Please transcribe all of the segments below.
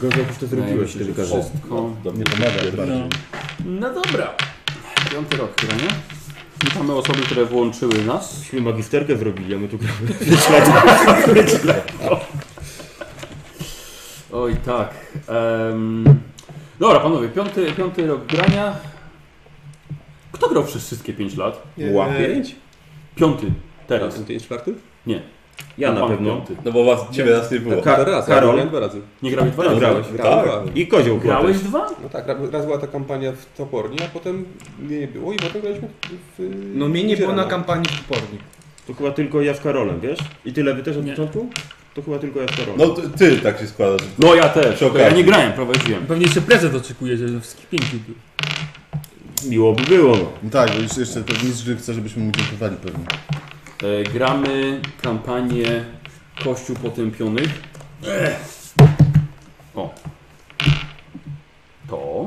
Gorzej jak już to No, zrobiłeś, myślę, że ty wykorzystasz. wszystko. Nie pomagasz bardziej. No dobra. Piąty rok chyba, nie? Witamy osoby, które włączyły nas. Myśmy magisterkę zrobili, a my tu gramy. Oj tak. Em, dobra panowie, piąty, piąty rok grania. Kto grał przez wszystkie 5 lat? Łapie? e, Piąty, teraz. Pięć czwarty? Nie. Ja na Pan pewno. Piąty. No bo was, ciebie nas nie Tak, było. Ka- Karol? ja dwa razy. Nie grałeś dwa razy? Grałeś. Tak. I kozioł była Grałeś też. dwa? No tak, ra- raz była ta kampania w Toporni, a potem mnie nie było i potem graliśmy w... w No mnie nie było na Zielono. kampanii w porni. To chyba tylko ja z Karolem, wiesz? I tyle wy też od Nie. początku? To chyba tylko ja z Karolem. No No. to- Ty tak się składasz. No ja też. Przy okazji. Ja nie grałem, prowadziłem. Pewnie jeszcze prezent oczekujecie, że wszystkie pięki. Miło by było. No. No tak, bo jeszcze, jeszcze pewnie że chce, żebyśmy mu dziękowali pewnie. E, gramy kampanię Kościół Potępionych. E. O. To.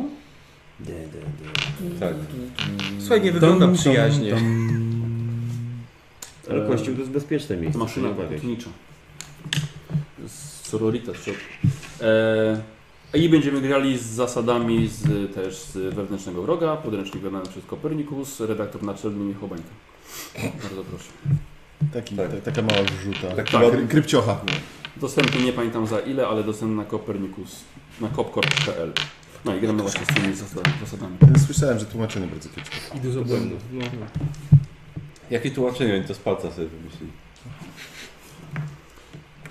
Tak. Słuchaj, nie wygląda przyjaźnie. Ale E, kościół to jest bezpieczne miejsce. Maszyna nie obawiaj się. lotnicza. Sororitas. co- E, I będziemy grali z zasadami z, też z wewnętrznego wroga, podręcznik wydany przez Kopernikus, redaktor naczelny Michał Bańka. Bardzo proszę. Taki, Tak. ta, taka mała wrzuta. Tak, Tak, tak. Kry, krypciocha. Dostępny nie pamiętam za ile, ale dostępny na Kopernikus, na kopkorp.pl. No i gramy właśnie z tymi zasad- zasadami. Słyszałem, że tłumaczenie bardzo kiepskie. I dużo błędów. No. Jakie tłumaczenie oni to z palca sobie wymyślili?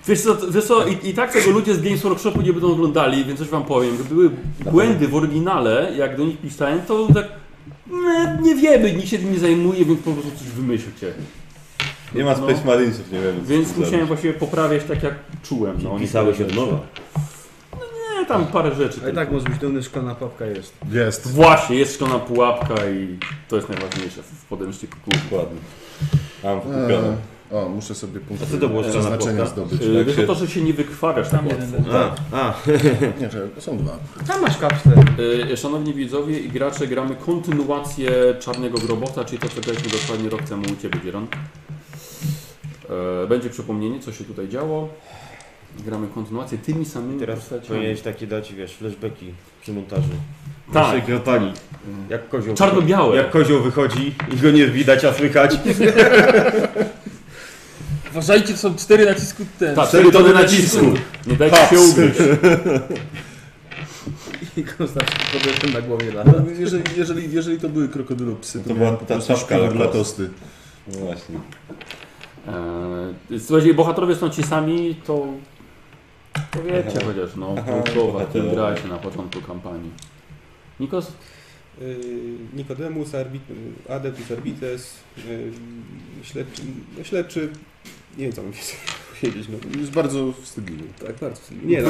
Wiesz co, wiesz co i, i tak tego ludzie z Games Workshopu nie będą oglądali, więc coś wam powiem. Były błędy w oryginale, jak do nich pisałem, to tak... Nie, nie wiemy, nikt się tym nie zajmuje, więc po prostu coś wymyślcie. Nie ma No. Space Marinesów, nie wiem. co Więc zrobić. musiałem właściwie poprawiać tak jak czułem. No, Pisałeś niektóre od nowa. rzeczy. Nie, tam parę rzeczy. Ale tylko. tak może być dumny, szkolna papka jest. Jest. Właśnie, jest szklana pułapka i to jest najważniejsze w podręczniku. Dokładnie. Mam kupione. E, O, muszę sobie punkt A co to było, szklana przeznaczenia pułapka? zdobyć. Yy, Jak wiesz, się- to, że się nie wykwawiasz tak Tam łatwo. jeden. A, a. Nie, że są dwa. Tam masz kapsle. E, Szanowni widzowie i gracze, gramy kontynuację Czarnego Grobota, czyli to, co graliśmy dokładnie rok temu u Ciebie, Gieron. E, Będzie przypomnienie, co się tutaj działo. Gramy kontynuację tymi samymi Teraz postaciami. powinieneś takie dać, wiesz, flashbacki przy montażu. Tak, kampanii. Jak kozioł. czarno-białe. Jak kozioł wychodzi i go nie widać, a słychać. Uważajcie, to są cztery nacisku ten. Tak, Cztery tony tony nacisku. Nie dajcie Tak. się ugryźć. I go znaczy kobietę na głowie lata. Jeżeli, jeżeli, jeżeli to były krokodylopsy, to, To była ta czapka dla Lacoste. tosty. No właśnie. E, Słuchajcie, bohaterowie są ci sami, to... To wiecie chociaż, no. Kultowa, bohaterowie. tym graliście na początku kampanii. Nikos? Y, Nikodemus, arbit, y, Adeptus Arbites, y, śledczy, no śledczy, nie wiem co mam jeszcze powiedzieć, no Jest bardzo wstydliwy. tak bardzo, nie no,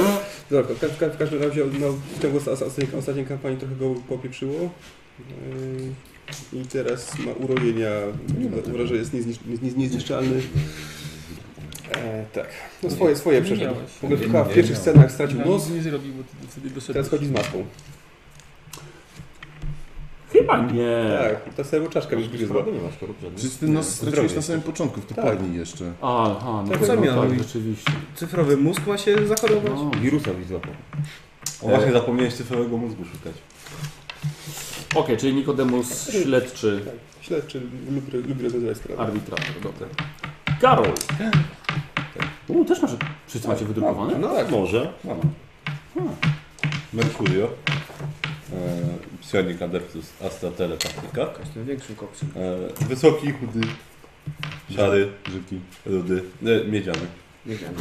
dobra, ka, ka, w każdym razie no, w ciągu osta- ostatniej, ostatniej kampanii trochę go popieprzyło y, i teraz ma urojenia, uważa, że jest nieznisz, nieznisz, niezniszczalny. E, tak, no swoje, swoje Nie przeszedł. miałeś. W ogóle chyba w Nie pierwszych miał. scenach stracił Ja nos, nic nie zrobił, bo ty wtedy doszedł. teraz chodzi z maską. Chyba nie. Tak, ta serwo czaszka już gryzła. nie masz chorób żadnych. Przecież ty no nos straciłeś na Zdrowie. samym początku, w to Tak. porni jeszcze. Aha, no Tak, tak, co no, miał tak mówić? rzeczywiście. Cyfrowy mózg ma się zachorować? No. Wirusa mi złapał. O właśnie, zapomniałeś cyfrowego mózgu szukać. Okej, czyli Nikodemus śledczy Tak, śledczy lubi, lubi rozwiązywać sprawy. arbitrator. Dobra. Karol! U, też masz. Wszyscy macie wydrukowane? No tak, Może. mam. Mercurio. E, Psionik Adeptus Astra Telepathnica. Właśnie większym kopsem. E, wysoki, chudy, szary, Żywki. rudy, e, miedziany. Nie wiem.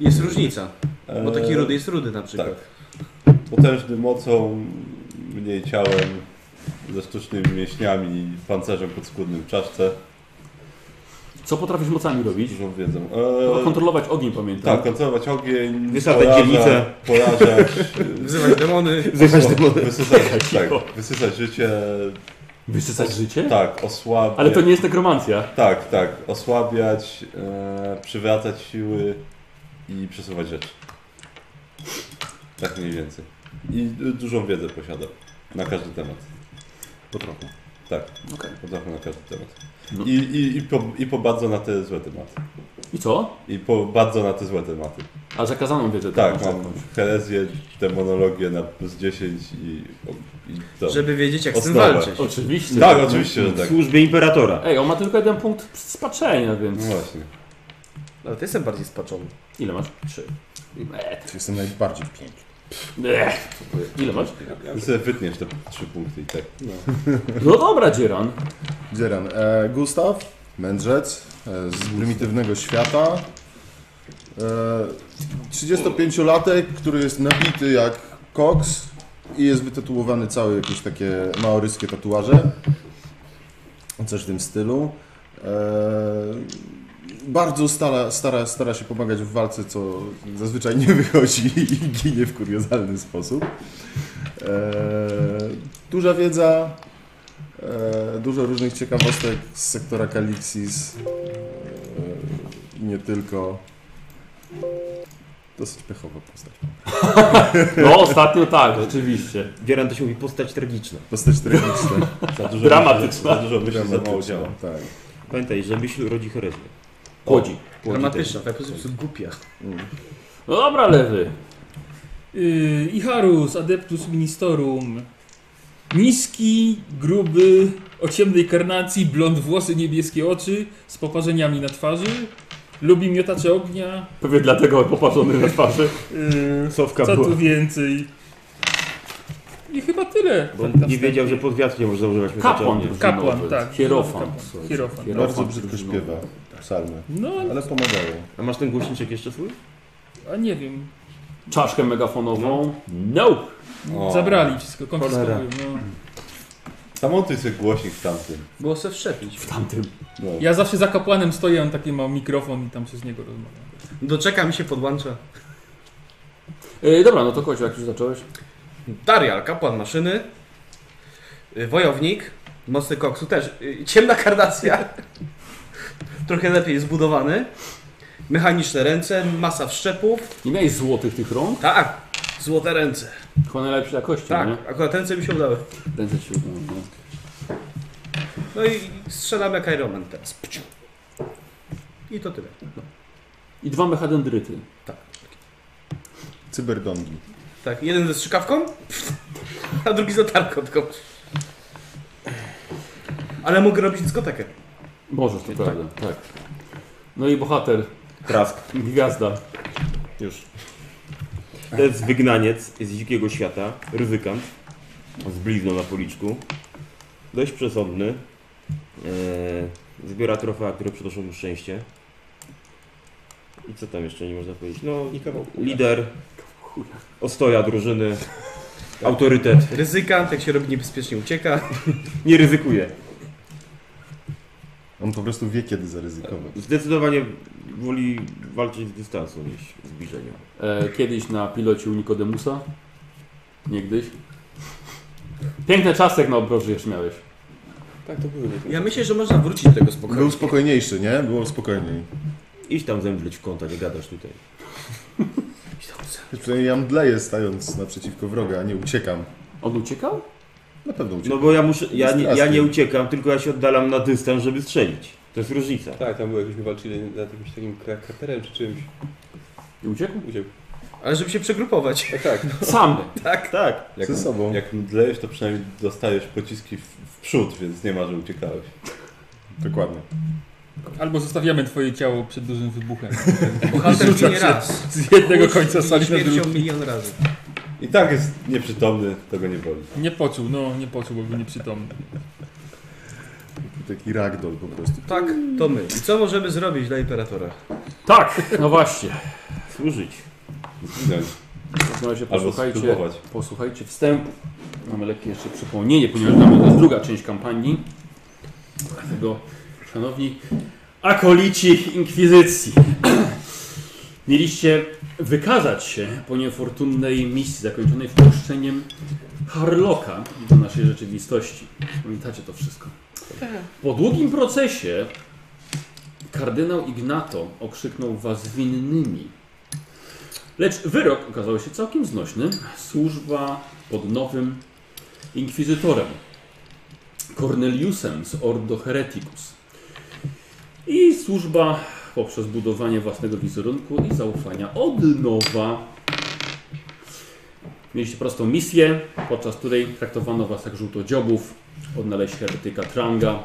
Jest różnica, E, Eee, jest rudy na Tak. Potężny mocą, mniej ciałem, ze sztucznymi mięśniami, pancerzem podskórnym w czaszce. Co potrafisz mocami robić? E, Dużą wiedzą. Trzeba E, Kontrolować ogień, pamiętam. tak, kontrolować ogień, Wysadzać porażać- dzielnicę. Porażać, Wzywać demony. tak. Zjechać do wody. wysysać, No Cicho. tak, wysysać życie, Wysysać życie? tak, osłabiać. Ale to nie jest nekromancja. Tak, tak. Osłabiać, e, przywracać siły i przesuwać rzeczy. Tak mniej więcej. I du- dużą wiedzę posiada na każdy temat. Po trochu. Tak, Okej. potrafię na każdy temat. No. I, i, i, po, I pobadza na te złe tematy. I I co? I po, bardzo na te złe tematy. A zakazaną wiedzę Tak, taką mam jakąś. herezję, demonologię na plus 10 i, i to. Żeby wiedzieć, jak z tym Osnowa. walczyć. Oczywiście. Tak, oczywiście, że tak. Służby imperatora. Ej, on ma tylko jeden punkt spaczenia, No więc... właśnie. Ale to jestem bardziej spaczony. Ile masz? Trzy. Jestem najbardziej w pięciu. Ech, ile masz? Ty sobie wytniesz te trzy punkty i tak. No dobra, Dzieran. Dzieran, e, Gustaw, mędrzec e, z prymitywnego świata. E, 35-latek, który jest nabity jak koks i jest wytatuowany całe jakieś takie maoryskie tatuaże. Coś w tym stylu. E, bardzo stara, stara, stara się pomagać w walce, co zazwyczaj nie wychodzi i ginie w kuriozalny sposób. E, duża wiedza, E, dużo różnych ciekawostek z sektora Kalixis. E, nie tylko. Dosyć pechowa postać. No ostatnio tak, rzeczywiście. Dzieran to się mówi postać tragiczna. Postać tragiczna. Za dużo Dramatyczna. Myśli, za dużo myśli, za mało działa. Tak. Pamiętaj, że myśl rodzi herezję. Kłodzi. Dramatyczna, tak po prostu głupia. No dobra, lewy. Yy, Icharus, adeptus ministerum. Niski, gruby, o ciemnej karnacji, blond włosy, niebieskie oczy, z poparzeniami na twarzy. Lubi miotacze ognia. Pewnie dlatego popatrzony na twarzy. Yy, Sowka co tu więcej? I chyba tyle. nie wiedział, że pod wiatr nie można używać Kapłan. miotaczowni. Kapłan, drużynowy. tak. Hierofant. Kapłan. słuchajcie. Hierofant. Hierofant no. Bardzo brzydko drużynowy. śpiewa psalmy, No, ale pomagają. A masz ten głośniczek jeszcze swój? a nie wiem. Czaszkę megafonową. No! O. Zabrali wszystko, konfiskowali. No. Samontuj sobie głośnik w tamtym. Było se wszczepić. W tamtym. No. Ja zawsze za kapłanem stoję, on taki ma mikrofon i tam się z niego rozmawia. Doczeka mi się podłącza. E, dobra, no to kościół, jak już zacząłeś. Darial, kapłan maszyny. y, Wojownik. Mocny koksu też. y, Ciemna karnacja. Trochę lepiej zbudowany. Mechaniczne ręce, masa wszczepów. Nie miałeś złotych tych rąk? Tak, złote ręce. Chyba najlepsze jakości, Tak, Mhm. nie? akurat ręce mi się udały. Ręce ci udają, no. No i strzelam jak Iron Man teraz. Pciu. I to tyle. I dwa mechadendryty. Cyberdongi. Tak, jeden ze strzykawką, a drugi z latarką tylko. Ale mogę robić dyskotekę. Możesz, to prawda. Tak. No i bohater, Trask. gwiazda. Już. To jest wygnaniec z dzikiego świata, ryzykant, z blizną na policzku, dość przesądny, e, zbiera trofea, które przynoszą mu szczęście. I co tam jeszcze nie można powiedzieć? No, I kawał chuja. lider, ostoja drużyny, autorytet, Ryzykant, jak się robi niebezpiecznie, ucieka. nie ryzykuje. On po prostu wie, kiedy zaryzykować. Zdecydowanie woli walczyć z dystansu niż zbliżeniem. E, kiedyś na pilocie u Nikodemusa. Niegdyś. Piękny czasek na obroży jeszcze miałeś. Tak, to były. Ja myślę, że można wrócić do tego Był spokojnie. spokojniejszy, nie? Było spokojniej. Idź tam zemdleć w kąta, nie gadasz tutaj. Choć Przynajmniej ja mdleję stając naprzeciwko wroga, a nie uciekam. On uciekał? Na pewno uciekam. No bo ja muszę, ja nie, ja nie Strasznie. uciekam, tylko ja się oddalam na dystans, żeby strzelić. To jest różnica. Tak, tam było jakbyśmy walczyli nad jakimś takim kra- kraterem czy czymś. I uciekł? Uciekł. Ale żeby się przegrupować. Tak, tak. Sam. Tak. Tak. Ze sobą. Jak mdlejesz, to przynajmniej dostajesz pociski w, w przód, więc nie ma, że uciekałeś. Dokładnie. Albo zostawiamy twoje ciało przed dużym wybuchem. Bohater nie raz. Z jednego końca Rzucił sali na drugi. Śmiercią milion razy. I tak jest nieprzytomny, to go nie boli. Nie poczuł, no nie poczuł, bo był nieprzytomny. Taki ragdoll po prostu. Tak, to my. I co możemy zrobić dla Imperatora? Tak, no właśnie. Służyć. Zginąć. W każdym razie Albo posłuchajcie, spróbować. posłuchajcie wstępu. Mamy lekkie jeszcze przypomnienie, ponieważ dla mnie to jest druga część kampanii. Dlatego, szanowni akolici inkwizycji, mieliście wykazać się po niefortunnej misji zakończonej wpuszczeniem Harlocka do naszej rzeczywistości. Pamiętacie to wszystko. Po długim procesie kardynał Ignato okrzyknął was winnymi. Lecz wyrok okazał się całkiem znośny. Służba pod nowym inkwizytorem Corneliusem z Ordo Hereticus. I służba poprzez budowanie własnego wizerunku i zaufania od nowa. Mieliście prostą misję, podczas której traktowano was jak żółtodziobów, odnaleźć heretyka Tranga,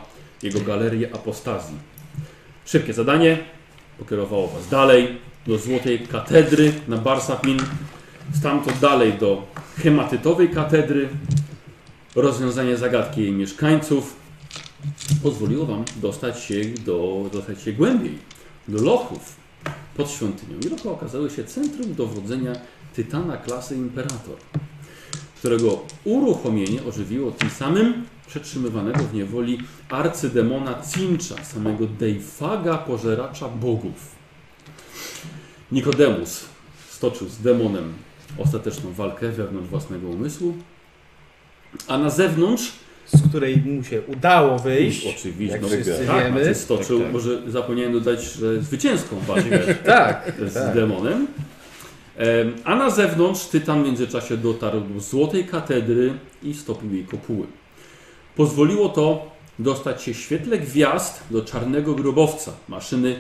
jego galerię apostazji. Szybkie zadanie pokierowało was dalej do Złotej Katedry na Barsapin, stamtąd dalej do Hematytowej Katedry, rozwiązanie zagadki jej mieszkańców pozwoliło wam dostać się, do, dostać się głębiej, do lochów pod świątynią. I lochy okazały się centrum dowodzenia tytana klasy Imperator, którego uruchomienie ożywiło tym samym przetrzymywanego w niewoli arcydemona Cincha, samego Deifaga, pożeracza bogów. Nikodemus stoczył z demonem ostateczną walkę wewnątrz własnego umysłu, a na zewnątrz z której mu się udało wyjść. Oczywiście. Jak no, wszyscy tak, wiemy. Maciej stoczył, Tak, tak. może zapomniałem dodać, że zwycięską walkę Tak, z tak. demonem. Em, A na zewnątrz Tytan w międzyczasie dotarł do Złotej Katedry i stopił jej kopuły. Pozwoliło to dostać się w świetle gwiazd do Czarnego Grobowca, maszyny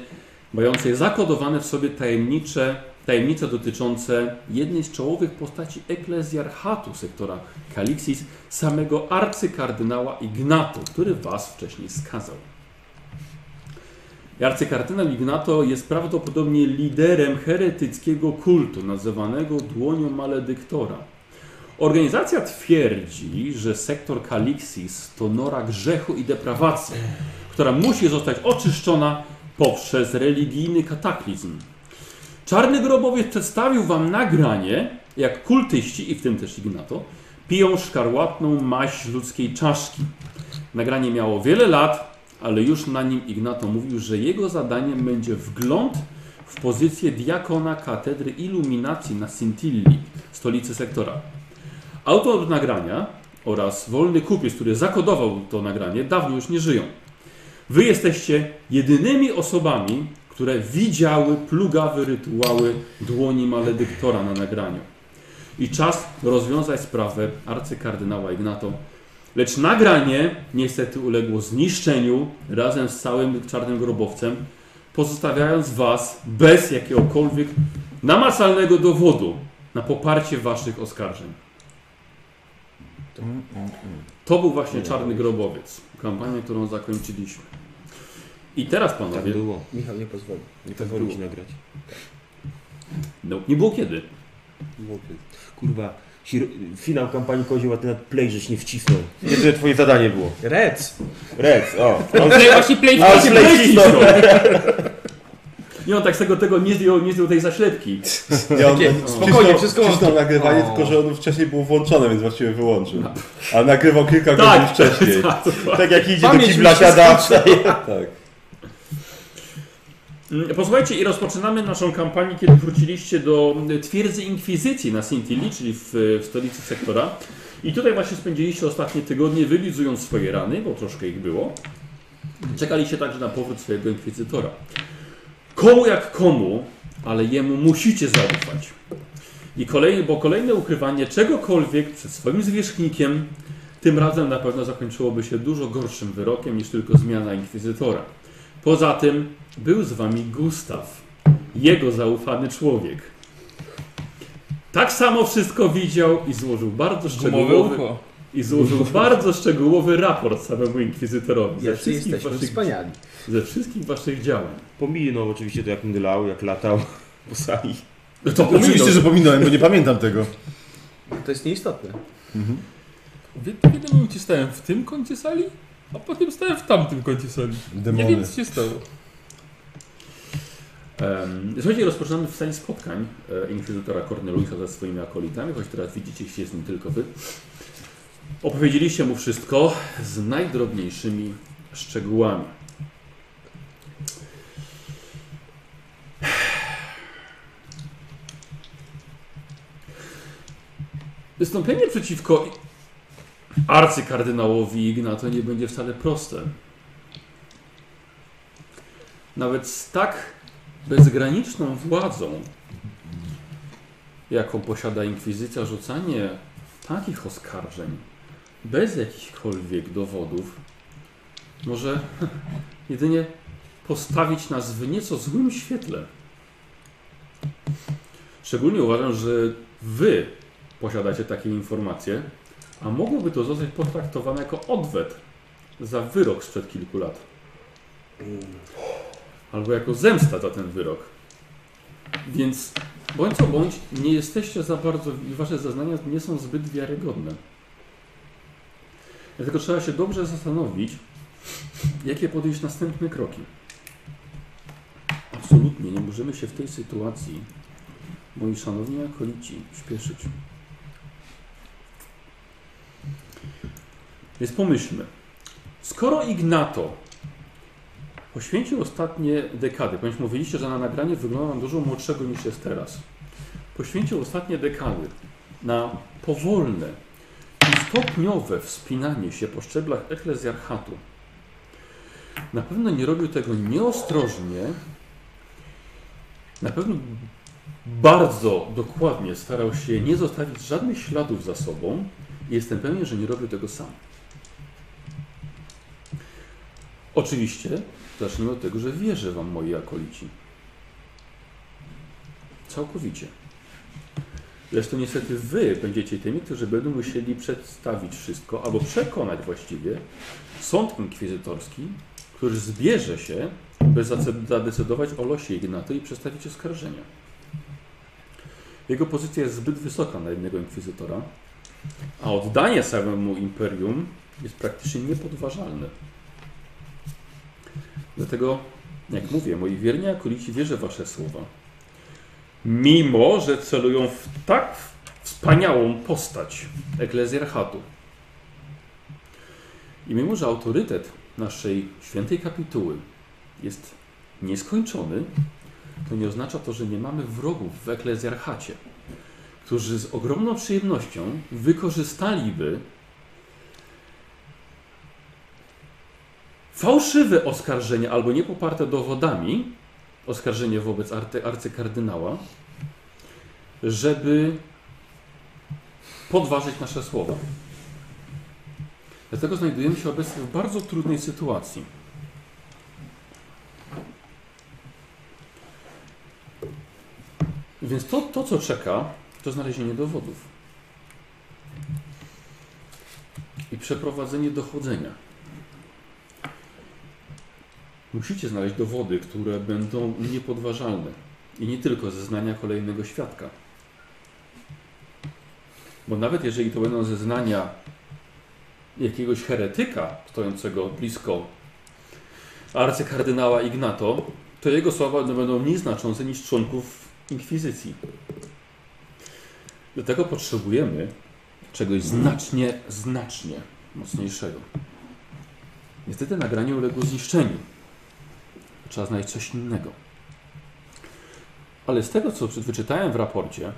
mającej zakodowane w sobie tajemnicze, tajemnice dotyczące jednej z czołowych postaci eklezjarchatu sektora Kalixis, samego arcykardynała Ignato, który was wcześniej skazał. Arcykardynał Ignato jest prawdopodobnie liderem heretyckiego kultu nazywanego dłonią maledyktora. Organizacja twierdzi, że sektor Kalixis to nora grzechu i deprawacji, która musi zostać oczyszczona poprzez religijny kataklizm. Czarny grobowiec przedstawił wam nagranie, jak kultyści, i w tym też Ignato, piją szkarłatną maź z ludzkiej czaszki. Nagranie miało wiele lat, ale już na nim Ignato mówił, że jego zadaniem będzie wgląd w pozycję diakona katedry iluminacji na Sintilli, stolicy sektora. Autor nagrania oraz wolny kupiec, który zakodował to nagranie, dawno już nie żyją. Wy jesteście jedynymi osobami, które widziały plugawe rytuały dłoni maledyktora na nagraniu. I czas rozwiązać sprawę arcykardynała Ignato. Lecz nagranie niestety uległo zniszczeniu razem z całym czarnym grobowcem, pozostawiając was bez jakiegokolwiek namacalnego dowodu na poparcie waszych oskarżeń. To był właśnie Czarny Grobowiec. Kampanię, którą zakończyliśmy. I teraz Tak panowie. było. Michał nie pozwoli. Nie pozwoli ci nagrać. No, nie było kiedy. Młody. Kurwa, hiro- finał kampanii kozioł, a ty nad play żeś nie wcisnął. Jedyne twoje zadanie było. Rec. Rec, o. No, właśnie play A, właśnie play play wcisnął. Nie on tak z tego, tego nie, zdjął, nie zdjął tej zaślepki. Ja on Spokojnie, wszystko mam. wcisnął nagrywanie, O. No. tylko że ono wcześniej było włączone, więc właściwie wyłączył. A nagrywał kilka godzin Tak. wcześniej. Tak jak idzie Pamięć do kibla, mi się siada, Tak. Mm, Posłuchajcie, i rozpoczynamy naszą kampanię, kiedy wróciliście do y, twierdzy Inkwizycji na Sintilli, czyli w, y, w stolicy sektora. I tutaj właśnie spędziliście ostatnie tygodnie, wylizując swoje rany, bo troszkę ich było. Czekaliście także na powrót swojego inkwizytora. Komu jak komu, ale jemu musicie zaufać. I kolejne, bo kolejne ukrywanie czegokolwiek przed swoim zwierzchnikiem, tym razem na pewno zakończyłoby się dużo gorszym wyrokiem niż tylko zmiana inkwizytora. Poza tym był z wami Gustaw, jego zaufany człowiek. Tak samo wszystko widział i złożył bardzo Gumowe szczegółowy, ucho. i złożył bardzo szczegółowy raport samemu inkwizytorowi ze Jacy wszystkich, jesteśmy waszych, wspaniali. ze wszystkich waszych działań. Pominął oczywiście to, jak mdlał, jak latał po sali. No to Oczywiście, że pominąłem, bo nie pamiętam tego. To jest nieistotne. Wie- W jednym momencie stałem w tym kącie sali, a potem stałem w tamtym kącie sali. Demony. No Nie wiem, co się stało. Em, Słuchajcie, rozpoczynamy w sali spotkań e, inkwizytora Corneliusa ze swoimi akolitami, choć teraz widzicie się z nim tylko wy. Opowiedzieliście mu wszystko z najdrobniejszymi szczegółami. Wystąpienie przeciwko arcykardynałowi Ignato nie będzie wcale proste. Nawet z tak bezgraniczną władzą, jaką posiada inkwizycja, rzucanie takich oskarżeń bez jakichkolwiek dowodów może jedynie postawić nas w nieco złym świetle. Szczególnie uważam, że wy posiadacie takie informacje, a mogłoby to zostać potraktowane jako odwet za wyrok sprzed kilku lat. Albo jako zemsta za ten wyrok. Więc bądź co bądź, nie jesteście za bardzo, i wasze zeznania nie są zbyt wiarygodne. Dlatego trzeba się dobrze zastanowić, jakie podjąć następne kroki. Absolutnie nie możemy się w tej sytuacji, moi szanowni akolici, śpieszyć. Więc pomyślmy. Skoro Ignato poświęcił ostatnie dekady, ponieważ mówiliście, że na nagranie wyglądam dużo młodszego niż jest teraz, poświęcił ostatnie dekady na powolne i stopniowe wspinanie się po szczeblach eklezjarchatu. Na pewno nie robił tego nieostrożnie, na pewno bardzo dokładnie starał się nie zostawić żadnych śladów za sobą i jestem pewien, że nie robił tego sam. Oczywiście zacznijmy od tego, że wierzę Wam, moi akolici. Całkowicie. Zresztą niestety Wy będziecie tymi, którzy będą musieli przedstawić wszystko, albo przekonać właściwie sąd inkwizytorski, który zbierze się, by zace- zadecydować o losie Ignaty i przedstawić oskarżenia. Jego pozycja jest zbyt wysoka na jednego inkwizytora, a oddanie samemu imperium jest praktycznie niepodważalne. Dlatego, jak mówię, moi wierni akolici wierzę w wasze słowa. Mimo, że celują w tak wspaniałą postać eklezjarchatu. I mimo, że autorytet naszej świętej kapituły jest nieskończony, to nie oznacza to, że nie mamy wrogów w eklezjarchacie, którzy z ogromną przyjemnością wykorzystaliby fałszywe oskarżenie albo niepoparte dowodami, oskarżenie wobec arty, arcykardynała, żeby podważyć nasze słowa. Dlatego znajdujemy się obecnie w bardzo trudnej sytuacji. Więc to, to co czeka, to znalezienie dowodów i przeprowadzenie dochodzenia. Musicie znaleźć dowody, które będą niepodważalne. I nie tylko zeznania kolejnego świadka. Bo nawet jeżeli to będą zeznania jakiegoś heretyka stojącego blisko arcykardynała Ignato, to jego słowa będą mniej znaczące niż członków inkwizycji. Dlatego potrzebujemy czegoś znacznie, znacznie mocniejszego. Niestety nagranie uległo zniszczeniu trzeba znaleźć coś innego. Ale z tego, co przed- wyczytałem w raporcie,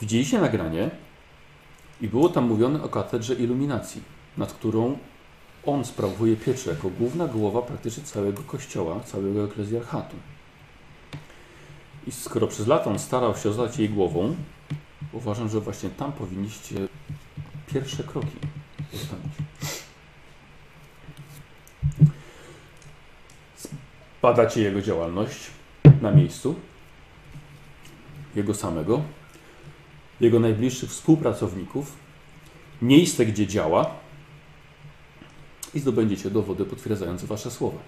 widzieliście nagranie i było tam mówione o katedrze iluminacji, nad którą on sprawuje pieczę jako główna głowa praktycznie całego kościoła, całego eklezjarchatu. I skoro przez lata on starał się zostać jej głową, uważam, że właśnie tam powinniście pierwsze kroki postawić. Badacie jego działalność na miejscu, jego samego, jego najbliższych współpracowników, miejsce, gdzie działa i zdobędziecie dowody potwierdzające Wasze słowa.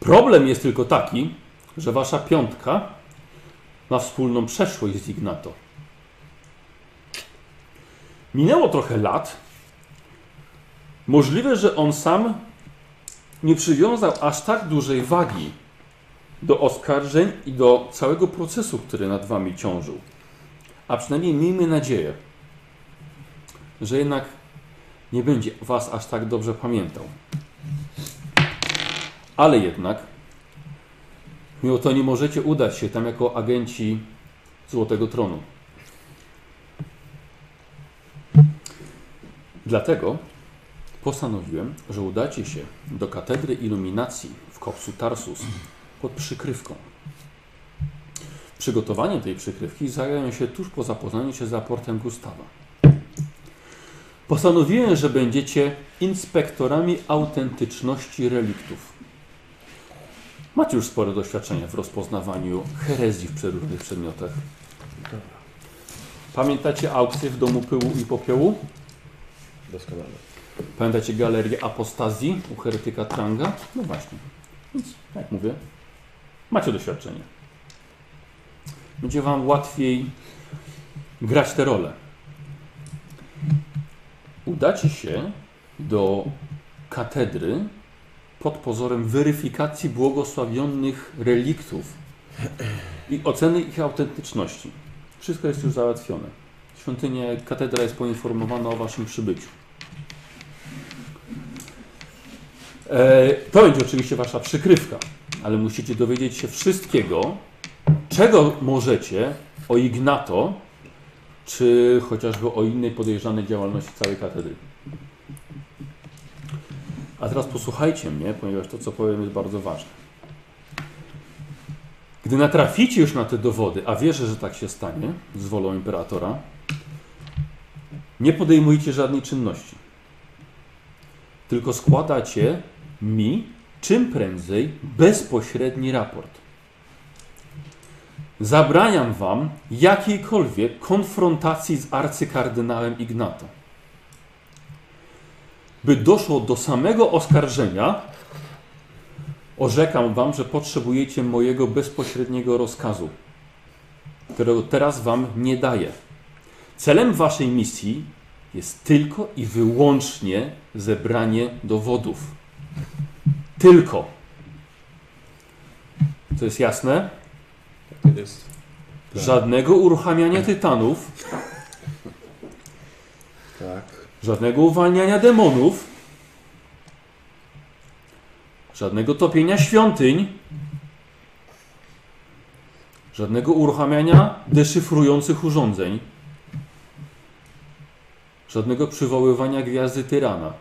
Problem jest tylko taki, że Wasza piątka ma wspólną przeszłość z Ignato. Minęło trochę lat. Możliwe, że on sam nie przywiązał aż tak dużej wagi do oskarżeń i do całego procesu, który nad wami ciążył. A przynajmniej miejmy nadzieję, że jednak nie będzie was aż tak dobrze pamiętał. Ale jednak, mimo to nie możecie udać się tam jako agenci Złotego Tronu. Dlatego Postanowiłem, że udacie się do katedry iluminacji w kopcu Tarsus pod przykrywką. Przygotowaniem tej przykrywki zająłem się tuż po zapoznaniu się z raportem Gustawa. Postanowiłem, że będziecie inspektorami autentyczności reliktów. Macie już spore doświadczenie w rozpoznawaniu herezji w przeróżnych przedmiotach. Pamiętacie aukcję w Domu Pyłu i Popiołu? Doskonale. Pamiętacie galerię apostazji u heretyka Tranga? No właśnie. Więc, jak mówię, macie doświadczenie. Będzie wam łatwiej grać te role. Udacie się do katedry pod pozorem weryfikacji błogosławionych reliktów i oceny ich autentyczności. Wszystko jest już załatwione. Świątynia, katedra jest poinformowana o waszym przybyciu. E, to będzie oczywiście wasza przykrywka, ale musicie dowiedzieć się wszystkiego, czego możecie o Ignato, czy chociażby o innej podejrzanej działalności całej katedry. A teraz posłuchajcie mnie, ponieważ to, co powiem, jest bardzo ważne. Gdy natraficie już na te dowody, a wierzę, że tak się stanie, z wolą imperatora, nie podejmujcie żadnej czynności tylko składacie mi czym prędzej bezpośredni raport. Zabraniam wam jakiejkolwiek konfrontacji z arcykardynałem Ignato. By doszło do samego oskarżenia, orzekam wam, że potrzebujecie mojego bezpośredniego rozkazu, którego teraz wam nie daję. Celem waszej misji jest tylko i wyłącznie zebranie dowodów. Tylko. To jest jasne? Jest. Żadnego uruchamiania tytanów. Tak. Żadnego uwalniania demonów. Żadnego topienia świątyń. Żadnego uruchamiania deszyfrujących urządzeń. Żadnego przywoływania gwiazdy tyrana.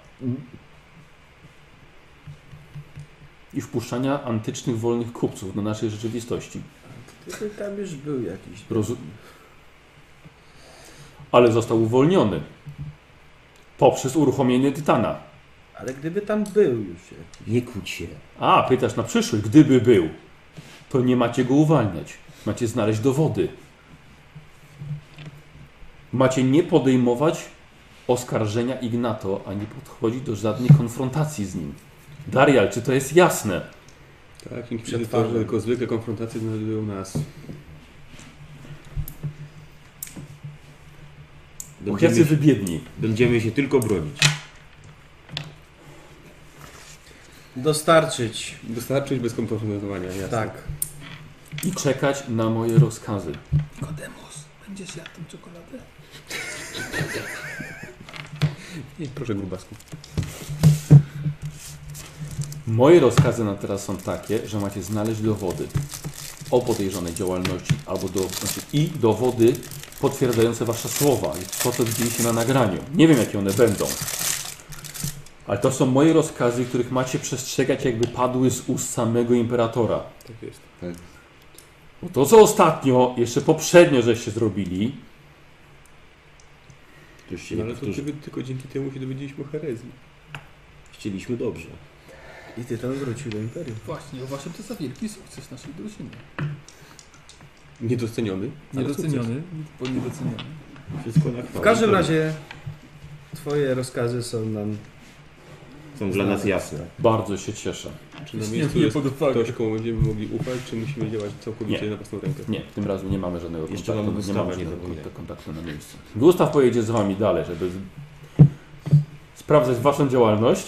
I wpuszczania antycznych wolnych kupców do naszej rzeczywistości. Ty tam już był jakiś. Rozu- Ale został uwolniony. Poprzez uruchomienie Tytana. Ale gdyby tam był już jakiś. Nie kłóć się. A, pytasz na przyszłość. Gdyby był, to nie macie go uwalniać. Macie znaleźć dowody. Macie nie podejmować oskarżenia Ignato, ani podchodzić do żadnej konfrontacji z nim. Darial, czy to jest jasne? Tak, inkwizytorzy tylko zwykle konfrontacje znajdują nas. Och, jacy Będziemy, wy biedni. będziemy się tylko bronić. Dostarczyć. Dostarczyć bez konfrontowania, jasne. Tak. I czekać na moje rozkazy. Kodemus, będziesz jadł tą czekoladę? I proszę grubasku. Moje rozkazy na teraz są takie, że macie znaleźć dowody o podejrzanej działalności albo do, znaczy i dowody potwierdzające wasze słowa. i To, co widzieliście na nagraniu. Nie wiem, jakie one będą. Ale to są moje rozkazy, których macie przestrzegać, jakby padły z ust samego imperatora. Tak jest. Bo to, co ostatnio, jeszcze poprzednio żeście zrobili, Już się No, nie ale to powtórzy. ciebie tylko dzięki temu się dowiedzieliśmy o herezji. Chcieliśmy dobrze. I ty tam wrócił do Imperium. Właśnie, uważam to za wielki sukces naszej drużyny. Niedoceniony. ale Niedoceniony, bo niedoceniony. Wszystko na chwałę. W każdym razie twoje rozkazy są nam... Są dla nas jasne. bardzo się cieszę. sukces. Czy na Jest miejscu nie jest pod uwagę. ktoś, komu będziemy mogli ufać, czy musimy działać całkowicie Nie. na własną rękę? Nie, tym razem nie mamy żadnego Jeszcze kontaktu. mamy nie mamy Gustawę, nie żadnego zapominaj. kontaktu na miejscu. Gustaw pojedzie z wami dalej, żeby sprawdzać waszą działalność,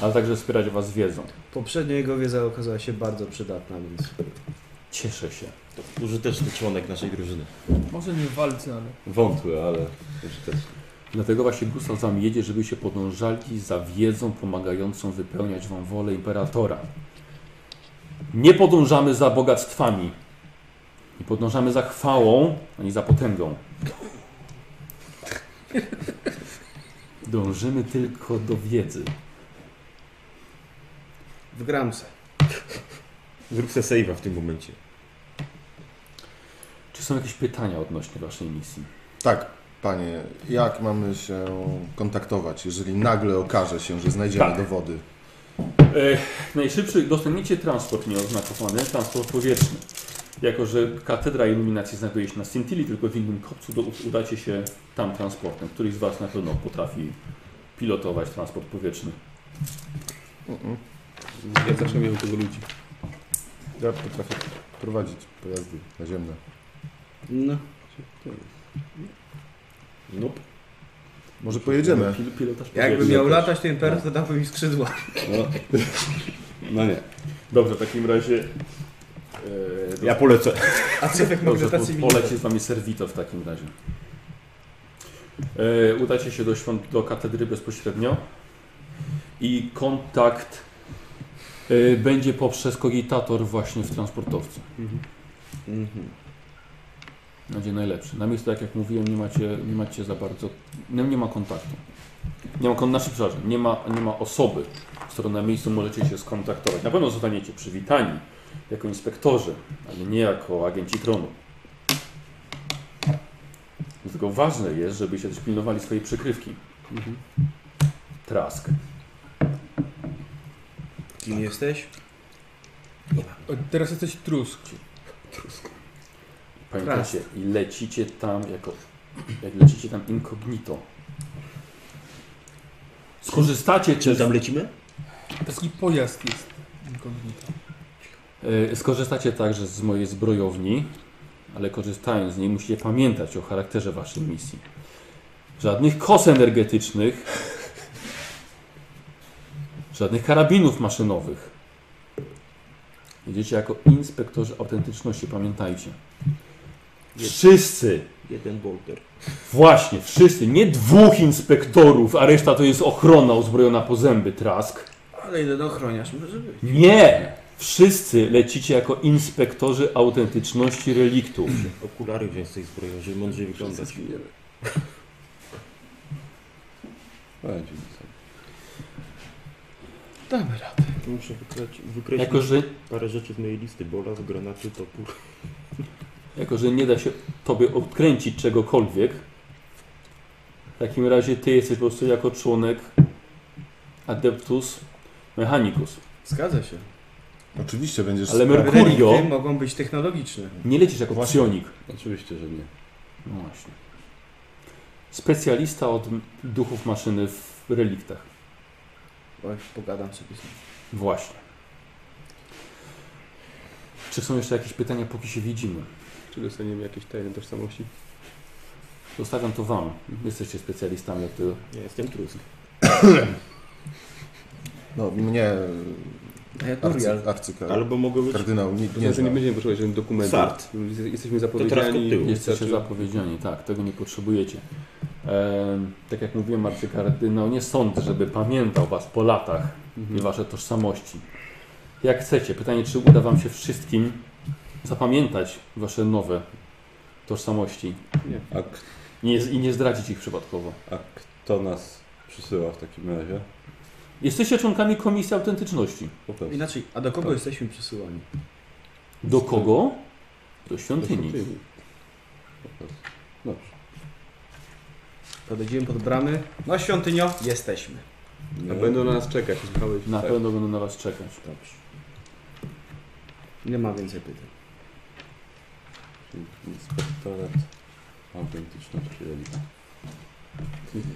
ale także wspierać was wiedzą. Poprzednio jego wiedza okazała się bardzo przydatna, więc... Cieszę się. To użyteczny członek naszej drużyny. Może nie w walce, ale Wątły, ale użyteczny. Dlatego właśnie Gustaw z wami jedzie, żebyście podążali za wiedzą pomagającą wypełniać wam wolę imperatora. Nie podążamy za bogactwami. Nie podążamy za chwałą, ani za potęgą. Dążymy tylko do wiedzy. W gramce. Zrób se save'a w tym momencie. Czy są jakieś pytania odnośnie Waszej misji? Tak. Panie, jak mamy się kontaktować, jeżeli nagle okaże się, że znajdziemy Tak. dowody? E, najszybszy dostaniecie transport nieoznakowany, transport powietrzny. Jako, że katedra iluminacji znajduje się na Scintilli, tylko w innym kopcu, do, udacie się tam transportem. Któryś z Was na pewno potrafi pilotować transport powietrzny. Mm-mm. Ja zawsze miałem tego ludzi. Ja potrafię prowadzić pojazdy naziemne. No. Nope. Może pojedziemy? Pil, pilotaż Jakby powietrzny miał też. latać ten imperator, to dałby mi skrzydła. No. no nie. Dobrze, w takim razie... e, Ja polecę. A co tak Dobrze, po, mogę tacy poleci z wami serwito w takim razie. E, udacie się do świąt, do katedry bezpośrednio i kontakt e, będzie poprzez kogitator właśnie w transportowcu. Mhm. Będzie najlepszy. Na miejscu, tak jak mówiłem, nie macie, nie macie za bardzo, nie, nie ma kontaktu. Nie ma, kon- znaczy, przepraszam, nie ma, nie ma osoby, z którą na miejscu możecie się skontaktować. Na pewno zostaniecie przywitani jako inspektorzy, ale nie jako agenci tronu. Dlatego ważne jest, żebyście też pilnowali swojej przykrywki. Mhm. Trask. Kim jesteś? Teraz jesteś trusk. Pamiętacie, i lecicie tam jako, jak lecicie tam incognito. Skorzystacie Czym też tam lecimy? Taki pojazd jest inkognito. Y, Skorzystacie także z mojej zbrojowni, ale korzystając z niej musicie pamiętać o charakterze waszej misji. Żadnych kos energetycznych, żadnych karabinów maszynowych. Jedziecie jako inspektorzy autentyczności, pamiętajcie. Wszyscy, Jeden bolter. właśnie, wszyscy, nie dwóch inspektorów, a reszta to jest ochrona uzbrojona po zęby, trask. Ale jeden ochroniarz może być. Nie! Wszyscy lecicie jako inspektorzy autentyczności reliktów. Okulary wziąć z tej zbroi, żeby mądrzej wyglądać. Damy radę. Muszę wykrać, wykreślić Jako że, parę rzeczy z mojej listy. Bola, z granaty, topór. jako, że nie da się tobie odkręcić czegokolwiek, w takim razie ty jesteś po prostu jako członek Adeptus Mechanicus. Zgadza się. Oczywiście będziesz... Ale spra- Mercurio Relikty mogą być technologiczne. nie lecisz jako Właśnie. psionik. Oczywiście, że nie. No właśnie. Specjalista od m- duchów maszyny w reliktach. Oj, pogadam sobie z nim. Właśnie. Czy są jeszcze jakieś pytania, póki się widzimy? Czy dostaniemy jakieś tajne tożsamości? Zostawiam to Wam. Jesteście specjalistami od tego. Ja jestem trusk. No, mnie... A ja Arcy, Turial. arcyka- Albo mogę być... kardynał nie, To nie znaczy nie zna. będziemy potrzebować żadnych dokumentów. Sart. Jesteśmy To teraz zapowiedziani. od tyłu. Jesteście Znaczy- zapowiedziani, tak, tego nie potrzebujecie. Ehm, tak jak mówiłem, arcykardynał nie sądzę, żeby pamiętał Was po latach i Wasze tożsamości. Jak chcecie, pytanie, czy uda Wam się wszystkim zapamiętać Wasze nowe tożsamości A, i nie, i nie zdradzić ich przypadkowo. a kto nas przysyła w takim razie? Jesteście członkami Komisji Autentyczności. Po prostu. Inaczej, a do kogo Tak. jesteśmy przesyłani? Do kogo? Do Do świątyni. świątyni. Po prostu. Dobrze. Podejdziemy pod bramy. No świątynio. Jesteśmy. A będą na nas czekać, tak? sprawę Na pewno będą na Was czekać. Dobrze. Nie ma więcej pytań. Czyli Inspektorat autentyczności religii.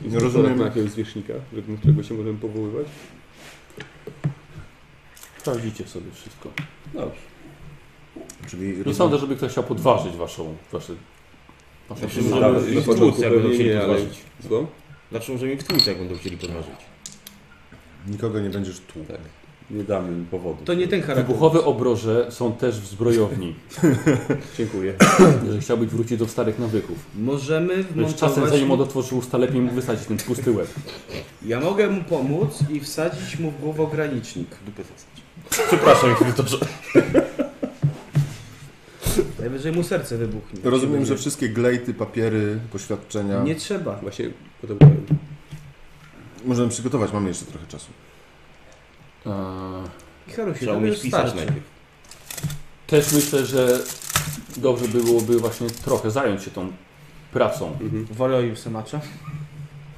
Nie rozumiem. na jakiegoś zwierzchnika, na którego się możemy powoływać? Sprawdzicie sobie wszystko. Dobrze. Czyli Nie sądzę, żeby ktoś chciał podważyć waszą, wasze, waszą Znaczy, przyznanie. możemy ale- ich no, tłuc, jak będą pewnie chcieli nie, ale- podważyć. Złą? Znaczy, możemy ich tłuc, jak będą chcieli podważyć. nikogo nie będziesz tłukł. Tak. Nie damy im powodu. To nie ten charakter. Wybuchowe obroże są też w zbrojowni, Dziękuję. jeżeli chciałbyś wrócić do starych nawyków. Możemy Lecz czasem wmontować... zanim on otworzył usta, lepiej mu wysadzić ten pusty łeb. Ja mogę mu pomóc i wsadzić mu w głowę ogranicznik. Dupę zasać. Przepraszam, jak to, Najwyżej mu serce wybuchnie. Rozumiem, że wszystkie glejty, papiery, poświadczenia... Nie trzeba. Właśnie podobałem. Możemy przygotować, mamy jeszcze trochę czasu. Eee, I Harusie, Trzeba to umieć już pisać starczy. najpierw. też myślę, że dobrze byłoby właśnie trochę zająć się tą pracą. Mhm. Wolę już macza.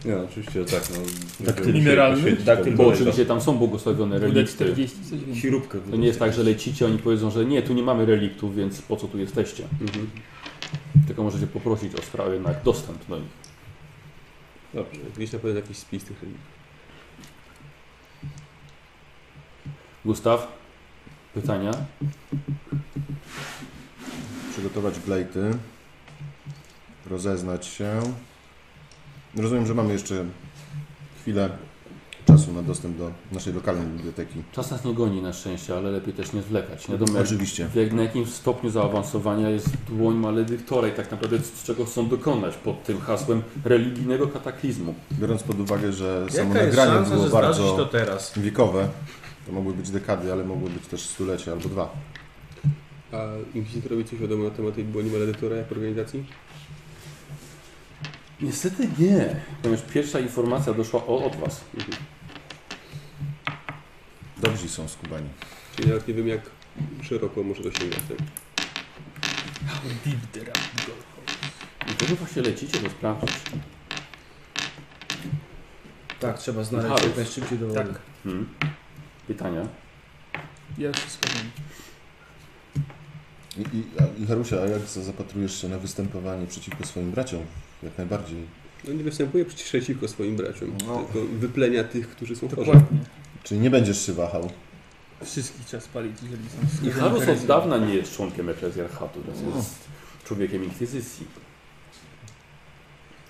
Nie, no, oczywiście, że tak. No, Daktyl. Mineralny? Daktyl Bo bodajże. oczywiście tam są błogosławione relikty. UD40, coś więcej. Śrubkę. To nie jest tak, że lecicie, oni powiedzą, że nie, tu nie mamy reliktów, więc po co tu jesteście? Mhm. Tylko możecie poprosić o sprawę jednak dostęp do nich. Dobrze, gdzieś na pewno jakiś spis tych religii. Gustaw, pytania? Przygotować glejty. Rozeznać się. Rozumiem, że mamy jeszcze chwilę czasu na dostęp do naszej lokalnej biblioteki. Czas nas nie goni na szczęście, ale lepiej też nie zwlekać. Nie wiadomo, jak Oczywiście. jak na jakim stopniu zaawansowania jest dłoń maledyktorej, tak naprawdę z czego chcą dokonać pod tym hasłem religijnego kataklizmu. Biorąc pod uwagę, że samo Jaka jest nagranie szansa, było że zdarzyć bardzo to teraz? wiekowe, to mogły być dekady, ale mogły być też stulecie albo dwa. A Inkwizytorowi coś wiadomo na temat tej była maledytora jako organizacji? Niestety nie, ponieważ pierwsza informacja doszła o, od Was. Dobrzy są skubani. Czyli nawet nie wiem jak szeroko może to sięgać. tak? I to, że właśnie lecicie, to sprawdzić. Tak, trzeba Harus. znaleźć jak najszybciej do Tak. wody. Hmm. Pytania? Ja wszystko wiem. I, i, a, I Harusia, a jak za- zapatrujesz się na występowanie przeciwko swoim braciom? Jak najbardziej. No nie występuje przecież przeciwko swoim braciom, No. tylko wyplenia tych, którzy są chorzy. Dokładnie. Czyli nie będziesz się wahał. Wszystkich trzeba spalić, jeżeli są I skazani Harus od herezją. dawna nie jest członkiem eklezjarchatu, więc jest człowiekiem inkwizycji.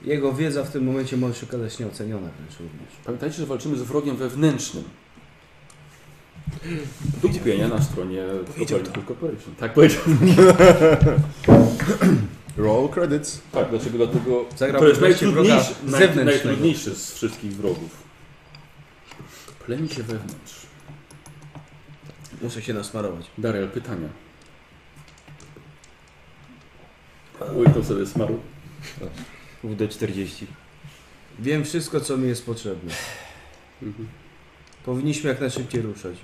Jego wiedza w tym momencie może się okazać nieoceniona wręcz również. Pamiętajcie, że walczymy z wrogiem wewnętrznym. Do kupienia na stronie Copernicus Corporation. Tak powiedział. Roll credits. Tak, dlaczego? Dlatego Zagrał to jest wreszcie wroga najtrudniejszy, naj, zewnętrznego. najtrudniejszy z wszystkich wrogów. Pleni się wewnątrz. Muszę się nasmarować. Dariel, pytania. Łyknął sobie smaru. WD-40. Wiem wszystko, co mi jest potrzebne. Mhm. Powinniśmy jak najszybciej ruszać.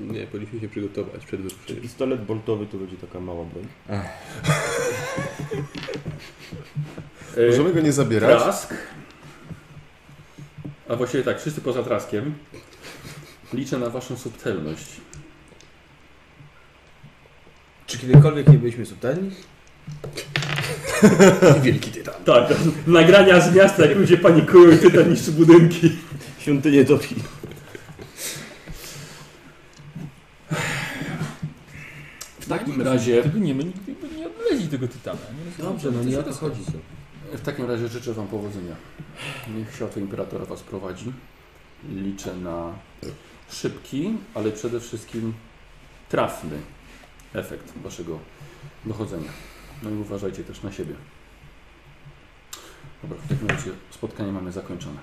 Nie, powinniśmy się przygotować przed wyruszeniem. Pistolet boltowy to będzie taka mała broń. e, Możemy go nie zabierać. Trask. A właściwie tak, wszyscy poza Traskiem. Liczę na waszą subtelność. Czy kiedykolwiek nie byliśmy subtelni? Tak, nagrania z miasta, jak ludzie panikują i tyta niszczy budynki. Świątynię topi. W takim razie Gdyby nie, my nigdy by nie odleźli tego tytana. Nie? Dobrze, no nie o to chodzi. W takim razie życzę Wam powodzenia. Niech światło imperatora Was prowadzi. Liczę na szybki, ale przede wszystkim trafny efekt Waszego dochodzenia. No i uważajcie też na siebie. Dobra, w takim razie spotkanie mamy zakończone.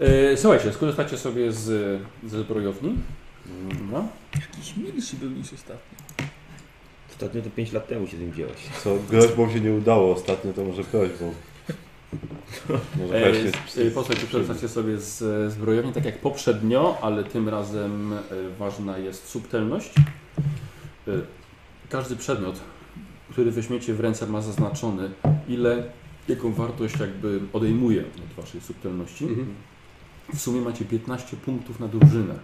Yy, słuchajcie, skorzystacie sobie z, ze zbrojowni. Mm. Dobra. Jakiś milszy był niż ostatni. Ostatnio to 5 lat temu się z nim działo. Co, groźbą się nie udało ostatnio, to może prośbą. Może E, wreszcie... e, Posłuchajcie, przeczytacie sobie z e, zbrojowni, tak jak poprzednio, ale tym razem e, ważna jest subtelność. E, Każdy przedmiot, który weźmiecie w ręce ma zaznaczony, ile, jaką wartość jakby odejmuje od waszej subtelności. Mhm. W sumie macie 15 punktów na drużynę.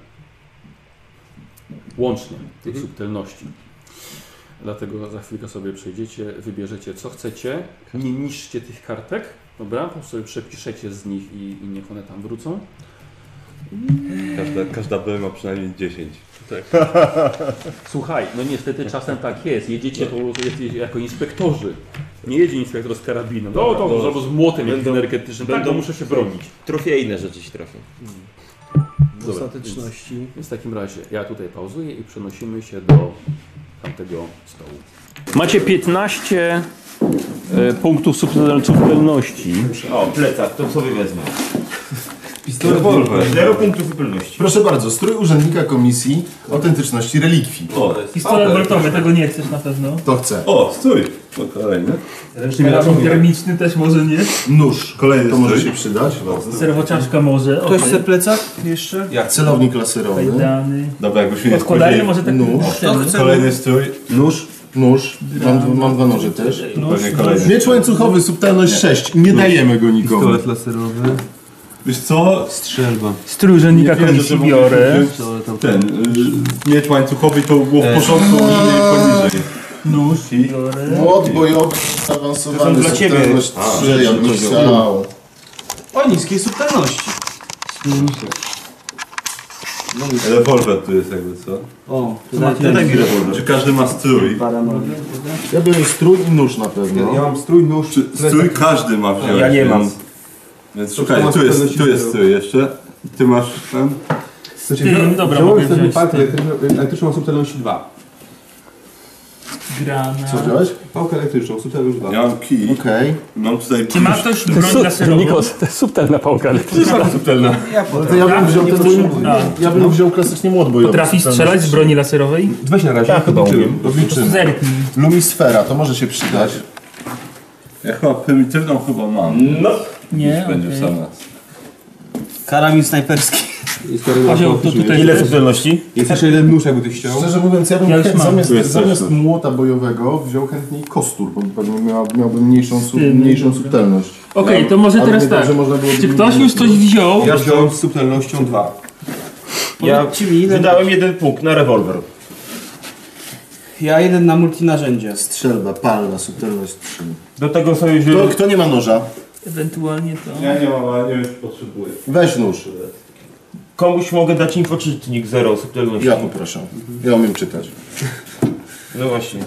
Łącznie tej Mhm. subtelności. Dlatego za chwilkę sobie przejdziecie, wybierzecie co chcecie, nie niszczcie tych kartek, dobra? Po prostu sobie przepiszecie z nich i, i niech one tam wrócą. Każda, każda broń ma przynajmniej 10. Słuchaj, no niestety czasem tak jest, jedziecie po prostu jedziecie jako inspektorzy. Nie jedzie inspektor z karabinem, no to Dobra. albo z młotem Będą- energetycznym, tak, będą- to muszę się bronić. Trofejne rzeczy się trafią. W Dobra, ostateczności Więc w takim razie ja tutaj pauzuję i przenosimy się do tamtego stołu. Macie 15 e, punktów subtelno- subtelności. O, plecak, to sobie wezmę. Pistolet Zero punktów zupełności. Proszę bardzo, strój urzędnika komisji autentyczności relikwii. O, Pistolet boltowy, tego nie chcesz na pewno. To chcę. O, stój! To kolejny. Karabin termiczny też może nie. Nóż. Kolejny to może strój. się przydać. Serwoczaszka może. Ktoś okej. chce plecak jeszcze? Celownik laserowy. Kajdany. Dobra, jakbyśmy nie Podkładanie spóźnili. może tak nóż. Chcemy. Kolejny strój. Nóż. Nóż. Mam, mam dwa noże też. Pewnie kolejny. Miecz łańcuchowy, subtelność 6. Nie dajemy go nikomu. Pistolet laserowy, Wiesz co? strzelba. Nie Stróżenika wierzę, że komisji mógłbym biorę. wziąć Ten, y, miecz łańcuchowy to było E. w porządku, nie poniżej. Nóż i... Młot bojowy, To zaawansowany, są dla ciebie. subtelność A, 3. Ja bym chciał. O niskiej subtelności. Rewolwer tu jest jakby, co? No, O, To taki rewolwer. Czy każdy ma strój? Paranoia. Ja biorę strój i nóż na pewno. mam strój, nóż... Czy strój każdy ma wziąć, Ja nie mam. więc- Więc szukaj, tu jest, tu jest strój jeszcze. Ty masz ten? Ty, dobra, mogę wziąć. Ty, elektryczną subtelność 2. Co Granat. wziąłeś? Pałkę elektryczną, subtelność 2. Ja mam kij. Okej. Mam tutaj Czy ma ktoś broń laserową? Nikos, to jest subtelna pałka elektryczna. subtelna. No to ja bym wziął ten mój... Ja bym wziął klasycznie młot bojowy. Potrafi strzelać z broni laserowej? Weź na razie. Tak, chyba umiem. Obliczymy. Zerknij. Lumisfera, to może się przydać. Ja chyba prymitywną chyba mam. Nie, Będzie w okej. sam raz. Karabin snajperski. Kozioł, to tutaj... Ile subtelności? Jest jeszcze jeden nóż, jakby ty chciał. Szczerze mówiąc, ja bym Ja już chę- mam. zamiast, Tu jest też zamiast nóż. młota bojowego wziął chętniej kostur, bo pewnie miał, miałby mniejszą, su, Tym, mniejszą dobra. subtelność. Okej, to może Ale teraz dobrze, tak. można byłoby- Czy ktoś już coś wziął? Ja wziąłem z subtelnością 2. Ja Powiedzcie mi ile... wydałem jeden punkt na rewolwer. Ja jeden na multinarzędzie. Strzelba, palna, subtelność 3. Do tego sobie Kto, wziąłem... kto nie ma noża? Ewentualnie to... Ja nie mam, ale nie wiem czy potrzebuję. Weź nóż. Komuś mogę dać infoczytnik zero subtelności. Ja poproszę. Ja umiem czytać. No właśnie.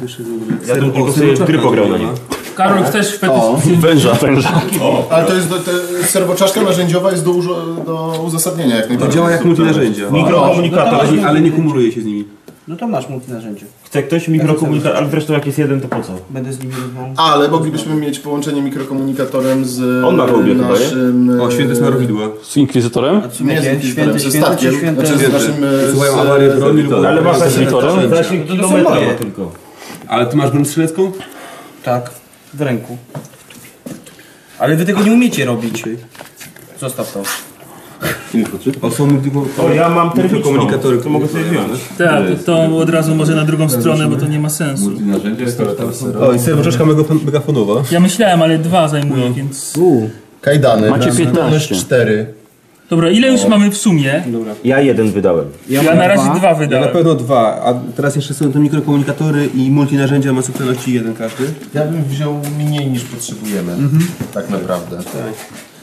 Ja tu tylko sobie w gry pograł na nim. Karol, chcesz O. fetysz Węża, węża. Ale to jest do, te, serwoczaszka narzędziowa jest do, uż- do uzasadnienia jak najbardziej. Działa jak multinarzędzia. Mikrokomunikator. Ale, ale nie kumuluje się z nimi. No to masz multinarzędzie. Chce ktoś mikrokomunikator, ale zresztą jak jest jeden to po co? Będę z nimi rozmawiał. Ale moglibyśmy mieć połączenie mikrokomunikatorem z On ma hołbie chyba, nie? naszym... O, święte smarowidła. Z Inkwizytorem? A czy Nie, z jakie? święte, Inkwizytorem, ze święte czy statkiem. święte? Znaczy z naszym... e, Wysyłają z- awarię broni lub... Ale Ale masz zasięg, Zasięg. Znaczy, zasięg kilometra ma tylko. Ale ty masz broń strzelecką? Tak, w ręku. Ale wy tego nie umiecie robić. Zostaw to. O, są multikom- O, ja mam termiczną, komunikatory, to mogę sobie wziąć. Tak, to, to od razu może na drugą stronę, bo to nie ma sensu. Multinarzędzie jest O, i serwoczeszka megafon- megafonowa. Ja myślałem, ale dwa zajmuję, więc... Kajdany. Macie na 15. 4. Dobra, ile już mamy w sumie? Ja jeden wydałem. No. Ja, na razie dwa Ja na wydałem. pewno dwa, a teraz jeszcze są te mikrokomunikatory i multinarzędzia ma subtelności jeden każdy. Ja bym wziął mniej niż potrzebujemy. Mhm. Tak naprawdę.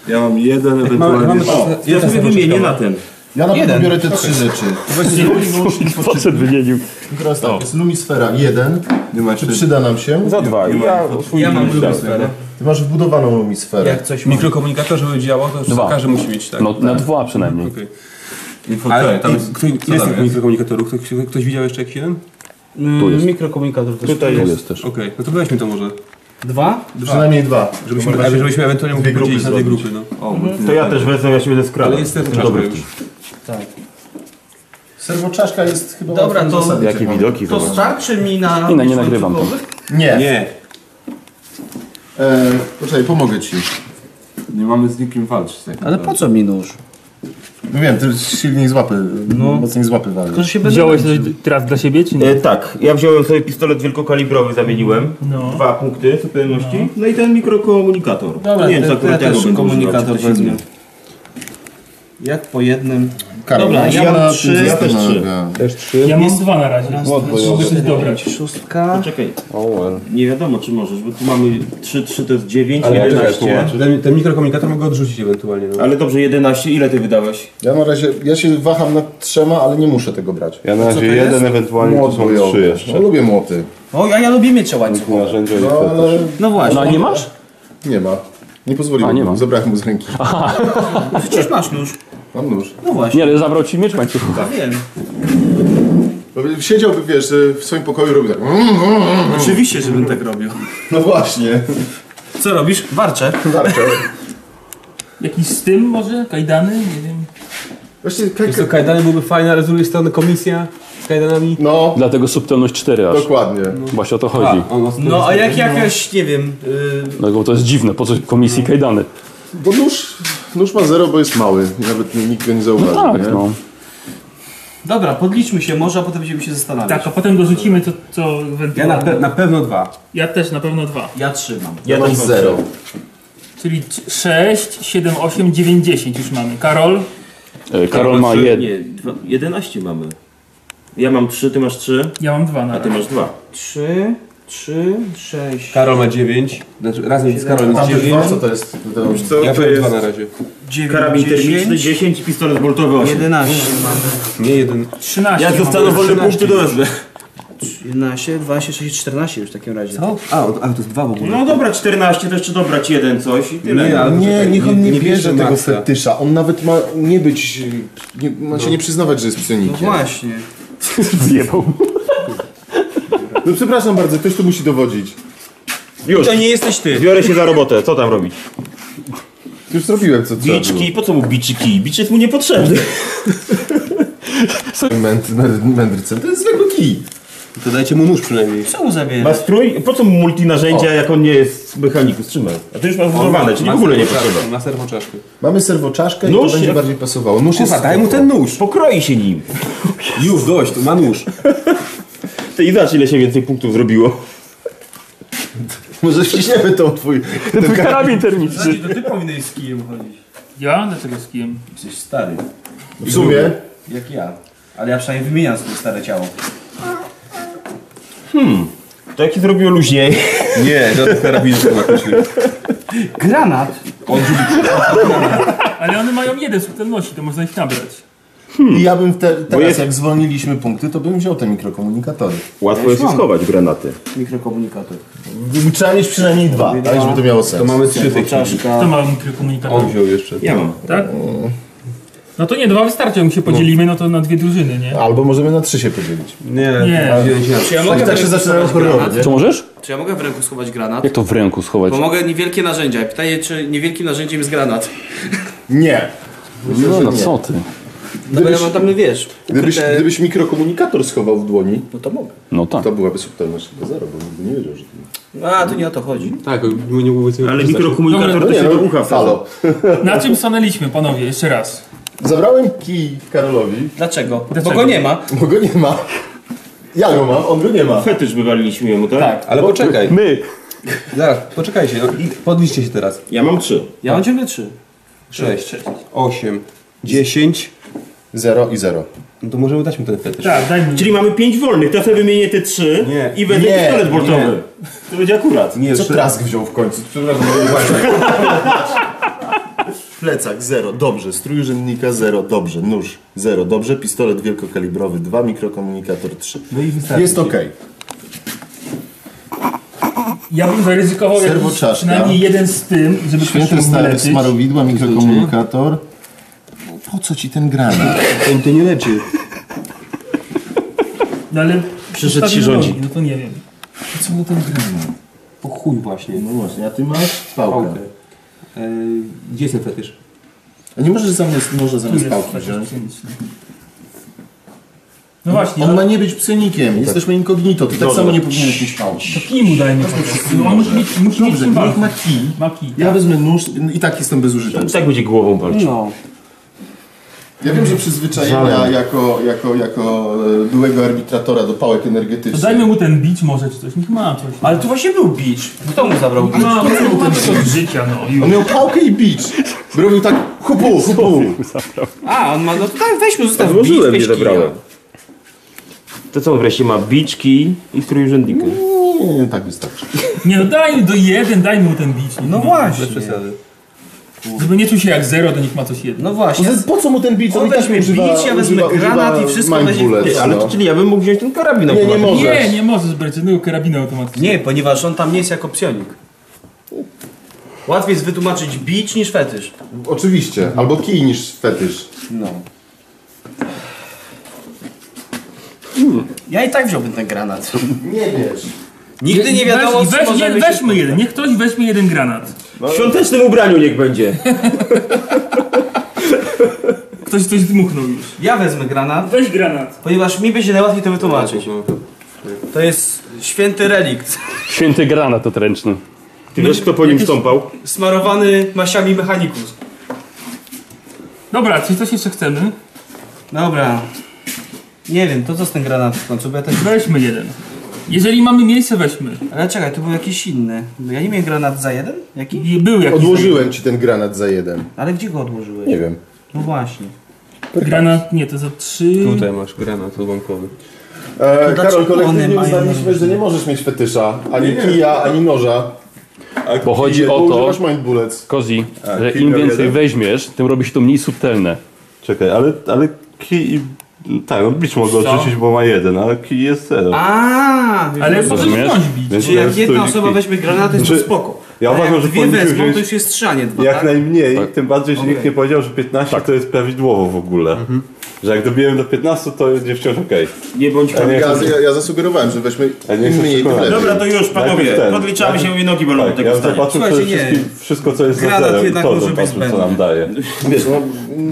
Ja mam jeden, Mamy, ewentualnie mamy o, Ja sobie wymienię na ten. Ja na pewno biorę te trzy rzeczy. Poszedł wymienił. I Teraz tak, jest lumisfera 1. nie ma Czy jeszcze przyda nam się? Za dwa. Ja, ja mam Ty masz wbudowaną lumisferę. Jak coś mikrokomunikator, żeby działał, to Dwa. każdy musi mieć, tak? No, na dwa przynajmniej. Okej. info. Ale tam tam jest... kto, ile jest tych mikrokomunikatorów? Ktoś, ktoś widział jeszcze jakiś jeden? Tu jest. Mm, Mikrokomunikator też. Tutaj jest też. Okej, no to weźmy to może. Dwa? Przynajmniej dwa. Żebyśmy, aby- żebyśmy ewentualnie mogli podzielić na dwie grupy, no. O, multinarzędzie. To ja też wezmę, ja się będę skradał. Ale jest też dobry już. Tak. Serwoczaszka jest chyba Dobra, łatwym to- zasadniczym. Jakie widoki To zobacz. starczy mi na... Nie, nie nagrywam to. Nie. Nie. E, poczekaj, pomogę ci. Nie mamy z nikim walczyć. Tak Ale po co mi nóż? No wiem, ty silniej złapy, no. mocniej złapy wali. Tylko, że się będę... Wziąłeś coś teraz dla siebie, czy nie? E, tak, ja wziąłem sobie pistolet wielkokalibrowy, zamieniłem. No. Dwa punkty zupełności. No. i ten mikrokomunikator. Dobra, nie wiem, to, co to ja akurat ja go też będę komunikator używał, czy coś wezmę. innego. Jak po jednym... Karol, Dobra, ja mam na trzy, tym ja też zastanawiam. Też trzy. Ja mam dwa na razie. Mogę coś dobrać. Szóstka... Czekaj, nie wiadomo czy możesz, bo tu mamy 3, 3 to jest 9, ale czekaj, 11. Ten, ten mikrokomunikator mogę odrzucić ewentualnie, no. Ale dobrze, 11, ile ty wydałeś? Ja na razie, ja się waham nad trzema, ale nie muszę tego brać. Ja na Co to razie jest? jeden, ewentualnie tu Młot są bojowy. trzy jeszcze. No, lubię młoty, O, a ja lubię miecze łańcuchowe. Narzędzia no, ale No No, a właśnie, nie masz? nie ma. Nie pozwoliłem, A, nie mu, ma. zabrałem mu z ręki. przecież masz nóż. Mam nóż. No właśnie, Nie, ale zabrał ci miecz łańcuchowy. ja wiem. Bo Siedziałby, wiesz, y, w swoim pokoju robił tak. Oczywiście, żebym tak robił. No właśnie. Co robisz? Warczę. Warczał. Jakiś z tym może? Kajdany? Nie wiem. Właśnie, Wiesz co, kajka... kajdany byłby fajny, ale z drugiej strony komisja z kajdanami. No, Dlatego subtelność 4 aż. dokładnie. No. Właśnie o to chodzi. on ma No, a jak jakaś, nie wiem... y, No bo to jest dziwne, po co komisji kajdany? Bo nóż, nóż ma zero, bo jest mały. Nawet nikt go nie zauważy. No Tak, nie? no. Dobra, podliczmy się może, a potem będziemy się zastanawiać. Tak, a potem dorzucimy to, co Ja ewentualnie. na, pe- na pewno dwa. Ja też na pewno dwa. Ja trzymam. Ja mam też mam zero. Czyli 6, 7, 8, 9, 10 już mamy. Karol, E, Karol ma trzy- jed... Nie, dwa- 11 mamy. Ja mam 3, ty masz 3, ja mam dwa na a ty razie. masz 2. Trzy, trzy, sześć. Karol ma 9. Znaczy, razem z Karolem jest Tam też 9. dwa, co to jest? To- Ja powiem 2 na razie. Dziewięć, Karabin termiczny 10, 10 i pistolet boltowy 8. 11 mamy. Nie jeden. 13. Ja mamy. dostanę wolne punkty do wezmę. 11, 12, 16, 14 już w takim razie. Co? A, o- a to jest 2 w ogóle. No dobra, 14 to jeszcze dobrać jeden coś i tyle. Nie, ale Nie, poczekaj, niech on nie, bierze bierze tego maksa. fetysza. On nawet ma nie być. Nie, ma się nie przyznawać, że jest No psionikiem. właśnie. No przepraszam bardzo, ktoś tu musi dowodzić. Już, To nie jesteś ty. biorę się za robotę, co tam robić? Już zrobiłem co trzeba Biczki, po co mu biczyki? Bicz jest mu niepotrzebny. było. Męd- męd- Mędrcem to jest zwykły kij. To dajcie mu nóż przynajmniej. Co mu zabierasz? Ma strój, po co mu multinarzędzia, jak on nie jest mechaniku? Strzymaj. A ty już masz wzorowane, czyli w ogóle nie potrzeba. Ma serwoczaszkę. Mamy serwoczaszkę i Nóż to będzie jak- bardziej pasowało. Nóż jest Kurwa, daj mu ten nóż. Pokroi się nim. Już, dość, to ma nóż. Ty i zobacz, ile się więcej punktów zrobiło. Może wciśniemy tą twój... Ten kar... Karabin termiczny. To ty powinieneś z kijem chodzić. Ja? Dlaczego z kim? Jesteś stary, W sumie jak ja. Ale ja przynajmniej wymieniam swoje stare ciało. To jaki zrobiło luźniej? Nie, żadnych karabinów nie ma kościół. Granat? Ale one mają jeden z subtelności, to można ich nabrać. I ja bym te, teraz, Hmm. jest- jak zwolniliśmy punkty, to bym wziął te mikrokomunikatory. Łatwo jest mam. schować granaty. Mikrokomunikator. Trzeba mieć przynajmniej dwa, tak żeby to miało sens. Mamy trzy tych. To Czaszka. ma mikrokomunikator, On wziął jeszcze. Ja mam. tak? No to nie, dwa wystarczą, jak się podzielimy, no to na dwie drużyny, nie? Albo możemy na trzy się podzielić. Nie, Nie. Czy ja Tak, tak się zaczynają choroby, nie? Co możesz? Czy ja mogę w ręku schować granat? Jak to w ręku schować? Bo mogę niewielkie narzędzia. Pytanie, czy niewielkim narzędziem jest granat? Nie. No, no nie. co ty? No bo ja mam tam, no wiesz, Gdybyś, ukryte... gdybyś mikrokomunikator schował w dłoni, No to mogę. No tak. to byłaby subtelność do zero, bo nigdy nie wiedział, że to A, to nie o to chodzi. Tak, bo nie mówię sobie. Ale Dobra. mikrokomunikator to nie. się do ucha wsadza. Halo. Na czym stanęliśmy, panowie? Jeszcze raz. Zabrałem kij Karolowi, Dlaczego? Dlaczego? Bo go nie ma. bo go nie ma. Ja go mam, on go nie ma. Fetysz wywaliliśmy jemu, tak? Tak. Ale poczekaj. My! Zaraz, poczekajcie. No, i podliczcie się teraz. Ja mam trzy. Ja mam ciągle trzy. 6, 8, 10. Zero i zero. No to możemy dać mu ten fetysz. Tak, daj mi. Czyli mamy pięć wolnych, to ja sobie wymienię te trzy Nie. i będę Nie, pistolet boltowy. To będzie akurat. Nie, Co że- Trask wziął w końcu? Przepraszam, Plecak zero, dobrze. Strój urzędnika zero, dobrze. Nóż zero, dobrze. Pistolet wielkokalibrowy dwa, mikrokomunikator trzy. No i wystarczy. Jest okej. Ja bym zaryzykował jakiś, Serwoczaszka. przynajmniej jeden z tym, żeby ktoś się Święte mógł stare leczyć. smarowidła, mikrokomunikator. Po co ci ten granat? On to nie leczy. No ale... Przyszedł ci rządzi. No to nie wiem. Co mu ten granat? Po chuj właśnie. No właśnie, a ty masz pałkę. Pałkę. E, Gdzie jest ten fetysz? A nie możesz zamiast, może Tu zamiast jest pałki przecież wziąć? pszeniczny. No właśnie, On no, ma nie być psionikiem, jesteśmy inkognito, ty tak Dobra. samo nie powinieneś mieć pałki. to kij mu dajmy. No, on musi mieć, musi mieć Dobrze, niech kim walczyć. ma kij. Ma kij. Ja wezmę nóż no i tak jestem bezużyteczny. Tak będzie głową walczył. No. Ja wiem, że przyzwyczajenia jako, jako, jako e, byłego arbitratora do pałek To energetycznych. dajmy mu ten bić może czy coś, niech ma coś. Ale tu właśnie był bicz. Kto mu zabrał bicz? No, no, no, to od życia, no już. On miał pałkę i bicz. Robił tak hupu, hupu. A, on ma, no to tak, weź mu zostaw bicz, Złożyłem, nie weź kija. zabrałem. To co wreszcie ma biczki i strój urzędnika. Nie, nie, tak wystarczy. Nie no daj mu do jeden, daj mu ten bić. No właśnie. Przesady. Żeby nie czuł się jak zero, to niech ma coś jedno. No właśnie. Po co mu ten bicz? On weźmie bić, ja wezmę granat i wszystko mind będzie w bullets, pie- Ale no. to czyli ja bym mógł wziąć ten karabin Nie, nie automatyczny. możesz. Nie, nie możesz brać żadnego karabinu automatycznego. Nie, ponieważ on tam nie jest jako psionik. Łatwiej jest wytłumaczyć bicz niż fetysz. Oczywiście. Albo kij niż fetysz. No. Ja i tak wziąłbym ten granat. Nie wiesz. Nigdy nie wiadomo, weź, co weź, możemy je, się- weźmy jeden, niech ktoś weźmie jeden granat. W świątecznym ubraniu niech będzie. Ktoś coś dmuchnął już. Ja wezmę granat, Weź granat. ponieważ mi będzie najłatwiej to wytłumaczyć. To jest święty relikt. Święty granat odręczny. Ty wiesz, kto po nim stąpał? Smarowany masiami mechanikus. Dobra, czy coś jeszcze chcemy? Dobra. Nie wiem, to co z ten granat w końcu, bo ja też... Weźmy jeden. Jeżeli mamy miejsce, weźmy. Ale czekaj, to był jakiś inny. Bo ja nie miałem granat za jeden? Jaki? I Był jakiś Odłożyłem ci ten granat za jeden. Ale gdzie go odłożyłeś? Nie wiem. No właśnie. granat, nie, to za trzy... Tutaj masz granat odłamkowy. E, dlaczego Karol, one kolektywnie mają uznaliśmy, że nie możesz mieć fetysza. Ani kija, ani noża. Bo chodzi Kije, o bo to, Używasz mind bullets. Kozi, że kij im E, miał więcej jeden? weźmiesz, tym robi się to mniej subtelne. Czekaj, ale, ale kij i... Tak, no bicz mogę Co? odrzucić, bo ma jeden, ale kij jest zero. A, Ale już może rozumiem. Rozumiesz? wziąć bić. Więc Czyli to jak jest jedna stulik osoba kij. weźmie granat, jest to Znaczy, spoko. ja A uważam, jak że dwie powinniśmy wezmą, wziąć- to już jest strzanie dwa, Jak tak? najmniej, tym bardziej, że nikt Okej. Mhm. nie powiedział, że 15 to jest prawidłowo w ogóle. Że jak dobiłem do 15, to będzie wciąż okej. Nie bądź A nie, Ja, jak- ja, ja zasugerowałem, że weźmy Ja nie jestem mniej tym przekonany. lepiej. Dobra, to już panowie, Najpierw ten. podliczamy się i nogi bolą od tak, tego ja bym stania. zobaczył przede Słuchajcie, wszystkim wszystko, co jest Granat za zerem, jednak to może być zobaczył, co nam zbędny. daje. Wiesz, no,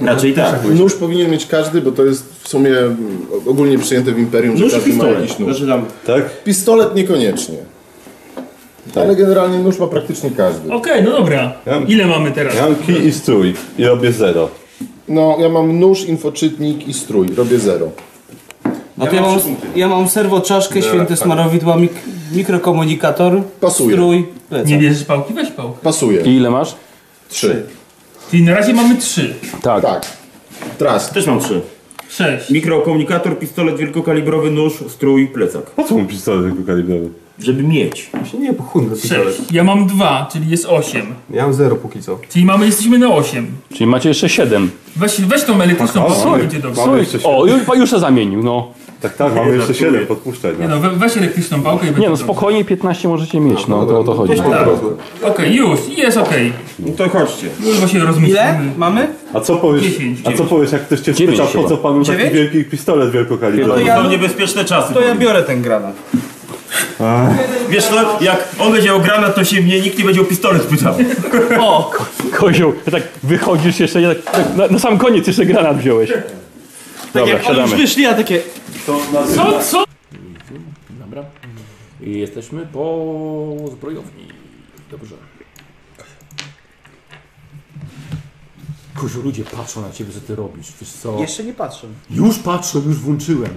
Raczej tak. nóż powinien mieć każdy, bo to jest w sumie mm, ogólnie przyjęte w Imperium, że Nóż i każdy ma pistolet. jakiś nóż. Znaczy tam, Tak? Pistolet niekoniecznie. Ale generalnie nóż ma praktycznie każdy. Okej, no dobra. Ja- Ile mamy teraz? Ja mam kij i strój i robię zero. No, ja mam nóż, infoczytnik i strój. Robię zero. No to ja mam, ja mam serwo, czaszkę, święte tak. smarowidła, mik mikrokomunikator, Pasuje. strój, plecak. Nie bierzesz pałki? Weź pałkę. Pasuje. I ile masz? Trzy. Czyli na razie mamy trzy. Tak. Tak. Trust. Też mam trzy. Sześć. Mikrokomunikator, pistolet wielkokalibrowy, nóż, strój, plecak. Po co mu pistolet tylko kalibrowy? Żeby mieć. Właśnie nie, bo chuj, no pistolet. Sześć. Ja mam dwa, czyli jest osiem. Ja mam zero póki co. Czyli mamy, jesteśmy na osiem. Czyli macie jeszcze 7. Weź, weź tą elityczną pałkę, będzie dobrze. Mamy jeszcze siedem. O, już, już się zamienił, no. Tak, tak, mamy jeszcze 7, podpuszczaj Nie nas. no, we, weź elektryczną pałkę i będzie Nie no, dobrze. spokojnie 15 możecie Tak, mieć, no, to o to chodzi. Okej, już, jest okej. No to chodźcie. Już właśnie Ile rozmyślimy. E? mamy? A co powiesz, Dziesięć, a co dziewięć. powiesz jak ktoś cię Dziewięć spyta, po co panu taki Dziewięć? wielki pistolet wielkokalibrowy? ja- Ja... To niebezpieczne czasy. To ja biorę ten granat. Wiesz co, jak on będzie miał granat, to się mnie nikt nie będzie o pistolet pytał. O, ko kozioł, ty tak wychodzisz jeszcze, nie, tak, tak, na, na sam koniec jeszcze granat wziąłeś. Tak Dobra, siadamy. wyszli, a takie... Co, co? Dobra. I jesteśmy po zbrojowni. Dobrze. Kurzu, ludzie patrzą na ciebie, co ty robisz. Wiesz co? Jeszcze nie patrzę. Już patrzą, już włączyłem.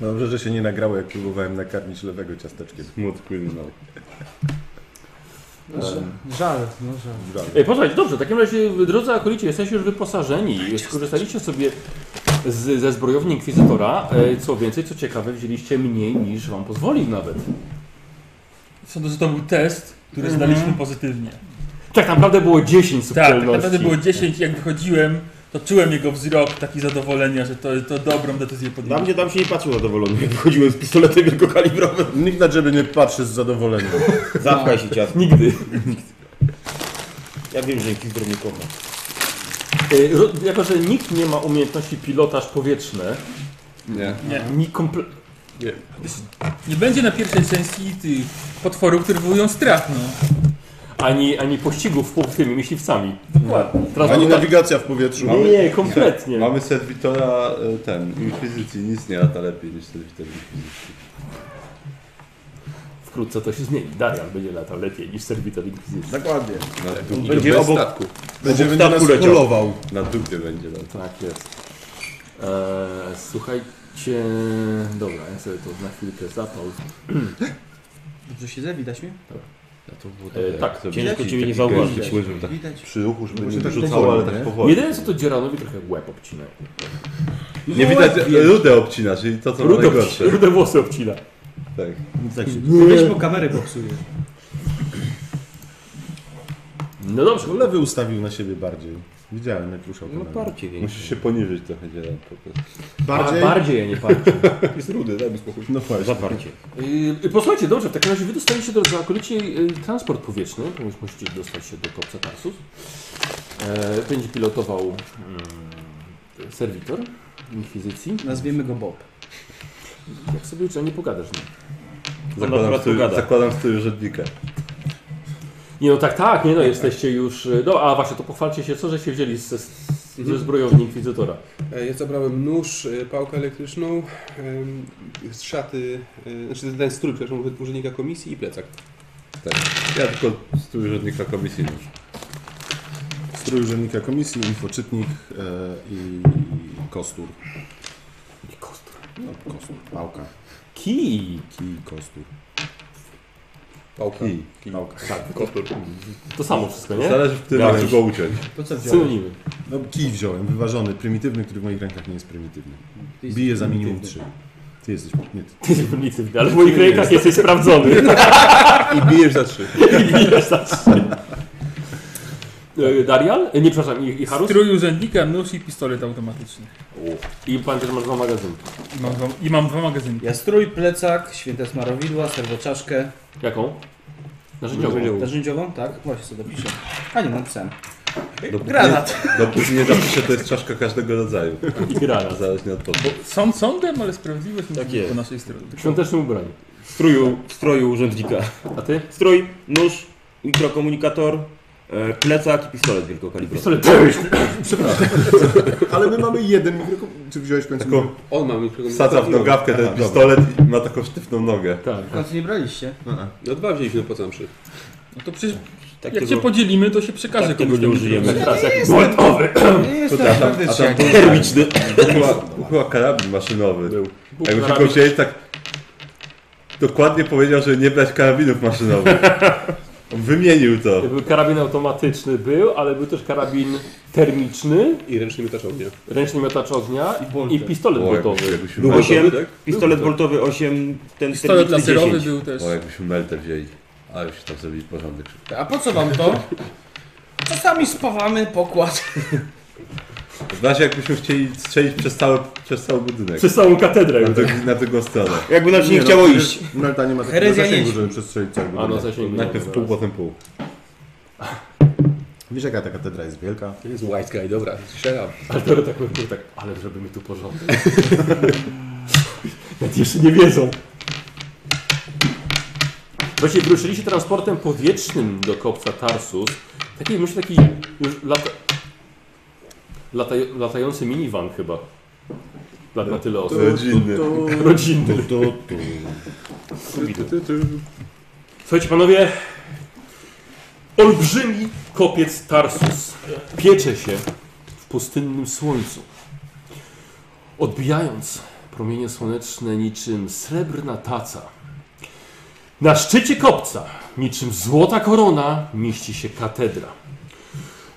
Dobrze, że się nie nagrało, jak próbowałem nakarmić lewego ciasteczkiem. no. Żal, no żal. Ej, posłuchajcie, dobrze, w takim razie, drodzy akolicie, jesteście już wyposażeni. Skorzystaliście sobie z, ze zbrojowni Inkwizytora. E, Co więcej, co ciekawe, wzięliście mniej niż wam pozwolił nawet. Sądzę, że to był test, który zdaliśmy pozytywnie. Tak naprawdę było 10 Tak, tak subtelności. naprawdę było 10 jak wychodziłem, to czułem jego wzrok taki zadowolenia, że to, to dobrą decyzję Na podjęliśmy. mnie tam się nie patrzył zadowolony, jak wychodziłem z pistoletem wielkokalibrowym. Nikt na ciebie nie patrzy z zadowoleniem. Zapchaj się ciasto. Nigdy. Ja wiem, że jakiś zdrowy kocha. E, ro- Jako, że nikt nie ma umiejętności pilotaż powietrzny, Nie. ni komple- Nie będzie na pierwszej sesji tych potworów, które wywołują strach, no. ani, ani pościgów pod tymi myśliwcami. Dokładnie. Teraz Ani tutaj- nawigacja w powietrzu. Mamy- Nie, kompletnie. Mamy serwitora e, ten, inkwizycji, nic nie lata lepiej niż serwitor inkwizycji. Wkrótce to się zmieni. Darian będzie latał lepiej niż serwitor Inkwizycji. Dokładnie. Na dupie, Będzie obok, Będzie, będzie statku nas leciał. polował. na dupie będzie latał. Tak jest. Eee, słuchajcie... Dobra, ja sobie to na chwilkę zapał. Dobrze siedzę, widać mnie? E, tak. ciężko ciebie nie zauważyć. Taki łyżwy tak Widać. przy ruchu, żeby Właśnie nie tak rzucało, powoli, ale tak nie? powoli. Jedyne co to Dzieranowi trochę łeb obcina. Nie widać, e, rudę obcina, czyli to co Rude, najgorsze. rude włosy obcina. Tak. Weź po kamerę popsuję. No dobrze. Bo lewy ustawił na siebie bardziej. Widziałem, jak ruszał No kamerą. parcie większe. Musisz się poniżyć trochę dzielam po prostu. Bardziej? A, bardziej ja nie patrzę. Tak Jest rudy, daj mi spokój. No właśnie. Zaparcie. Yy, posłuchajcie, dobrze, w takim razie wy dostaliście do zakolicie yy, transport powietrzny, ponieważ musicie dostać się do Kopca Tarsus. E, będzie pilotował mm, serwitor Inkwizycji. Nazwiemy go Bob. Jak sobie uczy, nie pogadasz. Nie? Zakładam, akurat stu, pogada. zakładam stu urzędnika. nie no, tak, tak, nie no, jesteście już... yy, No, a właśnie, to pochwalcie się, co żeście wzięli ze, ze zbrojowni Inkwizytora. E, Ja zabrałem nóż, e, pałkę elektryczną, em, z szaty, e, znaczy ten strój, przepraszam, ur- urzędnika komisji i plecak. Ja tylko stu urzędnika komisji noszę. Strój urzędnika komisji, infoczytnik e, i kostur. I kostur. No, kostur, pałka. Kij. Kij, kostur. Pałka. Kij, pałka. Tak, kotur. To samo wszystko, nie? Zależy w tym, Tak. jak go uciąć. To co wziąłeś? Synonimy. No, kij wziąłem, wyważony, prymitywny, który w moich rękach nie jest prymitywny. Bije za minimum 3. Ty jesteś. Nie, ty. Ty jesteś prymitywny, ale w moich rękach jesteś sprawdzony. I bijesz za trzy. I gnijasz za trzy. E, Darial? E, Nie, przepraszam, i, i Harus? Strój urzędnika, nóż i pistolet automatyczny. I pan też masz dwa magazyny. I mam dwa, i mam dwa magazynki. Ja strój, plecak, święte smarowidła, serwoczaszkę. Jaką? Narzędziową. Narzędziową? Tak, właśnie sobie dopiszę. A nie, mam psem. Dopóki, Granat. dopóki nie zapiszę, to jest czaszka każdego rodzaju. I granat. Zależnie od tego. Sąd sądem, ale sprawiedliwość musi Tak być jest. po naszej stronie. W świątecznym ubraniu. W stroju, w stroju urzędnika. A ty? Strój, nóż, mikrokomunikator, e, plecak i pistolet wielkokalibrowy. Pistolet. Ale my mamy jeden mikrofon. Czy wziąłeś w końcu? Taką On ma mikrokomunikator. Wsadza w nogawkę ten Aha, dobra. pistolet i ma taką sztywną nogę. Tak. W końcu nie braliście. No dwa wzięliśmy, po co nam trzy? No to przecież Tak jak cię podzielimy, to się przekaże tak komuś tego nie tam. użyjemy. Teraz jaki boltowy. Nie jestem faktycznie. jak- Termiczny. Uchyła, uchyła karabin maszynowy. Był. Jakby tylko wziąłeś tak... Dokładnie powiedział, że nie brać karabinów maszynowych. On wymienił to. Jakby karabin automatyczny był, ale był też karabin termiczny, I ręcznie miotaczownie. ręczny miotacz ognia I bolter. i pistolet O, gotowy. jakbyśmy, Był jakbyśmy, osiem, tak? pistolet woltowy 8, ten Pistolet termiczny laserowy 10. był też. o, jakbyśmy meltę wzięli. Ale już tam zrobili porządek. A po co wam to? Czasami spawamy pokład. W razie Znaczy, jakbyśmy chcieli strzelić przez cały, przez cały budynek. Przez całą katedrę. Na, drugą- na drugą stronę. Jakby nam się nie, no, chciało przecież iść. Melta nie ma takiego Herezja zasięgu, nie- żeby przestrzelić cały A no, budynek. zasięgnął. Najpierw pół, potem pół. Wiesz jaka ta katedra jest wielka? To jest white guy, dobra, strzelam. Ale to tak, tak, tak, ale zrobimy tu porządek. Nawet jeszcze nie wiedzą. Właśnie wyruszyliście transportem powietrznym do kopca Tarsus. Taki, myślę, taki już lata, lata, latający minivan chyba. Dla na tyle osób. Rodzinny. Rodzinny. Słuchajcie panowie, olbrzymi kopiec Tarsus piecze się w pustynnym słońcu, odbijając promienie słoneczne niczym srebrna taca. Na szczycie kopca, niczym złota korona, mieści się katedra.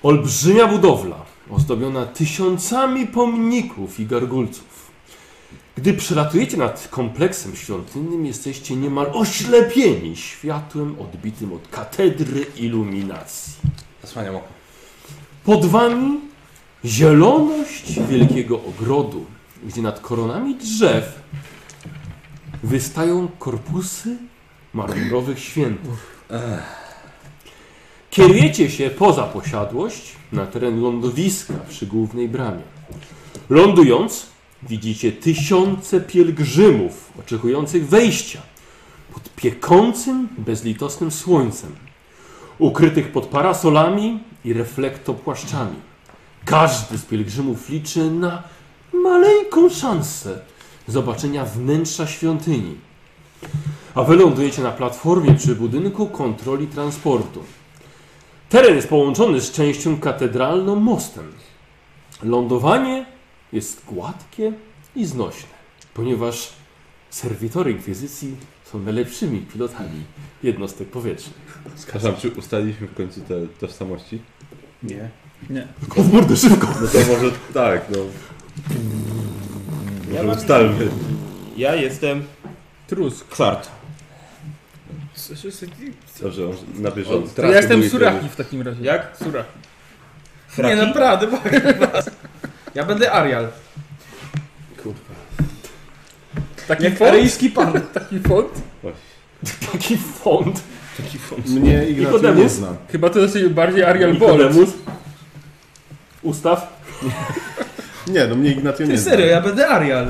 Olbrzymia budowla, ozdobiona tysiącami pomników i gargulców. Gdy przelatujecie nad kompleksem świątynnym, jesteście niemal oślepieni światłem odbitym od katedry iluminacji. Zasłaniam oko. Pod wami zieloność wielkiego ogrodu, gdzie nad koronami drzew wystają korpusy marmurowych świętych. Kierujecie się poza posiadłość na teren lądowiska przy głównej bramie. Lądując widzicie tysiące pielgrzymów oczekujących wejścia pod piekącym, bezlitosnym słońcem ukrytych pod parasolami i reflektopłaszczami. Każdy z pielgrzymów liczy na maleńką szansę zobaczenia wnętrza świątyni. A wy lądujecie na platformie przy budynku kontroli transportu. Teren jest połączony z częścią katedralną mostem. Lądowanie jest gładkie i znośne, ponieważ serwitory inkwizycji są najlepszymi pilotami jednostek powietrznych. Skażam, czy ustaliliśmy w końcu te tożsamości? Nie. O w mordę, szybko! No to może tak, no. Może ustalmy. Ja jestem Trusk. Kwart. Dobrze, może na bieżąco. To ja jestem suraki w takim razie. Jak? Suraki. Nie, naprawdę, bo Ja będę Arial. Taki Jak font? aryjski pan. Taki font? Taki font. Mnie Ignacy nie Nikodemus? zna. Chyba to dosyć bardziej Arial Bolt. Tak Nikodemus. Ustaw. Nie, no mnie Ignacy nie Ty zna. serio, ja będę Arial.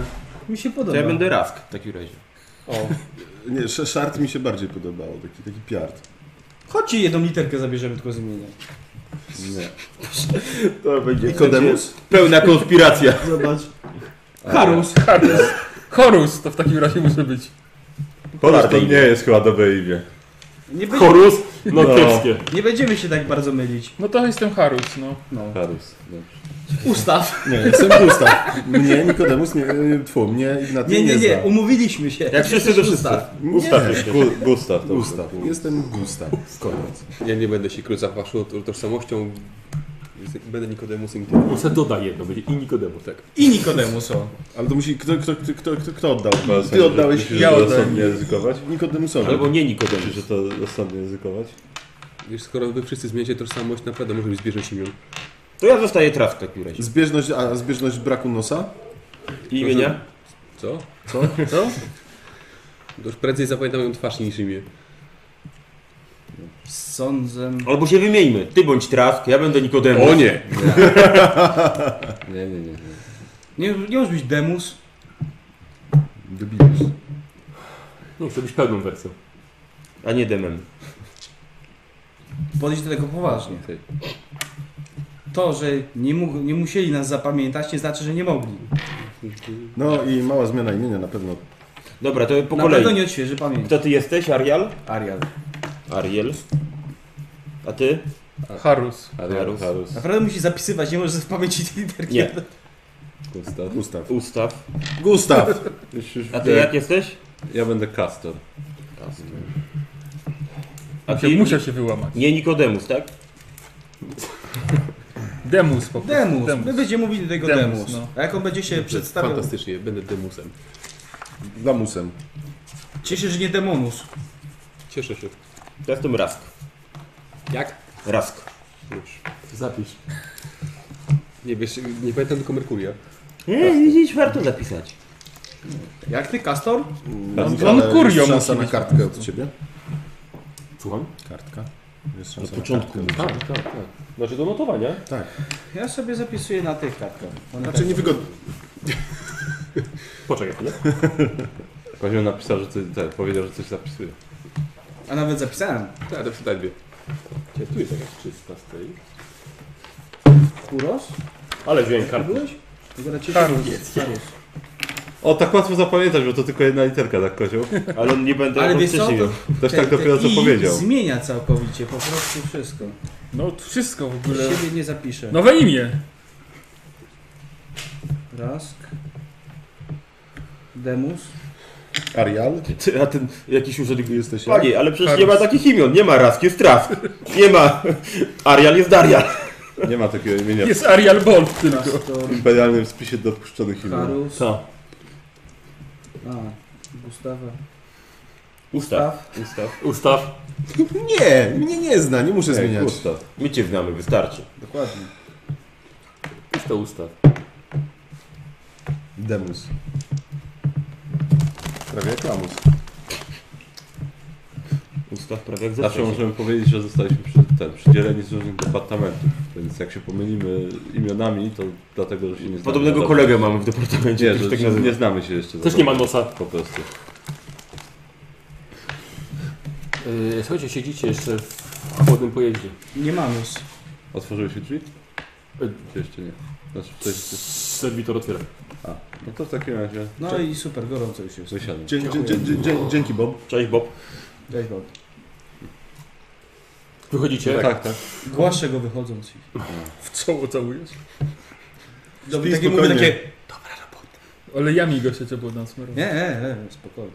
Mi się podoba. To ja będę Rask w takim razie. O. Nie, sz- szart mi się bardziej podobało, taki, taki piart. Chodźcie, jedną literkę zabierzemy tylko z imienia. Nie. To będzie Nikodemus? pełna konspiracja. Zobacz. Harus. Harus. Horus to w takim razie muszę być. Chorus to nie jest chyba dobre imię. Nie, by, Chorus? No, No. kiepskie. Nie będziemy się tak bardzo mylić. No to jestem Harus, no. Harus. Dobrze. Ustaw. Nie, jestem Gustaw. Mnie Nikodemus nie... Tfu, mnie Ignaty Nie, nie, nie, nie, zna. umówiliśmy się. Jak wszyscy do Jesteś wszyscy. Ustaw. Ustaw się. Gu, Gustaw to Tak. Gustaw. Jestem Gustaw. Koniec. Ja nie będę się krył za waszą to- tożsamością. Będę Nikodemusem. Gdy... On se doda jedno, będzie i Nikodemus. Tak. I Nikodemus, o. Ale to musi... Kto, kto, kto, kto, kto, kto oddał? Bardzo Ty oddałeś, myślisz, ja że oddałem. rozsądnie ryzykować? Nikodemusowi. Tak. Albo nie Nikodemus. Myślisz, że to rozsądnie ryzykować? Wiesz, skoro wy wszyscy zmieniacie tożsamość, naprawdę może być zbieżność imion. To ja zostaję traf w takim um- razie. Zbieżność, a zbieżność braku nosa? I imienia? Co? Co? Co? Już prędzej zapamiętam ją twarz niż imię. Z sądzem. Albo się wymieńmy. Ty bądź traf, ja będę Nikodemus. O nie! nie, nie, nie. Nie, nie możesz być demus. Debilus. No, chcę być pełną wersją. A nie demem. Podejść do tego poważnie. To, że nie, mógł, nie musieli nas zapamiętać, nie znaczy, że nie mogli. No i mała zmiana imienia na pewno. Dobra, to po Na kolei. pewno nie odświeży pamięci. Kto ty jesteś? Arial? Arial. Ariel. A ty? Tak. Harus. Harus. Harus. Naprawdę musi zapisywać, nie może w pamięci tej literki. Nie. Gustaw. Gustaw. Ustaw. Gustaw! Myślisz, A ty że- jak jesteś? Ja będę Castor. A Się, ty musiał się wyłamać. Nie Nikodemus, tak? Demus po prostu. Demus. My będziemy mówili do tego demus. Demus, no. A jak on będzie się przedstawiał... Fantastycznie, będę Demusem. Lamusem. Cieszę się, że nie demonus. Cieszę się. To jestem Rask. Jak? Rask. Już. Zapisz. Nie wiesz, nie pamiętam tylko Merkuria. Nie, widzisz, warto zapisać. Jak ty, Kastor? Lamusem, on ale kurio jest musi szansa na mieć. kartkę od ciebie. Słucham? Kartka. Jest Na szansa początku. kartkę. Tak, tak, tak. Znaczy do notowania. Ja sobie zapisuję na tych tak, kartkach. One Znaczy niewygodnie. Poczekaj chwilę. Kozioł napisał, że coś, ten, powiedział, że coś zapisuje. tak- A nawet zapisałem. Tak, to przeczytaj dwie. Gdzie Tu jest jakaś czysta z tej. Kuros? Ale wziąłem kartę. Byłeś? Akurat cię- O, tak łatwo zapamiętać, bo to tylko jedna literka, tak kozioł? Ale on nie będę Ale on wiesz co, wcześniej to- miał. Też Ten- tak dopiero co ten i powiedział. zmienia całkowicie, po prostu wszystko. No to wszystko w ogóle. Siebie nie zapiszę. Nowe imię. Rask. Demus. Arial. Ty, a ten jakiś urzędnik... Jesteś jak? Panie, ale przecież nie ma takich imion. Nie ma Rask, jest Rask. Nie ma... Arial jest Darial. Nie ma takiego imienia Jest Arial Bolt tylko. Kastor. w imperialnym spisie dopuszczonych imion. Karus. Co? A, Gustawa. Ustaw. Staw. Ustaw. Ustaw. Nie, mnie nie zna, nie muszę Ej, zmieniać. Gustaw. My cię znamy, wystarczy. Dokładnie. Już to ustaw. Demus. Prawie jak lamus. Ustaw prawie jak Zawsze zawsze. możemy powiedzieć, że zostaliśmy przy, ten, przydzieleni z różnych departamentów, więc jak się pomylimy imionami, to dlatego, że się nie znamy. Podobnego Dobra. kolegę mamy w departamencie, Nie, który się że tak nazywa. nie znamy się jeszcze. za Też nie ma dobrze, nosa. Po prostu. Yy, słuchajcie, siedzicie jeszcze w chłodnym pojeździe. Nie manus. Otworzyły się drzwi? E, Y- Czy jeszcze nie? Znaczy, coś... Serwitor otwiera. A, no to w takim razie No i super, gorąco już jest. wysiadam. Dzie- dzie- dzie- dzie- dzie- Dzięki Bob. Cześć Bob. Cześć Bob. Wychodzicie. Tak, tak. Głaszczę go wychodząc. W co całujesz? Dobry, Śpi tak takie mówię spokojnie. takie... Olejami go się trzeba było nasmarować. Nie, nie, nie, spokojnie.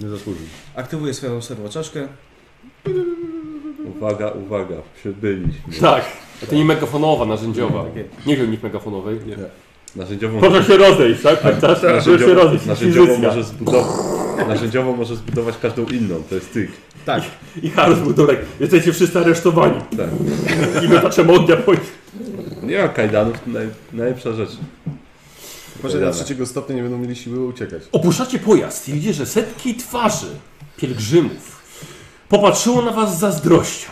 Nie zasłużył. Aktywuję swoją serwoczaszkę. Uwaga, uwaga, przybyliśmy. No. Tak. A to nie megafonowa, narzędziowa. Tak Takie- Nie wiem, nikt megafonowej. Narzędziową... Proszę się rozejść, tak? Pamiętasz? Proszę się Narzędziowo, rozejść. narzędziowo, Inwizycja. może zbudować, narzędziowo może zbudować każdą inną, to jest tyk. I Harus był dorek. Jesteście wszyscy aresztowani. Tak. I miotaczem ognia po Nie ma kajdanów, naj, najlepsza rzecz. Pożenia trzeciego stopnia nie będą mieli siły uciekać. Opuszczacie pojazd i widzicie, że setki twarzy pielgrzymów popatrzyło na was z zazdrością,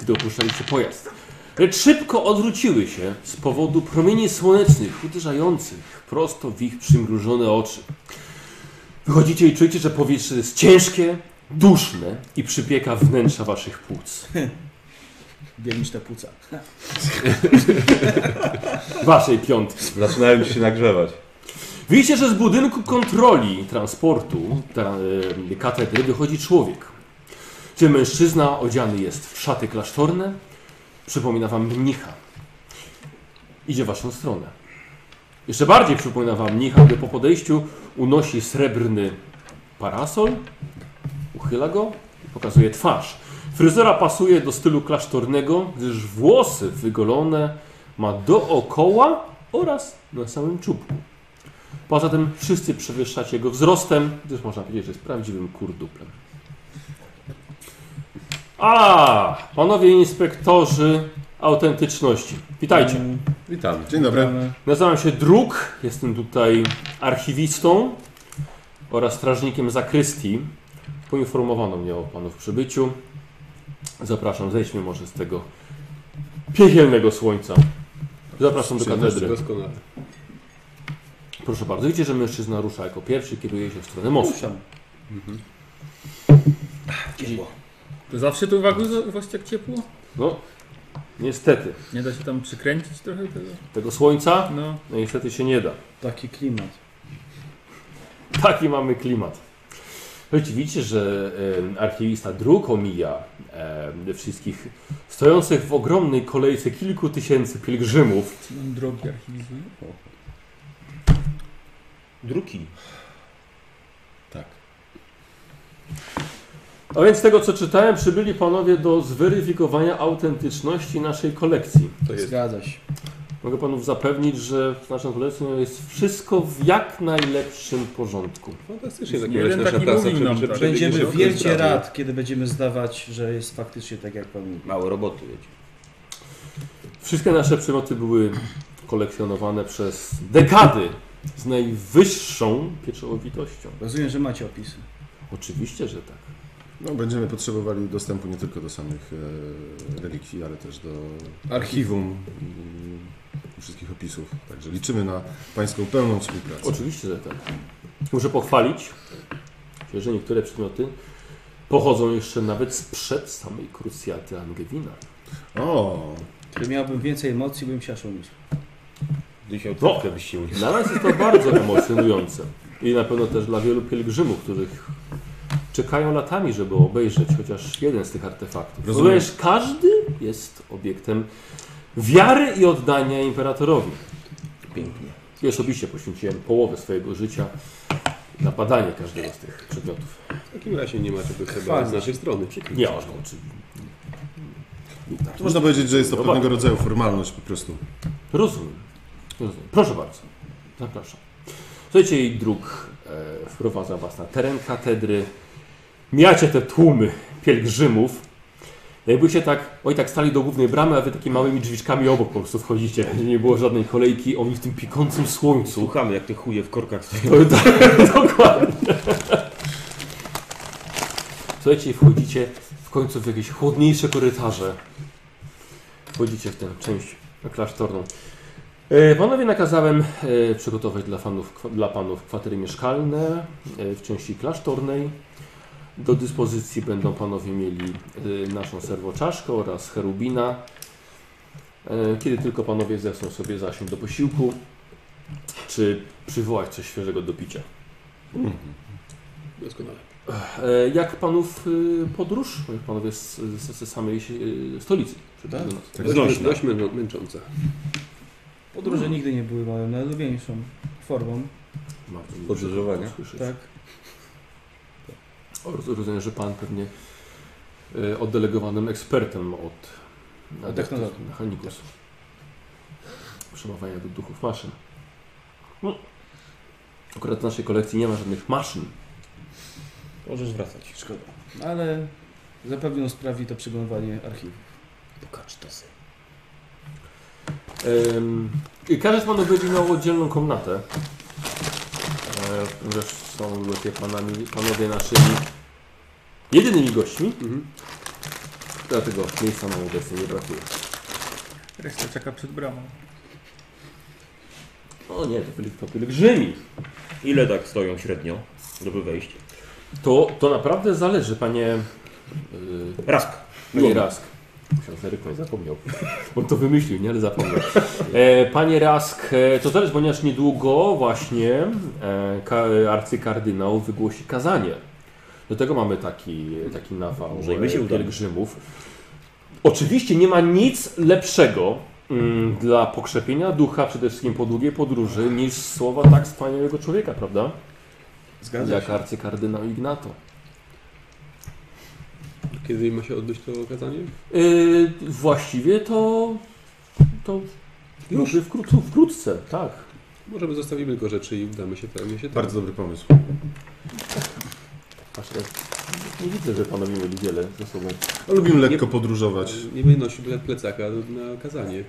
gdy opuszczaliście pojazd. Lecz szybko odwróciły się z powodu promieni słonecznych uderzających prosto w ich przymrużone oczy. Wychodzicie i czujecie, że powietrze jest ciężkie, duszne i przypieka wnętrza waszych płuc. Bielniczne płuca. Waszej piątki. Zaczynają ci się nagrzewać. Widzicie, że z budynku kontroli transportu ta, e, katedry wychodzi y, człowiek. gdzie mężczyzna odziany jest w szaty klasztorne, przypomina wam mnicha. Idzie w waszą stronę. Jeszcze bardziej przypomina wam mnicha, gdy po podejściu unosi srebrny parasol, uchyla go i pokazuje twarz. Fryzora pasuje do stylu klasztornego, gdyż włosy wygolone ma dookoła oraz na samym czubku. Poza tym wszyscy przewyższacie go wzrostem, gdyż można powiedzieć, że jest prawdziwym kurduplem. A, panowie inspektorzy autentyczności. Witajcie. Witamy. Dzień dobry. Nazywam się Druk, jestem tutaj archiwistą oraz strażnikiem zakrystii. Poinformowano mnie o panów przybyciu. Zapraszam, zejdźmy może z tego piekielnego słońca. Zapraszam do katedry. Doskonale. Proszę bardzo, widzicie, że mężczyzna rusza jako pierwszy, kieruje się w stronę mostu. Ruszam. To zawsze tu w Agustowościach ciepło? No, niestety, Nie da się tam przykręcić trochę tego? tego słońca No. no, niestety się nie da. Taki klimat. Taki mamy klimat. Słuchajcie, widzicie, że e, archiwista druk omija e, wszystkich stojących w ogromnej kolejce kilku tysięcy pielgrzymów. Mam drogi archiwizm. Druki. Tak. A więc z tego, co czytałem, przybyli panowie do zweryfikowania autentyczności naszej kolekcji. To jest. Zgadza się. Mogę panów zapewnić, że w naszą kolekcją jest wszystko w jak najlepszym porządku. Fantastycznie Nie zakładać jeden nasza taki praca. mówił Czy, nam czy tak. przebiegnie Będziemy się Wiecie, o Będziemy tym wielcie sprawie. rad, kiedy będziemy zdawać, że jest faktycznie tak, jak pan mówi. Mało roboty, wiecie. Wszystkie nasze przymioty były kolekcjonowane przez dekady z najwyższą pieczołowitością. Rozumiem, że macie opisy. Oczywiście, że tak. No, będziemy potrzebowali dostępu nie tylko do samych e, relikwii, ale też do archiwum i wszystkich opisów. Także liczymy na Pańską pełną współpracę. Oczywiście, że tak. Muszę pochwalić, się, że niektóre przedmioty pochodzą jeszcze nawet sprzed samej krucjaty Angewina. O, Gdy miałbym więcej emocji, bym siaszł niż. Gdy się No. odtapkę byście uczyli. Dla nas jest to bardzo emocjonujące i na pewno też dla wielu pielgrzymów, których czekają latami, żeby obejrzeć chociaż jeden z tych artefaktów. Rozumiem. Rozumiesz, każdy jest obiektem wiary i oddania imperatorowi. Pięknie. I osobiście poświęciłem połowę swojego życia na badanie każdego z tych przedmiotów. W takim razie nie ma czego chyba z naszej strony. Przykro. Nie, tak. oczywiście. to można powiedzieć, że jest to Dobra. pewnego rodzaju formalność po prostu. Rozumiem. Rozumiem. Proszę bardzo. Zapraszam. Słuchajcie, i druk e, wprowadza Was na teren katedry. Mijacie te tłumy pielgrzymów. Jakbyście tak, oj tak stali do głównej bramy, a Wy takimi małymi drzwiczkami obok po prostu wchodzicie. Nie było żadnej kolejki, oni w tym pikącym słońcu. Słuchamy, jak te chuje w korkach stoją. To- to- Dokładnie. Słuchajcie, i wchodzicie w końcu w jakieś chłodniejsze korytarze. Wchodzicie w tę część klasztorną. E, Panowie nakazałem e, przygotować dla, fanów, kwa- dla panów kwatery mieszkalne e, w części klasztornej. Do dyspozycji będą panowie mieli e, naszą serwoczaszkę oraz cherubina. E, Kiedy tylko panowie zechcą sobie zasiąść do posiłku, czy przywołać coś świeżego do picia. Doskonale. E, Jak panów y, podróż? Panowie z, z, z samej y, stolicy. przybyli do nas. Tak. Dość, Znośna. dość mę- męcząca. Podróże nigdy nie były moją no, najlubieńszą formą, Bardzo miło Podróżowania. słyszeć. tak? O, roz- Rozumiem, że pan pewnie y, oddelegowanym ekspertem od adeptów Technologii. mechanikus. Przemawiania do duchów maszyn. No. Akurat w naszej kolekcji nie ma żadnych maszyn. Możesz wracać. Szkoda. Ale zapewne usprawi to przyglądanie archiwów. Pokaż to sobie. Em, I każdy z panów będzie miał oddzielną komnatę. E, Ponieważ są ludzie panami, panowie naszymi jedynymi gośćmi. Dlatego miejsca nam obecnie nie brakuje. Reszta czeka przed bramą. O nie, to byli to pielgrzymi. Ile tak stoją średnio, żeby wejść? To, to naprawdę zależy, panie. Rask. Yy, panie Rask. Musiał zerknąć, zapomniał. On to wymyślił, nie, ale zapomniał. E, panie Rask, e, to zależy, ponieważ niedługo właśnie e, ka, arcykardynał wygłosi kazanie. Do tego mamy taki, taki nawał Może i my się e, udamy. pielgrzymów. Oczywiście nie ma nic lepszego mm, dla pokrzepienia ducha, przede wszystkim po długiej podróży, niż słowa tak wspaniałego człowieka, prawda? Zgadza Jak się. arcykardynał Ignato. Kiedy ma się odbyć to okazanie? Yy, właściwie to. to już wkrótce, wkrótce, tak. Możemy zostawimy tylko rzeczy i udamy się tam. Ja się tam. Bardzo dobry pomysł. Aż tak. Nie widzę, że panowie mieli wiele ze sobą. Lubimy lekko podróżować. Nie wynosi ple- plecaka na okazanie.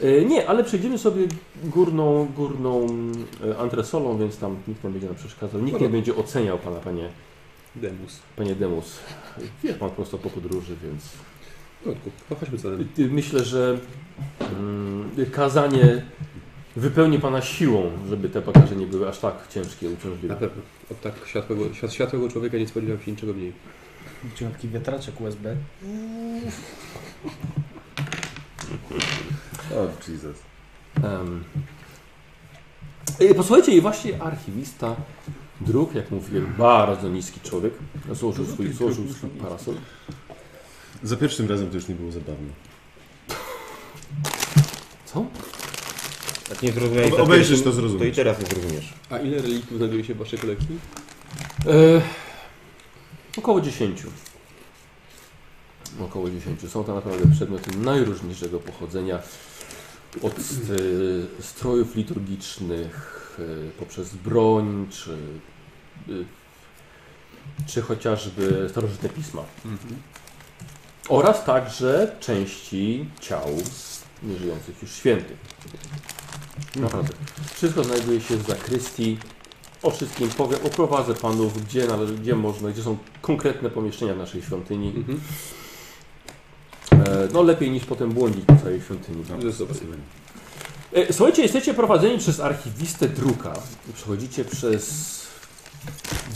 E, Nie, ale przejdziemy sobie górną, górną e, antresolą, więc tam nikt nie będzie nam przeszkadzał. Nikt nie Dobra. będzie oceniał pana, panie, Demus. panie Demus. Wie pan prosto po podróży, więc. W porządku, pochodźmy za nami. Y, y, Myślę, że mm, kazanie wypełni pana siłą, żeby te bagaże nie były aż tak ciężkie, Na uciążliwe. pewno. Od tak światłego, świat- światłego człowieka nie spodziewałem się niczego mniej. Wziąłem taki wiatraczek USB. O, Jesus. Em, y, Posłuchajcie, i właśnie archiwista dróg, jak mówiłem, bardzo niski człowiek, złożył swój, złożył swój parasol. Za pierwszym razem to już nie było zabawne. Co? Jak nie zrozumiałeś Ob- za obejrzysz, pierwszym, to zrozumiesz. To i teraz nie zrozumiesz. A ile reliktów znajduje się w waszej kolekcji? E, około 10. Około 10. Są to naprawdę przedmioty najróżniejszego pochodzenia. Od e, strojów liturgicznych, e, poprzez broń, czy, e, czy chociażby starożytne pisma. Mhm. Oraz także części ciał nieżyjących już świętych. Naprawdę. Wszystko znajduje się w zakrystii. O wszystkim powiem, oprowadzę panów, gdzie, należy, gdzie można, gdzie są konkretne pomieszczenia w naszej świątyni. Mhm. E, no lepiej niż potem błądzić po całej świątyni. E, Słuchajcie, jesteście prowadzeni przez archiwistę druka. Przechodzicie przez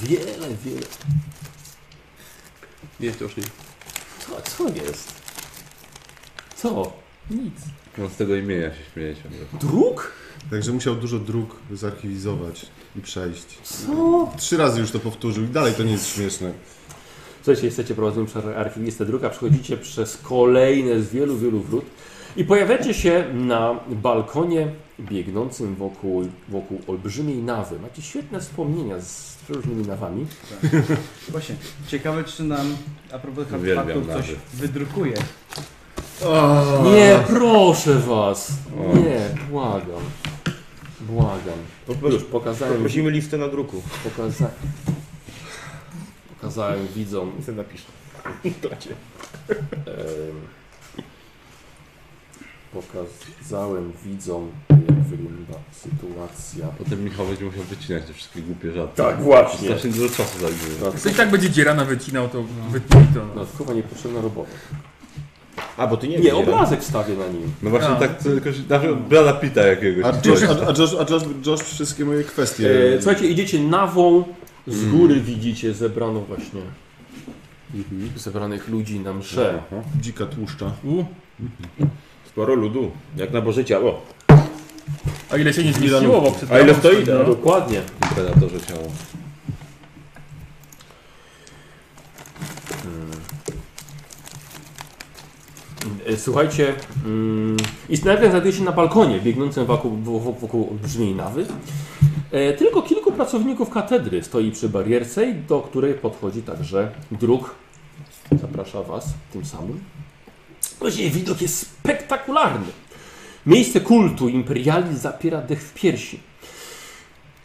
wiele, wiele... Nie, to już nie. Co, co jest? Co? Nic. No z tego imienia się śmieję się. Druk? Także musiał dużo dróg zarchiwizować i przejść. Co? Trzy razy już to powtórzył i dalej to nie jest śmieszne. Słuchajcie, jesteście prowadzeni przez archiwistę druka, przechodzicie przez kolejne z wielu, wielu wrót i pojawiacie się na balkonie biegnącym wokół, wokół olbrzymiej nawy. Macie świetne wspomnienia z różnymi nawami. Właśnie, ciekawe czy nam a propos Uwielbiam artefaktów coś nawy. wydrukuje. Nie, proszę was! Nie, błagam. Błagam. Już pokazałem, Prosimy listę na druku. pokaza... pokazałem widzom Co napisz? Em, Pokazałem widzom, jak wygląda sytuacja. Potem Michał będzie musiał wycinać te wszystkie głupie żarty. Tak, właśnie. Strasznie dużo czasu zajmuje. To i tak będzie dzierana wycinał, to wytnij to. No. Dodatkowa niepotrzebna robota. A, bo ty nie Nie, tak? obrazek wstawię na nim. No właśnie A. tak, to jakoś na Brada Pita jakiegoś. A Josh, a, a Josh, a Josh, Josh wszystkie moje kwestie. E, słuchajcie, idziecie nawą, z góry widzicie zebraną właśnie Mhm. zebranych ludzi na mszę. Dzika tłuszcza. U, Sporo ludu. Jak na Bożycia. O, a ile się nie zmieniło, bo przed A ile bramą stoi, stoi, no. Dokładnie. Predatorze ciało. E, Słuchajcie, mm, i snajper znajduje się na balkonie biegnącym wokół, wo- wokół olbrzymiej nawy. E, Tylko kilku pracowników katedry stoi przy barierce, i do której podchodzi także druk. Zaprasza Was tym samym. Później widok jest spektakularny. Miejsce kultu imperializm zapiera dech w piersi.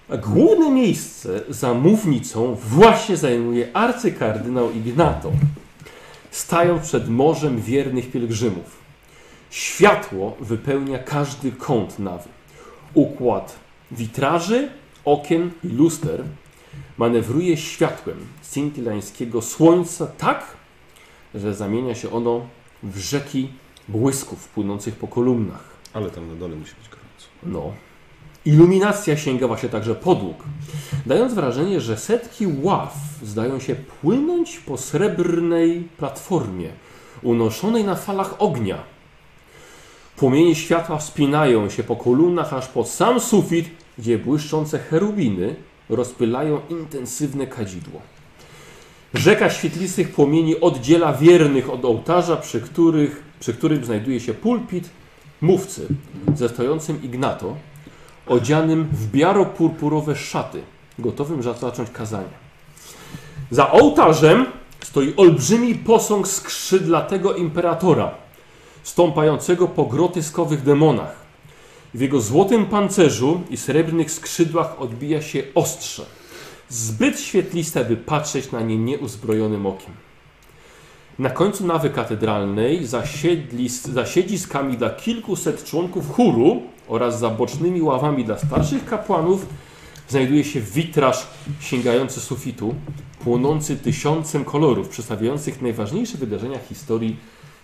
A Główne miejsce za mównicą właśnie zajmuje arcykardynał Ignato stają przed morzem wiernych pielgrzymów. Światło wypełnia każdy kąt nawy. Układ witraży, okien i luster manewruje światłem scintillańskiego słońca tak, że zamienia się ono w rzeki błysków płynących po kolumnach. Ale tam na dole musi być gorąco. No. Iluminacja sięga właśnie także podłóg, dając wrażenie, że setki ław zdają się płynąć po srebrnej platformie, unoszonej na falach ognia. Płomienie światła wspinają się po kolumnach aż pod sam sufit, gdzie błyszczące cherubiny rozpylają intensywne kadzidło. Rzeka świetlistych płomieni oddziela wiernych od ołtarza, przy, których, przy którym znajduje się pulpit mówcy ze stojącym Ignato, odzianym w biaro-purpurowe szaty, gotowym za- zacząć kazanie. Za ołtarzem stoi olbrzymi posąg skrzydlatego imperatora, stąpającego po grotyskowych demonach. W jego złotym pancerzu i srebrnych skrzydłach odbija się ostrze, zbyt świetliste, by patrzeć na nie nieuzbrojonym okiem. Na końcu nawy katedralnej zasiedli, za siedziskami dla kilkuset członków chóru oraz za bocznymi ławami dla starszych kapłanów znajduje się witraż sięgający sufitu, płonący tysiącem kolorów, przedstawiających najważniejsze wydarzenia historii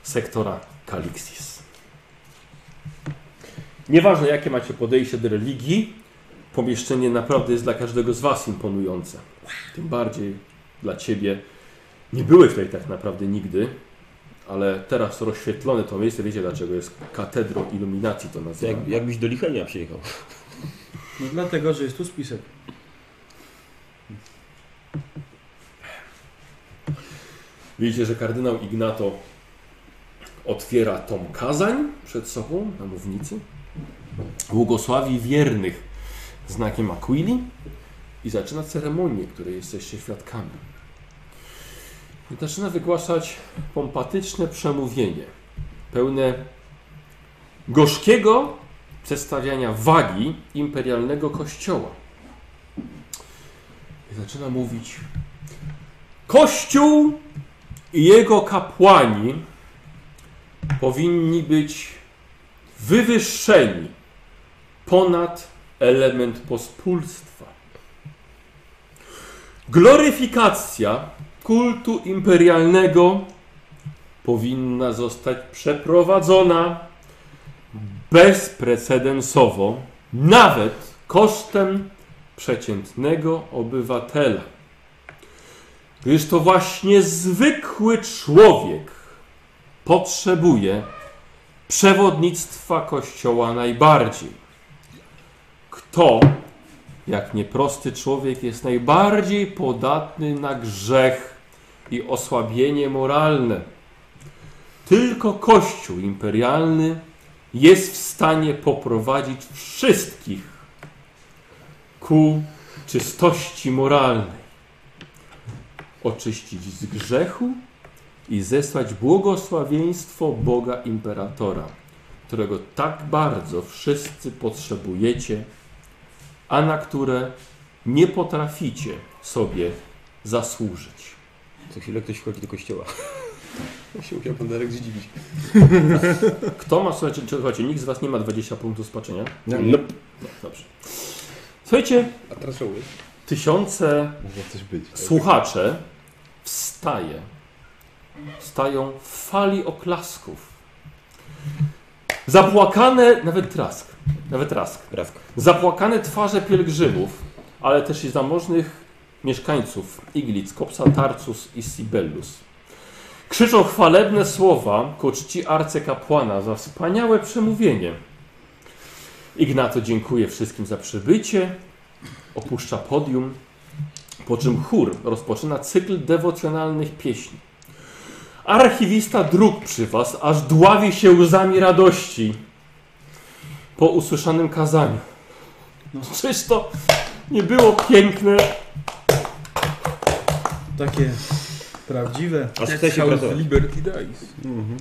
sektora Kalixis. Nieważne jakie macie podejście do religii, pomieszczenie naprawdę jest dla każdego z Was imponujące. Tym bardziej dla Ciebie. Nie byłeś tutaj tak naprawdę nigdy, ale teraz rozświetlone to miejsce, wiecie dlaczego jest katedrą iluminacji to To nazywa. jak, jakbyś do Lichenia przyjechał. No dlatego, że jest tu spisek. Widzicie, że kardynał Ignato otwiera tom kazań przed sobą na mównicy. Błogosławi wiernych znakiem Aquili i zaczyna ceremonię, której jesteście świadkami. I zaczyna wygłaszać pompatyczne przemówienie, pełne gorzkiego przedstawiania wagi imperialnego kościoła. I zaczyna mówić: Kościół i jego kapłani powinni być wywyższeni ponad element pospólstwa. Gloryfikacja kultu imperialnego powinna zostać przeprowadzona bezprecedensowo, nawet kosztem przeciętnego obywatela. Gdyż to właśnie zwykły człowiek potrzebuje przewodnictwa Kościoła najbardziej. Kto, jak nieprosty człowiek, jest najbardziej podatny na grzech i osłabienie moralne? Tylko Kościół imperialny jest w stanie poprowadzić wszystkich ku czystości moralnej oczyścić z grzechu i zesłać błogosławieństwo Boga Imperatora, którego tak bardzo wszyscy potrzebujecie, a na które nie potraficie sobie zasłużyć. Co chwilę ktoś wchodzi do kościoła. Ja się musiał pan Darek zdziwić. Kto ma, słuchajcie, czy- słuchajcie nikt z Was nie ma 20 punktów spaczenia? Nie. No, No, dobrze. Słuchajcie, A teraz żołnierz. tysiące Może coś być. słuchacze wstaje. Stają w fali oklasków. Zapłakane, nawet trask, nawet trask. Trask. Zapłakane twarze pielgrzymów, ale też i zamożnych mieszkańców Iglic, Kopsa, Tarcus i Sibellus. Krzyczą chwalebne słowa ku czci arcykapłana za wspaniałe przemówienie. Ignato dziękuję wszystkim za przybycie, opuszcza podium po czym chór rozpoczyna cykl dewocjonalnych pieśni. Archiwista dróg przy was aż dławi się łzami radości po usłyszanym kazaniu. No Czyż to nie było piękne? Takie prawdziwe. Aż chce się pracować. Liberty Dice. Mhm.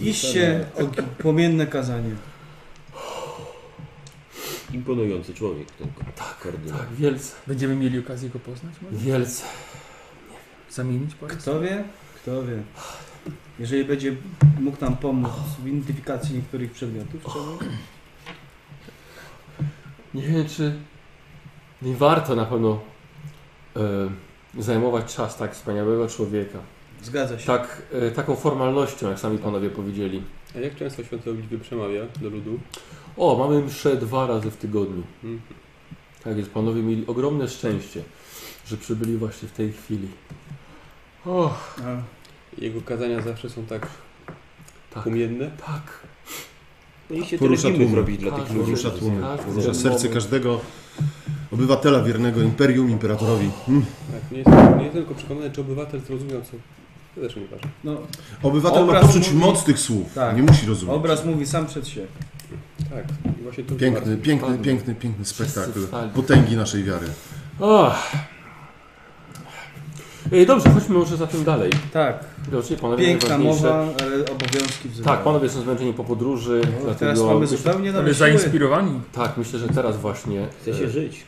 Iście o płomienne kazanie. Imponujący człowiek ten tak, kardynał. Tak, wielce, Będziemy mieli okazję go poznać? Może? wielce. Zamienić parę? Kto wie? Kto wie. Jeżeli będzie mógł nam pomóc w identyfikacji niektórych przedmiotów, czemu? Nie wiem, czy nie warto na pewno e, zajmować czas tak wspaniałego człowieka. Zgadza się. Tak, e, taką formalnością, jak sami panowie powiedzieli. A jak często święty obliczby przemawia do ludu? O, mamy mszę dwa razy w tygodniu. Mhm. Tak więc panowie mieli ogromne szczęście, że przybyli właśnie w tej chwili. O, A, Jego kazania zawsze są tak tak, płomienne. tak. No i się tyle Porusza filmów tłumy. robić dla tych Każdy- ludzi. Tak, Porusza tłum, każdy porusza ten serce moment. każdego Obywatela wiernego imperium imperatorowi. Mm. Tak, nie, jestem, nie tylko przekonany, czy obywatel zrozumiał co. To też nie ważne. No, Obywatel ma Obraz poczuć mówi- moc tych słów. Tak. Nie musi rozumieć. obraz mówi sam przed siebie. Tak, i właśnie to Piękny, piękny, piękny, piękny spektakl. Potęgi naszej wiary. Ach. Ej, Dobrze, chodźmy może zatem dalej. Tak, Widocznie panowie piękna najważniejsze- mowa, ale obowiązki wzywają. Tak, panowie są zmęczeni po podróży, No, dlatego teraz mamy myślę, zupełnie nowe Ale No, siły. zainspirowani. tak, myślę, że teraz właśnie e, Chce się żyć.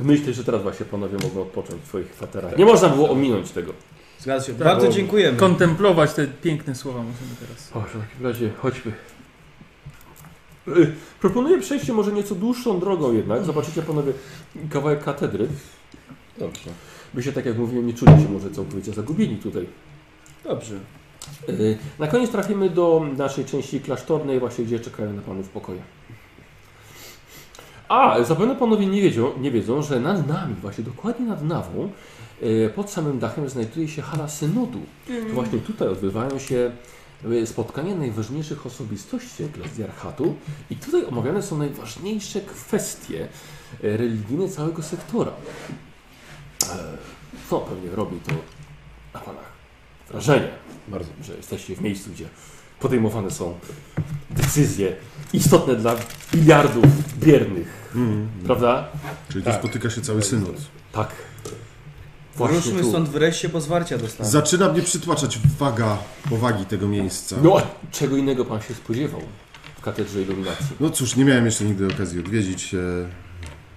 myślę, że teraz właśnie panowie mogą odpocząć w swoich kwaterach. Nie można było ominąć tego. Zgadza się. Bardzo dziękujemy. Kontemplować te piękne słowa możemy teraz. O, w takim razie chodźmy. Y, Proponuję przejście może nieco dłuższą drogą jednak. Zobaczycie panowie kawałek katedry. Dobrze. By się, tak jak mówiłem, nie czuli się może całkowicie zagubieni tutaj. Dobrze. Y, Na koniec trafimy do naszej części klasztornej, właśnie gdzie czekają na panów pokoje. A, zapewne panowie nie wiedzą, nie wiedzą, że nad nami, właśnie dokładnie nad nawą, y, pod samym dachem znajduje się hala synodu. To właśnie tutaj odbywają się y, spotkania najważniejszych osobistości eklezjarchatu i tutaj omawiane są najważniejsze kwestie y, religijne całego sektora. E, To pewnie robi to na panach wrażenie bardzo, że jesteście w miejscu, gdzie podejmowane są decyzje istotne dla biliardów biernych, prawda? Czyli Tak. tu spotyka się cały synod. Tak. Ruszmy stąd wreszcie, bo zwarcia dostanę. Zaczyna mnie przytłaczać waga powagi tego miejsca. No, a czego innego pan się spodziewał w katedrze iluminacji? No cóż, nie miałem jeszcze nigdy okazji odwiedzić. e,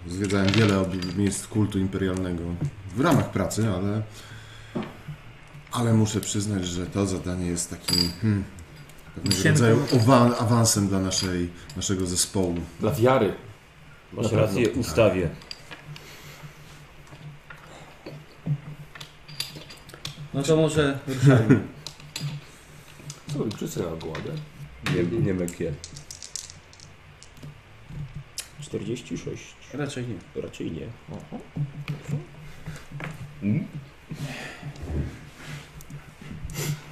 Zwiedzałem wiele ob- miejsc kultu imperialnego w ramach pracy, ale. Ale muszę przyznać, że to zadanie jest takim hmm, pewnego Wisienką. rodzaju owa- awansem dla naszej, naszego zespołu. Dla wiary. Masz Na pewno. rację, ustawię. No to może ruszajmy. Co robi krzycy na gładę? Nie, nie mekie. 46. Raczej nie. Raczej nie. Mhm.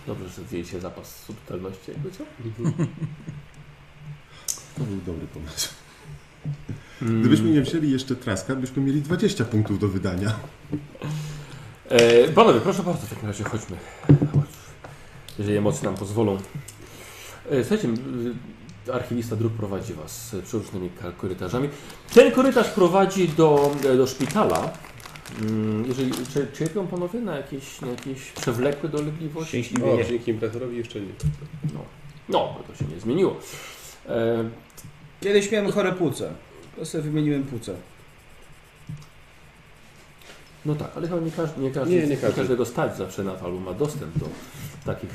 Dobrze, że zdjęliście zapas subtelności jakby co? To był dobry pomysł. Gdybyśmy nie wzięli jeszcze traska, byśmy mieli 20 punktów do wydania. E, panowie, proszę bardzo, w takim razie chodźmy. Chodź. Jeżeli emocje nam pozwolą. E, słuchajcie, y, archiwista dróg prowadzi was e, przy różnymi ka- korytarzami. Ten korytarz prowadzi do, e, do szpitala. Mm, Jeżeli czy- cierpią panowie na jakieś, na jakieś przewlekłe dolegliwości? Szczęśliwie O, nie. dzięki imperatorowi jeszcze nie. No, bo to się nie zmieniło. E, Kiedyś miałem chore płuca. To sobie wymieniłem płuca. no tak, ale chyba nie, każdy, nie, każdy, Nie, nie, nie każdy. każdego stać zawsze na falu ma dostęp do takich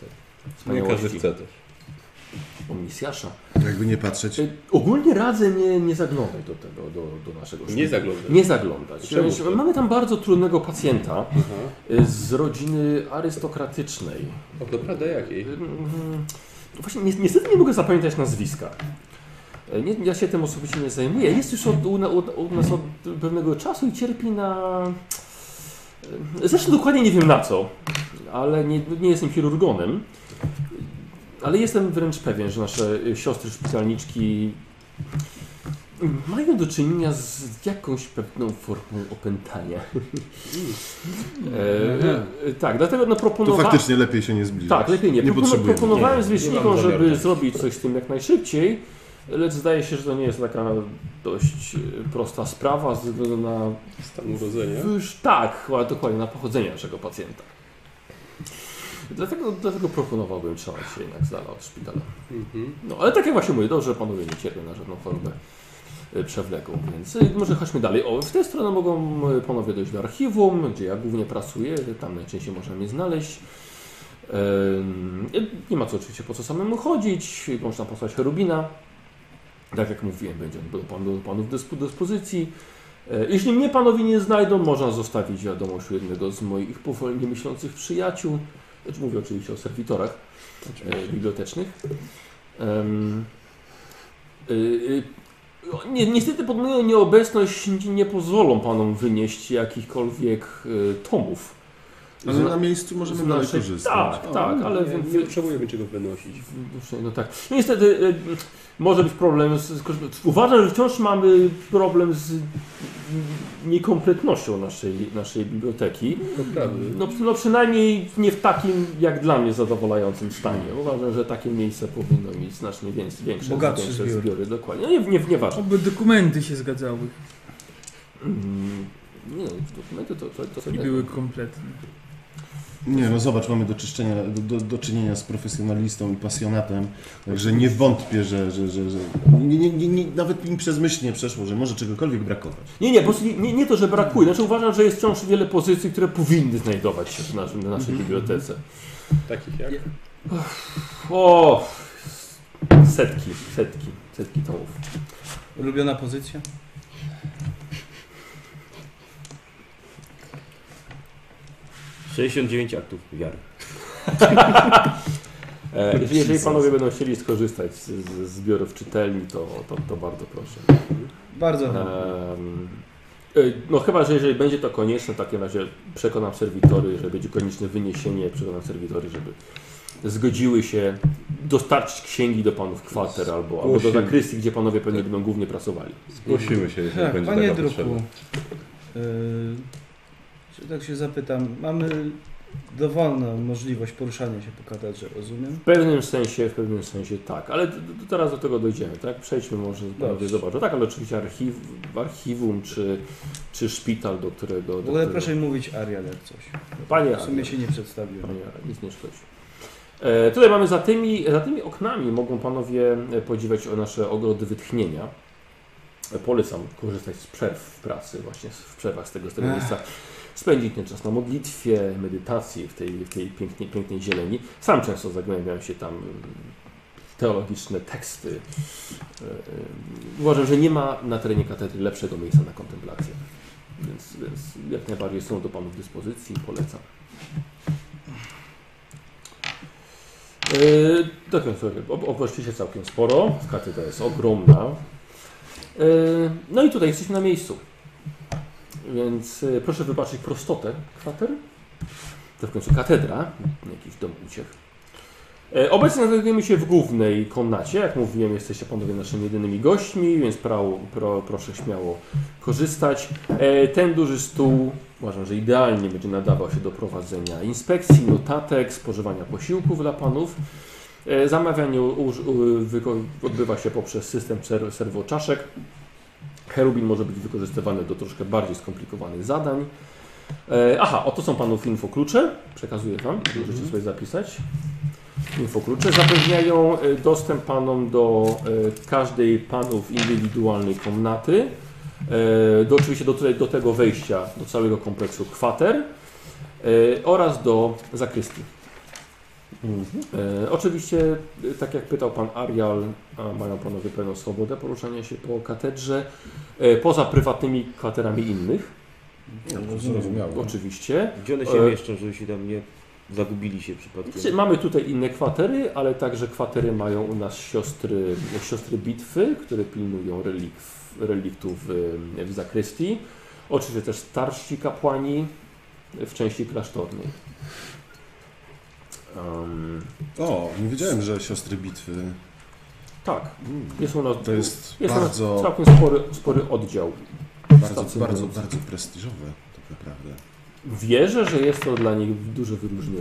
te, No Nie każdy wspaniałości chce też. o misjasza. Jakby nie patrzeć. E, Ogólnie radzę nie, nie zaglądać do tego, do, do naszego szpitala. Nie zaglądam. Nie zaglądać. Czemu? Ponieważ Mamy tam bardzo trudnego pacjenta e, z rodziny arystokratycznej. O, naprawdę jakiej? Mm, Właśnie ni- niestety nie mogę zapamiętać nazwiska. E, Nie, ja się tym osobiście nie zajmuję. Jest już od, u, na- u, u nas od pewnego czasu i cierpi na... e, Zresztą dokładnie nie wiem na co, ale nie, nie jestem chirurgonem. Ale jestem wręcz pewien, że nasze e, siostry szpitalniczki mają do czynienia z jakąś pewną formą opętania. e, e, tak, dlatego no, Mm. To proponowałem... faktycznie lepiej się nie zbliżać. Tak, lepiej nie. Nie Propon- potrzebujemy. Nie, proponowałem nie zwierzchnikom, mam zamiaru. żeby zrobić coś z tym jak najszybciej, lecz zdaje się, że to nie jest taka dość e, prosta sprawa ze względu na Stan urodzenia. już tak, chyba dokładnie na pochodzenie naszego pacjenta. Dlatego, dlatego proponowałbym trzymać się jednak z dala od szpitala. Mhm. No ale tak jak właśnie mówię, dobrze że panowie nie cierpią na żadną chorobę e, przewlekłą, więc e, może chodźmy dalej. O, w tę stronę mogą e, panowie dojść do archiwum, gdzie ja głównie pracuję, tam najczęściej można mnie znaleźć. Em, y, Nie ma co oczywiście po co samemu chodzić, można posłać Cherubina. Tak jak mówiłem, będzie on do pan- do panów dyspo- dyspozycji. E, Jeśli mnie panowie nie znajdą, można zostawić wiadomość u jednego z moich powolnie myślących przyjaciół. Znaczy, mówię oczywiście o serwitorach e, bibliotecznych. Em, y, y, o, nie, niestety pod moją nieobecność nie- nie pozwolą panom wynieść jakichkolwiek y, e, tomów Ale na miejscu możemy dalej korzystać. Tak, tak, ale Nie, w, nie potrzebujemy czego wnosić. Dłużej, no tak. No niestety y, może być problem z, z, korzy- Uważam, że wciąż mamy problem z niekompletnością naszej, naszej biblioteki. To prawda. No, przy- no przynajmniej nie w takim, jak dla mnie, zadowalającym stanie. Uważam, że takie miejsce powinno mieć znacznie więcej, większe, Bogatszy większe zbiór. zbiory. Dokładnie. No nie, nie, nieważne. Oby dokumenty się zgadzały Mm, Nie, dokumenty to, to, to, to i nie. były kompletne. Nie, no zobacz, mamy do, czyszczenia, do, do, do czynienia z profesjonalistą i pasjonatem, także nie wątpię, że, że, że, że nie, nie, nie, nie, nawet mi przez myśl nie przeszło, że może czegokolwiek brakować. Nie, nie, po prostu nie, nie, nie to, że brakuje. Znaczy uważam, że jest wciąż wiele pozycji, które powinny znajdować się w naszym, na naszej bibliotece. Takich jak? O! Setki, setki, setki tomów. Ulubiona pozycja? jest 69 aktów wiary. E, jeżeli, jeżeli panowie będą chcieli skorzystać z, z zbiorów czytelni, to, to, to bardzo proszę. Bardzo Em, e, no chyba, że jeżeli będzie to konieczne, w takim razie przekonam serwitory, że będzie konieczne wyniesienie, przekonam serwitory, żeby zgodziły się dostarczyć księgi do panów kwater albo, albo do Zgłosimy. zakrystii, gdzie panowie pewnie będą głównie pracowali. Zgłosimy się, jeżeli Tak, będzie panie taka potrzeba. druku, yy, że tak się zapytam, mamy dowolną możliwość poruszania się po katedrze, rozumiem? W pewnym sensie, w pewnym sensie tak, ale d- d- teraz do tego dojdziemy, tak? Przejdźmy może, panowie Dobrze. zobaczą. Tak, ale oczywiście archiw, archiwum czy, czy szpital, do którego... W do ogóle którego- proszę mi mówić Ariel jak coś. Panie W sumie się nie przedstawiłem. Panie, nic nie szkodzi. E, tutaj mamy za tymi, za tymi oknami mogą panowie e, podziwiać o nasze ogrody wytchnienia. E, Polecam korzystać z przerw w pracy, właśnie z- w przerwach z tego, z tego miejsca. Spędzić ten czas na modlitwie, medytacji w tej, w tej pięknie, pięknej zieleni. Sam często zagłębiam się tam mm, w teologiczne teksty. E, e, Uważam, że nie ma na terenie katedry lepszego miejsca na kontemplację. Więc, więc jak najbardziej są do panów dyspozycji, polecam. Yy, tak, więc słuchajcie, ob- obeszliście całkiem sporo. Katedra jest ogromna. Yy, no i tutaj jesteśmy na miejscu. Więc yy, proszę wybaczyć prostotę kwater. To w końcu katedra, nie jakiś dom uciech. Yy, obecnie znajdujemy się w głównej komnacie. Jak mówiłem, jesteście panowie naszymi jedynymi gośćmi, więc prał, pro, proszę śmiało korzystać. E, Ten duży stół uważam, że idealnie będzie nadawał się do prowadzenia inspekcji, notatek, spożywania posiłków dla panów. E, Zamawianie uż, u, wyko- odbywa się poprzez system ser- serwoczaszek. Herubin może być wykorzystywany do troszkę bardziej skomplikowanych zadań. E, Aha, oto są panów infoklucze. Przekazuję wam, możecie sobie zapisać. Infoklucze zapewniają e, dostęp panom do e, każdej panów indywidualnej komnaty. E, do, oczywiście do, tutaj, do tego wejścia, do całego kompleksu kwater e, oraz do zakrystii. E, oczywiście, e, tak jak pytał pan Arial, a mają panowie pełną swobodę poruszania się po katedrze, e, poza prywatnymi kwaterami innych, Zrozumiałe. oczywiście. Gdzie one się E, mieszczą, żeby się tam nie zagubili się przypadkiem? Znaczy, Mamy tutaj inne kwatery, ale także kwatery mają u nas siostry, siostry bitwy, które pilnują reliktów, reliktów em, w zakrystii. Oczywiście też starsi kapłani w części klasztornej. Em, O, nie wiedziałem, że siostry bitwy. tak, Mm, jest u nas, To jest, jest u nas bardzo, całkiem spory, spory oddział. bardzo, bardzo, stacjonujący. bardzo prestiżowe, tak naprawdę. Wierzę, że jest to dla nich duże wyróżnienie.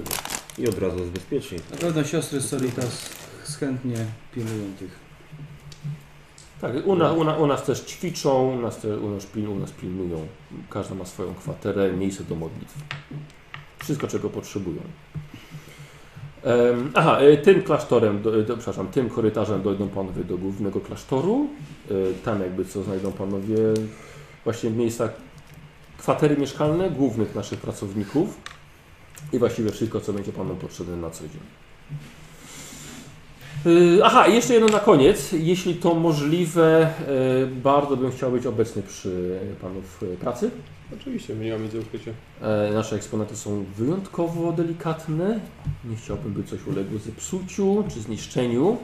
I od razu jest bezpiecznie. Na pewno siostry z Solitas chętnie pilnują tych. Tak, u, na, u, na, u nas też ćwiczą, u nas, te, u, nas pil, u nas pilnują. Każda ma swoją kwaterę, miejsce do modlitw. Wszystko, czego potrzebują. Em, aha, e, tym klasztorem, do, do, przepraszam, tym korytarzem dojdą panowie do głównego klasztoru. E, tam jakby co znajdą panowie właśnie miejsca, kwatery mieszkalne głównych naszych pracowników i właściwie wszystko, co będzie panom potrzebne na co dzień. Yy, Aha, i jeszcze jedno na koniec. Jeśli to możliwe, yy, bardzo bym chciał być obecny przy panów yy, pracy. Oczywiście, my nie mamy nic do ukrycia. E, Nasze eksponaty są wyjątkowo delikatne. Nie chciałbym, by coś uległo zepsuciu czy zniszczeniu.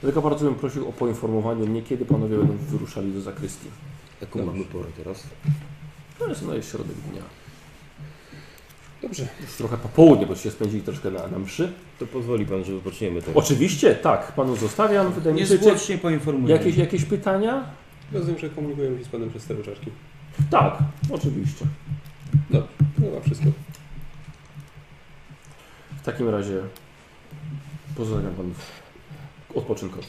Dlatego bardzo bym prosił o poinformowanie mnie, kiedy panowie będą wyruszali do zakrystii. Jaką mamy porę teraz? No jest, no jest środek dnia. To Dobrze. Już trochę po południu, bo się spędzili troszkę na, na mszy. To pozwoli pan, że wypoczniemy teraz. Oczywiście, tak, panu zostawiam. Wydaje mi się, że Niezwłocznie poinformuję. jakieś, jakieś pytania? Rozumiem, że komunikujemy się z panem przez stare czaszki. Tak, oczywiście. No a wszystko. W takim razie pozdrawiam panów odpoczynkowo.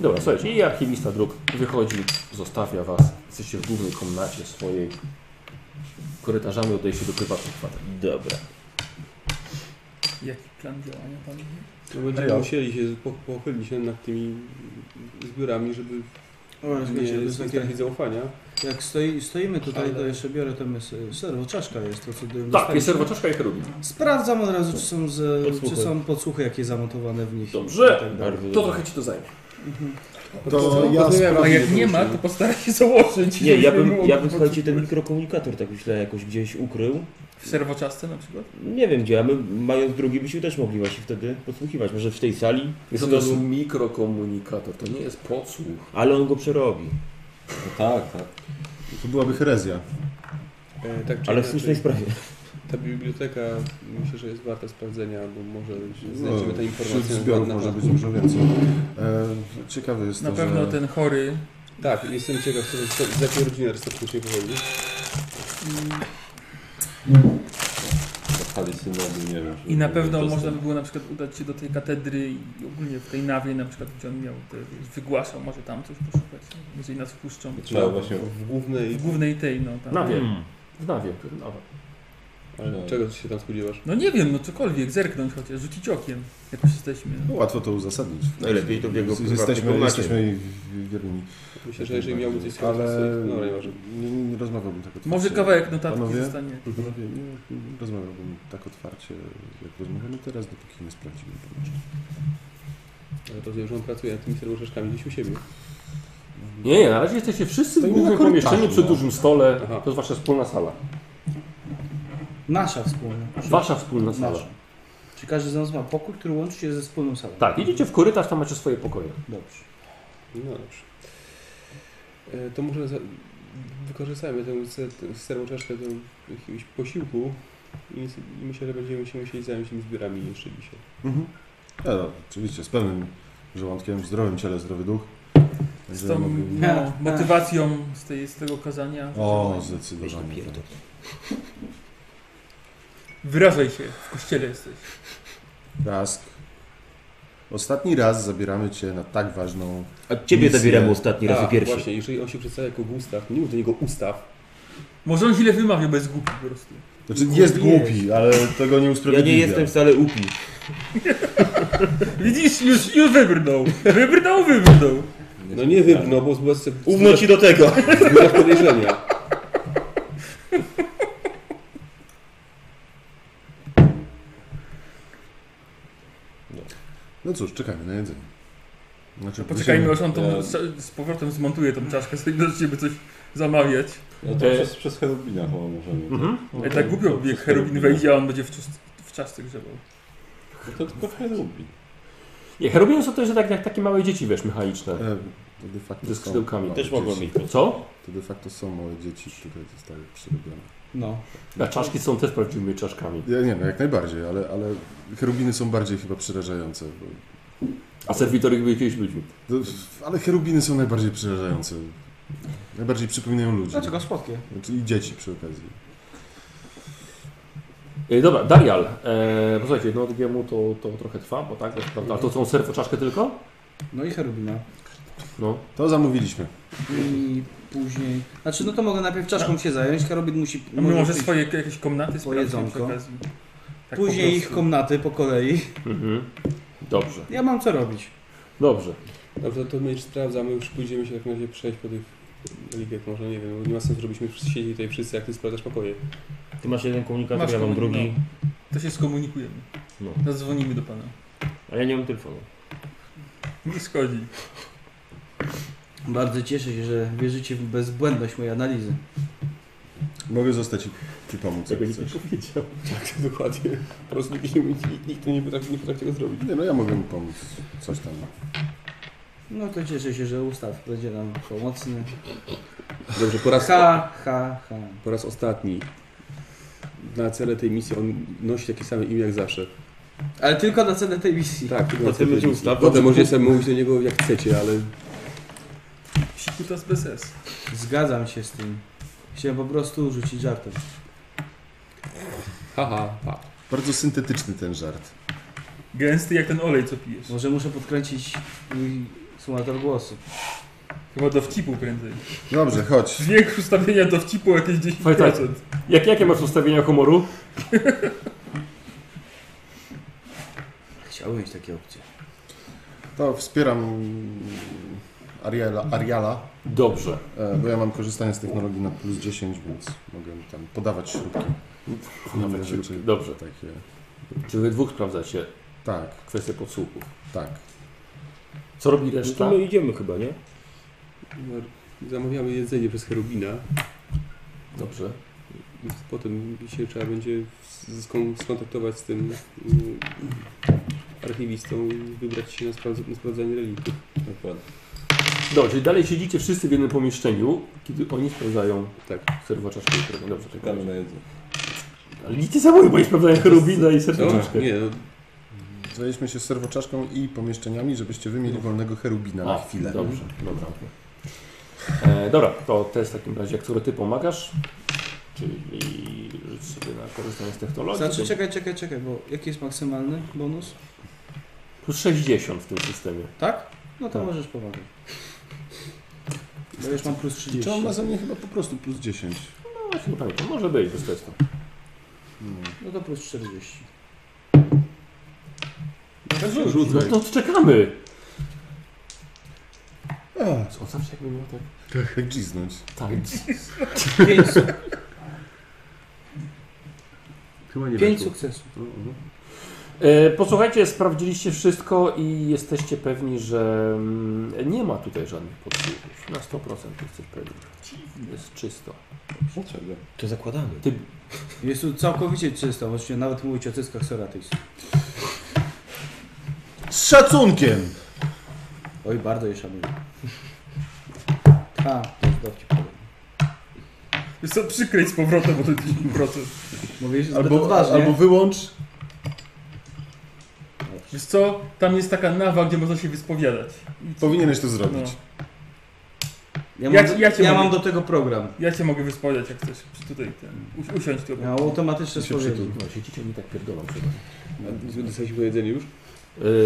Dobra, słuchajcie, i archiwista dróg wychodzi, zostawia was. Jesteście w głównej komnacie swojej. Korytarzami odejście do prywatnych kwater. Dobra. Jaki plan działania pan ma? No będziemy Ejo. musieli się po, pochylić się nad tymi zbiorami, żeby O, nie słuchajcie, to jest takie, stracić zaufania. jak stoi, stoimy tutaj, Ale- to jeszcze biorę tam jest y, serwo, czaszka jest, to co do- Tak, jest dostaliśmy. serwoczaszka i herubi. Sprawdzam od razu, czy są, z, Podsłuchy. czy są podsłuchy jakie zamontowane w nich. Dobrze. I tak dalej. Bardzo To dobrze. trochę ci to zajmie. To ja A sprawdzę. jak nie ma, to postara się założyć. Nie, ja żeby bym, było ja bym po- słuchajcie, ten mikrokomunikator tak myślę jakoś gdzieś ukrył. W serwoczasce na przykład? Nie wiem gdzie, a my mając drugi byśmy też mogli właśnie wtedy podsłuchiwać. Może w tej sali? Jest to jest mikrokomunikator, to nie jest podsłuch. Ale on go przerobi. Tak, tak. To byłaby herezja. E, tak czy Ale w inaczej, słusznej sprawie. Ta biblioteka myślę, że jest warta sprawdzenia, bo może znajdziemy te No, wśród informacje. zbiorów może być dużo więcej. E, ciekawe jest Na to, pewno że... ten chory. Tak, jestem ciekaw, co, co, z jakiej rodziny Arystoteles się powodzi. Zapali synowi, nie wiem. I na pewno Dostęp. można by było na przykład udać się do tej katedry i ogólnie w tej nawie na przykład, gdzie on miał te, wiesz, wygłaszał, może tam coś poszukać, jeżeli nas wpuszczą. Trzeba właśnie... W głównej... W głównej tej, no tam. Nawie. W nawie. to nawa. Ale czego ty się tam spodziewasz? No nie wiem, no cokolwiek, zerknąć chociaż, rzucić okiem, jak już jesteśmy. No, łatwo to uzasadnić. Najlepiej to w jego prywatnej Jesteśmy, komnacie. jesteśmy wierni. Myślę, że jeżeli miałby coś Ale no, ale może. nie, nie rozmawiałbym tak otwarcie. Może kawałek notatki Panowie? zostanie. Panowie, nie, nie rozmawiałbym tak otwarcie, jak rozmawiamy teraz, dopóki nie sprawdzimy pomieszczenia. Ale rozumiem, że on pracuje nad tymi serwoszeczkami gdzieś u siebie. Nie, nie, na razie jesteście wszyscy w Stoimy głównym na korytarzu, pomieszczeniu tak, przy no. dużym stole. Aha. To jest wasza wspólna sala. Nasza wspólna. Wasza wspólna sala. Nasza. Czy każdy z nas ma pokój, który łączy się ze wspólną salą? Tak, idziecie w korytarz, tam macie swoje pokoje. Dobrze. No dobrze. E, to może za... wykorzystajmy tę se- tę serwoczaszkę do jakiegoś posiłku i, s- i myślę, że będziemy się musieli zająć tymi zbiorami jeszcze dzisiaj. Mhm. Ja, no, oczywiście, z pełnym żołądkiem, w zdrowym ciele, zdrowy duch. Z Także tą mogę- Tak, no, motywacją z, tej, z tego kazania. O, zdecydowanie. tak. Wyrażaj się, w kościele jesteś. Rask. Ostatni raz zabieramy Cię na tak ważną... A ciebie Nic zabieramy nie. ostatni raz A, Tak, i pierwszy. Właśnie, jeżeli on się przedstawia jako Gustaw, nie mów do niego Ustaw. Może on źle wymawia, bo jest głupi po prostu. Znaczy, jest głupi, ale tego nie Ja usprawiedliwia. nie jestem wcale upi. Widzisz, już, już wybrnął. Wybrnął, wybrnął. No nie wybrnął, bo zbudzasz Ufno ci do tego. podejrzenia. No cóż, czekajmy na jedzenie. Znaczy, Poczekajmy, aż prosimy- on tą, z, z powrotem zmontuje tą czaszkę, sobie zacznie by coś zamawiać. No to Te- przez, przez Herubina chyba możemy. E, Mhm. No Ale to- tak głupio, to jak przez Herubin Herubina. wejdzie, a on będzie w, czas, w czaszce grzebał. No to tylko Herubin. Nie, herobiny są też tak jak takie małe dzieci, wiesz, mechaniczne. E, to de facto Ze są skrzydełkami. małe Też mogą dzieci. mieć. Co? To de facto są moje dzieci, które zostały przerobione. No. A czaszki są też prawdziwymi czaszkami. Ja nie no, jak najbardziej, ale, ale cherubiny są bardziej chyba przerażające. Bo, A serwitory były kiedyś ludźmi. to, ale cherubiny są najbardziej przerażające. Najbardziej przypominają ludzi. Dlaczego słodkie? Znaczy i dzieci przy okazji. E, dobra, Darial. E, posłuchajcie, no GMU to, to trochę trwa, bo tak, to jest prawda. A to są serwoczaszkę tylko? No i cherubina. No. To zamówiliśmy. I później... Znaczy, no to mogę najpierw czaszką się zająć, Herobin musi... A my może może być- swoje jakieś komnaty sprawdzimy przy jedzonko. okazji. Tak po Później ich prostu. komnaty po kolei. Mhm. Dobrze, Ja mam co robić. dobrze. Dobrze, to my już sprawdzamy, już pójdziemy się w takim razie przejść po tych ligach, może nie wiem, bo nie ma sensu, żebyśmy siedzieli tutaj wszyscy, jak ty sprawdzasz pokoje. Ty masz jeden komunikator, Masz ja mam komunikat- drugi. To się skomunikujemy. No. Zadzwonimy do pana. A ja nie mam telefonu. Nie szkodzi. Bardzo cieszę się, że wierzycie w bezbłędność mojej analizy. Mogę zostać i ci pomóc, jak chcesz. powiedział. Tak, dokładnie. Po prostu nikt, nikt, nikt nie, potrafi, nie potrafi tego zrobić. Nie no, ja mogę mu pomóc. Coś tam. No to cieszę się, że ustaw będzie nam pomocny. Dobrze, po raz, Ha, ha, ha. po raz ostatni na cele tej misji on nosi takie same imię jak zawsze. Ale tylko na cenę tej misji. Tak, tylko Na tym będzie ustaw. Potem możecie sobie mówić do niego jak chcecie, ale Sikutas bez S. Zgadzam się z tym. Chciałem po prostu rzucić żartem. haha, ha. Bardzo syntetyczny ten żart. Gęsty jak ten olej, co pijesz. Może muszę podkręcić mój symulator głosu. Chyba do wcipu prędzej. Dobrze, chodź. Dźwięk ustawienia do wcipu jakieś 10%. Fajtaj. Jak, jakie masz ustawienia humoru? Chciałbym mieć takie opcje. To wspieram mm, Ariela, Ariala, Dobrze. e, bo ja mam korzystanie z technologii na plus 10, więc mogę tam podawać śrubki. Inne śrubki, rzeczy dobrze. Takie. Czy wy dwóch sprawdzacie Tak, kwestię podsłuchów? tak. Co robi No reszta? to my idziemy chyba, nie? no, zamawiamy jedzenie przez Cherubina. Dobrze. Potem się trzeba będzie skon- skontaktować z tym mm, archiwistą i wybrać się na, sprawdz- na sprawdzanie reliktów. Dokładnie. Dobrze, czyli dalej siedzicie wszyscy w jednym pomieszczeniu, kiedy oni sprawdzają Tak. serwacza szkieletowego. Dobrze, Czekamy na jedzenie. Ale idźcie za mój, bo oni sprawdzają Rubina i serwaczkę. nie, no, Zajęliśmy się serwoczaszką i pomieszczeniami, żebyście wy mieli wolnego cherubina na chwilę. Dobrze, dobra. E, dobra, to test w takim razie, który ty pomagasz, czyli rzuć sobie na korzystanie z technologii. Znaczy, To czekaj, czekaj, czekaj, bo jaki jest maksymalny bonus? Plus 60 w tym systemie. Tak? No to Tak. możesz pomagać. Bo już mam plus Czy 30. on ma ze mnie chyba po prostu plus 10? No właśnie, nie pamiętam, może być bez testu. No to plus 40. No, no to czekamy. A, Co, zawsze jakby było tak? jak gwiznąć. Tak, 5, chyba nie 5 weszło. sukcesów. E, Posłuchajcie, sprawdziliście wszystko i jesteście pewni, że mm, nie ma tutaj żadnych podsłuchów. Na 1100% jesteś pewni. Jest czysto. Dlaczego? To zakładamy. Jest tu całkowicie czysto, możecie nawet mówić o cyckach Soratys. Z szacunkiem! Oj, bardzo je szanuję. Ha, to jest dowcip. Jest to przykryć z powrotem, bo to 10%. Mówię, że albo, Albo, odważnie. albo wyłącz. Wiesz co? Tam jest taka nawa, gdzie można się wyspowiadać. I co? Powinieneś to zrobić. No. Ja mam, Ja do, ci- ja ja cię mogę- mam do tego program. Ja cię mogę wyspowiadać, jak chcesz. Przy- Tutaj, ten. U, usiądź tu. Ja mam Się automatyczne spowiedzi. przytul. No, siedzicie mi tak pierdolą chyba. A Dostaliśmy jedzenie już?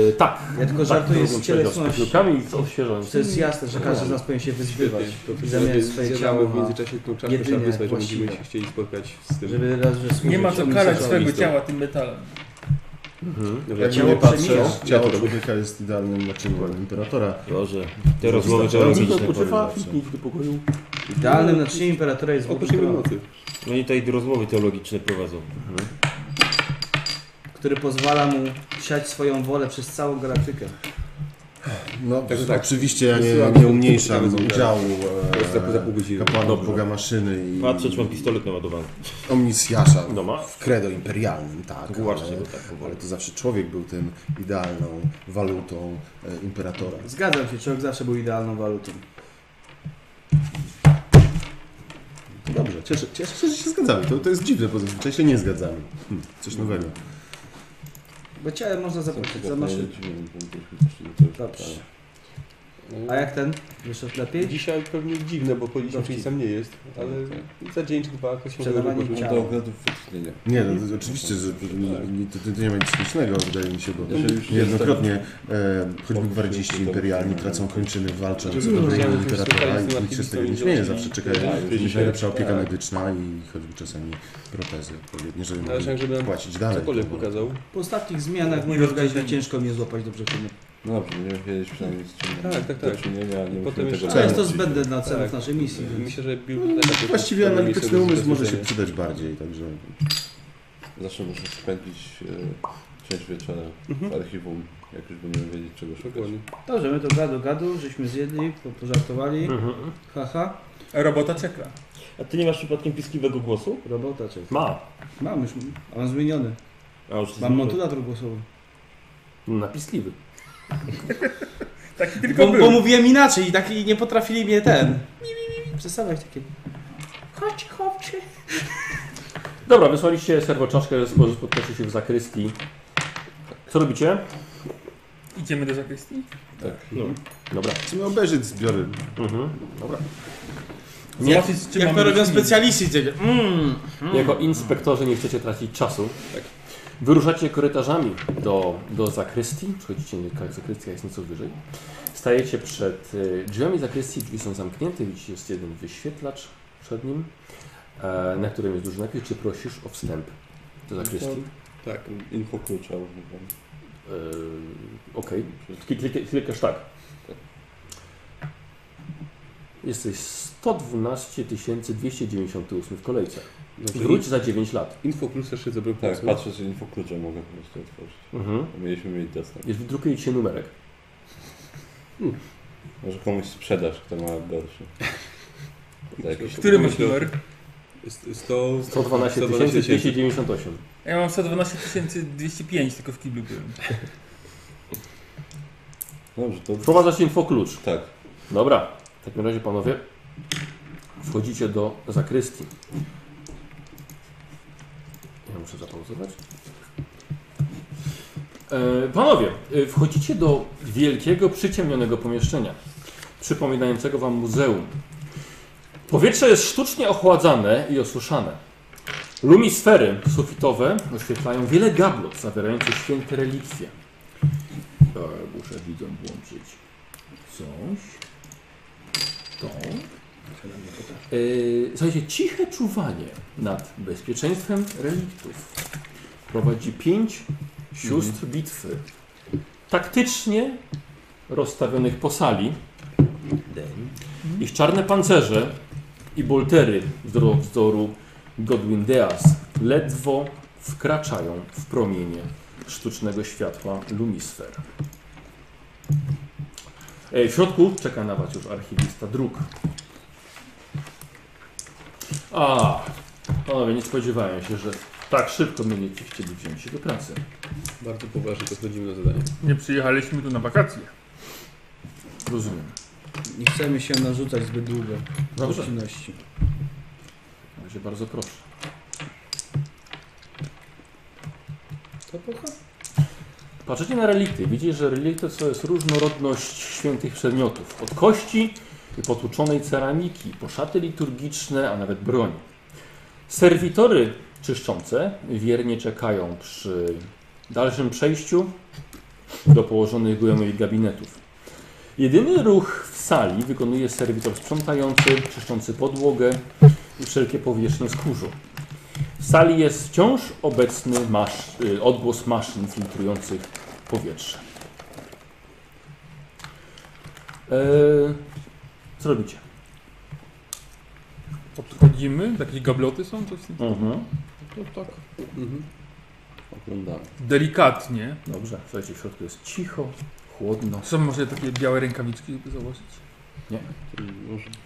E, tak. Ja tylko żartuję z cielesności. cielesnościami i z odświeżaniem. To jest jasne, że każdy z nas powinien się wyzbywać i zamieniać swoje ciało w na... międzyczasie tą czaszkę jedynie trzeba wysłać, że właściwe. będziemy się chcieli spotkać z tym. Żeby raz, że służyć. Nie ma co żeby karać służyć. swojego ciała tym metalem. Mhm. Dobra, Jakby ciało nie patrzeć, przemijasz. ciało człowieka jest idealnym naczyniem imperatora. Boże. Te rozmowy trzeba Robisz robić na odpoczywa, pory zawsze. idź do pokoju. Idealnym naczyniem imperatora jest Oprócz Bóg, jego nocy. No i tutaj rozmowy teologiczne prowadzą. który pozwala mu siać swoją wolę przez całą galaktykę. No, Także tak. oczywiście ja Wysyłam nie, nie się Tak, umniejszam do- udziału Za- za pół godziny. e, kapłanów Dobrze. Boga Maszyny i Patrzę, czy mam pistolet naładowany. omnisjasza No ma. w credo imperialnym, tak, Właśnie, ale, bo tak powoli. ale to zawsze człowiek był tym idealną walutą e, imperatora. Zgadzam się, człowiek zawsze był idealną walutą. To Dobrze, cieszę, cieszę się, że się zgadzamy. To, to jest dziwne, bo zazwyczaj się nie zgadzamy. Hm, coś nowego. Bo ciałem można zaprosić, zamaszyć. Dobrze. A jak ten? Jeszcze lepiej? Tak, Dzisiaj pewnie dziwne, bo policja oczywiście sam nie jest, ale za dzień czy dwa jakoś może Sprzedawanie wyłożyć. ciała. To- ogrodów wytchnienia. Nie, no, to, oczywiście, że to, to, to, nie ma nic śmiesznego, wydaje mi się, bo Jeżeli już niejednokrotnie e, choćby gwardziści imperialni tracą kończyny walcząc o dobro Żeby- imperatora i nikt się z tego nie śmieje, żeby- zawsze czekają żeby- najlepsza opieka tak. medyczna i choćby czasami protezy odpowiednie, żeby Ale mogli tak, żeby nam płacić dalej. cokolwiek pokazał. Po ostatnich zmianach w moim organizmie ciężko mnie złapać dobrze konie. No dobrze, będziemy wiedzieć przynajmniej z czym Tak, tak, tak. do czynienia, a nie Potem musimy jeszcze- tego Ale jest to Tak. zbędne dla celów Tak. naszej misji, więc Mm, Myślę, że biblioteka... to jest Właściwie dobre analityczny miejsce do umysł może się rozważenia. przydać bardziej, także Zawsze muszę spędzić e, część wieczora w archiwum, jak już będziemy wiedzieć czego szukać. Mhm. Dokładnie. Dobrze, my to gadu gadu, żeśmy zjedli, po- pożartowali, Mhm. haha, A robota czeka. A ty nie masz przypadkiem piskliwego głosu? robota czeka. Ma. Mam już, a mam zmieniony. A już Mam modulator głosowy. Napiskliwy. Taki tylko Bo, był. bo mówiłem inaczej i tak i nie potrafili mnie ten. Mi, mi, mi, mi. Przestawać takie. Chodź, chłopcze. Dobra, wysłaliście serwoczaszkę, spotkacie się w zakrystii. Co robicie? Idziemy do zakrystii? Dobra. Chcemy no, obejrzeć zbiory. Mhm. Dobra. Nie, Jak to robią specjaliści, ciebie. Mm. Jako inspektorzy nie chcecie tracić czasu. Tak. Wyruszacie korytarzami do, do zakrystii. Przechodzicie nie jak zakrystia jest nieco wyżej. Stajecie przed y, drzwiami zakrystii. Drzwi są zamknięte. Widzicie, jest jeden wyświetlacz przed nim, e, na którym jest duży napis. Czy prosisz o wstęp do zakrystii? Tak, info klucza używam. E, Okej. Klik- klik- Klikasz tak. Jesteś 112 298 w kolejce. Dobrze. Wróć za 9 lat. Info plus jeszcze jest dobry Tak, pomysł. patrzę, czy info klucza mogę po prostu otworzyć. No, Mhm. Mieliśmy mieć dostęp. Jest wydrukuje ci się numerek. Może komuś sprzedasz, kto ma gorszy. Za jakiś Który masz numer? Jest- jest to- 112 298. Ja mam 112 205, tylko w kiblu byłem. Dobrze, to... Wprowadzasz info klucz. Tak. Dobra, w takim razie panowie wchodzicie do zakrystii. Ja muszę zapauzować. E, panowie, e, wchodzicie do wielkiego, przyciemnionego pomieszczenia, przypominającego wam muzeum. Powietrze jest sztucznie ochładzane i osuszane. Lumisfery sufitowe oświetlają wiele gablot zawierających święte relikwie. E, muszę widzom włączyć coś. To. Yy, słuchajcie, ciche czuwanie nad bezpieczeństwem reliktów prowadzi pięć sióstr bitwy. Taktycznie rozstawionych po sali. Ich czarne pancerze i boltery wzdoru, wzoru Godwin Deas ledwo wkraczają w promienie sztucznego światła lumisfer. E, W środku czeka na Was już archiwista dróg. A, panowie, nie spodziewałem się, że tak szybko będziecie chcieli wziąć się do pracy. Bardzo poważnie podchodzimy do zadania. Nie przyjechaliśmy tu na wakacje. Rozumiem. Nie chcemy się narzucać zbyt długo. Dobrze. Gościnności. W razie bardzo proszę. To pocha? Patrzycie na relikty. Widzicie, że relikty to jest różnorodność świętych przedmiotów. Od kości i potłuczonej ceramiki, po szaty liturgiczne, a nawet broń. Serwitory czyszczące wiernie czekają przy dalszym przejściu do położonych głębiej gabinetów. Jedyny ruch w sali wykonuje serwitor sprzątający, czyszczący podłogę i wszelkie powierzchnie z kurzu. W sali jest wciąż obecny masz, y, odgłos maszyn filtrujących powietrze. Eee, co robicie? Podchodzimy, takie gabloty są, to, w- to tak Mhm. Oglądamy. delikatnie. Dobrze, słuchajcie, w środku jest cicho, chłodno. Są może takie białe rękawiczki, żeby założyć?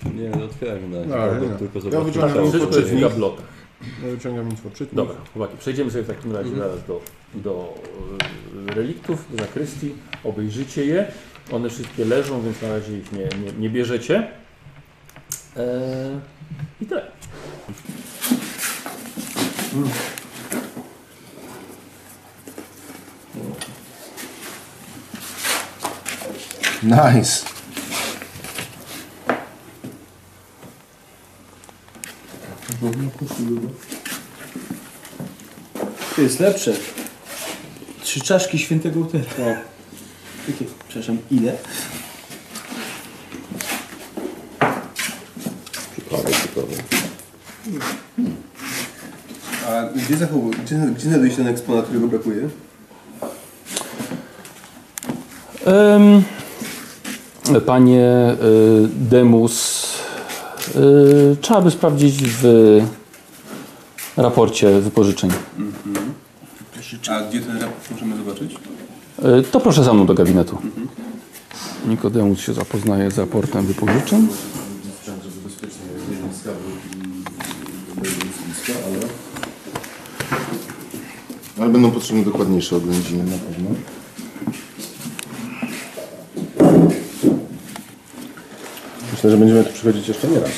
Może nie otwierajmy na No, razie, nie. tylko Ja zobaczymy. wyciągam co- Wszystko jest w gablotach. Ja No, wyciągam info czytnik. Dobra, chłopaki, przejdziemy sobie w takim razie zaraz do, do e, reliktów, do zakrystii, obejrzycie je. One wszystkie leżą, więc na razie ich nie, nie, nie bierzecie. E, I tyle. Nice. To jest lepsze. Trzy czaszki świętego utera. No. Jakie? Przepraszam, ile? Ciekawe, ciekawe. A gdzie zachowuj? Gdzie, gdzie znajduje się ten eksponat, którego brakuje? Em, panie y, Demus, y, trzeba by sprawdzić w raporcie wypożyczeń. A gdzie ten raport możemy zobaczyć? Y, to proszę za mną do gabinetu. Nikodemus się zapoznaje z raportem wypożyczeń. Ale będą potrzebne dokładniejsze oględziny na pewno. Myślę, że będziemy tu przychodzić jeszcze nie raz.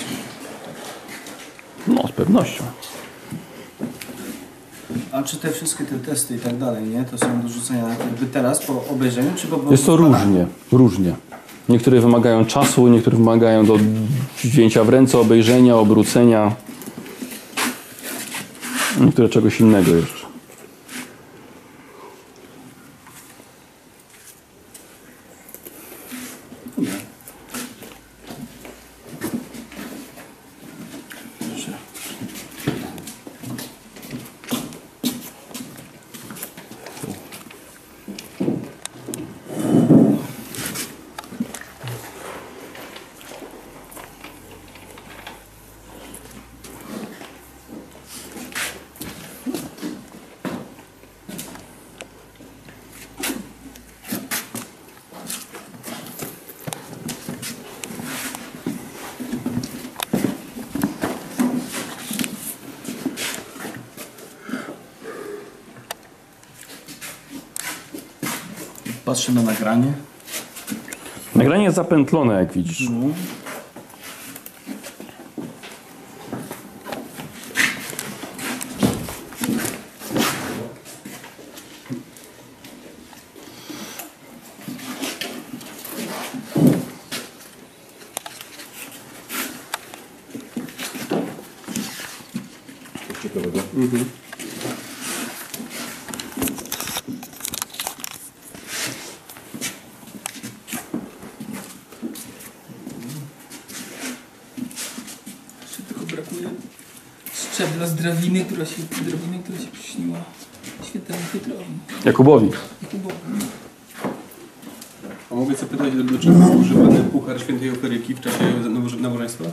No, z pewnością. A czy te wszystkie te testy i tak dalej, nie? To są do rzucenia jakby teraz po obejrzeniu, czy po prostu... Jest to różnie, różnie. Niektóre wymagają czasu, niektóre wymagają do wzięcia w ręce, obejrzenia, obrócenia. Niektóre czegoś innego jeszcze. Patrzę na nagranie. Nagranie jest zapętlone, jak widzisz. Ciekawego. Jeszcze tylko brakuje szczebla z drabiny, która się, drabiny, która się przyśniła świetlemu Pietrowi. Jakubowi. A mogę zapytać, do czego był używany puchar świętej oferyki w czasie naboże- nabożeństwa?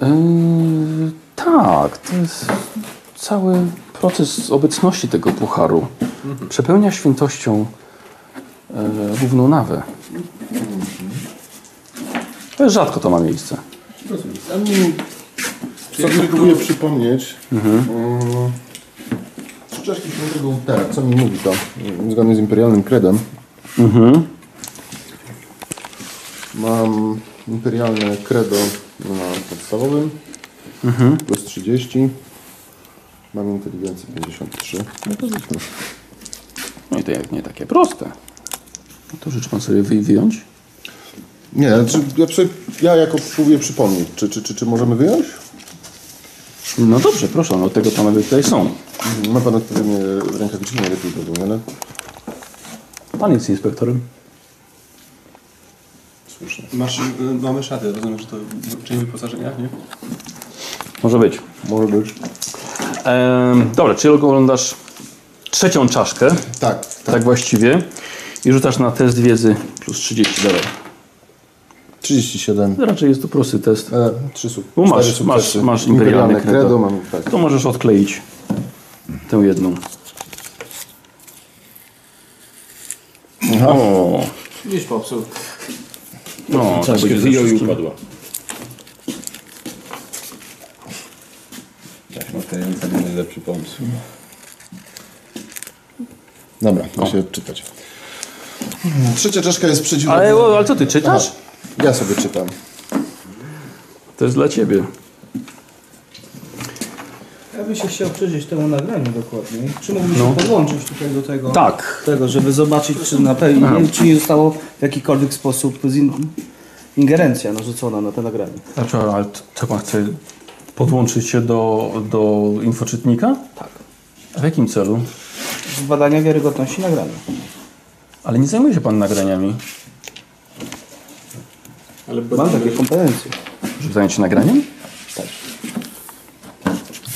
Yy, tak, to jest cały proces obecności tego pucharu. Przepełnia świętością yy, równą nawę. To Rzadko to ma miejsce. Rozumiem. Ja mi- sobie próbuję przypomnieć. mm, Z czaszki świętego Utera, co mi mówi to? Zgodnie z imperialnym kredem. Mam imperialne credo na podstawowym. Plus 30. Mam inteligencję 53. No to rzućmy. No i to jak nie takie proste. No to życzę pan sobie wy- wyjąć. Nie, znaczy, ja, przy, ja jako próbuję przypomnieć, czy, czy, czy, czy możemy wyjąć? No dobrze, proszę, no od tego panowie tutaj są. Ma pan odpowiednie rękawiczki, najlepiej zrozumiane. Pan jest inspektorem. Słusznie. Masz, y, mamy szaty, rozumiem, że to część wyposażenia, nie? Może być. Może być. Ehm, dobra, czyli oglądasz trzecią czaszkę. Tak. Tak. właściwie. I rzucasz na test wiedzy plus 30 dolarów. 37. Raczej jest to prosty test. E, trzy suk- Bo cztery masz, sukcesy. masz, masz imperialne credo. mam, tak. To możesz odkleić tę jedną. O, Widzisz, popsuł. no, tak Czaszkę będzie ze wyjął i wszystkim. upadła. No Tajemnica nie najlepszy pomysł. Dobra, da się odczytać. Trzecia czaszka jest przedziura. Ale, o, ale co ty czytasz? Ja sobie czytam. To jest dla ciebie. Ja bym się chciał przyjrzeć temu nagraniu dokładniej. Czy mógłbyś No. się podłączyć tutaj do tego? Tak. Tego, żeby zobaczyć, czy na pewno czy nie zostało w jakikolwiek sposób zin- ingerencja narzucona na te nagranie. Znaczy, ale co pan chce? Podłączyć się do, do infoczytnika? Tak. A w jakim celu? Badania wiarygodności nagrania. Ale nie zajmuje się pan nagraniami. Ale Mam takie kompetencje. Żeby zająć się nagraniem?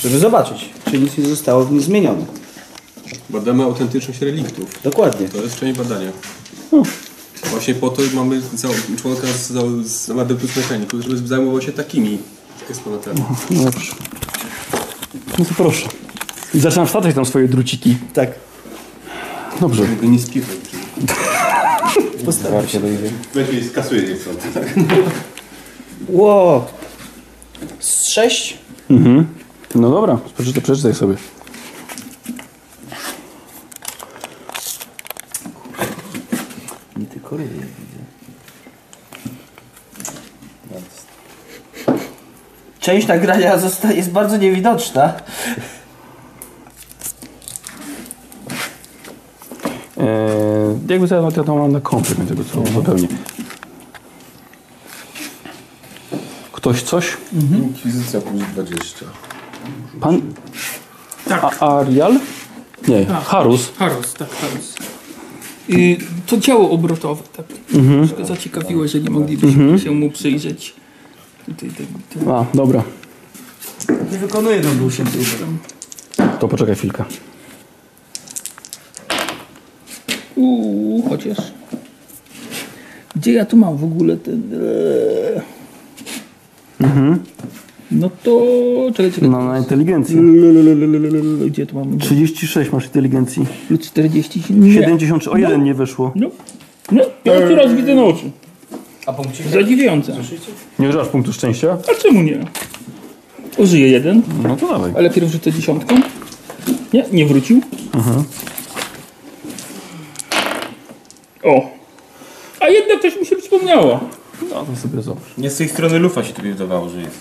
Żeby zobaczyć, czy nic nie zostało w nim zmienione. Badamy autentyczność reliktów. Dokładnie. To jest część badania. Właśnie po to mamy za, członka z, z, z Adeptus Mechanicus, żeby zajmował się takimi eksponatami. No dobrze. No to proszę. I zaczynam wstawiać tam swoje druciki. Tak. Dobrze. Żeby nie spichać. Postaram się. Lepiej skasuję niechcący. Wow. Z sześć? Mhm. No dobra, przeczytaj, przeczytaj sobie. Nie tylko ryby. Część nagrania zosta- jest bardzo niewidoczna. Jakby zaraz ja to mam na kompie, będzie go trzeba zupełnie. Ktoś coś? Inkwizycja plus 20. Pan? Tak. A, Arial? Nie, Tak. Harus. Harus, tak, Harus. Y, to działo obrotowe, tak. Mhm. Troszkę zaciekawiło, że nie moglibyśmy Mhm. się mu przyjrzeć. Tutaj, tak, tak. A, dobra. Nie wykonuję tam dłuższym trudem. To poczekaj chwilkę. Uuu, chociaż. Gdzie ja tu mam w ogóle ten. eee? Mhm. No to. Czekaj, czekaj. No na inteligencję. Lululululululu, Gdzie tu mam? 36 masz inteligencji. Plus 40. 73. O No. jeden nie wyszło. No. No, pierwszy raz widzę na oczy. A punkcik? Zadziwiające. Nie używasz punktu szczęścia? A czemu nie? Użyję jeden, No to dawaj. ale pierwszy to dziesiątką. Nie, nie wrócił. Mhm. O. A jednak coś mi się przypomniało. No to sobie zobacz. Nie z tej strony lufa się tobie wydawało, że jest.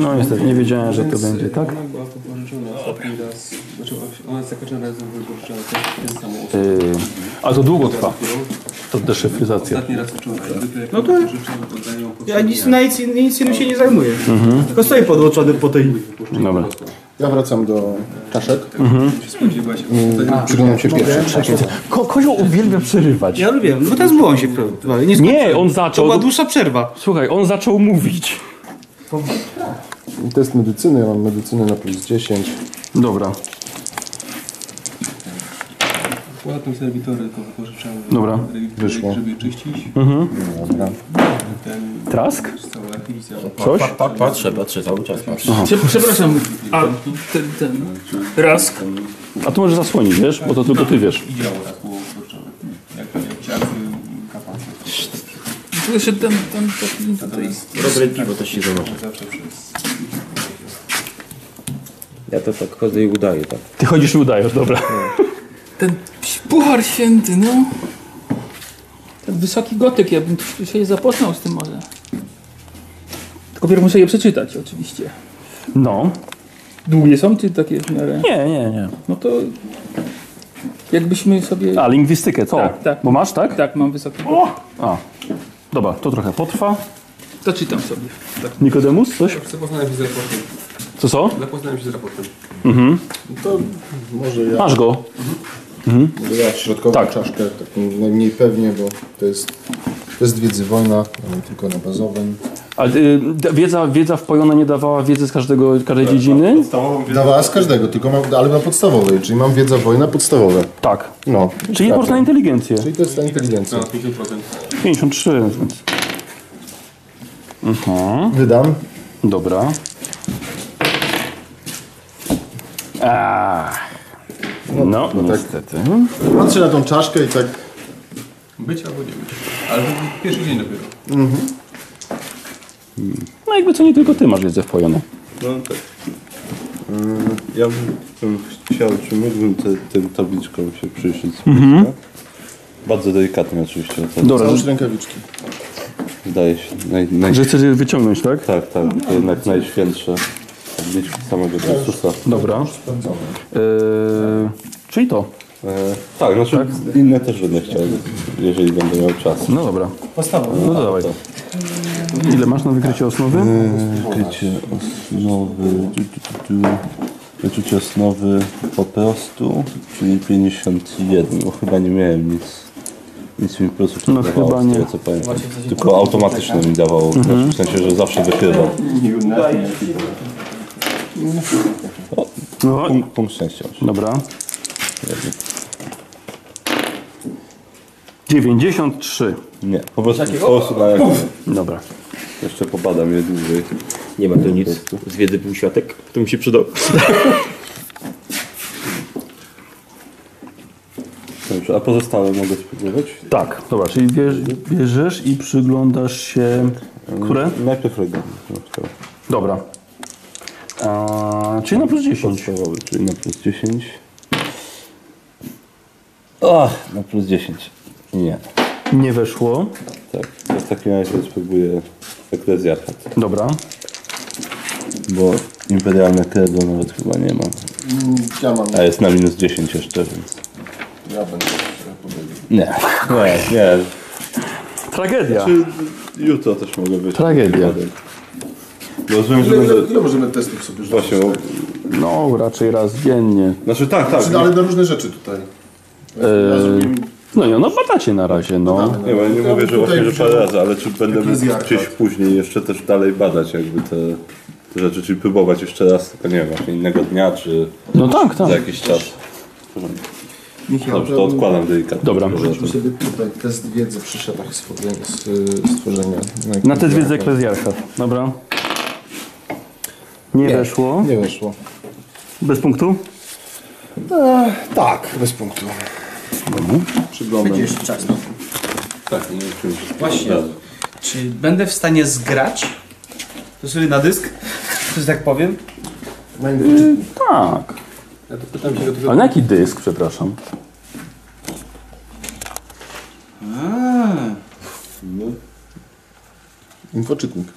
No niestety, nie wiedziałem, że to będzie, tak? Ona była to pożyczona ostatni raz. Znaczy ona za każdym razem była pożyczona ten samą osobę. Yy, a to długo trwa. To deszyfryzacja. Ostatni raz wczoraj. No to ja nic, na nic, nic innym się nie zajmuję. Mhm. Tylko stoi podłączony po tej... Dobra. Ja wracam do czaszek. Mhm. Mm, Przyglądam się pierwszy. Ko kozioł uwielbia przerywać. Ja lubię, no bo teraz było on się prawie. Nie, Nie, on to zaczął. była dłuższa przerwa. Słuchaj, on zaczął mówić. Test medycyny, ja mam medycynę na plus 10. Dobra, Potem serwitory to wypożyczały. Dobra, wyszło. Żeby czyścić. Mhm. Dobra. Ten, Trask? cała archiwizacja. Coś? Pa, pa, patrzę, patrzę, cały czas patrzę. Aha. Prze- Przepraszam, a ten, ten. Rask. A to może zasłonić, wiesz? Bo to tylko ty wiesz. I działo tak było pożyczone. Jak jak ciarki, kapacy. Słyszę ten, ten, ten tutaj. Dobre piwo też się zanoszę. Zawsze przez... Ja to tak chodzę i udaję, tak. Ty chodzisz i udajesz, dobra. Ten puchar święty, no. Ten wysoki gotyk, ja bym tu się zapoznał z tym może. Tylko pierw muszę je przeczytać, oczywiście. No. Długie są, czy takie w miarę? Nie, nie, nie. No to jakbyśmy sobie... A, lingwistykę, co? Tak, tak. Bo masz, tak? Tak, mam wysoki gotyk. A. Dobra, to trochę potrwa. To czytam sobie. Nikodemus, coś? Zapoznałem się z raportem. Co, co? Zapoznałem się z raportem. Mhm. To może ja, Masz go. może ja środkową Tak. czaszkę, taką najmniej pewnie, bo to jest, to jest wiedzy wojna, ale tylko na bazowym. A y, d- wiedza, wiedza wpojona nie dawała wiedzy z każdego, każdej Tak, dziedziny? Dawała z każdego, tylko mam, ale na podstawowej, czyli mam wiedza wojna podstawowe. Tak. No. Czyli po prostu na inteligencję. Czyli to jest ta inteligencja. 53, więc... Mhm. Wydam. Dobra. Ach. No, no tak. niestety. Patrzę na tą czaszkę i tak... Być albo nie być. Ale to był pierwszy dzień dopiero. No jakby co, nie tylko ty masz wiedzę wpojoną. No tak. Mm, Ja bym chciał, czy mógłbym te, tym tabliczką się przyjrzeć z bliska? Bardzo delikatnie oczywiście. To Mhm. Dobra, Załóż że, rękawiczki. Wydaje się naj, naj... że chcesz je wyciągnąć, tak? Tak, tak, to jednak najświętsze tabliczki samego Chrystusa. Dobra. Yy, czyli to. E, tak, znaczy inne też będę chciał, jeżeli będę miał czas. No dobra. Podstawowe. No to dawaj. Ile masz na wykrycie Y- osnowy? Wykrycie osnowy, du, du, du, du. wyczucie osnowy po prostu, czyli 51, bo chyba nie miałem nic, nic mi po prostu No dawało, chyba z nie. Mhm. tego, co pamiętam. Tylko automatyczne mi dawało, w sensie, że zawsze wykrywał. No. Punkt, punkt szczęścia. Dobra. 93. Nie, po prostu, po prostu na jak... Dobra. Jeszcze pobadam je dłużej. Nie ma tu nic z wiedzy półświatek, to mi się przydał. Dobrze, a pozostałe mogę spróbować? Tak, dobra, czyli bierz, bierzesz i przyglądasz się. Które? Najpierw legalne. Dobra. A, czyli na plus 10. Podstawowy, czyli na plus 10. O, na plus 10. Nie. Nie weszło. Tak, to w takim razie spróbuję eklezjakat. Dobra. Bo imperialne credo nawet chyba nie ma. Mm, Ja mam. A jest na minus 10 jeszcze, więc... Ja będę trochę pomylił. Nie, nie, nie. Tragedia. Znaczy, jutro też mogę być. Tragedia. Bo Rozumiem, że Ile, ile, będę... ile możemy testów sobie rzucić? Właśnie, tak? No, raczej raz dziennie. Znaczy tak, tak. Znaczy, ale na różne rzeczy tutaj. Ja Eee, zrobiłem- no i ono badacie na razie, no. Nie, bo ja nie mówię, że właśnie, że parę razy, ale czy będę mógł Eklezjarcha. gdzieś później jeszcze też dalej badać jakby te, te rzeczy, czyli próbować jeszcze raz, tylko nie wiem, właśnie innego dnia, czy No tak, tak. za jakiś czas. Michał, Dobrze, to odkładam delikatnie. Dobra. Zatem. Rzućmy sobie tutaj test wiedzy przy szatach stworzenia. s- stworzenia Na te dwie z Eklezjarcha. Dobra. Nie, Nie. weszło. Nie weszło. Bez punktu? E, tak, bez punktu. Przyglądam. Jeszcze czas. no. Tak, nie wiem, czy- Właśnie. Czy będę w stanie zgrać? To sobie na dysk? Że tak powiem? Main- Tak. Ja to pytam się, Ale na jaki dysk, przepraszam? Infoczytnik.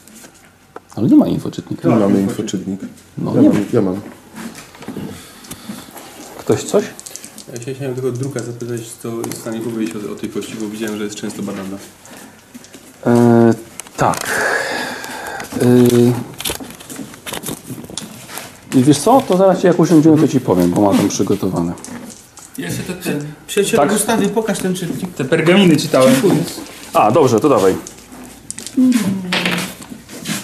Ale nie ma infoczytnika. Nie mamy Tak, infoczytnik. No Ja nie mam, ma. ja mam. Ktoś coś? ja się chciałem tego druka zapytać, co jest w stanie powiedzieć o, o tej kości, bo widziałem, że jest często badana. E, tak. E, I wiesz co? To zaraz ci jak usiądziemy, to ci powiem, bo mam tam przygotowane. Ja się te, ten, Przyjacielu Tak. Gustawie, pokaż ten czytnik. te pergaminy czytałem. A, dobrze, to dawaj.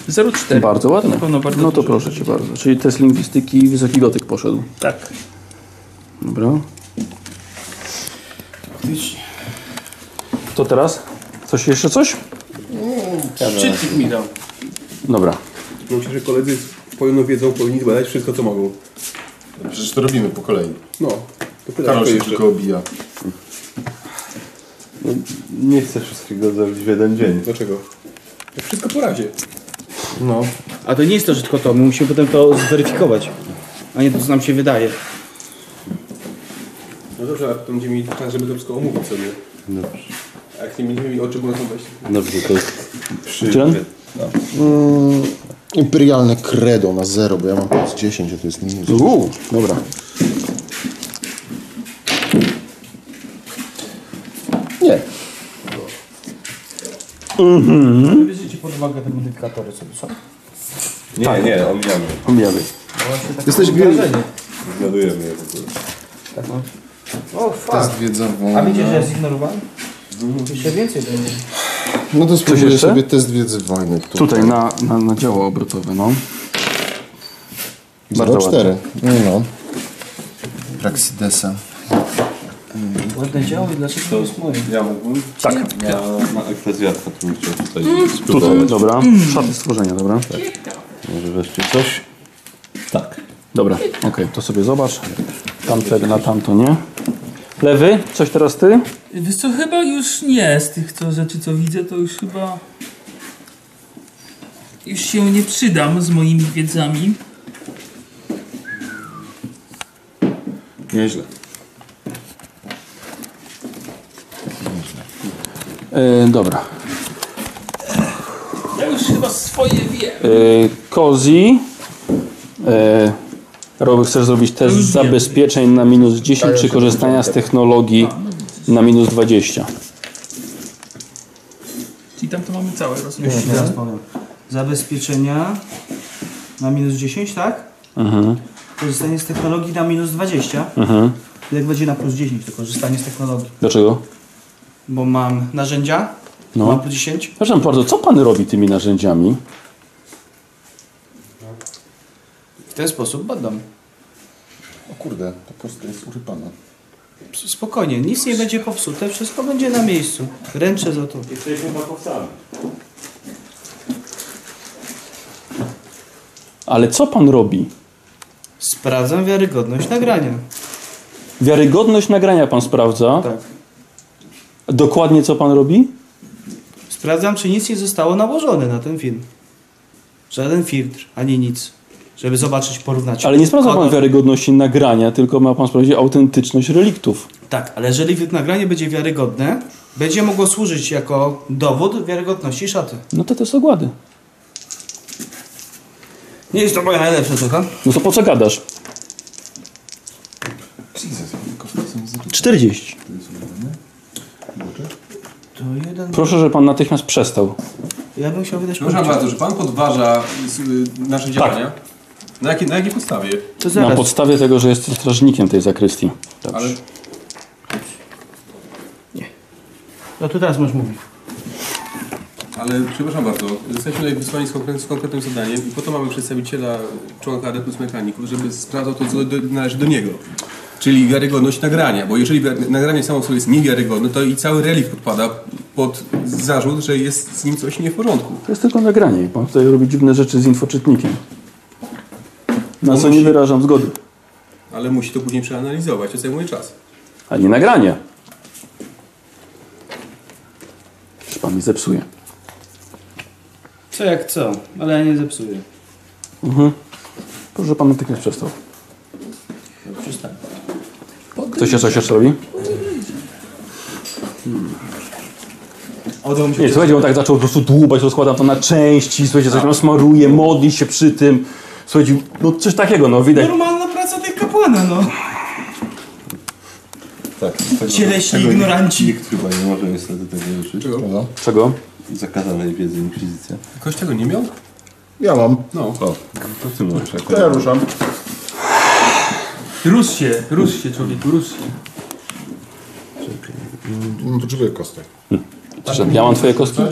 0,4. Bardzo ładne. Na pewno bardzo No to dużo. proszę cię bardzo. Czyli test lingwistyki wysoki gotyk poszedł. Tak. Dobra. To teraz? Coś jeszcze coś? Czytnik mi dał. Dobra. Myślę, że koledzy z pełną wiedzą powinni badać wszystko, co mogą. Przecież to robimy po kolei. No, to pytam Karol kto się jeszcze. tylko obija. No, Nie chcę wszystkiego zrobić w jeden dzień. Dlaczego? To wszystko po razie. No. A to nie jest to, że tylko to. My musimy potem to zweryfikować. A nie to, co nam się wydaje. No dobrze, ale to będziemy mieli czas, żeby to wszystko omówić sobie. Dobrze. A jak nie będziemy mieli oczy, bo nas obejść. Dobrze, to jest przy... Dzień? Mm, imperialne credo na 0, bo ja mam plus 10, a to jest minus. Uuu, dobra. Nie. Bierzecie pod uwagę te modyfikatory sobie, co? Nie, Tak. nie, omijamy. Omijamy. Jesteś gry. Ignorujemy je w ogóle. O, fuck. Test wiedza A wojna. wiecie, że ja zignorowałem? Jeszcze więcej będzie. No to spróbuję jeszcze? sobie test wiedzy wojny. Tu. Tutaj na, na, na działo obrotowe, no. bardzo ładnie. 04. No. Praxidesa. Ładne działo i dlaczego to jest moje? Ja mógłbym? Tak. Ja na eklezjastka tu bym chciał tutaj Tutaj, spróbować. dobra. Szaty stworzenia, dobra. Może wreszcie coś? Tak. Dobra, okej, to sobie zobacz. Tamte na tamto, nie? Lewy, coś teraz ty? Wiesz co, chyba już nie. Z tych co rzeczy, co widzę, to już chyba... Już się nie przydam z moimi wiedzami. Nieźle. E, dobra. Ja już chyba swoje wiem. E, Kozi. E, Roby, chcesz zrobić test zabezpieczeń na minus 10 czy korzystania z technologii na minus 20? Czyli tam to mamy całe, rozumiem. Już ci zaraz powiem. Zabezpieczenia na minus 10, tak? Mhm. Korzystanie z technologii na minus 20. Mhm. Jak będzie na plus 10, to korzystanie z technologii. Dlaczego? Bo mam narzędzia, No. mam plus 10. Przepraszam bardzo, co pan robi tymi narzędziami? W ten sposób badam. O kurde, to prosto jest urypane. Spokojnie, nic nie będzie popsute, wszystko będzie na miejscu. Ręczę za to. Jesteśmy pakowcami. Ale co pan robi? Sprawdzam wiarygodność nagrania. Wiarygodność nagrania pan sprawdza. Tak. Dokładnie co pan robi? Sprawdzam, czy nic nie zostało nałożone na ten film. Żaden filtr, ani nic. Żeby zobaczyć, porównać. Ale nie sprawdza pan Kolor- wiarygodności nagrania, tylko ma pan sprawdzić autentyczność reliktów. Tak, ale jeżeli nagranie będzie wiarygodne, Będzie mogło służyć jako dowód wiarygodności szaty. No to to są ogłady. Nie jest to moja najlepsza cecha. No to po co gadasz? 40. To jeden... Proszę, żeby pan natychmiast przestał. Ja bym chciał wydać Przepraszam pożyczkę. bardzo, że pan podważa s- y, nasze działania. Na, jakie, na jakiej podstawie? Na podstawie tego, że jestem strażnikiem tej zakrystii. Ale No to teraz masz mówić. Ale przepraszam bardzo, jesteśmy tutaj wysłani z, konkre- z konkretnym zadaniem i po to mamy przedstawiciela członka Adeptus Mechaników, żeby sprawdzał to, co do, należy do niego. Czyli wiarygodność nagrania, bo jeżeli wi- nagranie samo w sobie jest niewiarygodne, to i cały relief podpada pod zarzut, że jest z nim coś nie w porządku. To jest tylko nagranie. Pan tutaj robi dziwne rzeczy z infoczytnikiem. Na co nie wyrażam zgody. Ale musi to później przeanalizować, to zajmuje czas. A nie nagranie. Już pan mi zepsuje. Co jak co, ale ja nie zepsuję. Mhm. Proszę, żeby pan natychmiast przestał. Przestań. Ktoś jeszcze coś jeszcze robi? Hmm. Nie, słuchajcie, on tak zaczął po prostu dłubać, rozkładam to na części, słuchajcie, coś tam smaruje, modli się przy tym. Słuchajcie, no coś takiego, no widać. Normalna praca tych kapłana, no. Tak. Cieleśni tego ignoranci. Nikt, nikt chyba nie może niestety tego uczyć. Czego? Prawda? Czego? Zakazanej wiedzy inkwizycja. Ktoś tego nie miał? Ja mam. No. O, to ty możesz To ja ruszam. Rósł się, rósł się człowieku, rósł się. No to cztery kostek. Ja mam twoje kostki? Tak.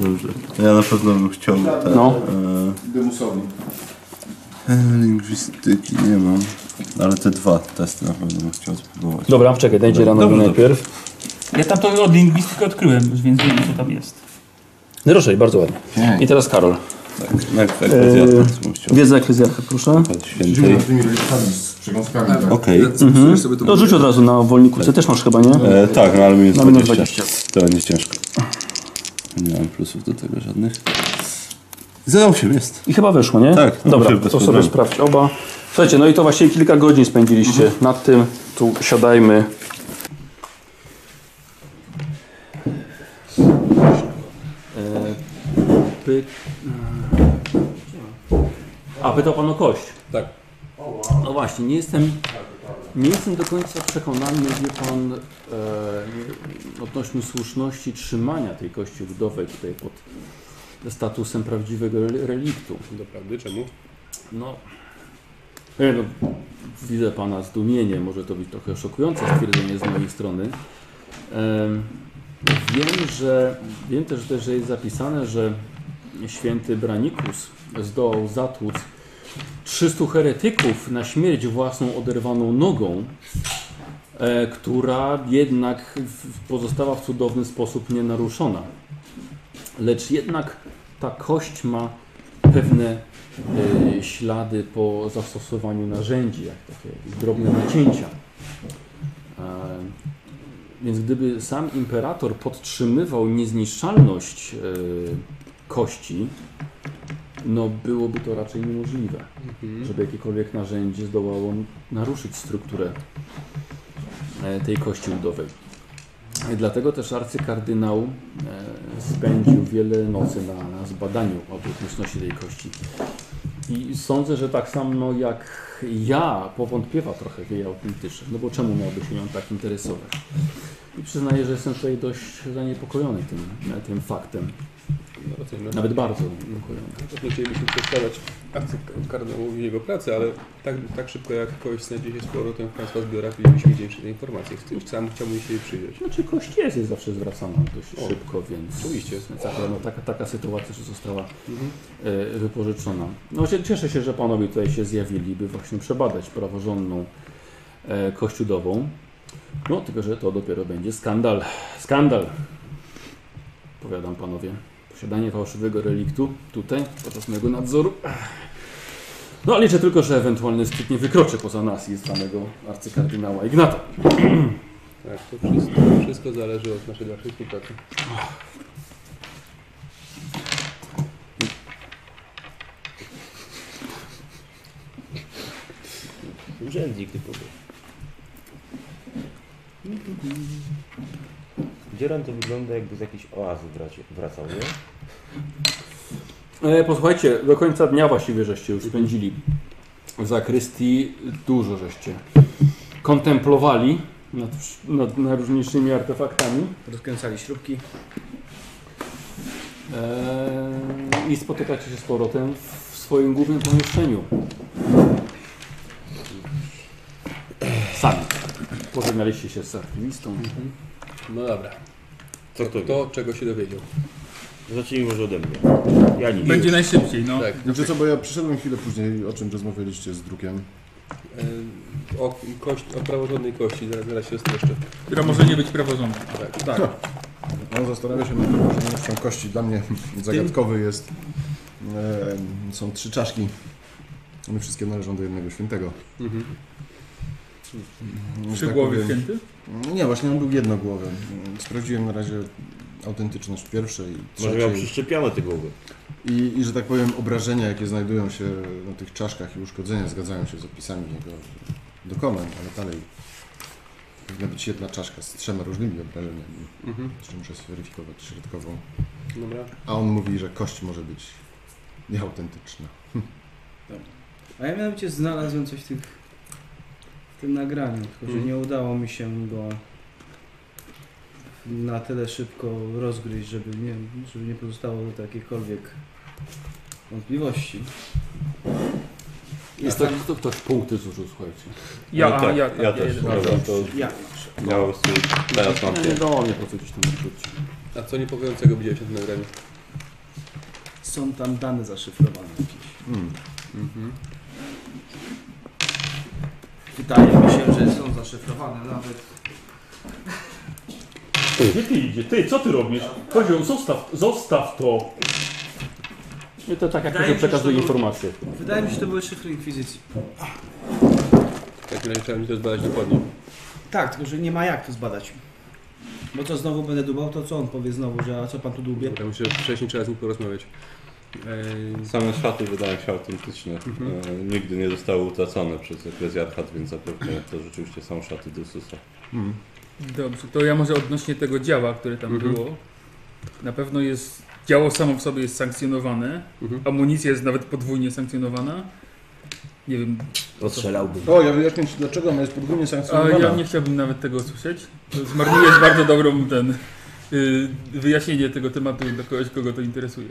Dobrze. Ja na pewno bym chciał te... No. Dymusowi. E, lingwistyki nie mam. Ale te dwa testy na pewno bym chciał spróbować. Dobra, czekaj, dajcie Dobra. ranowi Dobrze, najpierw. Ja tam to od lingwistyki odkryłem, już, więc wiem co tam jest. No Proszę, bardzo ładnie. I teraz Karol. Tak, Eee, Wiedza eklezjarcha, proszę. Idziemy za tymi liczkami z przeglądkami. tak? Okej. Mhm. To rzuć od razu na wolniku, co też masz chyba, nie? E, tak, no ale minus Na minus 20. To będzie ciężko. Nie mam plusów do tego żadnych. Za 8 jest. I chyba weszło, nie? Tak. Dobra, osiem bez to sobie problemu. sprawdź oba. Słuchajcie, no i to właśnie kilka godzin spędziliście nad tym. Tu siadajmy. Py... A pytał pan o kość. Tak. No właśnie, nie jestem, nie jestem do końca przekonany, wie pan, e, odnośnie słuszności trzymania tej kości ludowej tutaj pod statusem prawdziwego rel- reliktu. Doprawdy, czemu? No, nie, no, widzę Pana zdumienie, może to być trochę szokujące stwierdzenie z mojej strony. Em, Wiem, że, wiem też, też, że jest zapisane, że święty Branikus zdołał zatłuc 300 heretyków na śmierć własną oderwaną nogą, e, która jednak w- pozostała w cudowny sposób nienaruszona. Lecz jednak ta kość ma pewne e, ślady po zastosowaniu narzędzi, jak takie drobne nacięcia. E, Więc gdyby sam imperator podtrzymywał niezniszczalność e, kości, no byłoby to raczej niemożliwe, żeby jakiekolwiek narzędzie zdołało naruszyć strukturę e, tej kości udowej. E, Dlatego też arcykardynał e, spędził wiele nocy na, na zbadaniu obecności tej kości. I sądzę, że tak samo jak ja powątpiewa trochę w jej autentyczność, no bo czemu miałby się nią tak interesować? I przyznaję, że jestem tutaj dość zaniepokojony tym, tym faktem. No, Nawet bardzo zaniepokojony. Nie chcielibyśmy przeszkadzać akcji kardynałowi jego pracy, ale tak, tak szybko jak kogoś znajdzie się z powrotem w Państwa zbiorach, mielibyśmy mieć większe informacje. Chcę- Sam chciałbym się jej przyjrzeć. Znaczy kość jest, jest zawsze zwracana dość O, szybko, więc oczywiście. Taka, no, taka, taka sytuacja, że została Mhm. e, wypożyczona. No się- cieszę się, że panowie tutaj się zjawili, by właśnie przebadać praworządną e, kościudową. No tylko, że to dopiero będzie skandal. Skandal! Powiadam panowie. Posiadanie fałszywego reliktu tutaj, podczas mojego nadzoru. No liczę tylko, że ewentualny wstyd nie wykroczy poza nas i samego arcykardynała Ignata. Tak, to wszystko, wszystko zależy od naszej dalszej współpracy. Urzędnik typowy. Dzieran to wygląda jakby z jakiejś oazy wraci- wracał, nie? E, posłuchajcie, do końca dnia właściwie żeście już spędzili w zakrystii. Dużo żeście kontemplowali nad, nad najróżniejszymi artefaktami. Rozkręcali śrubki. e, I spotykacie się z powrotem w swoim głównym pomieszczeniu. Sami. Pożegnaliście się z aktywistą. No dobra. Co to Kto czego się dowiedział? Zacznijmy może ode mnie. Ja nic. Będzie najszybciej, no. Znaczy co, bo ja przyszedłem chwilę później, o czym rozmawialiście z drukiem. E, O, kość, o praworządnej kości, zaraz, zaraz się streszczę. Która może nie być praworządna. Tak. Tak. On zastanawia się nad wyłożeniem kości. Dla mnie zagadkowy jest. E, są trzy czaszki. One wszystkie należą do jednego świętego. Mhm. Że Trzy tak głowy powiem- święty? Nie, właśnie on był jednogłowy. Sprawdziłem na razie autentyczność pierwszej i Może trzeciej. miał przyszczepiane te głowy. I, I, że tak powiem, obrażenia, jakie znajdują się na tych czaszkach i uszkodzenia zgadzają się z opisami jego dokonań, ale dalej powinna być jedna czaszka z trzema różnymi obrażeniami, Mhm. czyli muszę zweryfikować środkową. Dobra. A on mówi, że kość może być nieautentyczna. A ja mianowicie znalazłem coś w, tych, w tym nagraniu, tylko że Mhm. nie udało mi się go na tyle szybko rozgryźć, żeby nie, żeby nie pozostało do jakichkolwiek wątpliwości. Jest to, kto, ktoś punkty zużył, słuchajcie. Ja, No tak, ja, tak, ja ja też. jeden. Dobra, to Ja. ja po prostu teraz mam Nie, pięć. nie do mnie po co gdzieś tam wrzucić. A co niepokojącego widziałeś na tym nagraniu? Są tam dane zaszyfrowane jakieś. Hmm. Mhm. Wydaje mi się, że są zaszyfrowane nawet. Gdzie ty idzie? Ty, co ty robisz? Kozioł, zostaw, zostaw to. Nie, to tak jak Wydaje ktoś mi się, przekazuje że to był- informacje. Wydaje mi się, że to były szyfry inkwizycji. W takim razie trzeba mi to zbadać dokładnie. Tak, tylko że nie ma jak to zbadać. Bo co znowu będę dubał, to co on powie znowu, że a co pan tu dubie? Ja myślę, że wcześniej trzeba z nim porozmawiać. Eee, Same szaty wydają się autentyczne. Mhm. E, nigdy nie zostały utracone przez eklezjarchat, więc zapewne to rzeczywiście są szaty Dysusa. Dobrze, to ja może odnośnie tego działa, które tam Mhm. było. Na pewno jest. Działo samo w sobie jest sankcjonowane. Mhm. Amunicja jest nawet podwójnie sankcjonowana. Nie wiem. Ostrzelałbym. O, ja wyjaśnię Ci dlaczego ona jest podwójnie A sankcjonowana. ja nie chciałbym nawet tego usłyszeć. To zmarnujesz bardzo dobrą ten. y, Wyjaśnienie tego tematu do kogoś, kogo to interesuje.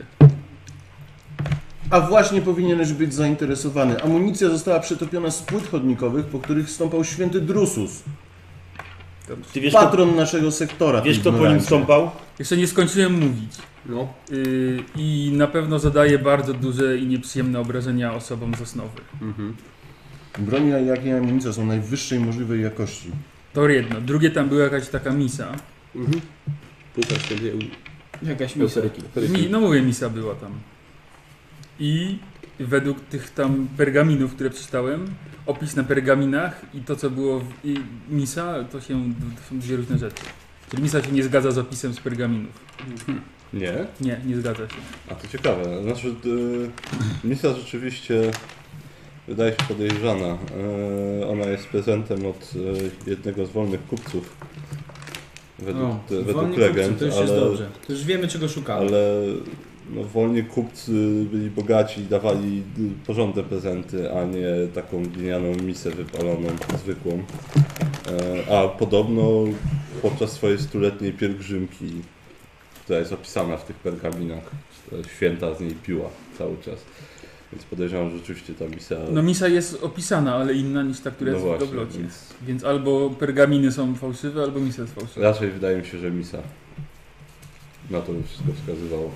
A właśnie powinieneś być zainteresowany. Amunicja została przetopiona z płyt chodnikowych, po których stąpał święty Drusus. Ty wiesz, patron naszego sektora. wiesz, ty kto po nim ignorancie. stąpał? Jeszcze nie skończyłem mówić. No. Y, I na pewno zadaje bardzo duże i nieprzyjemne obrażenia osobom z osnowy. Mhm. Broni, jak i amunicja są najwyższej możliwej jakości. To jedno. Drugie tam była jakaś taka misa. Mhm. Pukasz sobie. Jakaś misa. Euseryki. Mi, no mówię, misa była tam. I według tych tam pergaminów, które przeczytałem, opis na pergaminach i to, co było w i misa, to, się, to są dwie różne rzeczy. Czyli misa się nie zgadza z opisem z pergaminów. Nie? Nie, nie zgadza się. A to ciekawe. Znaczy, y, misa rzeczywiście wydaje się podejrzana. Y, ona jest prezentem od y, jednego z wolnych kupców. Według, O, te- według wolni legend. kupcy, to już ale, jest dobrze. To już wiemy, czego Tak. szukamy. Ale no, wolni kupcy byli bogaci i dawali y, porządne prezenty, a nie taką glinianą misę wypaloną, zwykłą. E, a podobno podczas swojej stuletniej pielgrzymki, która jest opisana w tych pergaminach, e, święta z niej piła cały czas. Więc podejrzewam, że rzeczywiście ta misa... No misa jest opisana, ale inna niż ta, która No jest właśnie, w doblocie. więc- Więc... albo pergaminy są fałszywe, albo misa jest fałszywa. Raczej wydaje mi się, że misa. Na to by wszystko wskazywało.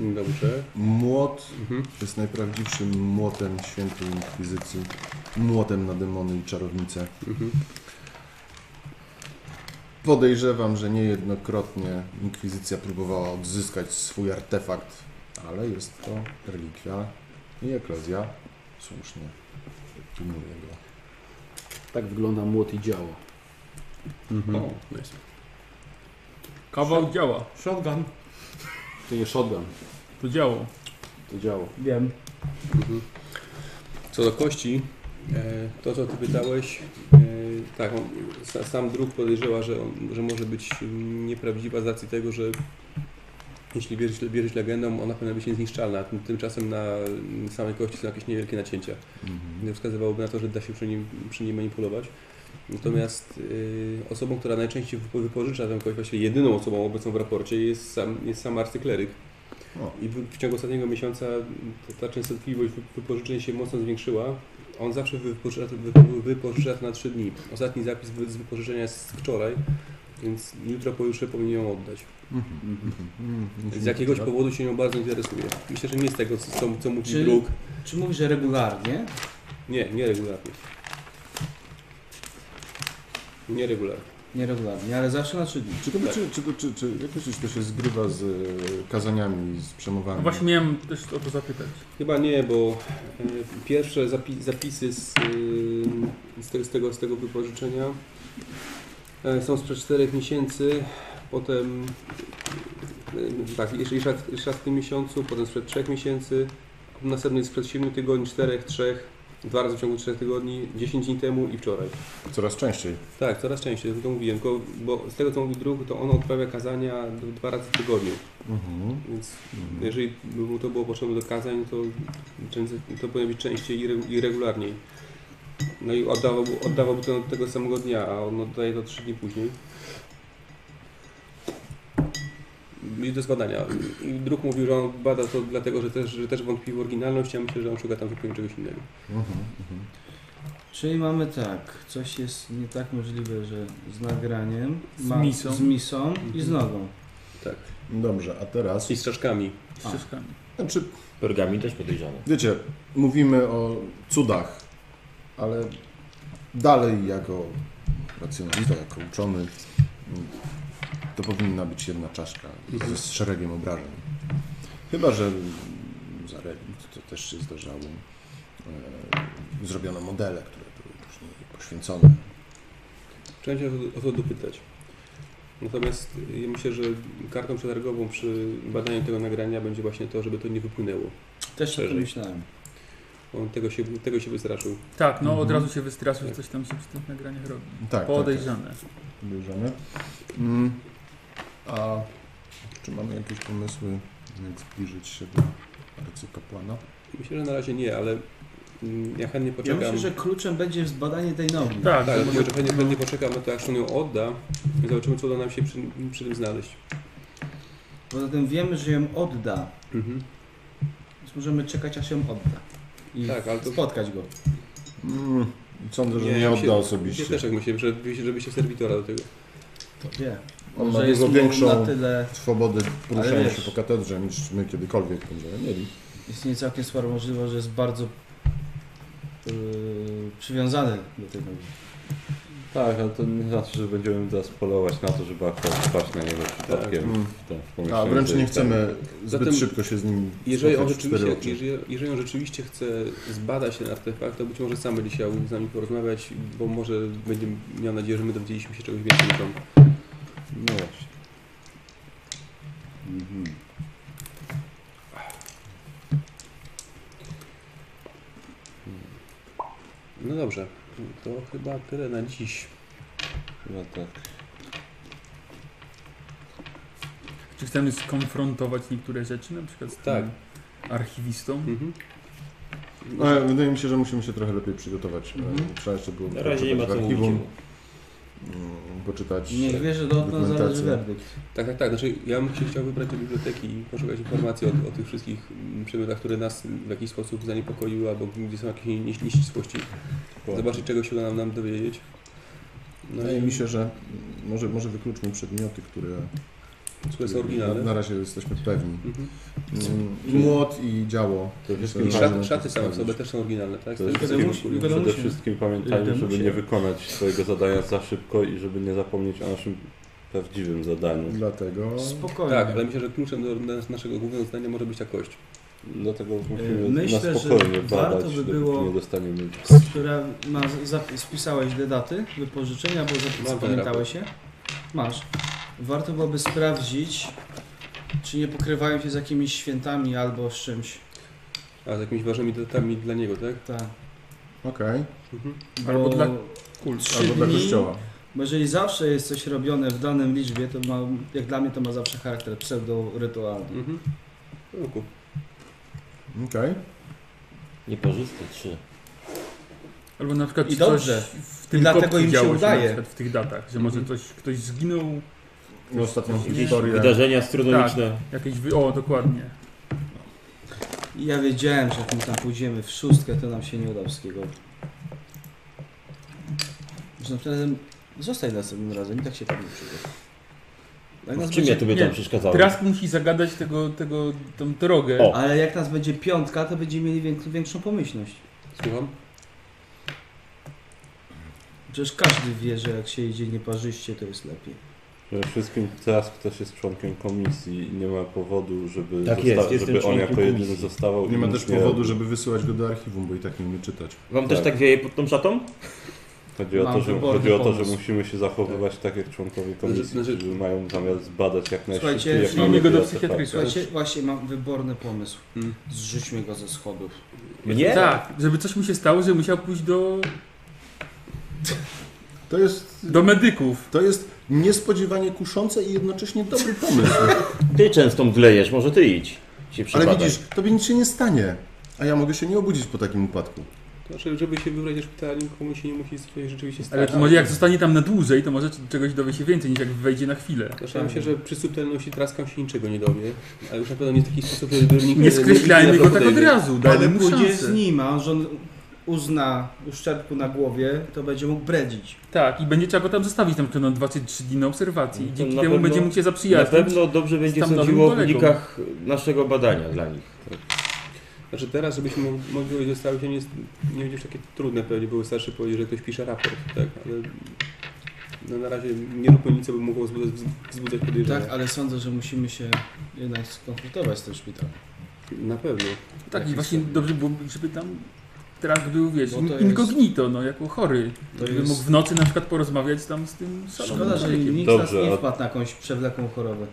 Dobrze. Młot jest najprawdziwszym młotem świętej inkwizycji. Młotem na demony i czarownice. Podejrzewam, że niejednokrotnie inkwizycja próbowała odzyskać swój artefakt, ale jest to relikwia i eklezja słusznie pilnuje go. Tak wygląda młot i działo. O, Kawał działa. Shotgun. To nie shotgun, To działo. to działo. Wiem. Co do kości, E, To, co ty pytałeś, e, tak, on, sa- sam druk podejrzewa, że, on, że może być mm, nieprawdziwa z racji tego, że jeśli wierzyć, wierzyć legendom, ona powinna być niezniszczalna. Tym- Tymczasem na mm, samej kości są jakieś niewielkie nacięcia. Mhm. Wskazywałoby na to, że da się przy nim, przy nim manipulować. Natomiast y, osobą, która najczęściej wypo- wypożycza tę kość, właściwie jedyną osobą obecną w raporcie jest sam, jest sam arcykleryk. I w, w ciągu ostatniego miesiąca ta, ta częstotliwość wy- wypożyczeń się mocno zwiększyła. On zawsze wypożycza, wy- wypożycza to na 3 dni. Ostatni zapis wy- z wypożyczenia jest z wczoraj, więc jutro pojutrze powinien ją oddać. Mhm. Z jakiegoś powodu się nią bardzo interesuje. Myślę, że nie z tego, co, co- co mówi Czy- druk. Czy mówisz, że regularnie? Nie, nie regularnie. Nieregularnie. Nieregularnie, ale zawsze na trzy dni. Czy, to, czy, czy, czy, czy jak myślisz, to się zgrywa z e, kazaniami, z przemowami? No Właśnie miałem też o to zapytać. Chyba nie, bo e, pierwsze zapi zapisy z, e, z, te z, tego, z tego wypożyczenia e, są sprzed 4 miesięcy, potem e, tak, jeszcze, jeszcze, raz- jeszcze raz w tym miesiącu, potem sprzed 3 miesięcy, następny jest sprzed 7 tygodni, 4, 3, dwa razy w ciągu 3 tygodni, 10 dni temu i wczoraj. Coraz częściej. Tak, coraz częściej, to mówiłem, tylko, bo z tego co mówi druk, to on odprawia kazania d- dwa razy w tygodniu. Mhm. Więc jeżeli by mu to było potrzebne do kazań, to, często- to powinno być częściej i, re, i regularniej. No i oddawałby, oddawałby to tego samego dnia, a on oddaje to trzy dni później. Jest do zbadania. I druk mówił, że on bada to dlatego, że też, że też wątpi w oryginalność, a myślę, że on szuka tam zupełnie czegoś innego. Mhm. Czyli mamy tak, coś jest nie tak możliwe, że z nagraniem, Z ma- misą. Mhm. z misą i z nogą. Tak. Dobrze, a teraz... I z czaszkami. Z czaszkami. Znaczy, Pergamin też podejrzany. Wiecie, mówimy o cudach, ale dalej jako racjonalista, jako uczony, mm, to powinna być jedna czaszka ze szeregiem obrażeń. Chyba, że mm, za relikt, to też się zdarzało, e, zrobiono modele, które były później poświęcone. Chciałem się o to dopytać. Natomiast ja myślę, że kartą przetargową przy badaniu tego nagrania będzie właśnie to, żeby to nie wypłynęło. Też o tym Szerzej. myślałem. On tego się, tego się wystraszył. Tak, no od Mhm. razu się wystraszył, że coś tam się przy tych nagraniach robi. Tak, Podejrzane. Tak, tak. Podejrzane. Mm, a czy mamy jakieś pomysły, jak zbliżyć się do arcykapłana? Myślę, że na razie nie, ale mm, ja chętnie Ja poczekam. myślę, że kluczem będzie zbadanie tej nogi. Tak, tak, może chętnie, chętnie poczekam na to, jak on ją odda i zobaczymy, co uda nam się przy, przy tym znaleźć. Poza tym wiemy, że ją odda. Mhm. Więc możemy czekać, aż ją odda. I Tak, ale to- spotkać go. Mm, sądzę, że nie, ja odda myślę- osobiście. Ja też tak myślę, że, żeby się serwitora do tego. To nie. On Że ma jest dużo mu większą na tyle- swobodę Ale poruszania wiesz- się po katedrze niż my kiedykolwiek będziemy mieli. Istnieje całkiem spora możliwość, że jest bardzo yy, przywiązany do tej nogi. Tak, ale to nie znaczy, że będziemy teraz polować na to, żeby akurat wpaść na niego przypadkiem Mm. w tym w A pomieszczeniu, tak. wręcz gdzie nie jest chcemy ten- zbyt tak. Zatem, szybko się z nim Jeżeli on, spotkać w cztery rzeczywiście, oczy. jeżeli, jeżeli on rzeczywiście chce zbadać ten artefakt, to być może sam będzie chciał z nami porozmawiać, bo może będzie miał nadzieję, że my dowiedzieliśmy się czegoś więcej niż on. No właśnie. No dobrze, to chyba tyle na dziś. Chyba tak. Czy chcemy skonfrontować niektóre rzeczy, na przykład z Tak. tym archiwistą? Mhm. Ale No, wydaje mi się, że musimy się trochę lepiej przygotować. Mhm. E, Trzeba jeszcze było Na razie nie ma poczytać w co archiwum, mówić. mm, poczytać Niech wie, że do od nas zależy dokumentację. werdykt. Tak, tak, tak. Znaczy, ja bym się chciał wybrać do biblioteki i poszukać informacji o, o tych wszystkich mm, przedmiotach, które nas w jakiś sposób zaniepokoiły, albo gdzie są jakieś nie- nie- nieścisłości. Zobaczyć, czego się uda nam, nam dowiedzieć. Tak. No Wydaje mi się, że mm, może, może wykluczmy przedmioty, które, Które są oryginalne. Na, na razie jesteśmy pewni. Mhm. Mm, i Młot i działo. Przede I wszystkim szaty, ważne szaty same w postawić. sobie też są oryginalne, tak? Z Przede tego, co wszystkim, wiem, przede Przede wszystkim pamiętajmy, żeby nie wykonać swojego zadania za szybko i żeby nie zapomnieć o naszym prawdziwym zadaniu. Dlatego... Spokojnie. Tak, ale myślę, że kluczem do nas- naszego głównego zdania może być ta kość. Dlatego Yy, musimy Myślę, na że spokojnie badać, warto by dopóki było, nie dostaniemy. która ma, zap- spisałeś te daty wypożyczenia, bo Mam zap- ten zapamiętałeś raport. się? Masz. Warto byłoby sprawdzić, czy nie pokrywają się z jakimiś świętami albo z czymś. A z jakimiś ważnymi datami dla niego, tak? Mhm. Tak. Okej. Bo Albo dla trzy albo dla dni, kościoła. Bo jeżeli zawsze jest coś robione w danym liczbie, to ma, jak dla mnie to ma zawsze charakter pseudo-rytualny. Mhm. Okej. Nie korzystaj, trzy. Albo na przykład I czy dobrze. coś w tym I dlatego kopcu im się działo udaje. na przykład w tych datach, że może coś, ktoś zginął. No, ostatnią Jakieś historię. Wydarzenia astronomiczne. Tak, jakieś wy... O, dokładnie. I ja wiedziałem, że jak my tam pójdziemy w szóstkę, to nam się nie uda wszystkiego. Może na razem zostaj następnym razem i tak się pewnie przyda. Tak. No, Jak nas będzie- Nie, Trask musi zagadać tego, tego, tą drogę. Ale jak nas będzie piątka, to będziemy mieli większą, większą pomyślność. Słucham? Przecież każdy wie, że jak się jedzie nieparzyście, to jest lepiej. Przede wszystkim teraz ktoś jest członkiem komisji i nie ma powodu, żeby, Tak zosta- jest, jestem żeby on członkiem jako jedyny komisji. zostawał. Nie i ma nic też powodu, robił. żeby wysyłać go do archiwum, bo i tak nie umie czytać. Wam też tak wieje pod tą szatą? Chodzi o, Mam to, że, wyborny chodzi o to, że pomysł. musimy się zachowywać tak jak członkowie Znaczy, komisji, którzy mają zamiar zbadać jak najszybciej. Słuchajcie, jak najlepiej artefakty. Słuchajcie, właśnie mam wyborny pomysł. Zrzućmy go ze schodów. Nie? Tak, żeby coś mu się stało, że musiał pójść do... To jest... Do medyków. To jest niespodziewanie kuszące i jednocześnie dobry pomysł. Ty często mdlejesz, może ty idź. Się Ale przebadaj. widzisz, tobie nic się nie stanie. A ja mogę się nie obudzić po takim upadku. Znaczy, żeby się wybrać do szpitala, nikomu się nie musi swoje rzeczywiście stać. Ale to może jak zostanie tam na dłużej, to może czegoś dowie się więcej niż jak wejdzie na chwilę. Znaczy, ja myślę, że przy subtelności traskam się niczego nie dowie, ale już na pewno nie w taki sposób, żeby nikt Nie skreślajmy nikt go nie tak podejdzie. od razu, dajmy Ale mu pójdzie szansę. z nim, a że on uzna uszczerbku na głowie, to będzie mógł bredzić. Tak, i będzie trzeba go tam zostawić tam na 23 dni na obserwacji. I To dzięki na temu pewno- będzie mógł się zaprzyjaźnić. Na pewno dobrze będzie z tam nowym sądziło o kolegą. wynikach naszego badania dla nich. Znaczy teraz, żebyśmy mo- mogli dostały się, nie, jest- nie będzie już takie trudne pewnie, były starsze powiedzieć, że ktoś pisze raport, tak, ale no, na razie nie róbmy nic, co by mogło wzbudzać, wzbudzać podejrzenia. Tak, ale sądzę, że musimy się jednak skonfrontować z tym szpitalem. Na pewno. Tak, i właśnie dobrze byłoby, żeby tam teraz był, wiesz, Bo to inkognito, no, jako chory. To żeby jest- mógł w nocy na przykład porozmawiać tam z tym Tak. szalonym Szkoda, że człowiekiem. nikt z nas Dobrze, nie a- wpadł na jakąś przewlekłą chorobę.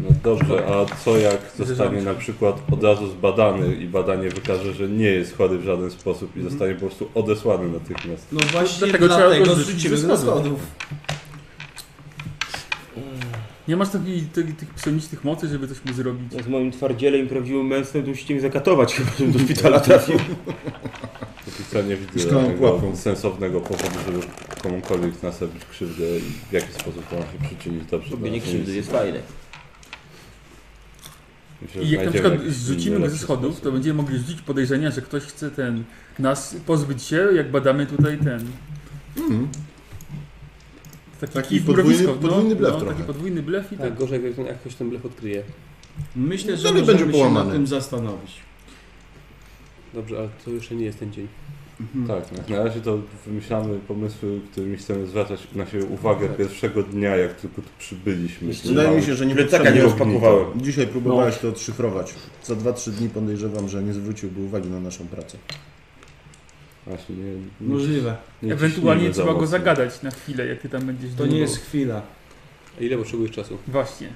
No dobrze, a co jak zostanie Zresztą. na przykład od razu zbadany i badanie wykaże, że nie jest chory w żaden sposób i Mhm. zostanie po prostu odesłany natychmiast? No właśnie Dlatego dlatego, trzeba dlatego go zrzucić zrzucimy ze go do schodów. schodów. Nie masz takich, tych, tych psionicznych mocy, żeby coś mu zrobić. Z moim twardzielem i prawdziwym męstwem to musicie mnie zakatować, chyba żebym do szpitala trafił. Póki co nie widzę Szklaną żadnego sensownego powodu, żeby komukolwiek nas robić krzywdę i w jaki sposób to ma się przyczynić dobrze. do Robienie naszej krzywdy misji. jest fajne. Myślę, że I jak na znajdziemy przykład jakiś zrzucimy inny go ze lepszy schodów, to będziemy mogli rzucić podejrzenia, że ktoś chce ten nas pozbyć się, jak badamy tutaj ten. Mhm. Taki, Taki kij w podwójny- mrowisko, podwójny blef no, trochę. Taki podwójny blef i Tak, tak. gorzej jak, jak ktoś ten blef odkryje. Myślę, że Dalej możemy będzie się połamany. nad tym zastanowić. Dobrze, ale to jeszcze nie jest ten dzień. Tak, jak na razie to wymyślamy pomysły, którymi chcemy zwracać na siebie uwagę Tak. pierwszego dnia, jak tylko tu przybyliśmy. Wydaje mi się, że nie Plecaka nie potrzebuję rozpakowałem. ognika. Dzisiaj próbowałeś to odszyfrować. Za 2-3 dni podejrzewam, że nie zwróciłby uwagi na naszą pracę. Właśnie, nie, nie, Możliwe. nie Ewentualnie ciśnijmy za trzeba go mocno. zagadać na chwilę, jak ty tam będziesz To nie dłubał. jest chwila. A ile potrzebujesz czasu? Właśnie.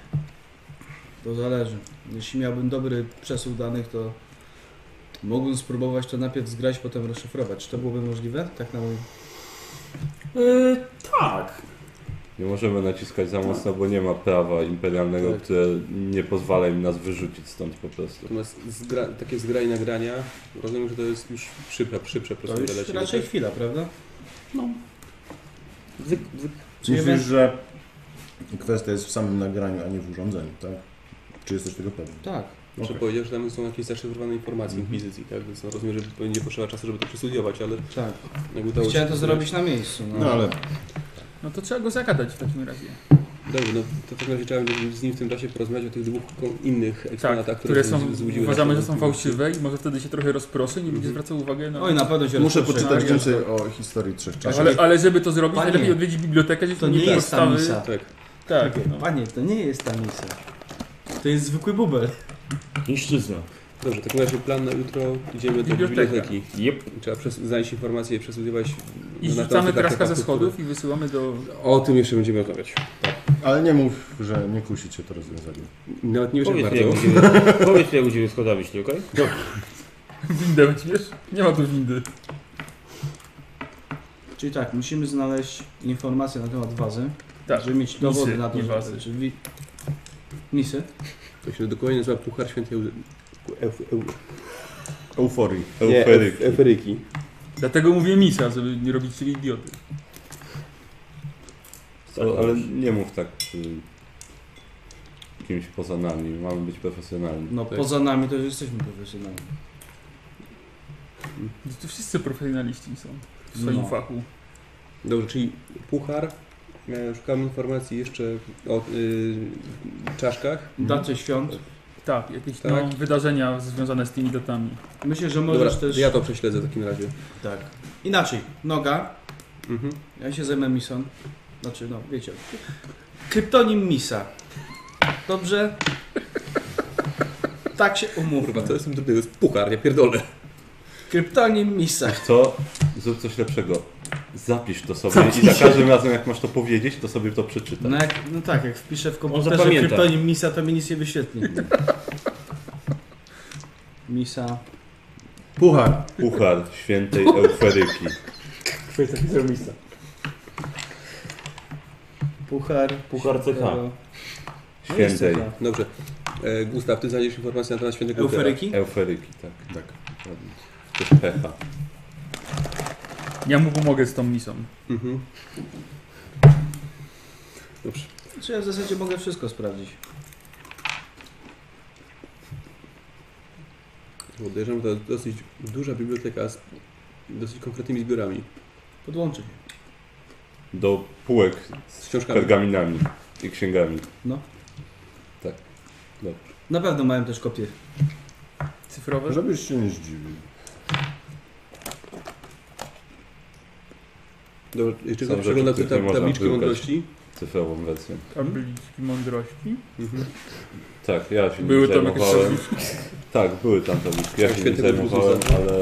To zależy. Jeśli miałbym dobry przesuw danych, to mógłbym spróbować to najpierw zgrać, potem rozszyfrować. Czy to byłoby możliwe? Tak na mój... tak. Nie możemy naciskać za mocno, bo nie ma prawa imperialnego, Tak. które nie pozwala im nas wyrzucić stąd po prostu. Natomiast zgra, takie zgranie nagrania, rozumiem, że to jest już szybka, szybsze To procedura dla już Ciebie. raczej tak? chwila, prawda? No. Zyk, zyk. Czy nie Myślisz, że kwestia jest w samym nagraniu, a nie w urządzeniu, tak? Czy jesteś tego pewien? Tak. Muszę Okej. powiedzieć, że tam są jakieś zaszyfrowane informacje inkwizycji, tak? Więc no, rozumiem, że będzie potrzeba czasu, żeby to przestudiować, ale... Tak. Jakby udało się Chciałem to zrobić na miejscu. No, No, ale- No to trzeba go zagadać w takim razie. Dobrze, no to w takim razie trzeba będzie z nim w tym czasie porozmawiać o tych dwóch ko- innych eksponatach, Tak, Które są, z- zbudziły uważamy, że naszą są fałszywe i może wtedy się trochę rozproszy, nie będzie Mhm. zwracał uwagi na... Oj, na pewno się Muszę rozproszę. poczytać No, więcej o historii trzech czaszek. Ale, ale żeby to zrobić, Panie, najlepiej odwiedzić bibliotekę, żeby To mieli nie jest ta podstawy. misa. Tak. Tak, no. Panie, to nie jest ta misa. To jest zwykły bubel. Mężczyzna. Dobrze, w takim razie plan na jutro idziemy do Biblioteka. biblioteki. Trzeba przes- znaleźć informacje i przestudiować... I No, na rzucamy temat tych kraska ze artefaktów, schodów i wysyłamy do... które- O tym jeszcze będziemy rozmawiać. Ale nie mów, że nie kusi cię to rozwiązanie. Nawet nie wiem Powiedz jak mi, jak bardzo. będziemy, powiedz mi, jak będziemy schodami szli, okej? Windę weźmiesz? Nie ma tu windy. Czyli tak, musimy znaleźć informacje na temat wazy, Tak, żeby mieć misy, dowody na to, nie że wazy. Czyli wi- misy. To się dokładnie nazywa Puchar Świętej Euzy- Euf- Eu- Euforii. Nie, Euferyki. euf- euferyki. Dlatego mówię misa, żeby nie robić sobie idioty. Ale, ale nie mów tak przy kimś poza nami. Mamy być profesjonalni. No Tak. poza nami to już jesteśmy profesjonalni. To wszyscy profesjonaliści są w swoim No. fachu. Dobrze, czyli puchar. E, Szukamy informacji jeszcze o y, czaszkach. Dacie świąt. Tak, jakieś Tak. No, wydarzenia związane z tymi datami. Myślę, że możesz Dobra, też... ja to prześledzę w takim razie. Mhm. Tak. Inaczej, noga. Ja się zajmę misą. Znaczy, no wiecie. Kryptonim misa. Dobrze? Tak się umówmy. Kurwa, to jestem trudny, to jest puchar, ja pierdolę. Kryptonim misa. Co? Zrób coś lepszego. Zapisz to sobie i za każdym razem jak masz to powiedzieć, to sobie to przeczytaj. No, jak, no tak, jak wpiszę w komputerze zapamięta. kryptonim misa, to mi nic nie wyświetli. Misa. Puchar. Puchar świętej euferyki. Kwestia misa. Puchar. Puchar świętego- CH. No jest Świętej. CH. Dobrze. E, Gustaw, ty znajdziesz informacje na temat świętego Petera. Euferyki? Euferyki, tak. Tak. dokładnie. To jest pecha. Ja mu pomogę z tą misą. Mhm. Dobrze. Czy Znaczy ja w zasadzie mogę wszystko sprawdzić. Podejrzewam, że to jest dosyć duża biblioteka z dosyć konkretnymi zbiorami. Podłączę. Do półek Z z książkami. pergaminami i księgami. No. Tak. Dobrze. Na pewno mają też kopię. Cyfrowe? Żebyś się nie zdziwił. Dobra, e, czy Są rzeczy, przegląda których ta, nie można tabliczki wyłkać mądrości? Cyfrową wersją. Tabliczki mądrości. Mhm. Tak, ja się Były Były tam jakieś zajmowałem. tabliczki? Tak, były tam tabliczki. Ja się nie Świętego zajmowałem, Jezusa. ale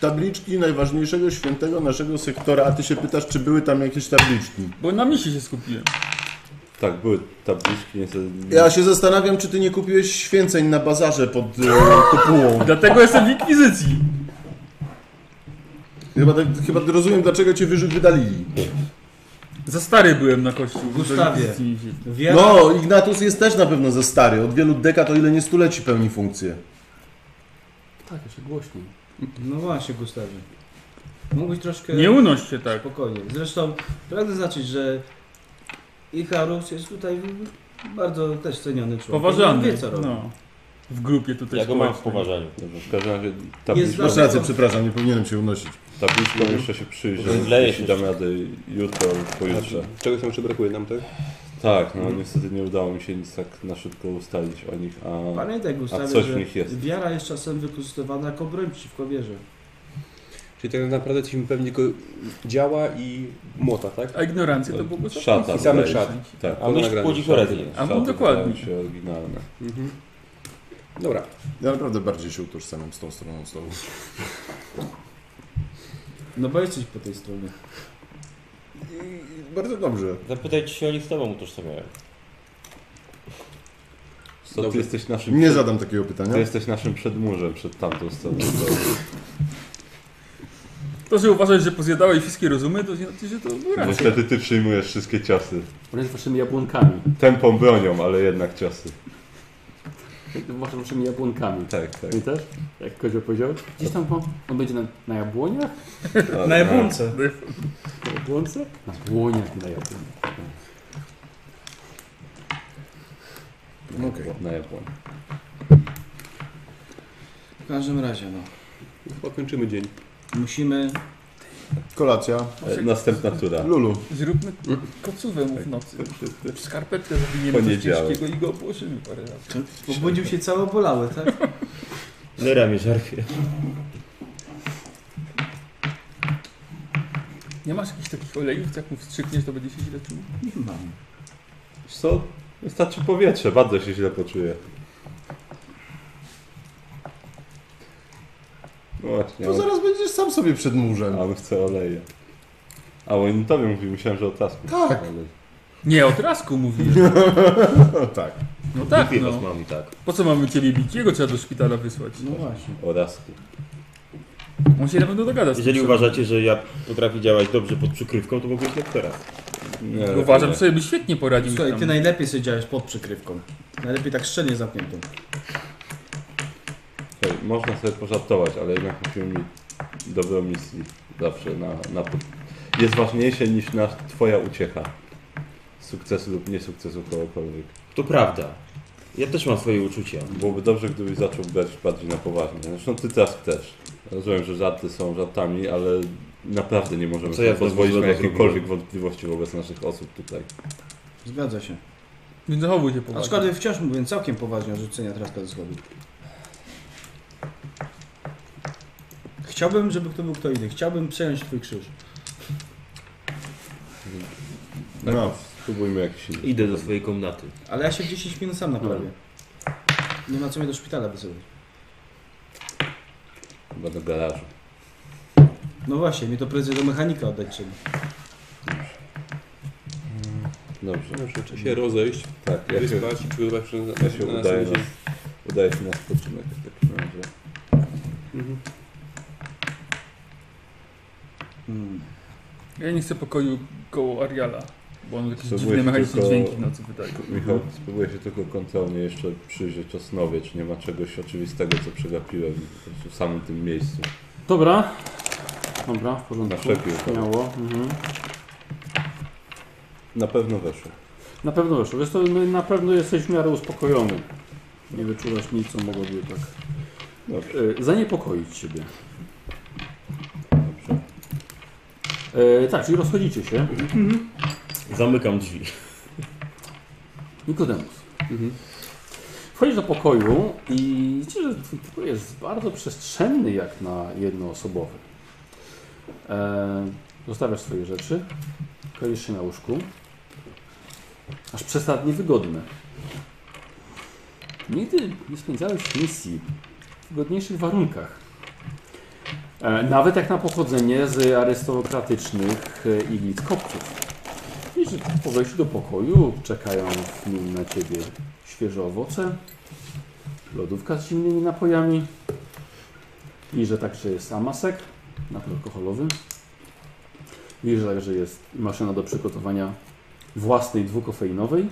Tabliczki najważniejszego świętego naszego sektora, a ty się pytasz, czy były tam jakieś tabliczki. Bo na misie się skupiłem. tak, były tabliczki. Nie... Ja się zastanawiam, czy ty nie kupiłeś święceń na bazarze pod e, kopułą. Dlatego jestem w inkwizycji. Chyba, tak, chyba rozumiem, dlaczego cię wyrzut wydalili. Za stary byłem na kościół. Gustawie, Do inkwizycji mi się- No, Ignatus jest też na pewno za stary. Od wielu dekad, o ile nie stuleci pełni funkcję. Tak, jeszcze głośniej. No właśnie, Gustawie. Mógłbyś troszkę. Nie unoś się tak. Spokojnie. Zresztą pragnę znaczyć, że Icharus jest tutaj bardzo też ceniony człowiek. Poważany. Wie co robi. No. W grupie tutaj Ja go mam w społecznej. poważaniu. Dobrze, w każdym razie Jest tabliczką, Masz rację, przepraszam, nie powinienem się unosić. tabliczką jeszcze się przyjrzę, Bo zleje jeśli się. dam radę jutro, pojutrze. Czegoś tam jeszcze brakuje nam, tak? Tak, no Mhm. niestety nie udało mi się nic tak na szybko ustalić o nich, a, Pamiętaj, a Gustawie, coś że w nich jest. wiara jest czasem wykorzystywana jako broń przeciwko wierze. Czyli tak naprawdę jesteśmy pewnie go działa i młota, tak? A ignorancja to błogosławieństwo. Szata. I samych zdaje szat. się. Tak. A myśl płodzi herezję. A no, dokładnie. Się oryginalne. Mhm. Dobra. Ja naprawdę bardziej się utożsamiam z tą stroną stołu. No bo jesteś po tej stronie. Bardzo dobrze. Zapytaj czy się oni z tobą utożsamiają. Co, ty Dobrze. jesteś naszym Nie przed- zadam takiego pytania. Ty jesteś naszym przedmurzem przed tamtą stroną. To, że uważasz, że pozjadałeś wszystkie rozumy, to znaczy, że to był racja. Niestety ty przyjmujesz wszystkie ciosy. Wręcz waszymi jabłonkami. Tempą bronią, ale jednak ciosy. Wasz- Waszymi jabłonkami. Tak, tak. Pamiętasz? Jak Kozio powiedział? Gdzieś tam pan, on będzie na, na jabłoniach? Na jabłonce. Na jabłonce? Na jabłoniach, na jabłoniach. Okej. Na Japonii. W każdym razie, no. Pokończymy dzień. Musimy. Kolacja. E, Następna tura. Lulu. Zróbmy kocówę mu w nocy. W skarpetkę zawiniemy coś Poniedziałek. ciężkiego i go obłożymy parę razy. Obudził się cały bolały, tak? Lera mnie żarfie. Nie masz jakichś takich olejów, co jak mu wstrzykniesz, to będzie się źle czuł? Nie mam. Wiesz co? Wystarczy powietrze, bardzo się źle poczuję. No Właśnie. To zaraz będziesz sam sobie przed murzem. A on chce oleje. A o nim tobie mówi, myślałem, że o tasku. Tak. Ale... Nie, o trasku mówię. tak. No tak, Biję was no. mam i tak. Po co mamy ciebie bić? Jego trzeba do szpitala wysłać. No właśnie. O tasku. On się na pewno dogada z tym Jeżeli szefem. uważacie, że ja potrafię działać dobrze pod przykrywką, to mogę jak teraz. No Nie, Uważam, nie. że sobie by świetnie poradził Słuchaj, tam. ty najlepiej sobie działałeś pod przykrywką. Najlepiej tak szczelnie zamkniętą. Hej, można sobie pożartować, ale jednak musimy mieć dobrą misję zawsze. Na, na, pod- jest ważniejsze niż na twoja uciecha. Sukcesu lub niesukcesu kogokolwiek. To prawda. Ja też mam swoje uczucia. Byłoby dobrze, gdybyś zaczął brać bardziej na poważnie. Zresztą ty teraz też. Rozumiem, że żarty są żartami, ale naprawdę nie możemy Co sobie No ja znowu pozwolić na złego jakiekolwiek wątpliwości wobec naszych osób tutaj. Zgadza się. Więc zachowuj się poważnie. Aczkolwiek wciąż mówię całkiem poważnie o rzucenia traska ze schodów. Chciałbym, żeby to był kto inny. Chciałbym przejąć twój krzyż. No, spróbujmy jakiś inny. Idę do swojej komnaty. Ale ja się w 10 minut sam naprawię. Nie ma co mnie do szpitala wysyłać. Chyba do garażu. No właśnie, mi to prędzej do mechanika oddać trzeba. Dobrze. Dobrze, trzeba się rozejść, Tak, ja się, wyspać i przygotować się na, ja się udaję, na następny na, dzień. udaję się na spoczynek w takim razie. Mhm. Ja nie chcę pokoju koło Ariala, bo on jakieś Spróbuję dziwne się mechaniczne tylko- dźwięki w nocy wydaje. Michał, spróbuję się tylko kontrolnie jeszcze przyjrzeć Czosnowie, czy nie ma czegoś oczywistego, co przegapiłem po prostu w samym tym miejscu. Dobra. Dobra, w porządku. Na wszelki wypadek. Śmiało. Mhm. Na pewno weszło. Na pewno weszło. Wiesz, to my- na pewno jesteś w miarę uspokojony. Nie wyczuwasz nic, co mogłoby tak e, zaniepokoić Ciebie. E, tak, czyli rozchodzicie się. Zamykam drzwi. Nikodemus. Wchodzisz do pokoju i widzisz, że twój pokój jest bardzo przestrzenny jak na jednoosobowy. E, zostawiasz swoje rzeczy, kładziesz się na łóżku. Aż przesadnie wygodne. Nigdy nie spędzałeś misji w wygodniejszych warunkach. E, nawet jak na pochodzenie z arystokratycznych e, iglic kopców. I że po wejściu do pokoju czekają w nim na ciebie świeże owoce, lodówka z zimnymi napojami i że także jest amasek, napój alkoholowy i że także jest maszyna do przygotowania własnej dwukofeinowej.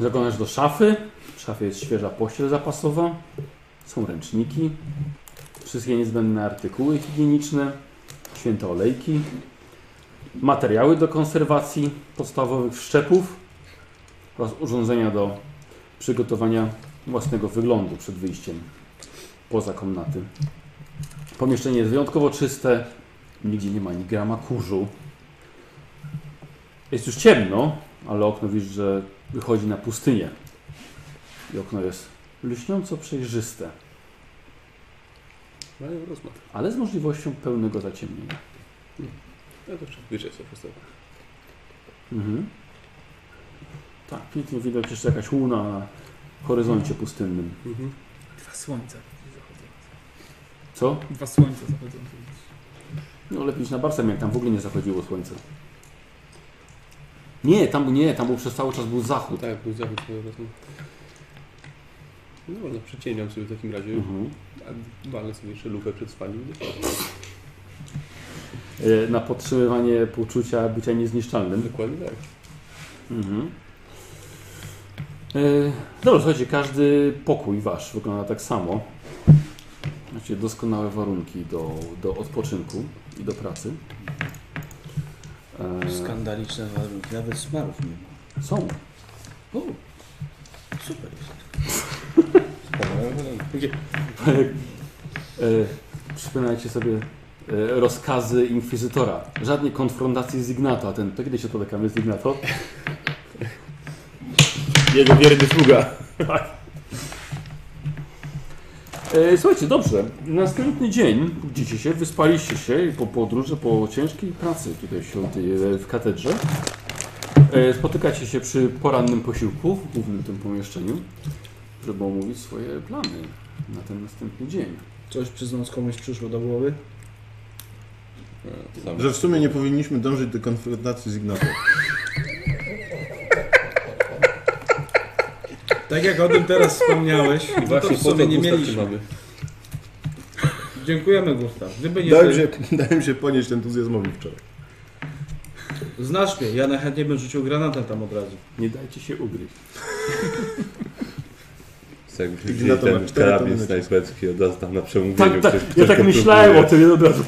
Zaglądasz do szafy, w szafie jest świeża pościel zapasowa, są ręczniki, wszystkie niezbędne artykuły higieniczne, święte olejki, materiały do konserwacji podstawowych szczepów oraz urządzenia do przygotowania własnego wyglądu przed wyjściem poza komnaty. Pomieszczenie jest wyjątkowo czyste, nigdzie nie ma ani grama kurzu. Jest już ciemno, ale okno widzisz, że wychodzi na pustynię. I okno jest lśniąco przejrzyste, Mają rozmach. ale z możliwością pełnego zaciemnienia. No dobrze, wyżej sobie postawię. Mhm. Tak, pięknie widać jeszcze jakaś łuna na horyzoncie pustynnym. Mhm. Dwa słońca zachodzą. Co? Dwa słońca zachodzą. No lepiej iść na barsem, jak tam w ogóle nie zachodziło słońce. Nie, tam nie, tam był przez cały czas był zachód. Tak, był zachód po prostu. No dobra, przyciemniam sobie w takim razie. Mhm. A walę sobie jeszcze lupę przed spaniem. E, Na podtrzymywanie poczucia bycia niezniszczalnym. Dokładnie tak. Mhm. E, Dobra, słuchajcie, każdy pokój wasz wygląda tak samo. Macie doskonałe warunki do, do odpoczynku i do pracy. E, Skandaliczne warunki, nawet smarów nie ma. Są. O, super jest. E, Przypominajcie sobie e, rozkazy inkwizytora. Żadnej konfrontacji z Ignato, a ten, to kiedy się spotykamy z Ignato? Jego wierny sługa. Tak. E, Słuchajcie, dobrze. Następny dzień budzicie się, wyspaliście się i po podróży, po ciężkiej pracy tutaj w, świątyni, e, w katedrze. E, Spotykacie się przy porannym posiłku w głównym tym pomieszczeniu, żeby omówić swoje plany na ten następny dzień. Coś przyznąc komuś przyszło do głowy? Sam. Że w sumie nie powinniśmy dążyć do konfrontacji z Ignatem. Tak jak o tym teraz wspomniałeś, I no to właśnie w po to sumie nie nie mieliśmy. mamy. Dziękujemy, Gustaw. Gdyby nie Dałem ty- się, dałem się ponieść entuzjazmowi wczoraj. Znasz mnie, ja najchętniej bym rzucił granatem tam od razu. Nie dajcie się ugryźć. Co jakbyśmy Ignatona, wzięli ten cztery karabin tony snajperski od razu tam na przemówieniu. Tak, tak. ktoś- Ja ktoś tak go myślałem o próbuje. tym od razu.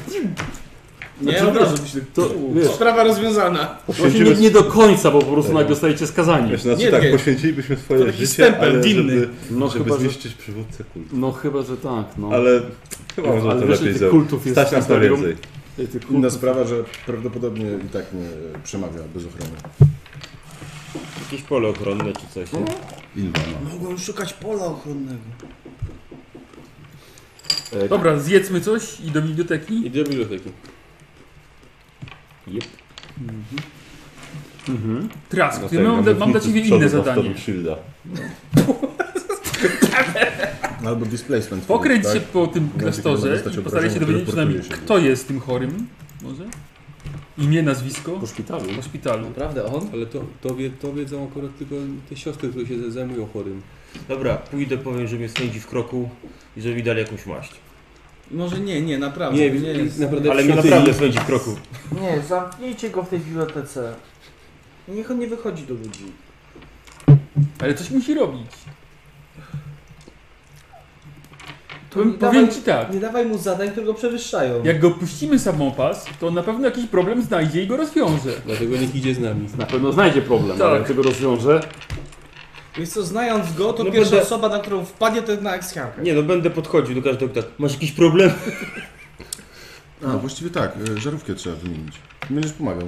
Nie, Znaczy, od razu byś tak- to, Uuu, wiesz, Sprawa rozwiązana. Właśnie nie, nie do końca, bo po prostu Tak. nagle zostajecie skazani. Wiesz, znaczy tak, poświęcilibyśmy swoje To taki życie, stempel ale winny. żeby, No żeby chyba, że- zniszczyć przywódcę kultu. No chyba, że tak, no. Ale chyba można ale to wiesz, lepiej tych zrobić. kultów jest Stać nas na imperium. więcej. Tych kultów- Inna sprawa, że prawdopodobnie i tak nie przemawia bez ochrony. Jakieś pole ochronne czy coś. nie? Mhm. no. Mogą szukać pola ochronnego. Dobra, zjedzmy coś i do biblioteki. No I do biblioteki. Jep. Mhm. Trask, No ja tak, mam, no, mam dla ciebie z przodu inne na zadanie. stopie Shielda. No, Albo displacement. Pokręć tak? się po tym Będzie można klasztorze dostać i postaraj obrażenia, się które dowiedzieć przynajmniej, portuje się. kto jest tym chorym. Może? Imię, nazwisko? Po szpitalu. Po szpitalu. Naprawdę on? Ale to, to, wie, to wiedzą akurat tylko te siostry, które się zajmują chorym. Dobra, pójdę, powiem, że mnie sędzi w kroku i że mi dali jakąś maść. Może nie, nie, naprawdę. Nie, nie jest. naprawdę Ale mnie naprawdę sędzi w kroku. Nie, zamknijcie go w tej bibliotece. Niech on nie wychodzi do ludzi. Ale coś musi robić. To nie Powiem dawaj- ci tak. Nie dawaj mu zadań, które go przewyższają. Jak go puścimy samopas, to on na pewno jakiś problem znajdzie i go rozwiąże. Dlatego niech idzie z nami. Na pewno znajdzie problem, Tak. ale jak tego rozwiąże, Więc co, znając go, to No pierwsza będę- osoba, na którą wpadnie, to na eksjarkę. Nie no, będę podchodził do każdego tak, masz jakiś problem? A, właściwie tak, y, żarówkę trzeba wymienić. Będziesz pomagał.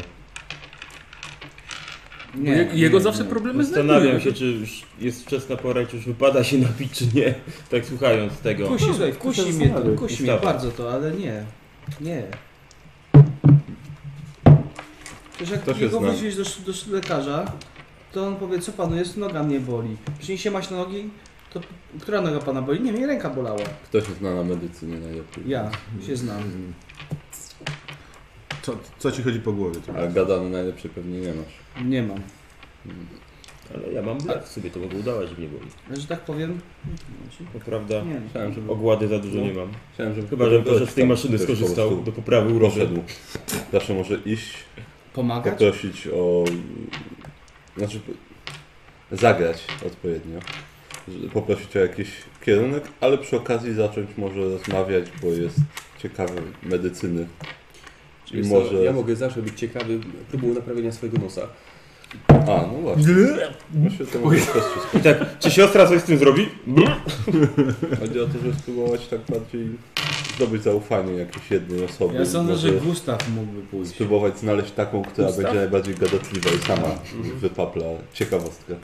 Nie, Je- jego nie, zawsze nie. problemy Zastanawiam znajdują. się, czy już jest wczesna pora, czy już wypada się napić, czy nie. Tak słuchając tego. Kusi, słuchaj, kusi mnie to, kusi mnie Ustawa. bardzo to, ale nie. Nie. Przecież jak To się jego znam. wezwieźć do, sz- do sz- lekarza, to on powie, co panu jest, noga mnie boli. Przyniesie maść na nogi, to która noga pana boli? Nie, mnie ręka bolała. Kto się zna na medycynie najlepiej? Ja się znam. Co, co ci chodzi po głowie? A gadany najlepszy pewnie nie masz. Nie mam. Ale ja mam blef w sobie, to mogę udawać, że nie boli. Że tak powiem, To prawda, Nie. Chciałem, żeby- ogłady za dużo No. nie mam. Chciałem, żeby Chyba, że proszę z tej maszyny Ktoś po skorzystał prostu do poprawy uroku. poszedł. Zawsze może iść, Pomagać? poprosić o... Znaczy, po- zagrać odpowiednio. Że- Poprosić o jakiś kierunek, ale przy okazji zacząć może rozmawiać, bo jest ciekawy medycyny. I Czyli może... ja mogę zawsze być ciekawy próbą naprawienia swojego nosa. A, no właśnie. Właśnie to może też I tak, czy siostra coś z tym zrobi? Chodzi o to, żeby spróbować tak bardziej zdobyć zaufanie jakiejś jednej osoby. Ja sądzę, Może że Gustaw mógłby pójść. Spróbować znaleźć taką, która Gustaw? będzie najbardziej gadatliwa i sama Mhm. wypapla ciekawostkę.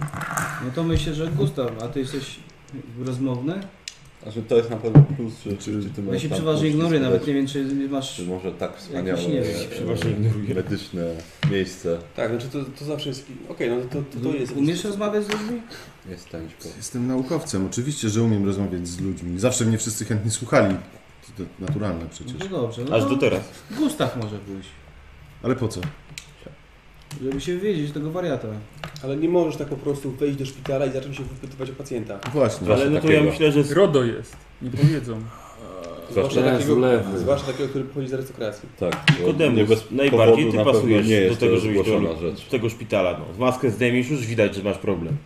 No to myślę, że Gustaw, a ty jesteś rozmowny? Znaczy to jest na pewno plus, czy, czy, czy ty Ja masz się tam przeważnie plus ignoruję, coś nawet dodać? nie wiem, czy masz... Czy może tak wspaniałe jakiś, nie wiem. e, medyczne miejsce. Tak, znaczy to, to zawsze jest... Okej, no to, to, to jest... Umiesz rozmawiać z ludźmi? Nie stać po. Jestem naukowcem, oczywiście, że umiem rozmawiać z ludźmi. Zawsze mnie wszyscy chętnie słuchali. To, to naturalne przecież. No dobrze. No to Gustaw może pójść, Ale po co? żeby się wiedzieć tego wariata. Ale nie możesz tak po prostu wejść do szpitala i zacząć się wypytywać o pacjenta. Właśnie. Ale no to ja myślę, że... RODO jest. Nie powiedzą. Zwłaszcza Jezu, takiego, lewy. zwłaszcza takiego, który pochodzi z arystokracji. Tak. bo Nikodemus, nie bez najbardziej powodu ty na pewno pasujesz nie do jest tego, to żebyś zgłoszona do rzecz. tego szpitala. No. Maskę zdejmiesz, już widać, że masz problem.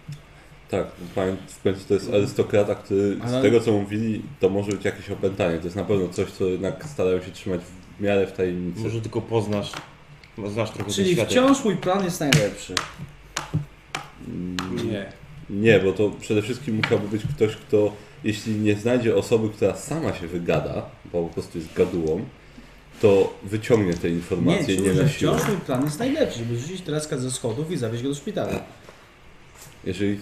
Tak, pan- w końcu to jest arystokrata, który Ale- z tego co mówili, to może być jakieś opętanie. To jest na pewno coś, co jednak starają się trzymać w miarę w tajemnicy. Może tylko poznasz, no, znasz trochę Czyli ten świat. wciąż mój plan jest najlepszy. Nie. Nie, bo to przede wszystkim musiałby być ktoś, kto jeśli nie znajdzie osoby, która sama się wygada, bo po prostu jest gadułą, to wyciągnie te Nie, informacje nie, czy nie może na siłę. wciąż mój plan jest najlepszy, żeby rzucić Traska ze schodów i zawieźć go do szpitala. Jeżeli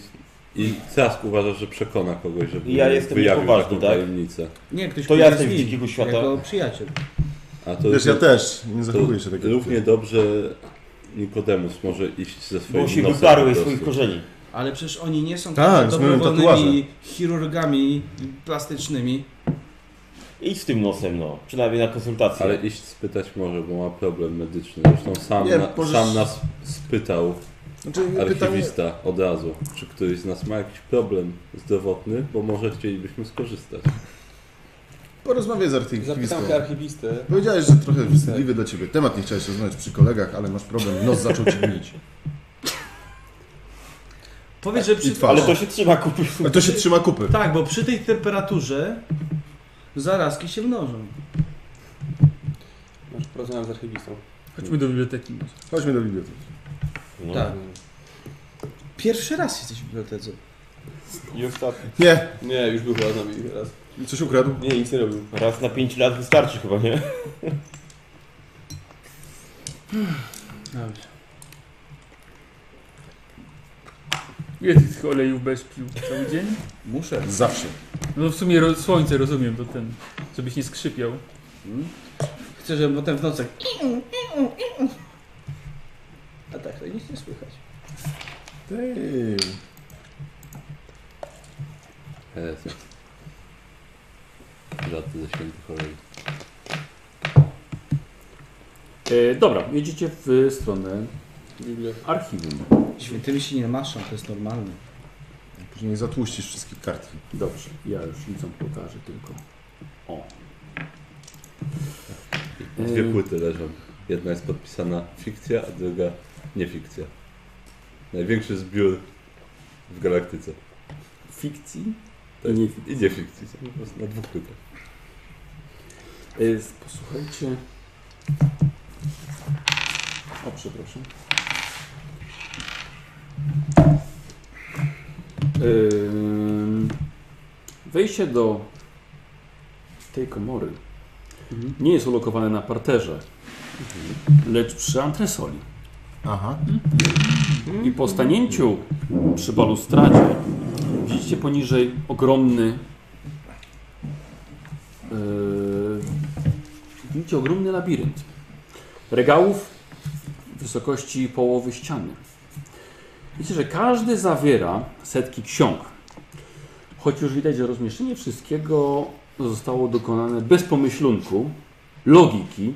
i Trask uważasz, że przekona kogoś, żeby Ja jestem wyjawił niepoważny, taką tak? tajemnicę. Nie, ktoś To pójdzie ja z jestem nim, z dzikiego świata. Jako przyjaciel. A Wiesz, ja to- też nie zachowuję to się tak jak Równie dobrze Nikodemus może iść ze swoim Bo się nosem wyparłeś po swoich prostu. korzeni. Ale przecież oni nie są Tak, z moim tatuażem. dobrowolnymi chirurgami plastycznymi. Idź z tym nosem, no. Przynajmniej na konsultację. Ale iść spytać może, bo ma problem medyczny. Zresztą sam, Nie, na, możesz- sam nas spytał Znaczy, archiwista od razu, czy któryś z nas ma jakiś problem zdrowotny, bo może chcielibyśmy skorzystać. Porozmawiaj z archiwistą. Zapytam archiwistę. Powiedziałeś, że trochę wstydliwy dla ciebie temat, nie chciałeś rozmawiać przy kolegach, ale masz problem, nos zaczął ci gnić. Powiedz, że I przy... twarz. Ale to się trzyma kupy. Ale to się trzyma kupy. Tak, bo przy tej temperaturze zarazki się mnożą. Masz porozmawiam znaczy z archiwistą. Chodźmy do biblioteki. Chodźmy do biblioteki. No. Tak. Pierwszy raz jesteś w bibliotece. I ostatni. Nie. Nie, już był chyba z nami raz. Coś ukradł? Nie, nic nie robił. Raz na 5 lat wystarczy chyba, nie? Dobrze. Ile ty tych olejów bez pił cały dzień? Muszę. Zawsze. No w sumie ro- słońce rozumiem, to ten, żebyś nie skrzypiał. Chcę, żebym potem w nocach... A tak, to nic nie słychać. Ty. Jezu. Laty ze świętych olej. E, dobra, jedziecie w stronę archiwum. Świętymi się nie maszą, to jest normalne. Później zatłuścisz wszystkie kartki. Dobrze, ja już widzę, pokażę tylko. O. Dwie płyty leżą. Jedna jest podpisana fikcja, a druga niefikcja. Największy zbiór w galaktyce. Fikcji? Tak. I niefikcji. Są po prostu Na dwóch płytach. E, z- Posłuchajcie. O, przepraszam. Ym, Wejście do tej komory nie jest ulokowane na parterze, lecz przy antresoli. Aha. I po stanięciu przy balustradzie widzicie poniżej ogromny yy, widzicie ogromny labirynt regałów wysokości połowy ściany. Widzicie, że każdy zawiera setki ksiąg. Choć już widać, że rozmieszczenie wszystkiego zostało dokonane bez pomyślunku, logiki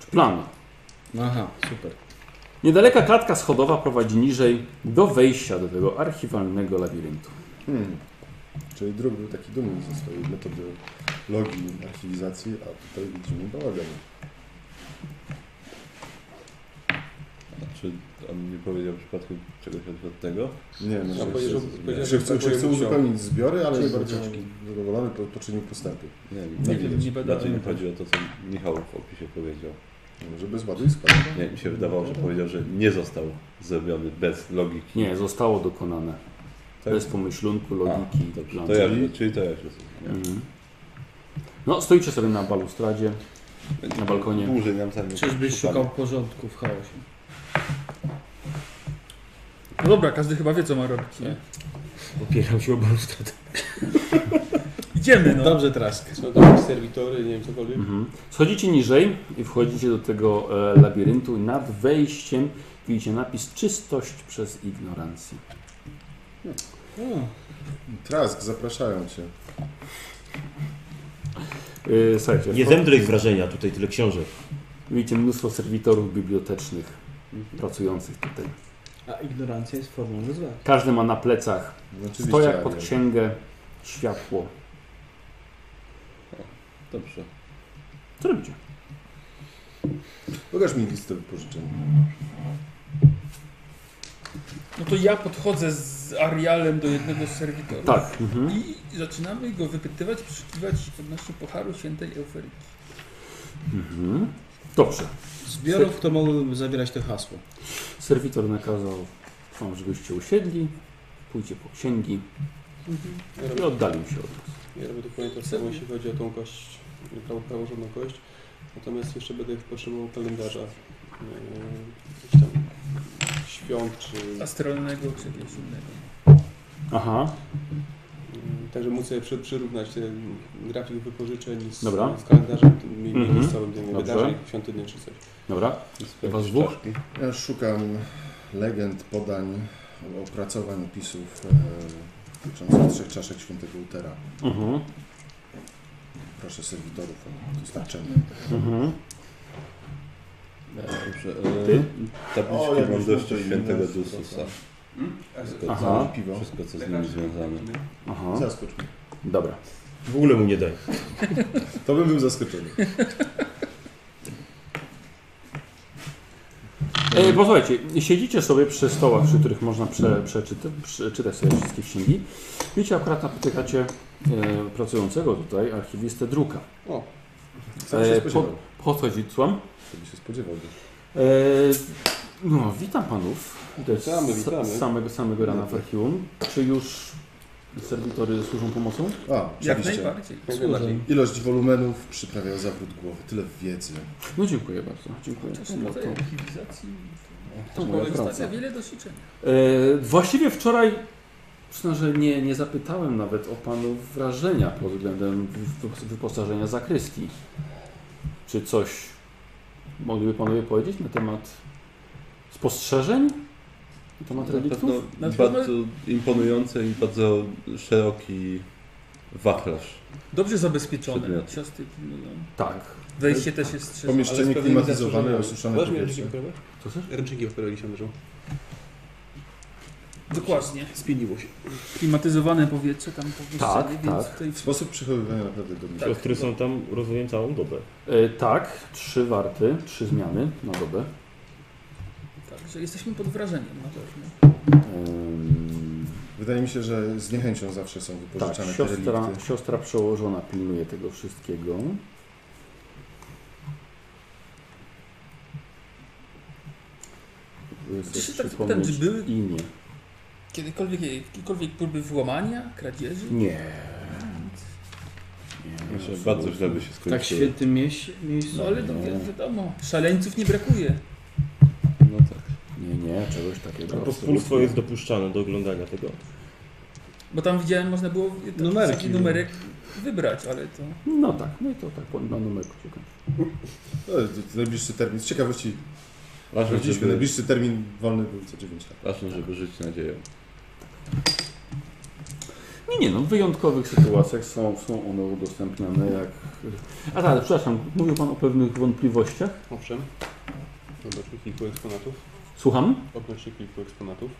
czy planu. Aha, super. Niedaleka klatka schodowa prowadzi niżej do wejścia do tego archiwalnego labiryntu. Hmm. Czyli druk był taki dumny ze swojej metody logii, archiwizacji, a tutaj widzimy bałagan. A czy on nie powiedział przypadkiem czegoś odwrotnego? Nie wiem, Czy- że czy- chce, że chce, że chce uzupełnić zbiory, ale jest bardzo zadowolony, po, poczynił postępy. Nie, Nie nie, widać. nie, raczej mi chodzi o to, co Michał w opisie powiedział. Może bez ładu i składu. Nie, mi się wydawało, że powiedział, że nie został zrobiony bez logiki. Nie, zostało dokonane. Bez pomyślunku, logiki. i planu. Tak. To ja, czyli to ja się Mhm. No, stoicie sobie na balustradzie, na balkonie. Dłużej nam zajmie. Czyżbyś szukał porządku w chaosie? No dobra, każdy chyba wie co ma robić, nie? Opieram się o balustradę. Idziemy, no. Dobrze, Trask. Są tam jakieś serwitory, nie wiem, cokolwiek. Mhm. Schodzicie niżej i wchodzicie do tego e, labiryntu. Nad wejściem widzicie napis czystość przez ignorancję. Trask, zapraszają cię. Yy, słuchajcie, Nie wcho- zemdlej z wrażenia, tutaj tyle książek. Widzicie mnóstwo serwitorów bibliotecznych Mhm. pracujących tutaj. A ignorancja jest formą zła. Każdy ma na plecach No, Oczywiście, stojak pod ale- księgę, światło. Dobrze. Co robicie? Pokaż mi listę wypożyczeń. No to ja podchodzę z Arialem do jednego z serwitorów. Tak, mhm. I zaczynamy go wypytywać, przeszukiwać odnośnie pocharu świętej Euferyki. Mhm. Dobrze. Zbiorów to mogłyby zawierać to hasło. Serwitor nakazał wam, żebyście usiedli, pójdzie po księgi i oddalił się od was. Ja robię dokładnie to samo, jeśli chodzi o tą kość, prawo, praworządną kość. Natomiast jeszcze będę potrzebował kalendarza. Yy, jakichś tam świąt czy... Astralnego czy jakiegoś innego. Aha. Mm, Także móc sobie przy, przyrównać ten grafik wypożyczeń z, Dobra. z kalendarzem tym mi- Mhm. miejscowym, tym Dobrze. wydarzeń świątynnych czy coś. Dobra. Was dwóch? Ja szukam legend, podań, opracowań, opisów e, dotyczących trzech czaszek świętego Utera. Mhm. Proszę serwitorów o dostarczenie. Mhm. Dobrze. Ty? E, O, tabliczki jakbyś mądrości na to świętego inne Dususa. A z- To- to Aha. piwo. Wszystko, co z nimi związane. Aha. Zaskocz mnie. Dobra. W ogóle mu nie daj. To bym był zaskoczony. E, posłuchajcie, siedzicie sobie przy stołach, przy których można prze, przeczyta, przeczytać sobie wszystkie księgi. Wiecie, akurat napotykacie e, pracującego tutaj archiwistę druka. O, sam się spodziewał. E, po- Podchodzi, słucham? To by się spodziewał. E, no, witam panów. To jest Witamy, sa- witamy. Samego, samego rana w archiwum. Czy już servitory służą pomocą? A, oczywiście. Ilość wolumenów przyprawia zawrót głowy. Tyle wiedzy. No dziękuję bardzo. Dziękuję. No, to- To moja kolekcja praca. wiele do życzenia. E, właściwie wczoraj przyznam, że nie, nie zapytałem nawet o panu wrażenia pod względem wy- wy- wyposażenia zakryski. Czy coś mogliby panowie powiedzieć na temat spostrzeżeń? Na temat Na pewno reliktów? bardzo imponujący i bardzo szeroki wachlarz. Dobrze zabezpieczone. Przedmiot. Siostry pilnują. Tak. Wejście też jest strzeżone. Pomieszczenie Ale klimatyzowane, zasłużone. osuszone Weź mi powietrze. ręczniki papierowe. Co chcesz? Ręczniki papierowe się leżą. Dokładnie. Spieniło się. Klimatyzowane powietrze tam po Tak, więc tak. tutaj Sposób przechowywania naprawdę dobry. Tak. Siostry są tam, rozumiem, całą dobę. E, tak, trzy warty, trzy zmiany na dobę. Także jesteśmy pod wrażeniem na pewno. Ym, Wydaje mi się, że z niechęcią zawsze są tak, wypożyczane te siostra, relikty. siostra przełożona pilnuje tego wszystkiego. Czy się tak Przypomnieć zapytam, czy były Imię. kiedykolwiek jakiekolwiek próby włamania, kradzieży? Nie. Myślę, że bardzo źle by się skończyło. Tak w świętym mieście, miejscu. No ale to wi- wiadomo, szaleńców nie brakuje. No tak. Nie, nie, czegoś A takiego. pospólstwo absolutnie. jest dopuszczane do oglądania tego. Bo tam widziałem, można było taki Numerki. numerek wybrać, ale to... No tak, no i to tak po- na numerku się kończy. No, to- to najbliższy termin. Z ciekawości Ważne, sprawdziliśmy. żeby- Najbliższy termin wolny był co 9 lat. Ważne, żeby żyć nadzieją. Nie, nie, no w wyjątkowych sytuacjach są, są one udostępniane jak... A tak, przepraszam, mówił Pan o pewnych wątpliwościach. Owszem. Obecnie kilku eksponatów. Słucham? Obecnie kilku eksponatów.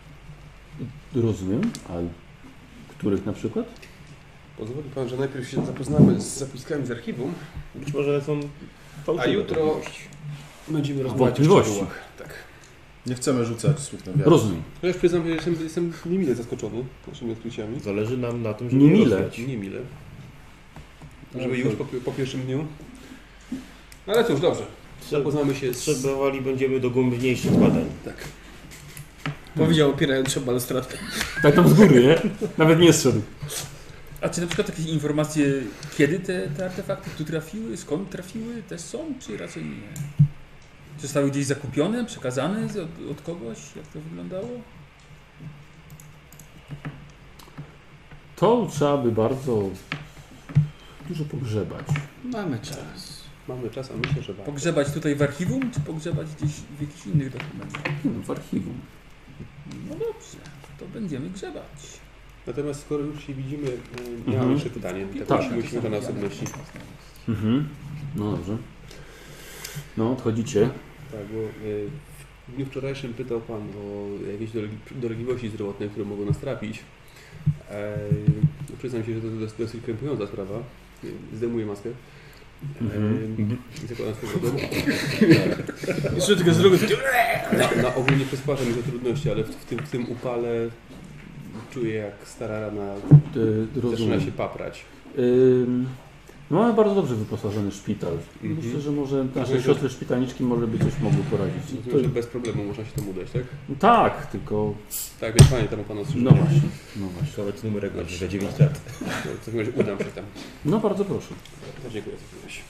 Rozumiem, ale których na przykład? Pozwoli pan, że najpierw się zapoznamy z zapiskami z archiwum. Być może są A jutro będziemy rozmawiać o Wątpliwości. szczegółach. Tak. Nie chcemy rzucać słów na wiarę. Rozumiem. Ja już przyznam, że jestem, jestem niemile zaskoczony naszymi odkryciami. Zależy nam na tym, żeby nie Niemile. rozmawiać. Niemile. Żeby już po, po pierwszym dniu. No ale cóż, dobrze. Zapoznamy się z... Potrzebowali będziemy dogłębniejszych badań. Tak. Powiedział opierając się o balustradkę. Tak tam z góry, nie? Nawet nie strzelił. A czy na przykład jakieś informacje, kiedy te, te artefakty tu trafiły, skąd trafiły, też są, czy raczej nie? Czy zostały gdzieś zakupione, przekazane z- od, od kogoś? Jak to wyglądało? To trzeba by bardzo dużo pogrzebać. Mamy czas. Mamy czas, a myślę, że warto. Pogrzebać tutaj w archiwum, czy pogrzebać gdzieś w jakichś innych dokumentach? Nie no, w archiwum. No dobrze, to będziemy grzebać. Natomiast skoro już się widzimy, y, ja Mhm. mam jeszcze pytanie. Tak, Tak. Musimy, musimy to na osobności. Mhm. No dobrze. No, odchodzicie. Tak, bo y, w dniu wczorajszym pytał Pan o jakieś dolegi- dolegliwości zdrowotne, które mogą nas trapić. E, przyznam się, że to jest dosyć krępująca sprawa. Y, Zdejmuję maskę. Mhm. E, zakładam z powrotem. Jeszcze tylko zrób takie- Tak. Na, na ogół nie przysparza mi to trudności, ale w, w, tym, w tym upale czuję, jak stara rana zaczyna rozumiem. się paprać. Ym, no mamy bardzo dobrze wyposażony szpital. Mhm. Myślę, że może nasze Rozumiem, że- siostry szpitalniczki może by coś mogły poradzić. Rozumiem, że bez problemu można się tam udać, tak? No tak, tylko... Tak, więc pamiętam o Pana No ostrzeżeniu. właśnie, no właśnie. Nawet numerek będzie za 9 lat. No, W takim razie udam się tam. No bardzo proszę. To Dziękuję za przyjemność.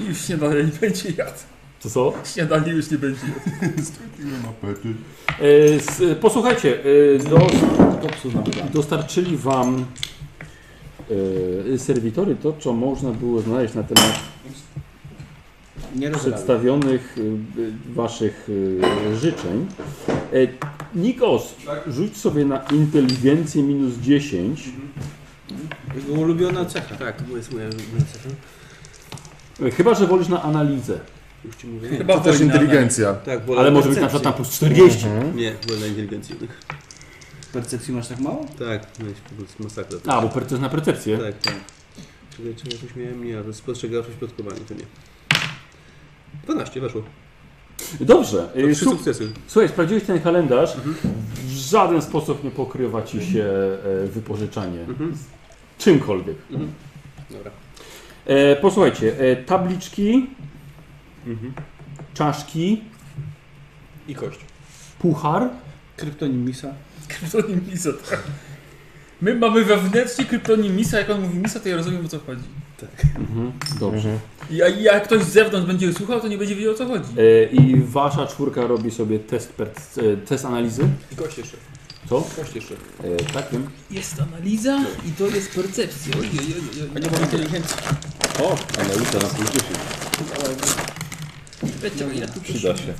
I już śniadanie nie będzie jadł. Co co? Śniadanie już nie będzie jadł. E, s- e, Posłuchajcie, e, dos, dostarczyli wam e, serwitory to, co można było znaleźć na temat Nie Tak. rozumiem. przedstawionych e, e, waszych e, życzeń. E, Nikos, rzuć sobie na inteligencję minus 10. Jego ulubiona cecha. Tak, to jest moja ulubiona cecha. E, Chyba, że wolisz na analizę. Już ci mówię. Chyba To też wojna, inteligencja. ale- Tak, Ale może być na przykład na plus 40. Nie, wolna inteligencja. Percepcji masz tak mało? Tak, miałeś po prostu masakrę. A, bo per- to jest na percepcję. Tak, tak. Czekaj, czy ja coś miałem? Nie, ale spostrzegawczość plotkowanie, to nie. 12, weszło. Dobrze. To trzy Słu- sukcesy. Słuchaj, sprawdziłeś ten kalendarz. W żaden sposób nie pokrywa ci się e, wypożyczanie. Mhm. Z Czymkolwiek. Mhm. Dobra. E, posłuchajcie, e, tabliczki, Mhm. czaszki I kość. Puchar? Kryptonim Misa. Kryptonim Misa, tak. My mamy wewnętrznie kryptonim Misa, jak on mówi Misa, to ja rozumiem o co chodzi. Tak. Dobrze. I a jak ktoś z zewnątrz będzie słuchał, to nie będzie wiedział o co chodzi. E, I wasza czwórka robi sobie test, per, e, test analizy. I kość jeszcze. Co? Kość jeszcze. E, tak wiem. Jest analiza i to jest percepcja. Oj, oj, oj, oj, oj. A nie mam inteligencji. O, Analiza na plus 10. Wiecie, ja tu Przyda się.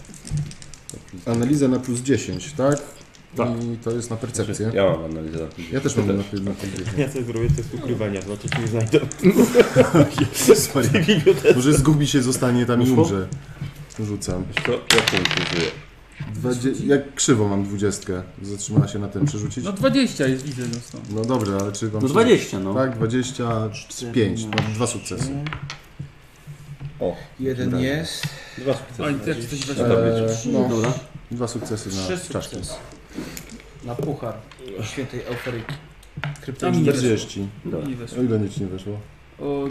Analiza na plus 10, tak? Tak. I to jest na percepcję. Ja mam analizę na plus Ja też 10. mam na plus na plus 10. Ja sobie zrobię test ukrywania, znaczy nie znajdę. Sorry. W tej bibliotece. Może zgubi się, zostanie tam i Wyszło? umrze. Rzucam. Co? Jak to użyję? Dwadzie- jak krzywo mam dwudziestkę. Zatrzymała się na tym przerzucić. No 20 jest, widzę. No, stąd. No dobra, ale czy wam No się- 20, no. Tak, 25. Mam dwa sukcesy. O. Jeden Dobra. jest. Dwa sukcesy. Oj, też coś weźmie. eee, no, Dobra. Dwa sukcesy Trzy na czaszki. sukcesy. Na puchar świętej euforyki. Tam mi nie 40. weszło. Mi nie weszło. O ile nic nie weszło. O,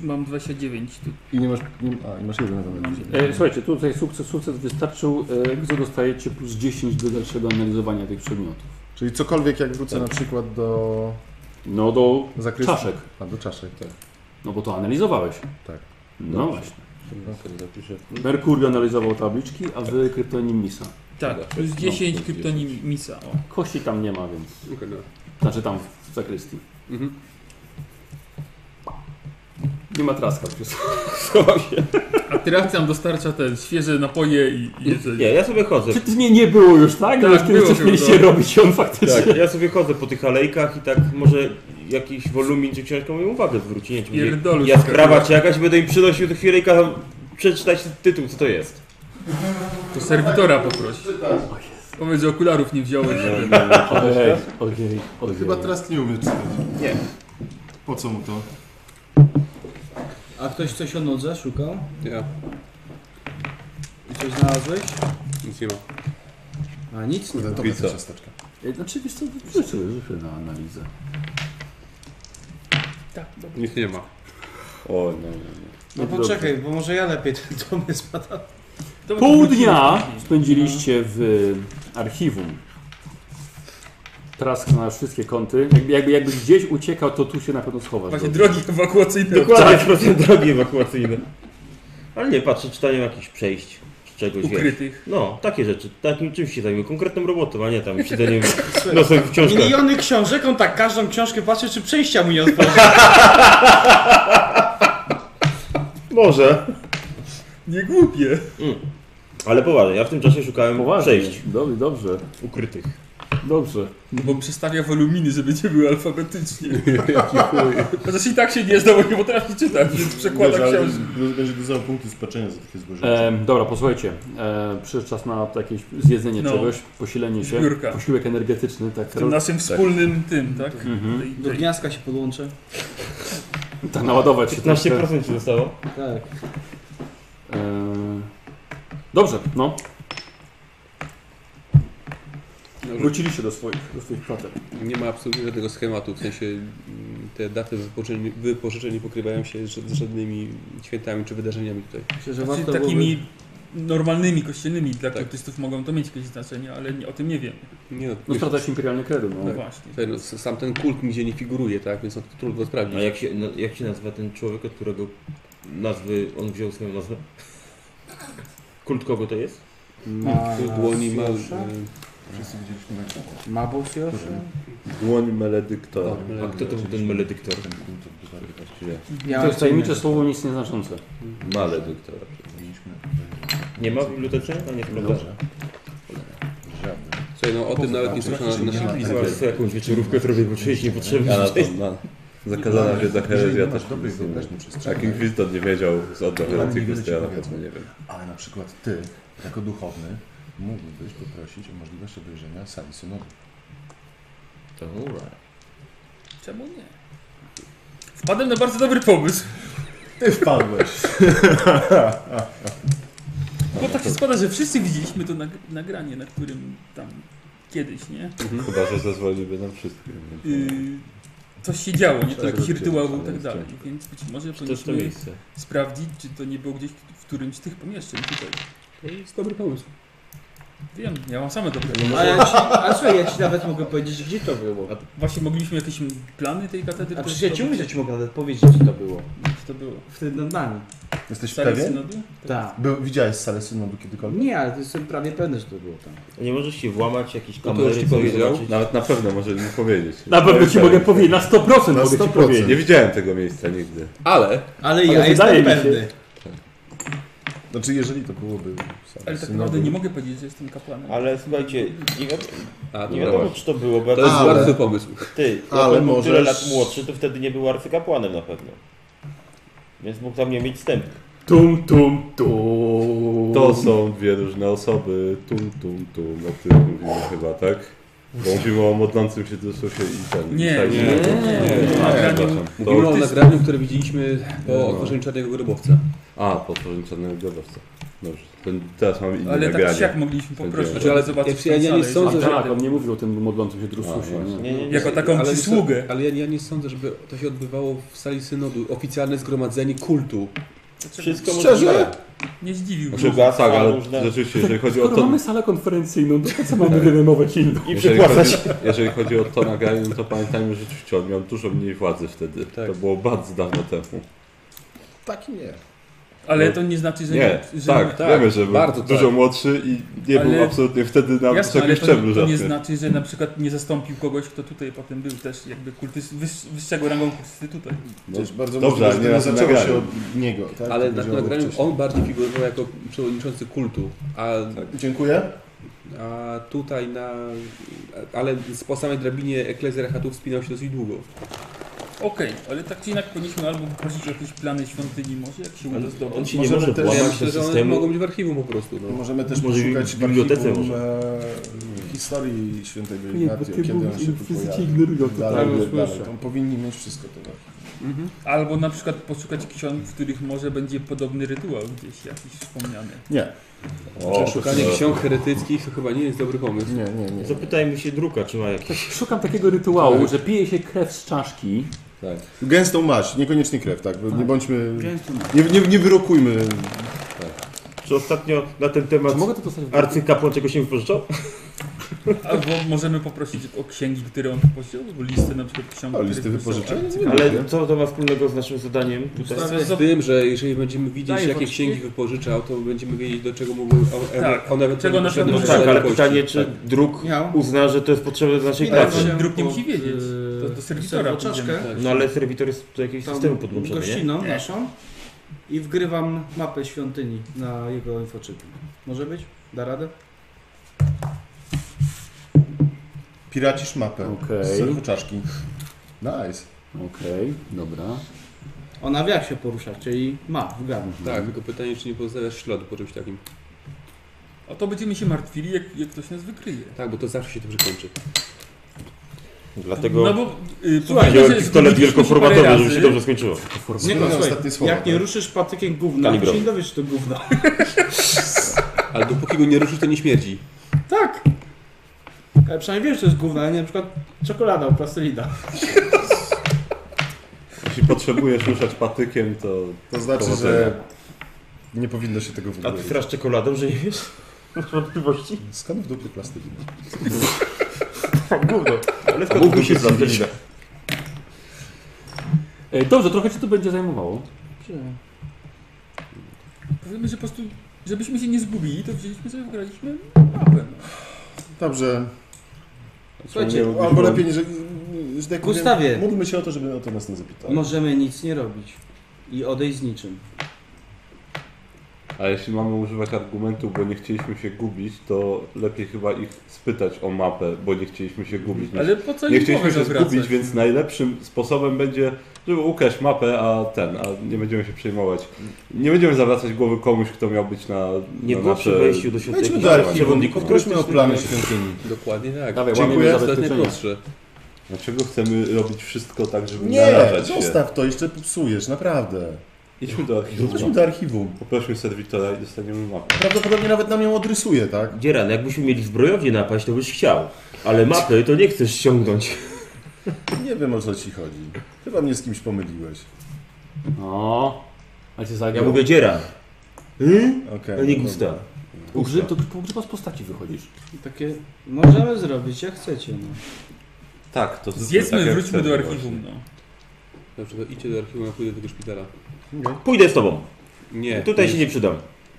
mam 29 tu. I nie masz. Nie, a, i masz jeden element. Eee, E, słuchajcie, tutaj sukces, sukces wystarczył, e, gdy dostajecie plus 10 do dalszego analizowania tych przedmiotów. Czyli cokolwiek jak wrócę na przykład do. No do zakresu- czaszek. A do czaszek, tak. No bo to analizowałeś. Tak. No Dobrze. właśnie. Merkury analizował tabliczki, a wy kryptonim Misa. Tak, plus 10 kryptonim Misa. O. Kości tam nie ma, więc. Okej, dobra. Znaczy tam w zakrystii. Nie ma traska, schował się. A teraz nam dostarcza te świeże napoje i, i jedzenie. Nie, ja sobie chodzę. Czy ty Znaczy, nie, nie było już, tak? No już kiedyś coś mieliście robić, on faktycznie- Tak, ja sobie chodzę po tych alejkach i tak może jakiś wolumin czy książka moją uwagę zwróci. Nie, wiem, czy Pierdolę, będzie ja sprawa skakuje. czy jakaś, będę im przynosił tych alejkach, a przeczytać tytuł, co to jest. To serwitora poproś. Powiedz, że okularów nie wziąłeś. Ojej, ojej, ojej. Chyba teraz nie umie czytać. Nie. Po co mu to? A ktoś coś o nodze szukał? Ja. I coś znalazłeś? Nic nie ma. A nic nie ma. Dobra, to ciasteczka. E, Znaczy wiesz co, rzucę, rzucę na analizę. Tak, dobra. Nic nie ma. O, nie, nie, nie. No poczekaj, bo może ja lepiej ten pomysł spadam. Pół dnia spędziliście w e, archiwum. Trask na wszystkie kąty. Jakby, jakby, jakby gdzieś uciekał, to tu się na pewno schowasz. Właśnie dobrze. drogi ewakuacyjne. Dokładnie, procent drogi ewakuacyjne. Ale nie, patrzę, czytanie jakichś przejść, czy czegoś wiesz. Ukrytych. No, takie rzeczy. Takim czymś się zajmuje, konkretną robotą, a nie tam siedzeniem nosem w książkach. Miliony książek, on tak każdą książkę patrzy, czy przejścia mu nie otworzy. Może. Nie głupie. Mm. Ale poważnie, ja w tym czasie szukałem Poważnie. przejść. Dobrze, dobrze. Ukrytych. Dobrze. No bo przestawia woluminy, żeby nie były alfabetycznie. Chociaż i tak się nie zna, bo nie potrafi czytać, więc przekłada Wiesz, ale- książki. Będzie dostał punkty spaczenia za takie zboże. Em, dobra, posłuchajcie. E, przyszedł czas na jakieś zjedzenie No. czegoś, posilenie się. Zbiórka. Posiłek energetyczny. Tak, W tym naszym wspólnym tym, tak? Mhm. Do gniazdka się podłączę. Tak, naładować się. 15% ci zostało. Tak. E, dobrze, no. Wróciliście do swoich, do swoich kwater. Nie ma absolutnie żadnego schematu, w sensie mm, te daty wypożyczeń, wypożyczeń nie pokrywają się z z żadnymi świętami czy wydarzeniami tutaj. Znaczy, takimi normalnymi, kościelnymi dla kultystów mogą to mieć jakieś znaczenie, ale nie, o tym nie wiem. Nie, No sprawdzać imperialne kredy, no. No właśnie. Ten, no, s- sam ten kult nigdzie nie figuruje, tak? Więc no, to trudno sprawdzić. A jak się, na, jak się nazywa ten człowiek, od którego nazwy on wziął swoją nazwę? Kult kogo to jest? Ma- Tu dłoni ma... Fiosza? Wszyscy widzieliśmy na Mabą Fiosza? Dłoń meledyktora. A kto to był ten meledyktor? To jest tajemnicze słowo, nic nieznaczące. Maledyktora. Nie ma w bibliotece? A nie prawda? Słuchaj, no o tym nawet nie słyszałem na naszym Chyba sobie jakąś wieczorówkę zrobię, bo czuję się niepotrzebny. Ja na to, na. Tak, Zakazana wiedza herezja nie masz też dobrych nic nie wyobraźni wiem. przestrzeni. Jak inkwizytor nie wiedział z oddał Ale heretyków, nie wiele to ci ja na powiedzą. pewno nie wiem. Ale na przykład ty, jako duchowny, mógłbyś poprosić o możliwość obejrzenia sali synody. Alright. Czemu nie? Wpadłem na bardzo dobry pomysł. Ty wpadłeś. Bo tak się składa, że wszyscy widzieliśmy to nag- nagranie, na którym tam kiedyś, nie? Chyba, że zezwoliliby nam wszystkim. Yy, coś się działo, nie? To Tak, jakiś tak, rytuał był i tak, tak tak. dalej. Więc być może to jest to powinniśmy miejsce? sprawdzić, czy to nie było gdzieś w którymś z tych pomieszczeń tutaj. To jest dobry pomysł. Wiem, ja mam same dobre A, ja ci, a słuchaj, ja ci nawet mogę powiedzieć, gdzie to było. Właśnie mogliśmy jakieś plany tej katedry... A przecież ja ci mówię, że ci mogę nawet powiedzieć, gdzie to było. Gdzie to było? Wtedy nad nami. Jesteś Salę pewien? synodu? Tak. Był, widziałeś salę synodu kiedykolwiek? Nie, ale to jestem prawie pewny, że to było tam. Nie możesz się włamać jakieś No to kamery, już ci coś powiedział? zobaczyć? Nawet na pewno może mi powiedzieć. Na pewno Tak. ci mogę powiedzieć, na 100% Na mogę ci 100%. powiedzieć. Nie widziałem tego miejsca nigdy. Ale, Ale ja jestem pewny. Znaczy, jeżeli to byłoby salę Ale tak synodu- naprawdę nie mogę powiedzieć, że jestem kapłanem. Ale słuchajcie, nie, wiad... A, nie no wiadomo właśnie. czy to było, bo To ja- jest Ale- bardzo pomysł. Ty, Ale ale może. możesz- tyle lat młodszy, to wtedy nie był arcykapłanem na pewno. Więc mógł tam nie mieć wstępu. Tum, tum, tum. To są dwie różne osoby. Tum, tum, tum. O tym mówimy chyba, tak? Bo mówimy o modlącym się do Jezusie i ten. Nie, i tak, nie, i tak. nie, nie, nie, nie. przepraszam. To- Mówimy o nagraniu, które widzieliśmy po otworzeniu Czarnego Grobowca. A, po otworzeniu czarnego grobowca. Dobrze. To teraz mam inne Ale tak nagranie. siak mogliśmy poprosić, Będzie- ale zobaczyć jak się- ja, ja nie sądzę, A że... tak, on nie mówił o tym modlącym się drususie. Jako taką ale- przysługę. Ale ja, ja nie sądzę, żeby to się odbywało w sali synodu. Oficjalne zgromadzenie kultu. Wszystko Szczerze? możliwe. Nie zdziwiłbym Znaczy, Gasa, tak, ale różne- rzeczywiście, jeżeli chodzi o Skoro to... mamy salę konferencyjną, to po co mamy wynajmować inną? Jeżeli chodzi, jeżeli chodzi o to nagranie, no to pamiętajmy, że rzeczywiście on miał dużo mniej władzy wtedy. To było bardzo dawno temu. Tak i nie. Ale No, to nie znaczy, że nie. nie, że tak, nie- wiemy, że był dużo młodszy i nie Ale- był absolutnie wtedy na Jasne, wysokim ale to, szczeblu nie- to nie żadnym. znaczy, że na przykład nie zastąpił kogoś, kto tutaj potem był też jakby kultys, wyż, wyższego rangą kultysty tutaj. No, Też bardzo Dobrze, możliwe, że ale to nie zaczęło nagrali. się od niego. Tak? ale To na tym działo nagraniu wcześniej. on bardziej figurował jako przewodniczący kultu. A, Tak. Dziękuję. A tutaj na... Ale po samej drabinie Eklezjarchatu wspinał się dosyć długo. Okej, ale tak czy inaczej powinniśmy albo prosić o jakieś plany świątyni, może jak się uda Ale zdobyć. on ci nie Możemy może też- Ja myślę, że one mogą być w archiwum po prostu. No. Możemy też Może poszukać w bibliotece archiwum, e, historii świętej bo ty Brygnatio, kiedy on mówisz, się tu inwizyci pojawił. ignorują to, Dalej, tak, dalej, słyszę. dalej. To Powinni mieć wszystko to. Albo na przykład poszukać ksiąg, w których może będzie podobny rytuał gdzieś jakiś wspomniany. Nie. Znaczy, szukanie ksiąg heretyckich to chyba nie jest dobry pomysł. Nie, nie, nie. Zapytajmy się druka, czy ma jakiś. Szukam takiego rytuału, że pije się krew z czaszki. Tak. Gęstą maść, niekoniecznie krew, tak? Bo Nie bądźmy... Gęstą maść. Nie, nie, nie wyrokujmy. Czy ostatnio na ten temat Czy mogę to dostać w- arcykapłan czegoś się wypożyczał? Albo możemy poprosić o księgi, które on poprosił, albo listy na przykład ksiąg, O, które no, listy są wypożyczeń? akcyjne. Ale co to ma wspólnego z naszym zadaniem tutaj? Ustawia No z tym, że jeżeli będziemy widzieć, Daję jakie wątki- księgi wypożyczał, to będziemy wiedzieć, do czego mógł on, Tak, on czego na pewno No tak, ale pytanie, czy druk uzna, że to jest potrzebne do naszej Wspinać pracy? się Druk nie musi pod, wiedzieć. To e, do serwitora serwoczaszkę. Tak, pójdziemy. No ale serwitor jest do jakiegoś Tam systemu podłączony, gościną nie? naszą i wgrywam mapę świątyni na jego infoczypie. Może być? Da radę? Piracisz mapę. Okej. Z serwoczaszki. Nice. Okej, dobra. Ona wie jak się porusza, czyli ma w garnu. Tak, tylko pytanie, czy nie pozostawiasz śladu po czymś takim. O to będziemy się martwili, jak, jak ktoś nas wykryje. Tak, bo to zawsze się dobrze kończy. Dlatego No bo, y, Słuchaj, powinno się- pistolet zgodziliśmy wielkoformatowy, parę żeby się razy. dobrze skończyło. Nie, no, słuchaj, ostatnie słowa, jak nie tak? ruszysz patykiem gówna, to Kalibrowy. się nie dowiesz, czy to gówno. Ale dopóki go nie ruszysz, to nie śmierdzi. tak! Ale przynajmniej wiesz, że to jest gówno, a nie na przykład czekolada u plastelina. Jeśli potrzebujesz ruszać patykiem, to... To znaczy, powodzenia. że nie powinno się tego w ogóle A ty strasz czekoladą, że nie wiesz? Masz wątpliwości? Skąd w dupie plastelina? Gówno. Ale skąd Mógłby tu się się zdziwić. zdziwić? E, Dobrze, trochę cię to będzie zajmowało. Powiemy, że po prostu, żebyśmy się nie zgubili, to wzięliśmy sobie, wygraliśmy mapę. Dobrze. Słuchajcie, albo lepiej, że, że tak powiem, Gustawie. Módlmy się o to, żeby o to nas nie tak. zapytali. Możemy nic nie robić i odejść z niczym. A jeśli mamy używać argumentów, bo nie chcieliśmy się gubić, to lepiej chyba ich spytać o mapę, bo nie chcieliśmy się gubić. niż- Ale po co Nie im chcieliśmy głowę się zawracać? zgubić, więc najlepszym sposobem będzie, żeby ukraść mapę, a ten, a nie będziemy się przejmować. Nie będziemy zawracać głowy komuś, kto miał być na Nie na było nasze... przy wejściu do świątyni. Wejdźmy do archiwum, prośmy o plany świątyni. Dokładnie tak. Dawaj, łamiemy Dziękuję zabezpieczenia. za najprostsze. Dlaczego chcemy robić wszystko tak, żeby Nie, narażać się? zostaw to, jeszcze popsujesz, naprawdę. Idźmy do archiwum. Idźmy do archiwum. Poprośmy serwitora i dostaniemy mapę. Prawdopodobnie nawet nam ją odrysuje, tak? Dzieran, jakbyśmy mieli zbrojownię napaść, to byś chciał. Ale mapy to nie chcesz ściągnąć. Nie wiem o co ci chodzi. Chyba mnie z kimś pomyliłeś. No. A cię Ja mówię Dzieran. Hmm? Okej, Okay, nie no gusta. dobra. Ugrzyb, to ugrzyba z postaci wychodzisz. Takie możemy zrobić, jak chcecie. No. Tak, to Zjedzmy, wróćmy do archiwum, no. Dobrze, to idźcie do archiwum, ja pójdę do tego szpitala. Pójdę z tobą. Nie. No Tutaj się nie przydam.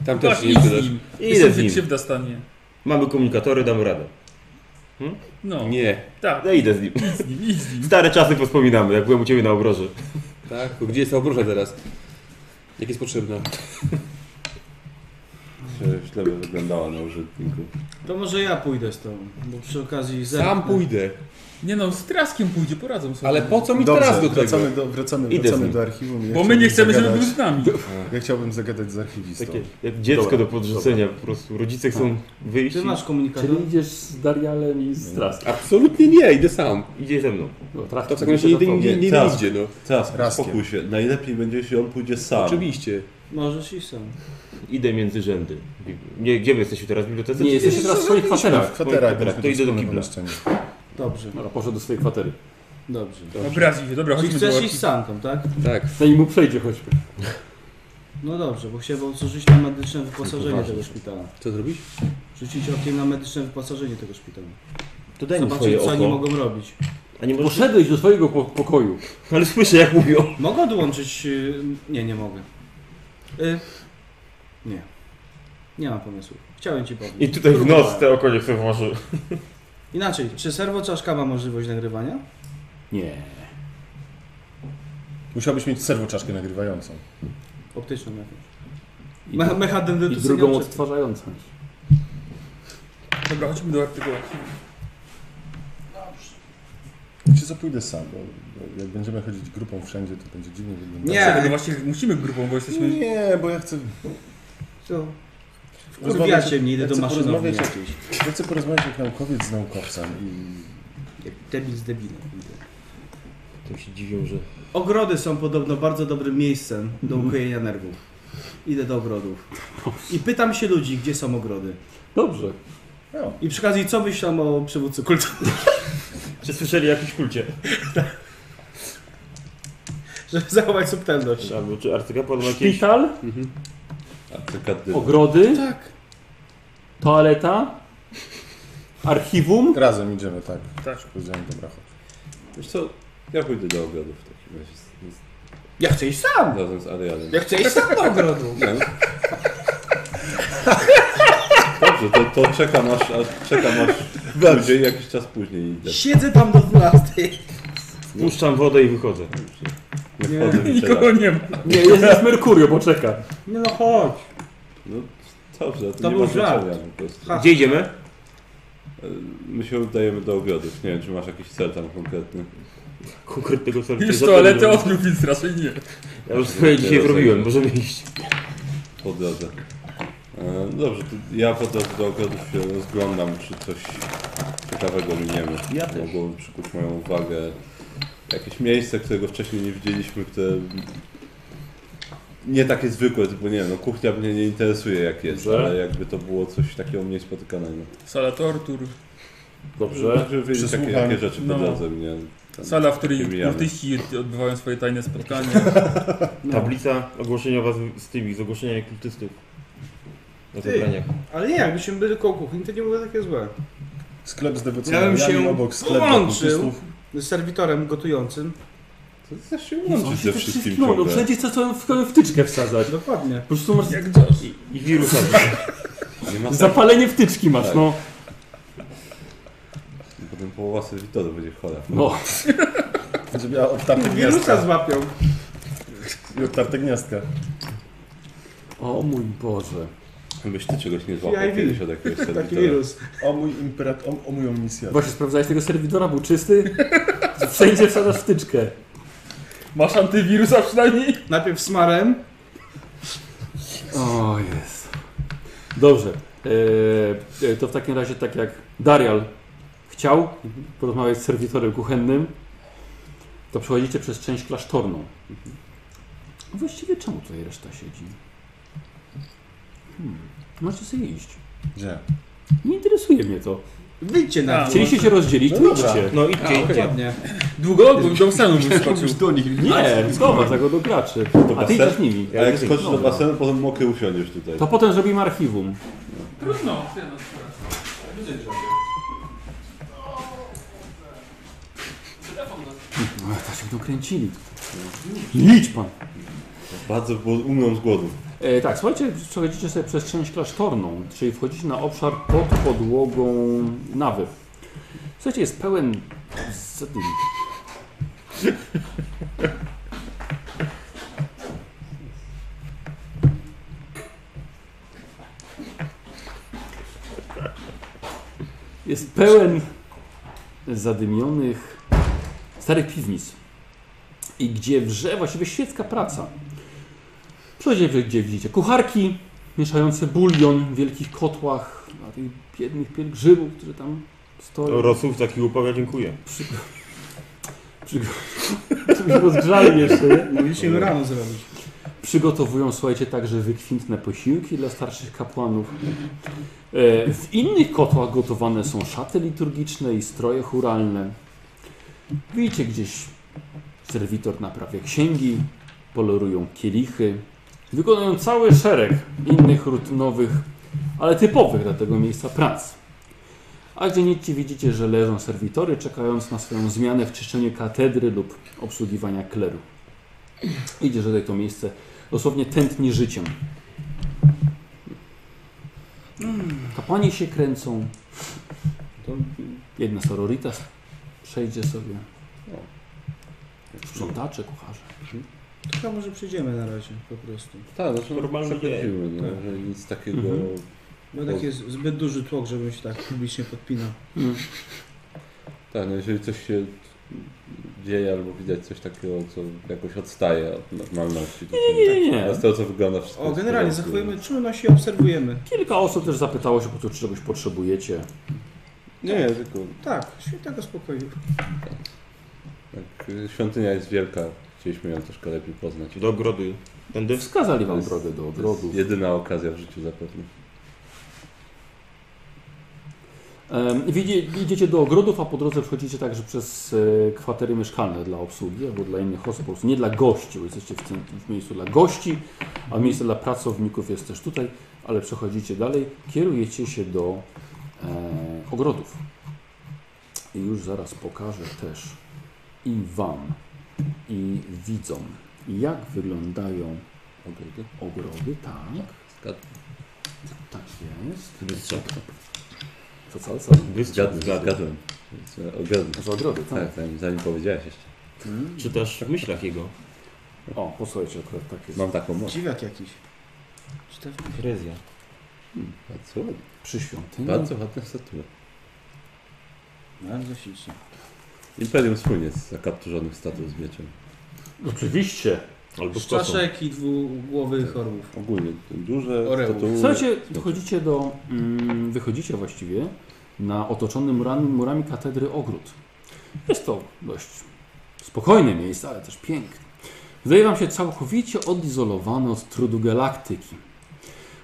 Tam też Tak, się nie idź z przydasz. nim. Idę z Myślę, że nim. krzywda stanie. Mamy komunikatory, dam radę. No. Nie. Tak. Ja idę z nim. Stare czasy wspominamy, jak byłem u ciebie na obroży. Tak, bo gdzie jest ta obroża teraz? Jak jest potrzebna? Że Źle by wyglądała na użytniku. To może ja pójdę z tą, bo przy okazji zerknę. Sam pójdę. Nie no, z Traskiem pójdzie, poradzą sobie. Ale po co mi Dobrze, teraz do tego? wracamy do, wracamy, Idę z wracamy nim. do archiwum. Bo my chciałbym nie chcemy, żeby był z nami. Ja chciałbym zagadać z archiwistą. Takie jak dziecko do podrzucenia, po prostu rodzice chcą Tak. wyjść. i- Czyli idziesz z Darialem i z Traskiem. Absolutnie nie, idę sam. Idzie ze mną. No, Trask To w takim razie nie, nie, nie, nie, Trask, idzie, no. Trask, Raskiem. spokój się. Najlepiej będzie, jeśli on pójdzie sam. Oczywiście. Możesz i sam. Idę między rzędy. Nie, gdzie wy jesteście teraz w bibliotece? Nie, jesteście teraz w swoich kwaterach. Tak, W swoich kwaterach. To idę do kibla. Dobrze. Dobra, poszedł do swojej kwatery. Dobrze. Obrazi się, dobra, Czyli chodźmy do chcesz iść archiwum. sam tam, tak? Tak. Zanim mu przejdzie choćby. No dobrze, bo chciałbym odrzucić na medyczne wyposażenie Poważnie. tego szpitala. Co zrobić? Rzucić okiem na medyczne wyposażenie tego szpitala. To daj mi Zobaczyć, swoje co oni oko. mogą robić. A nie możesz... Poszedłeś do swojego po pokoju. Ale słyszę jak mówią. Mogę odłączyć... y, Nie, nie mogę. Y, Nie. Nie mam pomysłu. Chciałem ci powiedzieć. I tutaj w noc te oko nie chcę włożyć. Inaczej, czy serwo czaszka ma możliwość nagrywania? Nie. Musiałbyś mieć serwoczaszkę nagrywającą. Optyczną jakąś. I- Me- mechadentycyjną I drugą czy- odtwarzającą. Dobra, chodźmy do artykułu archiwum. Czy co pójdę sam, bo, bo jak będziemy chodzić grupą wszędzie, to będzie dziwnie wyglądało. Dlaczego? No właśnie musimy grupą, bo jesteśmy... Nie, bo ja chcę... Co? Wkurwiacie mnie, idę ja do chcę maszynowni porozmawiać jakiejś. jak- Ja chcę porozmawiać jak naukowiec z naukowcem i... Debil z debilem. idę. Tym się dziwią, że... Ogrody są podobno bardzo dobrym miejscem do ukojenia nerwów. Idę do ogrodów. I pytam się ludzi, gdzie są ogrody. Dobrze. No. I przy okazji, co myślą o przywódcy kultu? Czy słyszeli jakiś kulcie? Żeby zachować subtelność. Albo czy arcykapłan ma jakieś... Szpital, Mhm. Arcykadyna. ogrody, Tak. toaleta, archiwum. Razem idziemy, tak. Tak. Powiedziałem, dobra, chodź. Wiesz co, ja pójdę do ogrodu w takim razie. Z, z, Ja chcę iść sam! razem z Arianem. Ja chcę iść Tak, sam do ogrodu! No. Dobrze, to, to czekam aż, aż czekam aż później, jakiś czas później idę. Siedzę tam do 12. Puszczam wodę i wychodzę. Nie wchodzę w tak. Nikogo teraz. nie ma. Nie, jest, jest Merkurio, poczeka. Nie no chodź. No dobrze, to, To nie był ma żart. znaczenia po prostu. Ha. Gdzie idziemy? My się udajemy do ogrodów. Nie wiem, czy masz jakiś cel tam konkretny. Konkretnego celu. Już toaletę odbił, więc raczej nie. Ja już swoje dzisiaj zrobiłem, możemy iść. Po drodze. E, Dobrze, to ja po drodze do ogrodów się rozglądam, czy coś ciekawego miniemy. Ja też. Mogłoby przykuć moją uwagę jakieś miejsce, którego wcześniej nie widzieliśmy, które nie takie zwykłe, bo nie wiem, no kuchnia mnie nie interesuje jak jest, Dobrze. ale jakby to było coś takiego mniej spotykanego. Sala tortur, Dobrze. Żeby wiedzieć takie, Przesłuchanie. jakie rzeczy po No. drodze mnie... tam sala, w której mijamy. kultyści odbywają swoje tajne spotkania. Tablica ogłoszeniowa z, z tymi, z ogłoszeniami kultystów. Na Ty. zebraniach. Ale nie, jakbyśmy byli tylko kuchni, to nie było takie złe. Sklep z Ja bym dewocjonariami się obok sklepu łączył kultystów. z serwitorem gotującym. To też się On się łączy ze No, to wszystkim wszystko- No ciągle. wszędzie chce całą w- wtyczkę wsadzać. Dokładnie. Po prostu masz Jak Josh. I wirusa. Nie ma sensu. zapalenie wtyczki masz, Tak. no. Potem połowa serwitoru będzie chora. No. Żeby ja odtarte Wirusa gniazdka. złapią. I odtarte gniazdka. O mój Boże. Gdybyś ty czegoś nie złapał tak HIV. kiedyś od jakiegoś Taki serwitora. wirus. O mój imperat, o, o mój omnisjat. Właśnie sprawdzałeś tego serwidora, był czysty? Wszędzie wsadzasz wtyczkę. Masz antywirusa przynajmniej? Najpierw smarem. O jest. Dobrze. E, e, to w takim razie tak jak Darial chciał porozmawiać z serwitorem kuchennym, to przechodzicie przez część klasztorną. Właściwie czemu tutaj reszta siedzi? Hmm. Możecie sobie iść. Gdzie? Nie interesuje mnie to. Wyjdźcie na dwór. Chcieliście się rozdzielić, No to dobra. idźcie. No idźcie, idźcie. Ładnie. Długo? Bo do basenu bym skoczył. do nich. Nie, dobra, tego do graczy. Do A ty basenu? idziesz nimi. A jak skoczysz do Dobra. basenu, potem mokry usiądziesz tutaj. To potem zrobimy archiwum. Trudno. No, to się dokręcili. Idź pan. Bardzo bo umrą z głodu. E, tak, słuchajcie, przechodzicie sobie przez część klasztorną, czyli wchodzicie na obszar pod podłogą nawy. Słuchajcie, jest pełen... Z tym. Jest pełen zadymionych starych piwnic i gdzie wrze właściwie świecka praca. Przejdzie, gdzie widzicie kucharki mieszające bulion w wielkich kotłach, a tych biednych pielgrzymów, którzy tam stoją. Rosów taki upawia, dziękuję. Żebyśmy rozgrzali jeszcze, nie? Mogliście im rano zrobić. Przygotowują, słuchajcie, także wykwintne posiłki dla starszych kapłanów. E, W innych kotłach gotowane są szaty liturgiczne i stroje churalne. Widzicie gdzieś serwitor naprawia księgi, polerują kielichy. Wykonują cały szereg innych rutynowych, ale typowych dla tego miejsca prac. A gdzie nic widzicie, że leżą serwitory, czekając na swoją zmianę w czyszczeniu katedry lub obsługiwania kleru. Idzie, że tutaj to miejsce dosłownie tętni życiem. Kapłani się kręcą. To jedna sororitas przejdzie sobie. Sprzątacze, kucharze. Tylko może przyjdziemy na razie po prostu. Tak, znaczy normalnie przechodzimy, no, Tak. że nic takiego... Mhm. Bo tak jest zbyt duży tłok, żebym się tak publicznie podpinał. Tak, no jeżeli coś się dzieje albo widać coś takiego, co jakoś odstaje od normalności. to Nie, nie, nie, nie. A z tego co wygląda wszystko O, jest w generalnie porządku. zachowujemy czujność i obserwujemy. Kilka osób też zapytało się, po co czegoś potrzebujecie. Nie, nie, tylko Tak, świętego spokoju. tak, y, świątynia jest wielka, chcieliśmy ją troszkę lepiej poznać. Do ogrodu. Będę Wskazali To wam jest- drogę do to jest ogrodu. Jedyna okazja w życiu zapewne. Em, Idzie, idziecie do ogrodów, a po drodze przechodzicie także przez e, kwatery mieszkalne dla obsługi albo dla innych osób, po prostu nie dla gości, bo jesteście w, tym, w miejscu dla gości, a miejsce dla pracowników jest też tutaj, ale przechodzicie dalej, kierujecie się do e, ogrodów. I już zaraz pokażę też i Wam, i widzom, jak wyglądają ogrody. Ogrody, tak. Tak jest. Co, co, co? Zgadłem, zgadłem. Ogrodny. Z ogrody, tak. e, tak zanim- zanim powiedziałeś jeszcze. Czytasz w myślach jego. O, posłuchajcie, akurat tak No. jest. Mam taką moc. Dziwiak jakiś. Czy to Herezja. Bardzo ładnie. Przy świątyni. Bardzo ładne statue. Bardzo ślicznie. Imperium słynie z zakapturzonych statuł z mieczem. Oczywiście. Albo Z czaszek i dwugłowych orłów. Ogólnie duże Oręł. statuły. Słuchajcie, wchodzicie do, mm, wychodzicie właściwie na otoczony murami, murami katedry ogród. Jest to dość spokojne miejsce, ale też piękne. Wydaje wam się całkowicie odizolowane od trudu galaktyki.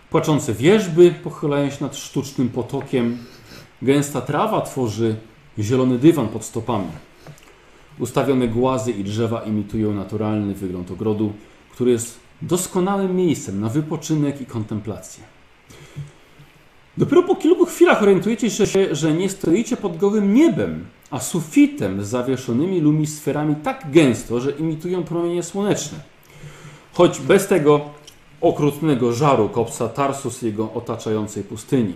Płaczące wieżby pochylają się nad sztucznym potokiem. Gęsta trawa tworzy zielony dywan pod stopami. Ustawione głazy i drzewa imitują naturalny wygląd ogrodu, który jest doskonałym miejscem na wypoczynek i kontemplację. Dopiero po kilku chwilach orientujecie się, że nie stoicie pod gołym niebem, a sufitem z zawieszonymi lumisferami tak gęsto, że imitują promienie słoneczne. Choć bez tego okrutnego żaru kopca Tarsus i jego otaczającej pustyni.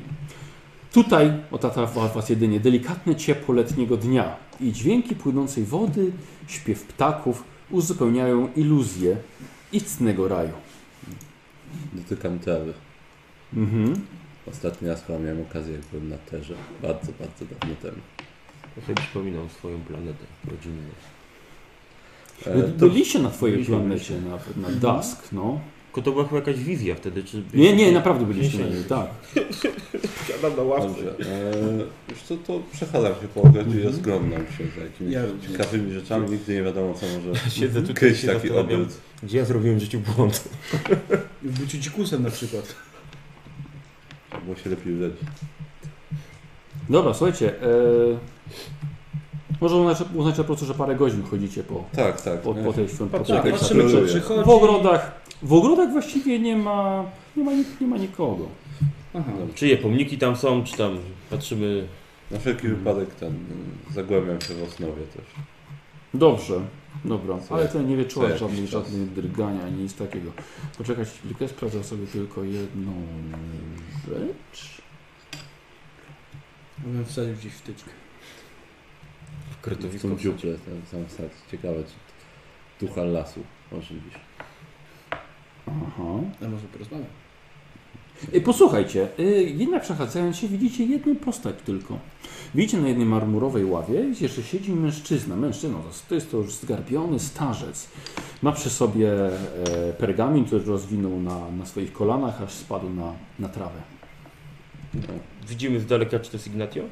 Tutaj otacza was jedynie delikatne ciepło letniego dnia i dźwięki płynącej wody, śpiew ptaków uzupełniają iluzję istnego raju. Dotykam trawy. Mhm. Ostatni raz chyba miałem okazję, jak byłem na Terze. Bardzo, bardzo dawno temu. Ja sobie przypominam swoją planetę rodzinną. E, E, Mhm. Byliście na twojej planecie, na, na Dusk, no. Tylko to była chyba jakaś wizja wtedy, czy... Nie, nie, naprawdę byliśmy na niej, tak. Siadam na ławce. Dobrze. E, już to, to przechadzam się po ogrodzie i rozglądam się za jakimiś Ja- ciekawymi rzeczami. Nigdy nie wiadomo, co może Siedzę tutaj kryć się taki zastanawiam, obrót. Gdzie ja zrobiłem w życiu błąd? W byciu dzikusem na przykład. Bo się lepiej udać. Dobra, słuchajcie. E... Może uznać, uznać po prostu, że parę godzin chodzicie po, Tak, tak. po, po tej świąt. Patrzę, jak patroluje. W ogrodach, w ogrodach właściwie nie ma, nie ma, nik- nie ma nikogo. Czyje pomniki tam są, czy tam patrzymy... Na wszelki wypadek ten, y, zagłębiam się w osnowie też. Dobrze, dobra, Co ale jak- ten nie co wieczorem jakiś żadnych, czas. żadnych drgania ani nic takiego. Poczekać chwilkę, sprawdzę sobie tylko jedną rzecz. Ja bym wsadził gdzieś wtyczkę. W krytowisku. W dziuple, tam, tam sad. Ciekawe, czy ducha lasu ożywisz. Aha. A może porozmawiam? Ej, Posłuchajcie, y, jednak przechadzając się widzicie jedną postać tylko. Widzicie na jednej marmurowej ławie, jeszcze siedzi mężczyzna. Mężczyzna to- to jest to już zgarbiony starzec. Ma przy sobie e, pergamin, który rozwinął na, na swoich kolanach, aż spadł na, na trawę. Widzimy z daleka, czy to jest Ignatio?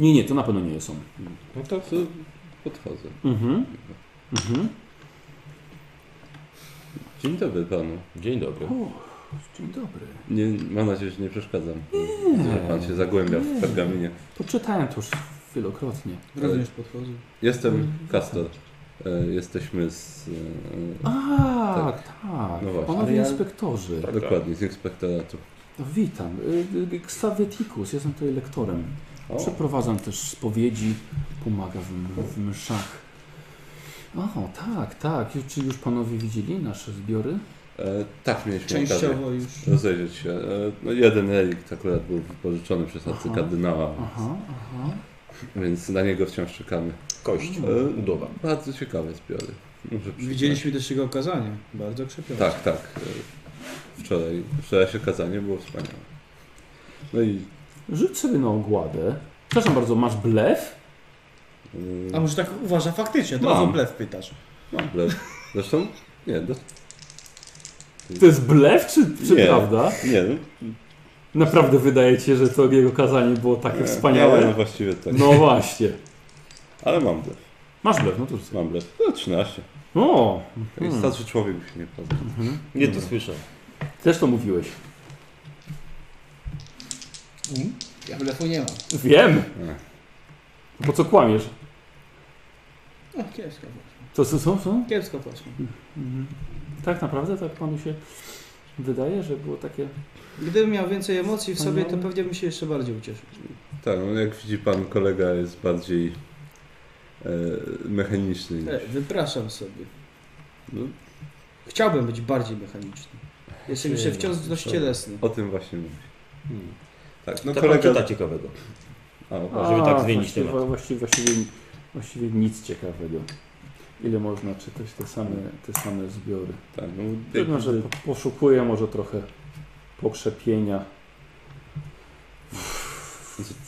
Nie, nie, to na pewno nie jest on. No to podchodzę. Mhm. Mhm. Dzień dobry panu. Dzień dobry. Dzień dobry. Nie, mam nadzieję, że nie przeszkadzam. Nie. Że pan się zagłębia Nie. w pergaminie. Poczytałem to już wielokrotnie. Drodzy już podchodzą. Jestem Kastor. E, Jesteśmy z... e, A, tak. Panowie Ale inspektorzy. Tak, tak. Dokładnie, z inspektoratu. No, Witam. Y, y, Xavietikus, jestem tutaj lektorem. O. Przeprowadzam też spowiedzi, pomagam w, w mszach. O, tak, tak. Ju- Czy już panowie widzieli nasze zbiory? E, tak, mieliśmy Częściowo okazję już. rozejrzeć się. E, no, jeden relikt akurat był wypożyczony przez arcykardynała. Aha, aha. Więc na niego wciąż czekamy. Kość, E, udowa. Bardzo ciekawe zbiory. Muszę przyznać. Widzieliśmy też jego okazanie. Bardzo krzepiące. Tak, tak. E, Wczoraj, wczorajsze kazanie było wspaniałe. No i... Rzuć sobie na ogładę. Przepraszam bardzo, masz blef? A może tak uważa faktycznie? To Mam. o blef pytasz. Mam blef. Zresztą? Nie, do... To jest blef, czy, czy Nie, prawda? Nie, no, Naprawdę wydaje ci się, że to jego kazanie było takie wspaniałe? Nie, no właściwie tak. No właśnie. Ale mam blef. Masz blef, no to Mam blef. No 13. O! Taki starszy człowiek by się nie poznał. Nie, to słyszę. Też to mówiłeś. Ja blefu nie mam. Wiem! Po co kłamiesz? No, kiepsko poszło. To co, co, co? Kiepsko poszło. Mhm. Tak naprawdę, tak panu się wydaje, że było takie... Gdybym miał więcej emocji w sobie, to Wspaniałe. pewnie bym się jeszcze bardziej ucieszył. Tak, no jak widzi pan, kolega jest bardziej e, mechaniczny. niż- E, Tak. wypraszam sobie. No. Chciałbym być bardziej mechaniczny. Jestem no, jeszcze wciąż dość cielesny. O tym właśnie mówię. Hmm, Tak, no To kolega... pan czyta ciekawego. żeby tak zmienić właściwie, temat. Właściwie, właściwie, właściwie nic ciekawego. Ile można czytać te same, te same zbiory. Tak, no, Trudno, że po- poszukuję może trochę pokrzepienia w,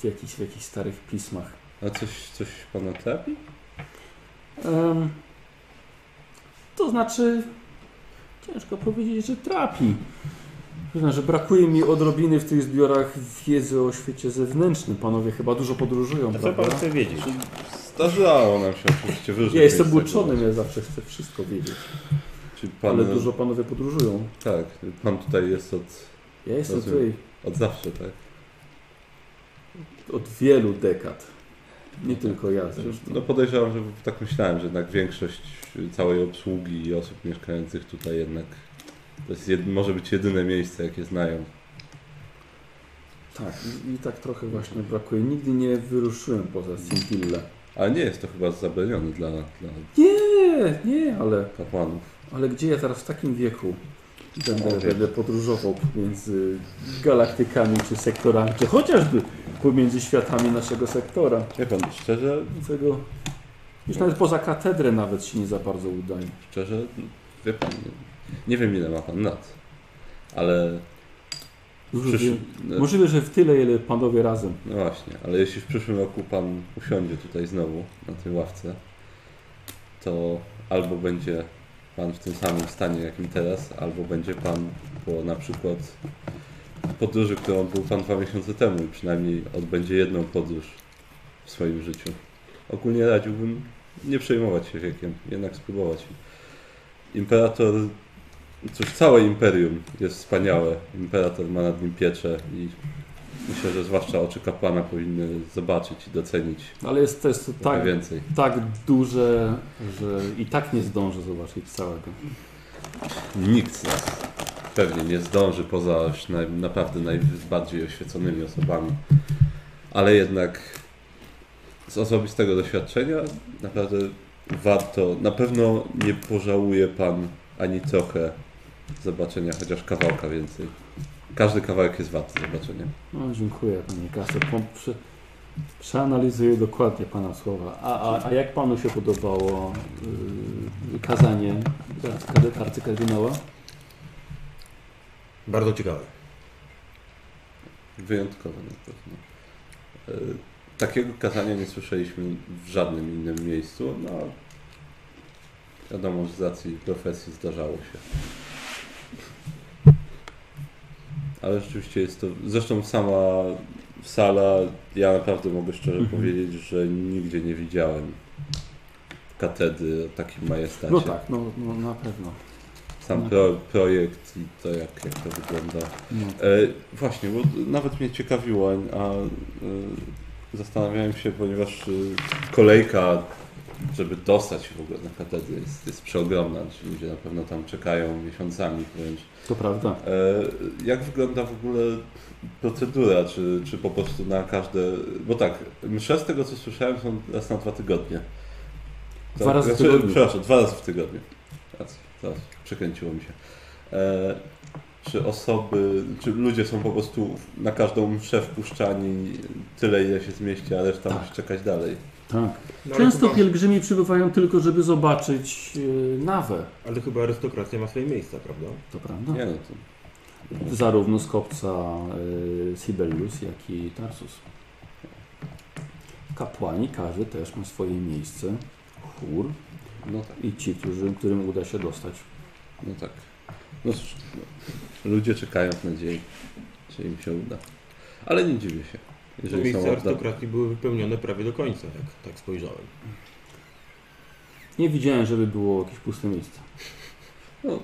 w, jakichś, w jakichś starych pismach. A coś, coś pana trapi? Em, to znaczy, ciężko powiedzieć, że trapi. Przyznam, że brakuje mi odrobiny w tych zbiorach wiedzy o świecie zewnętrznym. Panowie chyba dużo podróżują, A co prawda? pan chce wiedzieć? Zdarzało nam się oczywiście wyżyć. Ja jestem uczonym, ja zawsze chcę wszystko wiedzieć. Czyli pan- Ale dużo panowie podróżują. Tak, pan tutaj jest od... Ja jestem Od zawsze, tak? Od wielu dekad. Nie tylko ja zresztą. No podejrzewam, że tak myślałem, że jednak większość całej obsługi i osób mieszkających tutaj jednak to jest jed... może być jedyne miejsce, jakie znają. Tak, i, i tak trochę właśnie brakuje. Nigdy nie wyruszyłem poza Sintille. Ale nie jest to chyba zabronione dla, dla Nie, nie, ale, kapłanów. ale gdzie ja teraz w takim wieku O, będę, wiem. będę podróżował pomiędzy galaktykami czy sektorami, czy chociażby pomiędzy światami naszego sektora. Nie pan, szczerze, Tego, już nawet poza katedrę nawet się nie za bardzo udaje. szczerze, wie pan, nie, nie wiem ile ma pan lat, ale... Możliwe, możliwe, że w tyle, ile panowie razem. No właśnie, ale jeśli w przyszłym roku pan usiądzie tutaj znowu na tej ławce, to albo będzie pan w tym samym stanie, jakim teraz, albo będzie pan po na przykład podróży, którą był pan dwa miesiące temu i przynajmniej odbędzie jedną podróż w swoim życiu. Ogólnie radziłbym nie przejmować się wiekiem, jednak spróbować. Imperator, cóż, całe imperium jest wspaniałe. Imperator ma nad nim pieczę i myślę, że zwłaszcza oczy kapłana powinny zobaczyć i docenić. Ale jest to jest trochę tak, więcej. tak duże, że i tak nie zdążę zobaczyć całego. Nikt z nas pewnie nie zdąży poza już naj, naprawdę najbardziej oświeconymi osobami. Ale jednak z osobistego doświadczenia naprawdę warto, na pewno nie pożałuje Pan ani trochę zobaczenia chociaż kawałka więcej. Każdy kawałek jest wart zobaczenia. No, dziękuję Panie Kasę. Po- Prze, przeanalizuję dokładnie Pana słowa. A, a, a jak Panu się podobało yy, kazanie arcykardy- arcykardynała? Bardzo ciekawe. Wyjątkowe na pewno. E, Takiego kazania nie słyszeliśmy w żadnym innym miejscu, no wiadomo, że z racji profesji zdarzało się. Ale rzeczywiście jest to, zresztą sama sala, ja naprawdę mogę szczerze Mhm. powiedzieć, że nigdzie nie widziałem katedry o takim majestacie. No tak, no, no na pewno. Sam Na pro, projekt i to, jak, jak to wygląda. No. E, właśnie, bo nawet mnie ciekawiło, a e, zastanawiałem się, ponieważ e, kolejka, żeby dostać się w ogóle na katedrę jest, jest przeogromna. Ci ludzie na pewno tam czekają miesiącami wręcz. To prawda. E, jak wygląda w ogóle procedura? Czy, czy po prostu na każde... Bo tak, msze z tego co słyszałem są raz na dwa tygodnie. Dwa razy w znaczy, tygodniu. Przepraszam, dwa razy w tygodniu. Raz, raz, przekręciło mi się. E, czy osoby, czy ludzie są po prostu na każdą mszę wpuszczani tyle, ile się zmieści, a reszta musi czekać dalej? Tak. Często pielgrzymi przybywają tylko, żeby zobaczyć yy, nawę. Ale chyba arystokracja ma swoje miejsca, prawda? To prawda. Nie, no Zarówno z kopca y, Sibelius, jak i Tarsus. Kapłani, każdy też ma swoje miejsce, chór no tak. i ci, którzy, którym uda się dostać. No tak. No cóż, no, ludzie czekają w nadziei, że im się uda. Ale nie dziwię się. Te Jeżeli miejsca są oddane. arystokracji były wypełnione prawie do końca, jak tak spojrzałem. Nie widziałem, żeby było jakieś puste miejsce. No,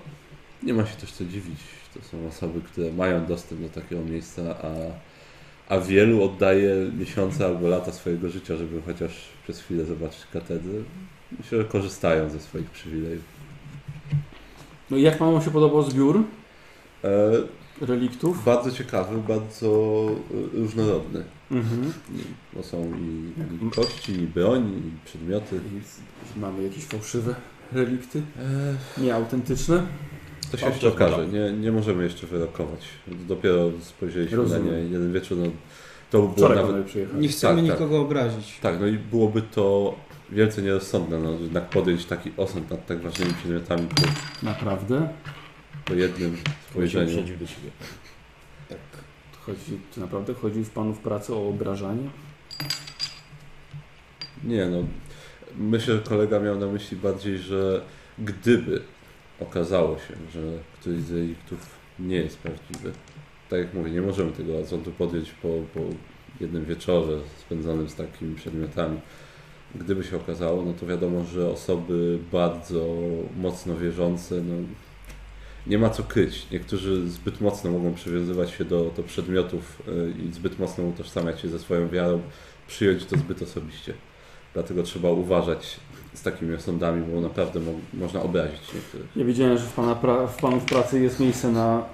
nie ma się też co dziwić. To są osoby, które mają dostęp do takiego miejsca, a, a wielu oddaje miesiące albo lata swojego życia, żeby chociaż przez chwilę zobaczyć katedrę. Myślę, że korzystają ze swoich przywilejów. No i jak Wam się podobał zbiór reliktów? E, Bardzo ciekawy, bardzo e, różnorodny. Mhm. I- Bo są i, i kości, i broń, i przedmioty. Mamy jakieś fałszywe relikty? Nieautentyczne? To się jeszcze okaże, nie, nie możemy jeszcze wyrokować. Dopiero spojrzeliśmy Rozumiem. na nie jeden wieczór. No, to by było Wczoraj panowie nawet... przyjechali. Nie chcemy nikogo obrazić. Tak, no i byłoby to wielce nierozsądne, no, jednak podjąć taki osąd nad tak ważnymi przedmiotami po, Naprawdę? po jednym spojrzeniu. do siebie. Tak. Chodzi, czy naprawdę chodzi w Panu w pracy o obrażanie? Nie no, myślę, że kolega miał na myśli bardziej, że gdyby okazało się, że któryś z reliktów nie jest prawdziwy, tak jak mówię, nie możemy tego odsądu podjąć po, po jednym wieczorze spędzonym z takimi przedmiotami. Gdyby się okazało, no to wiadomo, że osoby bardzo mocno wierzące, no nie ma co kryć. Niektórzy zbyt mocno mogą przywiązywać się do, do przedmiotów y, i zbyt mocno utożsamiać się ze swoją wiarą, przyjąć to zbyt osobiście. Dlatego trzeba uważać z takimi osądami, bo naprawdę mo można obrazić niektórych. Ja wiedziałem, że w, pana pra- w Panu w pracy jest miejsce na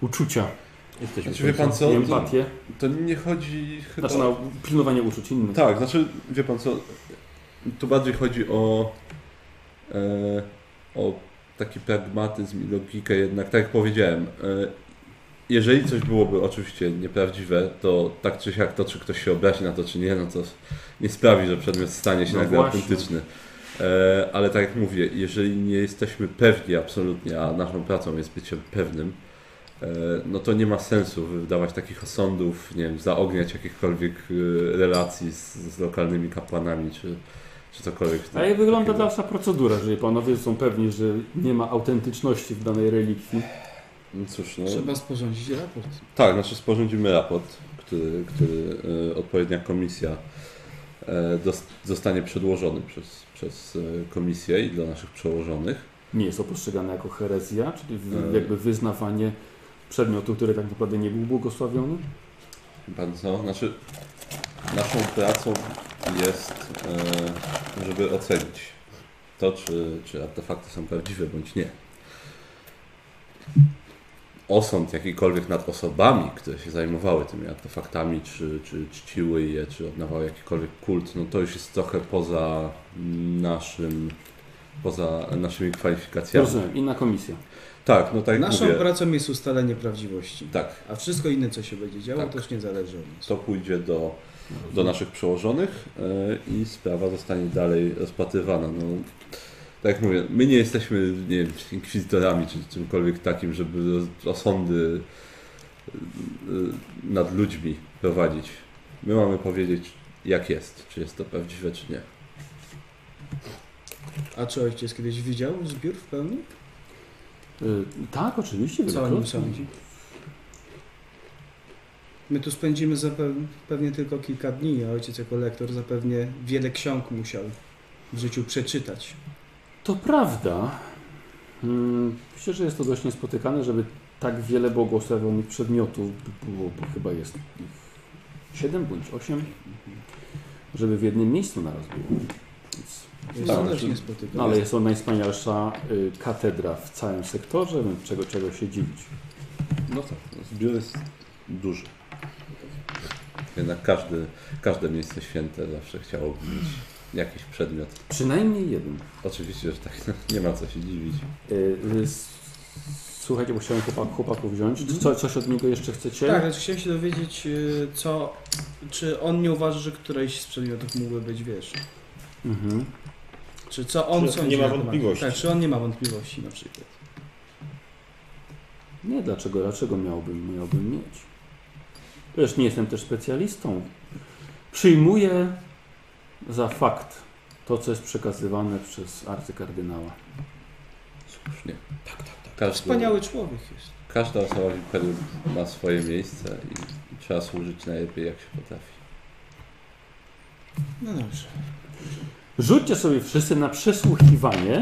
uczucia. Jesteśmy Znaczy, wie pan co, I to- empatię. To nie chodzi chyba... Znaczy na pilnowanie uczuć innych. Tak, znaczy, wie pan co, tu bardziej chodzi o, e, o taki pragmatyzm i logikę jednak, tak jak powiedziałem, e, jeżeli coś byłoby oczywiście nieprawdziwe, to tak czy siak to, czy ktoś się obrazi na to, czy nie, no to nie sprawi, że przedmiot stanie się No nagle właśnie. autentyczny. E, ale tak jak mówię, jeżeli nie jesteśmy pewni absolutnie, a naszą pracą jest bycie pewnym, e, no to nie ma sensu wydawać takich osądów, nie wiem, zaogniać jakichkolwiek e, relacji z, z lokalnymi kapłanami, czy, czy cokolwiek. A jak wygląda dalsza procedura, jeżeli panowie są pewni, że nie ma autentyczności w danej relikwii? No cóż, no. Trzeba sporządzić raport. Tak, znaczy sporządzimy raport, który, który e, odpowiednia komisja e, dos- zostanie przedłożony przez, przez e, komisję i dla naszych przełożonych. Nie jest to postrzegane jako herezja, czyli w, E. jakby wyznawanie przedmiotu, który tak naprawdę nie był błogosławiony? Bardzo. Znaczy, naszą pracą jest, e, żeby ocenić to, czy, czy artefakty są prawdziwe bądź nie. Osąd jakikolwiek nad osobami, które się zajmowały tymi artefaktami, czy, czy czciły je, czy oddawały jakikolwiek kult, no to już jest trochę poza naszym, poza naszymi kwalifikacjami. Rozumiem, inna komisja. Tak, no tak jak Naszą mówię. pracą jest ustalenie prawdziwości. Tak. A wszystko inne, co się będzie działo, to już nie zależy od nas. To pójdzie do, do naszych przełożonych yy, i sprawa zostanie dalej rozpatrywana. No, tak jak mówię, my nie jesteśmy nie wiem, inkwizytorami czy czymkolwiek takim, żeby roz- osądy yy, yy, nad ludźmi prowadzić. My mamy powiedzieć, jak jest, czy jest to prawdziwe, czy nie. A czy ojciec kiedyś widział zbiór w pełni? tak, oczywiście. Co o nim sądzi? My tu spędzimy zapew- pewnie tylko kilka dni, a ojciec jako lektor zapewnie wiele ksiąg musiał w życiu przeczytać. To prawda. Mm, Myślę, że jest to dość niespotykane, żeby tak wiele błogosławionych przedmiotów było, bo chyba jest ich 7 bądź 8, żeby w jednym miejscu naraz było. Więc- Jest Tak, to też znaczy- niespotykane. No, ale jest to najwspanialsza y, katedra w całym sektorze, więc czego, czego się dziwić. No tak, zbiór jest duży. Jednak każdy, każde miejsce święte zawsze chciałoby mieć jakiś przedmiot. Przynajmniej jeden. Oczywiście, że tak. Nie ma co się dziwić. Y, y, s- Słuchajcie, bo chciałem chłopak, chłopaków wziąć. Co, coś od niego jeszcze chcecie? Tak, ale chciałem się dowiedzieć, y, co, czy on nie uważa, że któreś z przedmiotów mógłby być wiesz. Mhm. Czy co on Czy nie sądzi? ma na temat- wątpliwości. Tak, czy on nie ma wątpliwości na przykład. Nie, dlaczego, dlaczego miałbym, miałbym mieć? Wiesz, nie jestem też specjalistą. Przyjmuję za fakt to, co jest przekazywane przez arcykardynała. Słusznie. tak, To Wspaniały człowiek jest. Każda osoba w imperium ma swoje miejsce i trzeba służyć najlepiej jak się potrafi. No dobrze. Rzućcie sobie wszyscy na przesłuchiwanie.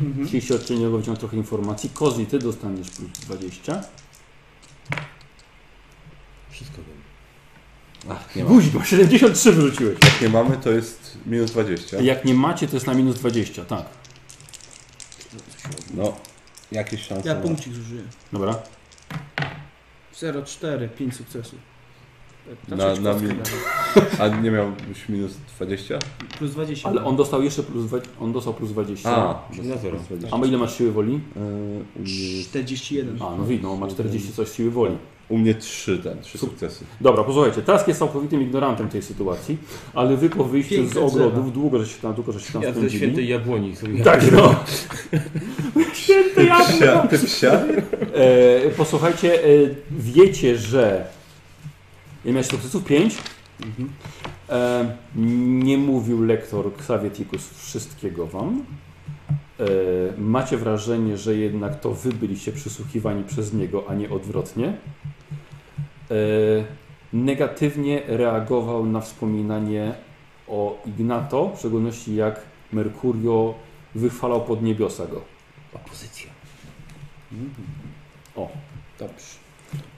Mhm. Jeśli się od niego wyciągnąć trochę informacji. Kozi, ty dostaniesz plus 20. Wszystko wiem. Ach, Guźno, 73 wyrzuciłeś. Jak nie mamy, to jest minus 20. Jak nie macie, to jest na minus 20, tak. No, jakieś szanse. Ja ma. punkcik zużyję. Dobra. 0,4, 5 sukcesów. Na, Znaczy, na kostkę min... A nie miałbyś minus 20? Plus 20. Ale on dostał jeszcze plus 20. On dostał plus 20. A, na zero. A ile masz siły woli? 41. A, no widno, on ma 40 coś siły woli. U mnie 3 ten, 3 sukcesy. Dobra, posłuchajcie, Trask jest całkowitym ignorantem tej sytuacji, ale wy po wyjściu z Piękne drzewa. ogrodów długo, że się tam, długo, że się tam Ja ze spędzili. świętej jabłoni sobie Tak, jadłem. no. Święte jabłko! Ty psia. E, posłuchajcie, e, wiecie, że ja miałeś sukcesów 5. E, nie mówił lektor Xavietikus wszystkiego wam. E, macie wrażenie, że jednak to wy byliście przysłuchiwani przez niego, a nie odwrotnie. E, negatywnie reagował na wspominanie o Ignato, w szczególności jak Mercurio wychwalał pod niebiosa go. Opozycja. O. Dobrze.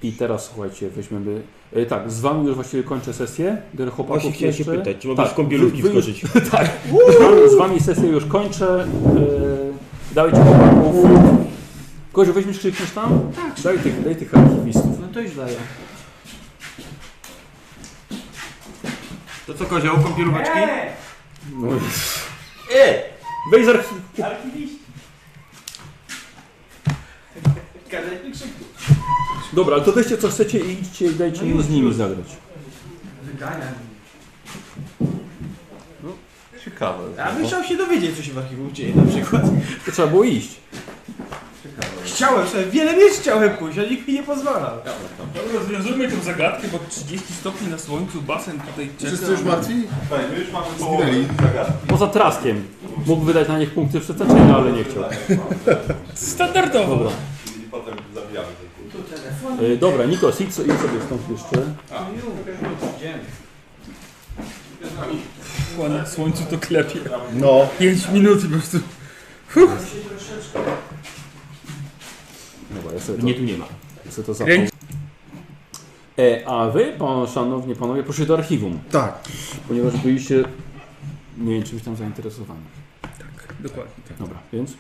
I teraz słuchajcie, weźmiemy. E, tak, z wami już właściwie kończę sesję. Dla chłopaków Właśnie chciałem się jeszcze. pytać, czy mogę Tak, z kąpielówki wy- wy- wskoczyć? tak. Z wami, z wami sesję już kończę. E, dajcie chłopaków. Koziu, weźmiesz krzykniesz tam? Tak. Daj tych, daj tych archiwistów. No to już daję. To co kozioł, kąpielóweczki? No i- E! Weź z archiwistów. Dobra, ale to weźcie co chcecie i idźcie i dajcie No im już, z nimi już. zagrać. Wygania. Ciekawe. A bym chciał się dowiedzieć, co się w archiwum dzieje na przykład. To trzeba było iść. Ciekawe. Chciałem, sobie wiele miejsc chciałem pójść, a nikt mi nie pozwalał. Dobra, Rozwiązujmy tę zagadkę, bo 30 stopni na słońcu, basen tutaj czeka. Wszyscy już martwi? Tak, my już mamy połowę. Poza traskiem. Mógł wydać na nich punkty przeznaczenia, ale nie chciał. Standardowo. Dobra. I potem zabijamy ten kurs. E, Dobra, Nikos, idź, so- idź sobie stąd jeszcze. Była na słońcu to klepie. No. 5 minut po prostu. Dobra, ja sobie Mnie tu nie ma. Ja sobie to Kręć. zapomnę. E, a wy, pan, szanowni panowie, proszę do archiwum. Tak. Ponieważ byliście, nie wiem, czymś tam zainteresowani. Dokładnie. tak. Dobra, więc...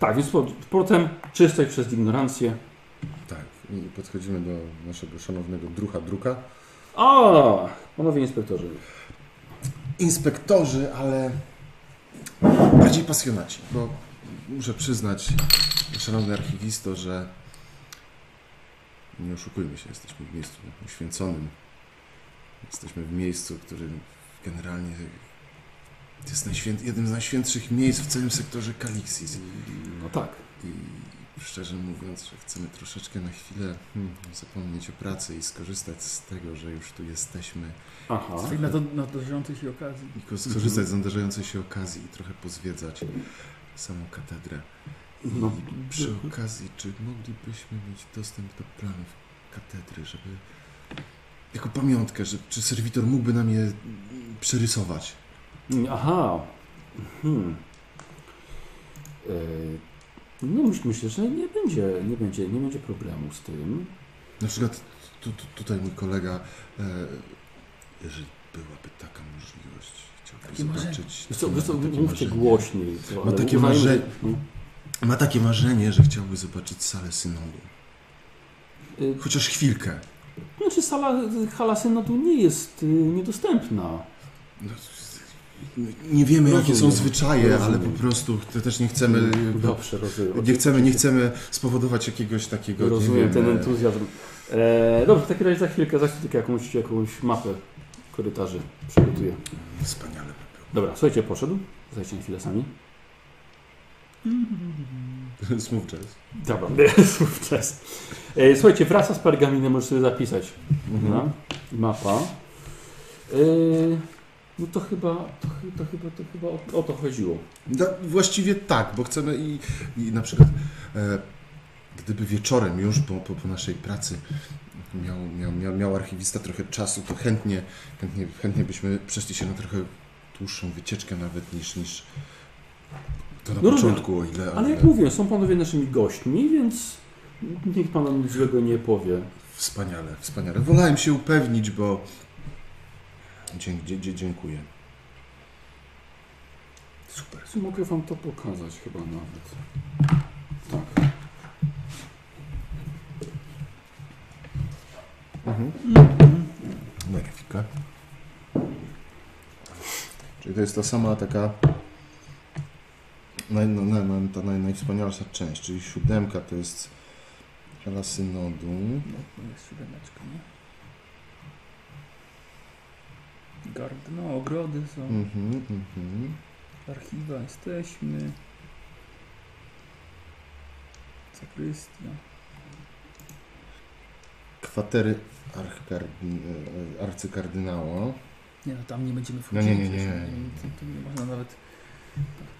Tak, więc po- potem czystość przez ignorancję. Tak, i podchodzimy do naszego szanownego druha druka. O, panowie inspektorzy. Inspektorzy, ale bardziej pasjonaci, bo muszę przyznać, szanowny archiwisto, że nie oszukujmy się, jesteśmy w miejscu uświęconym. Jesteśmy w miejscu, w którym generalnie jest najświęt, jednym z najświętszych miejsc w całym sektorze Kalixis. No tak. I szczerze mówiąc, że chcemy troszeczkę na chwilę hmm, zapomnieć o pracy i skorzystać z tego, że już tu jesteśmy. Aha. Z- Tak, na, do, na dążącej się okazji. tylko skorzystać z nadarzającej się okazji i trochę pozwiedzać samą katedrę. I No. przy okazji, czy moglibyśmy mieć dostęp do planów katedry, żeby jako pamiątkę, że, czy serwitor mógłby nam je przerysować? Aha. Hmm. E, no myśl- myślę, że nie będzie, nie będzie, nie będzie problemu z tym. Na przykład tu, tu, tutaj mój kolega, e, jeżeli byłaby taka możliwość, chciałby Takie marzenie. zobaczyć. Wiesz co, co wiesz co, ma takie mówcie marzenie. głośniej, co, ma, ale takie uznajmy, marze... że- Hmm. ma takie marzenie, że chciałby zobaczyć salę synodu. Y, Chociaż chwilkę. Znaczy sala halasynodu nie jest y, niedostępna. Nie wiemy, jakie są Rozumiem, zwyczaje, ale rozumiem. po prostu te- też nie chcemy. Mm, Dobrze, rozumiem. Nie chcemy, nie chcemy spowodować jakiegoś takiego. nie Rozumiem wiem, ten e, entuzjazm. E, dobrze, w takim razie za chwilkę, za chwilkę jakąś, jakąś mapę korytarzy przygotuję. Wspaniale. Dobra, słuchajcie, poszedł. Zajdźcie na chwilę sami. Smooth jazz. Dobra, wówczas. E, Słuchajcie, wraca z pergaminem, możesz sobie zapisać. Mhm. Dobra, Mapa. E, No to chyba, to, chy- to chyba, to chyba o, o to chodziło. Da, No, właściwie tak, bo chcemy i, i na przykład e, gdyby wieczorem już po, po, po naszej pracy miał, miał, miał, miał archiwista trochę czasu, to chętnie, chętnie, chętnie byśmy przeszli się na trochę dłuższą wycieczkę nawet niż, niż to na No rozumiem. początku, o ile... o Ale jak ile- mówię, są panowie naszymi gośćmi, więc nikt panom nic złego nie powie. Wspaniale, wspaniale. Wolałem się upewnić, bo... Dzie, dzie, dzie, dziękuję. Super. Mogę wam to pokazać chyba nawet. Na chwilkę. Czyli to jest ta sama taka naj, no, naj, naj, naj, ta naj, najwspanialsza część, czyli siódemka to jest Hela Synodu. To No, jest siódemeczka, nie? Gard, no, ogrody są. Mhm, mhm. Archiwa jesteśmy. Zakrystia. Kwatery archkardy- e, arcykardynała. Nie no, tam nie będziemy No wchodzić. nie, nie, nie. przecież, To, to nie można nawet... nawet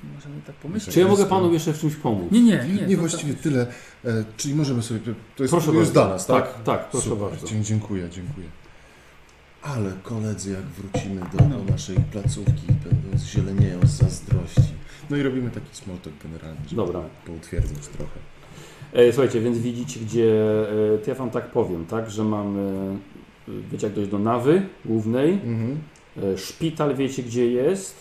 Nie możemy tak pomyśleć. Czy ja mogę panu jeszcze w czymś pomóc? Nie, nie, nie. Nie, to- tak. właściwie tyle. E, czyli możemy sobie... To jest, Proszę to bardzo. jest dla nas, tak? Tak, tak, proszę Super, bardzo. Dzie- Dziękuję, dziękuję. Ale koledzy, jak wrócimy do, No. do naszej placówki, będą zielenieją z zazdrości. No i robimy taki small talk generalnie, żeby Dobra. poutwierdzać trochę. E, Słuchajcie, więc widzicie, gdzie. e, To ja Wam tak powiem, tak, że mamy. e, Wiecie, jak dojść do nawy głównej. E, Szpital wiecie, gdzie jest.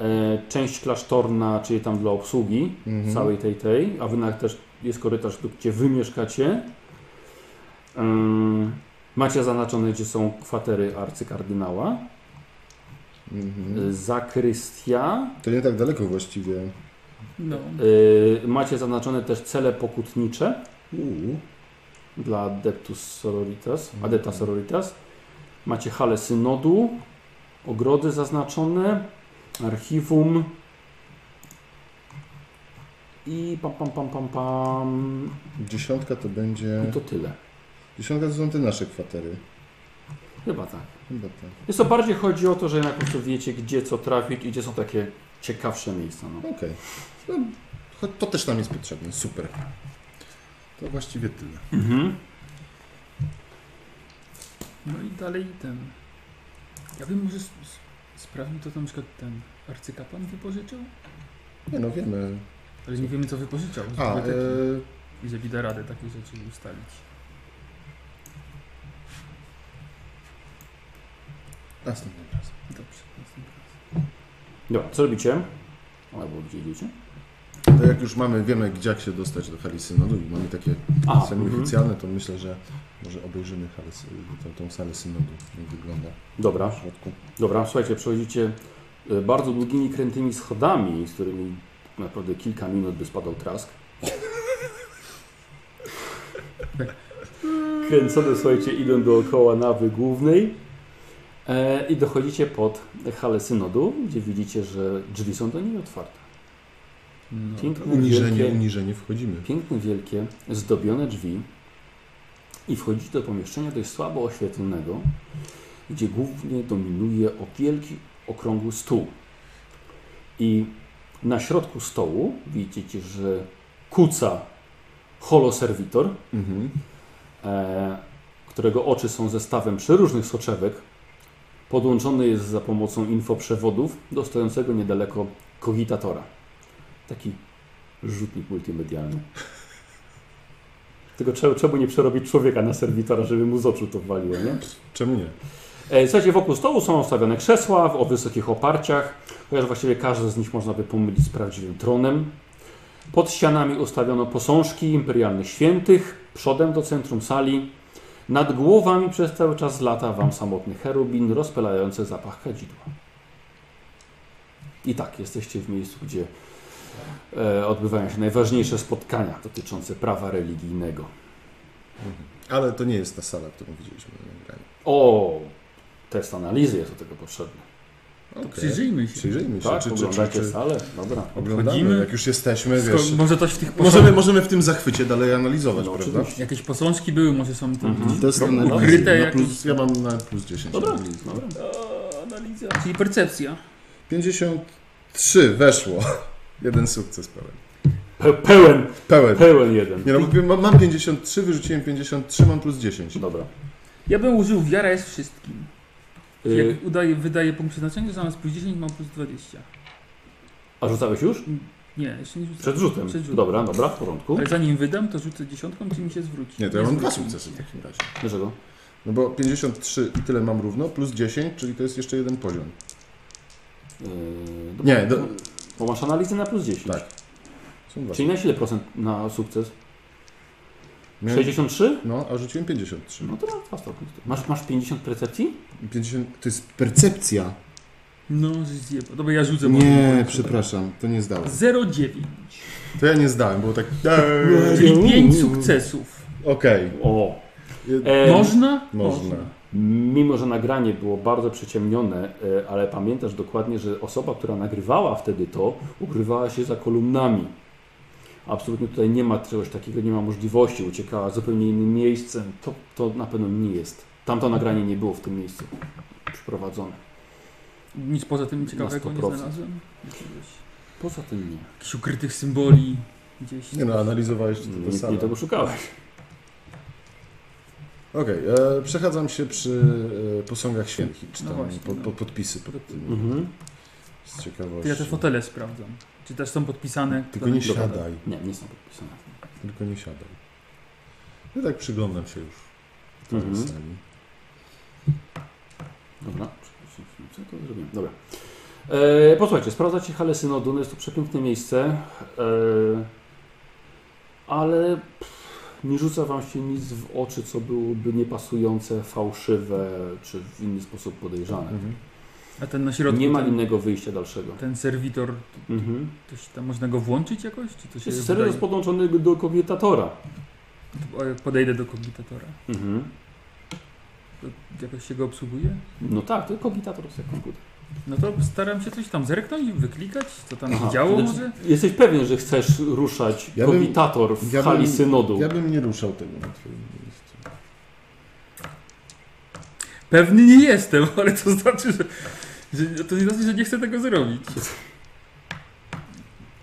E, Część klasztorna, czyli tam dla obsługi Mhm. całej tej tej. A wy nawet też jest korytarz, tu, gdzie Wy mieszkacie. Ym, Macie zaznaczone, gdzie są kwatery arcykardynała. E, Zakrystia. To nie tak daleko właściwie. No. Y, macie zaznaczone też cele pokutnicze dla Adeptus Sororitas, Adepta Sororitas. Macie halę synodu, ogrody zaznaczone, archiwum. I pam, pam, pam, pam, pam. Dziesiątka to będzie. I No to tyle. Dziesiątka to są te nasze kwatery. Chyba tak. Chyba tak. Jest to bardziej chodzi o to, że jednak po prostu wiecie, gdzie co trafić i gdzie są takie ciekawsze miejsca. No. Okej. No, cho- to też nam jest potrzebne. Super. To właściwie tyle. Mhm. No i dalej ten. Ja bym może s- s- sprawdził to, co na przykład ten arcykapłan wypożyczył? Nie no, wiemy. Ale nie wiemy, co wypożyczał. z A, e, biblioteki. I że da radę takie rzeczy ustalić. następnym razem. Dobrze, następnym razem. Dobra, co robicie? Albo gdzie idziecie? To jak już mamy, wiemy gdzie jak się dostać do Halisynodu i mamy takie A, mhm. semioficjalne, to myślę, że może obejrzymy Halys- tą, tą salę synodu, jak wygląda. Dobra. W środku. Dobra, słuchajcie, przechodzicie e, bardzo długimi, krętymi schodami, z którymi naprawdę kilka minut by spadał trask. Kręcone, słuchajcie, idą dookoła nawy głównej e, i dochodzicie pod halę synodu, gdzie widzicie, że drzwi są do niej otwarte. No, Piękne, uniżenie, wielkie- uniżenie wchodzimy. Piękne, wielkie, zdobione drzwi i wchodzicie do pomieszczenia dość słabo oświetlonego, gdzie głównie dominuje o wielki, okrągły stół. I na środku stołu widzicie, że kuca holoserwitor, Mhm. e, którego oczy są zestawem przeróżnych soczewek. Podłączony jest za pomocą infoprzewodów do stojącego niedaleko kogitatora. Taki rzutnik multimedialny. Tylko czemu, czemu nie przerobić człowieka na serwitora, żeby mu z oczu to waliło, nie? Czemu nie? E, Słuchajcie, wokół stołu są ustawione krzesła o wysokich oparciach, chociaż właściwie każde z nich można by pomylić z prawdziwym tronem. Pod ścianami ustawiono posążki imperialnych świętych, przodem do centrum sali. Nad głowami przez cały czas lata wam samotny cherubin rozpylający zapach kadzidła. I tak, jesteście w miejscu, gdzie e, odbywają się najważniejsze spotkania dotyczące prawa religijnego. Mhm. Ale to nie jest ta sala, którą widzieliśmy na nagraniu. O, test analizy jest do tego potrzebny. Okej. przyjrzyjmy się. Przyjrzyjmy się. Tak, czy, czy, czy, oglądacie czy, salę? Dobra. Oglądamy, Wchodzimy. jak już jesteśmy, Skoro- wiesz. może coś w tych posąg- możemy, możemy w tym zachwycie dalej analizować, prawda? Oczywiście. Jakieś posążki były, może są tam Mhm. gdzieś To jest ten na plus, ukryte na jakieś... plus, ja mam na plus 10. Dobra, analizy. dobra. O, analiza. Czyli percepcja. 53 weszło. Jeden sukces pełen. pełen. Pełen. Pełen jeden. Nie, no, bo mam- mam 53, wyrzuciłem 53, mam plus 10. Dobra. Ja bym użył wiara jest wszystkim. Y- Jak udaje, wydaje punkt przeznaczenia, zamiast plus 10 mam plus 20. A rzucałeś już? Nie, jeszcze nie rzucę. Przed rzutem. Dobra, dobra, w porządku. Ale zanim wydam, to rzucę dziesiątką, czy mi się zwróci. Nie, to ja mam dwa zwróci mi sukcesy w się. takim razie. Dlaczego? No bo 53 i tyle mam równo, plus 10, czyli to jest jeszcze jeden poziom. Yy, Nie, do- Bo masz analizę na plus 10. Tak. Są dwa Czyli na ile procent na sukces? Miałem- 63? No, a rzuciłem 53. No to mam dwa stopnie. Masz, masz 50 percepcji? 50, to jest percepcja. No, żeś zjebał. Dobra, ja rzucę. Nie, przepraszam, to nie zdałem. 09. To ja nie zdałem, było tak... Czyli pięć sukcesów. Okej. O. E, Można? Można. Mimo, że nagranie było bardzo przyciemnione, e, ale pamiętasz dokładnie, że osoba, która nagrywała wtedy to, ukrywała się za kolumnami. Absolutnie tutaj nie ma czegoś takiego, nie ma możliwości, uciekała zupełnie innym miejscem. To, to na pewno nie jest. Tamto nagranie nie było w tym miejscu przeprowadzone. Nic poza tym Na ciekawego nie 100%. znalazłem. Poza tym nie. Jakichś ukrytych symboli gdzieś. Nie no, analizowałeś czy to Nie- ta sala. nie tego szukałeś. Okej, e, przechadzam się przy e, posągach świętych, czy No tam właśnie, po, no. po, podpisy pod tymi. Mhm. Z ciekawości. To ja te fotele sprawdzam. Czy też są podpisane? Tylko nie siadaj. Nie, nie są podpisane. Tylko nie siadaj. Ja tak przyglądam się już. Mhm. Mhm. Sali. Dobra, co to zrobimy? Dobra. E, posłuchajcie, sprawdzacie halę synodu, no jest to przepiękne miejsce, e, ale pff, nie rzuca wam się nic w oczy, co byłoby niepasujące, fałszywe, czy w inny sposób podejrzane. A ten na środku, Tak. Nie ma ten- innego wyjścia dalszego. Ten serwitor, to, Mhm. to się tam można go włączyć jakoś? Czy to się Jest serio jest podłączony do kogitatora. wydaje? Podejdę do kogitatora. Mhm. To jakoś się go obsługuje? No tak, to kogitator to jest jak komputer. No to staram się coś tam zerknąć, wyklikać, co tam się Aha, działo znaczy, może. Jesteś pewien, że chcesz ruszać ja kowitator w hali synodu. Ja bym nie ruszał tego na twoim miejscu. Pewny nie jestem, ale to znaczy, że, że to nie znaczy, że nie chcę tego zrobić.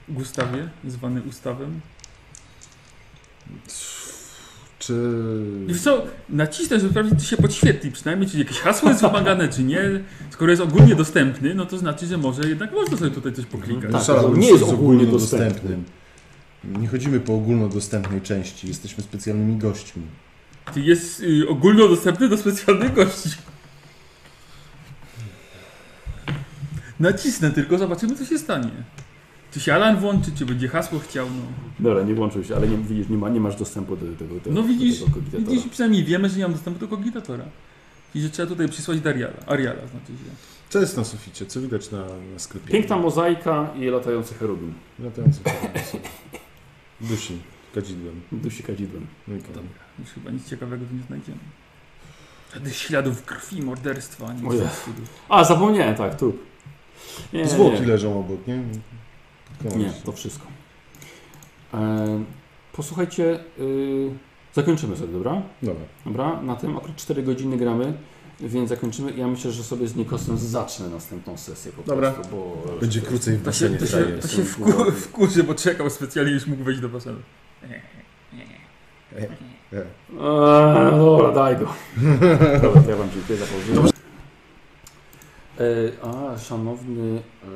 Gustawie, zwany Ustawem. Czy... I wiesz co, nacisnę, żeby sprawdzić, czy się podświetli przynajmniej, czy jakieś hasło jest wymagane, czy nie. Skoro jest ogólnie dostępny, no to znaczy, że może jednak można sobie tutaj coś poklikać. Szalałbym Tak, nie z- z jest ogólnie ogólnodostępnym. Nie chodzimy po ogólnodostępnej części, jesteśmy specjalnymi gośćmi. Ty jest y, ogólnodostępny do specjalnych gości. Nacisnę tylko, zobaczymy co się stanie. Czy się alarm włączy, czy będzie hasło chciał, no. Dobra, nie włączył się, ale nie, widzisz, nie, ma, nie masz dostępu do tego, do, No widzisz, do tego kogitatora. widzisz, przynajmniej wiemy, że nie mam dostępu do kogitatora. I że trzeba tutaj przysłać Dariala, Ariala, znaczy się. Co jest na suficie? Co widać na, na sklepie? Piękna mozaika i latający cherubin. Latający cherubin. Dusi kadzidłem. No Dusi kadzidłem. Dobra. Już chyba nic ciekawego tu nie znajdziemy. Żadnych śladów krwi, morderstwa, ani Oje. nic cudów. A, zapomniałem, tak, tu. Zwłoki leżą obok, nie? Koniec. Nie, to wszystko. E, posłuchajcie, y, zakończymy sobie, dobra? Dobra. Dobra, na tym akurat 4 godziny gramy, więc zakończymy. Ja myślę, że sobie z Nikosem zacznę następną sesję po Dobra. prostu, bo... Będzie krócej w To się, basenie. to się, traje. to się wku, wkurzy, bo czekał specjalnie, już mógł wejść do basenu. Eee, dobra, daj go. Dobra, to ja wam dziękuję za pozdrowienie. E, a, szanowny e,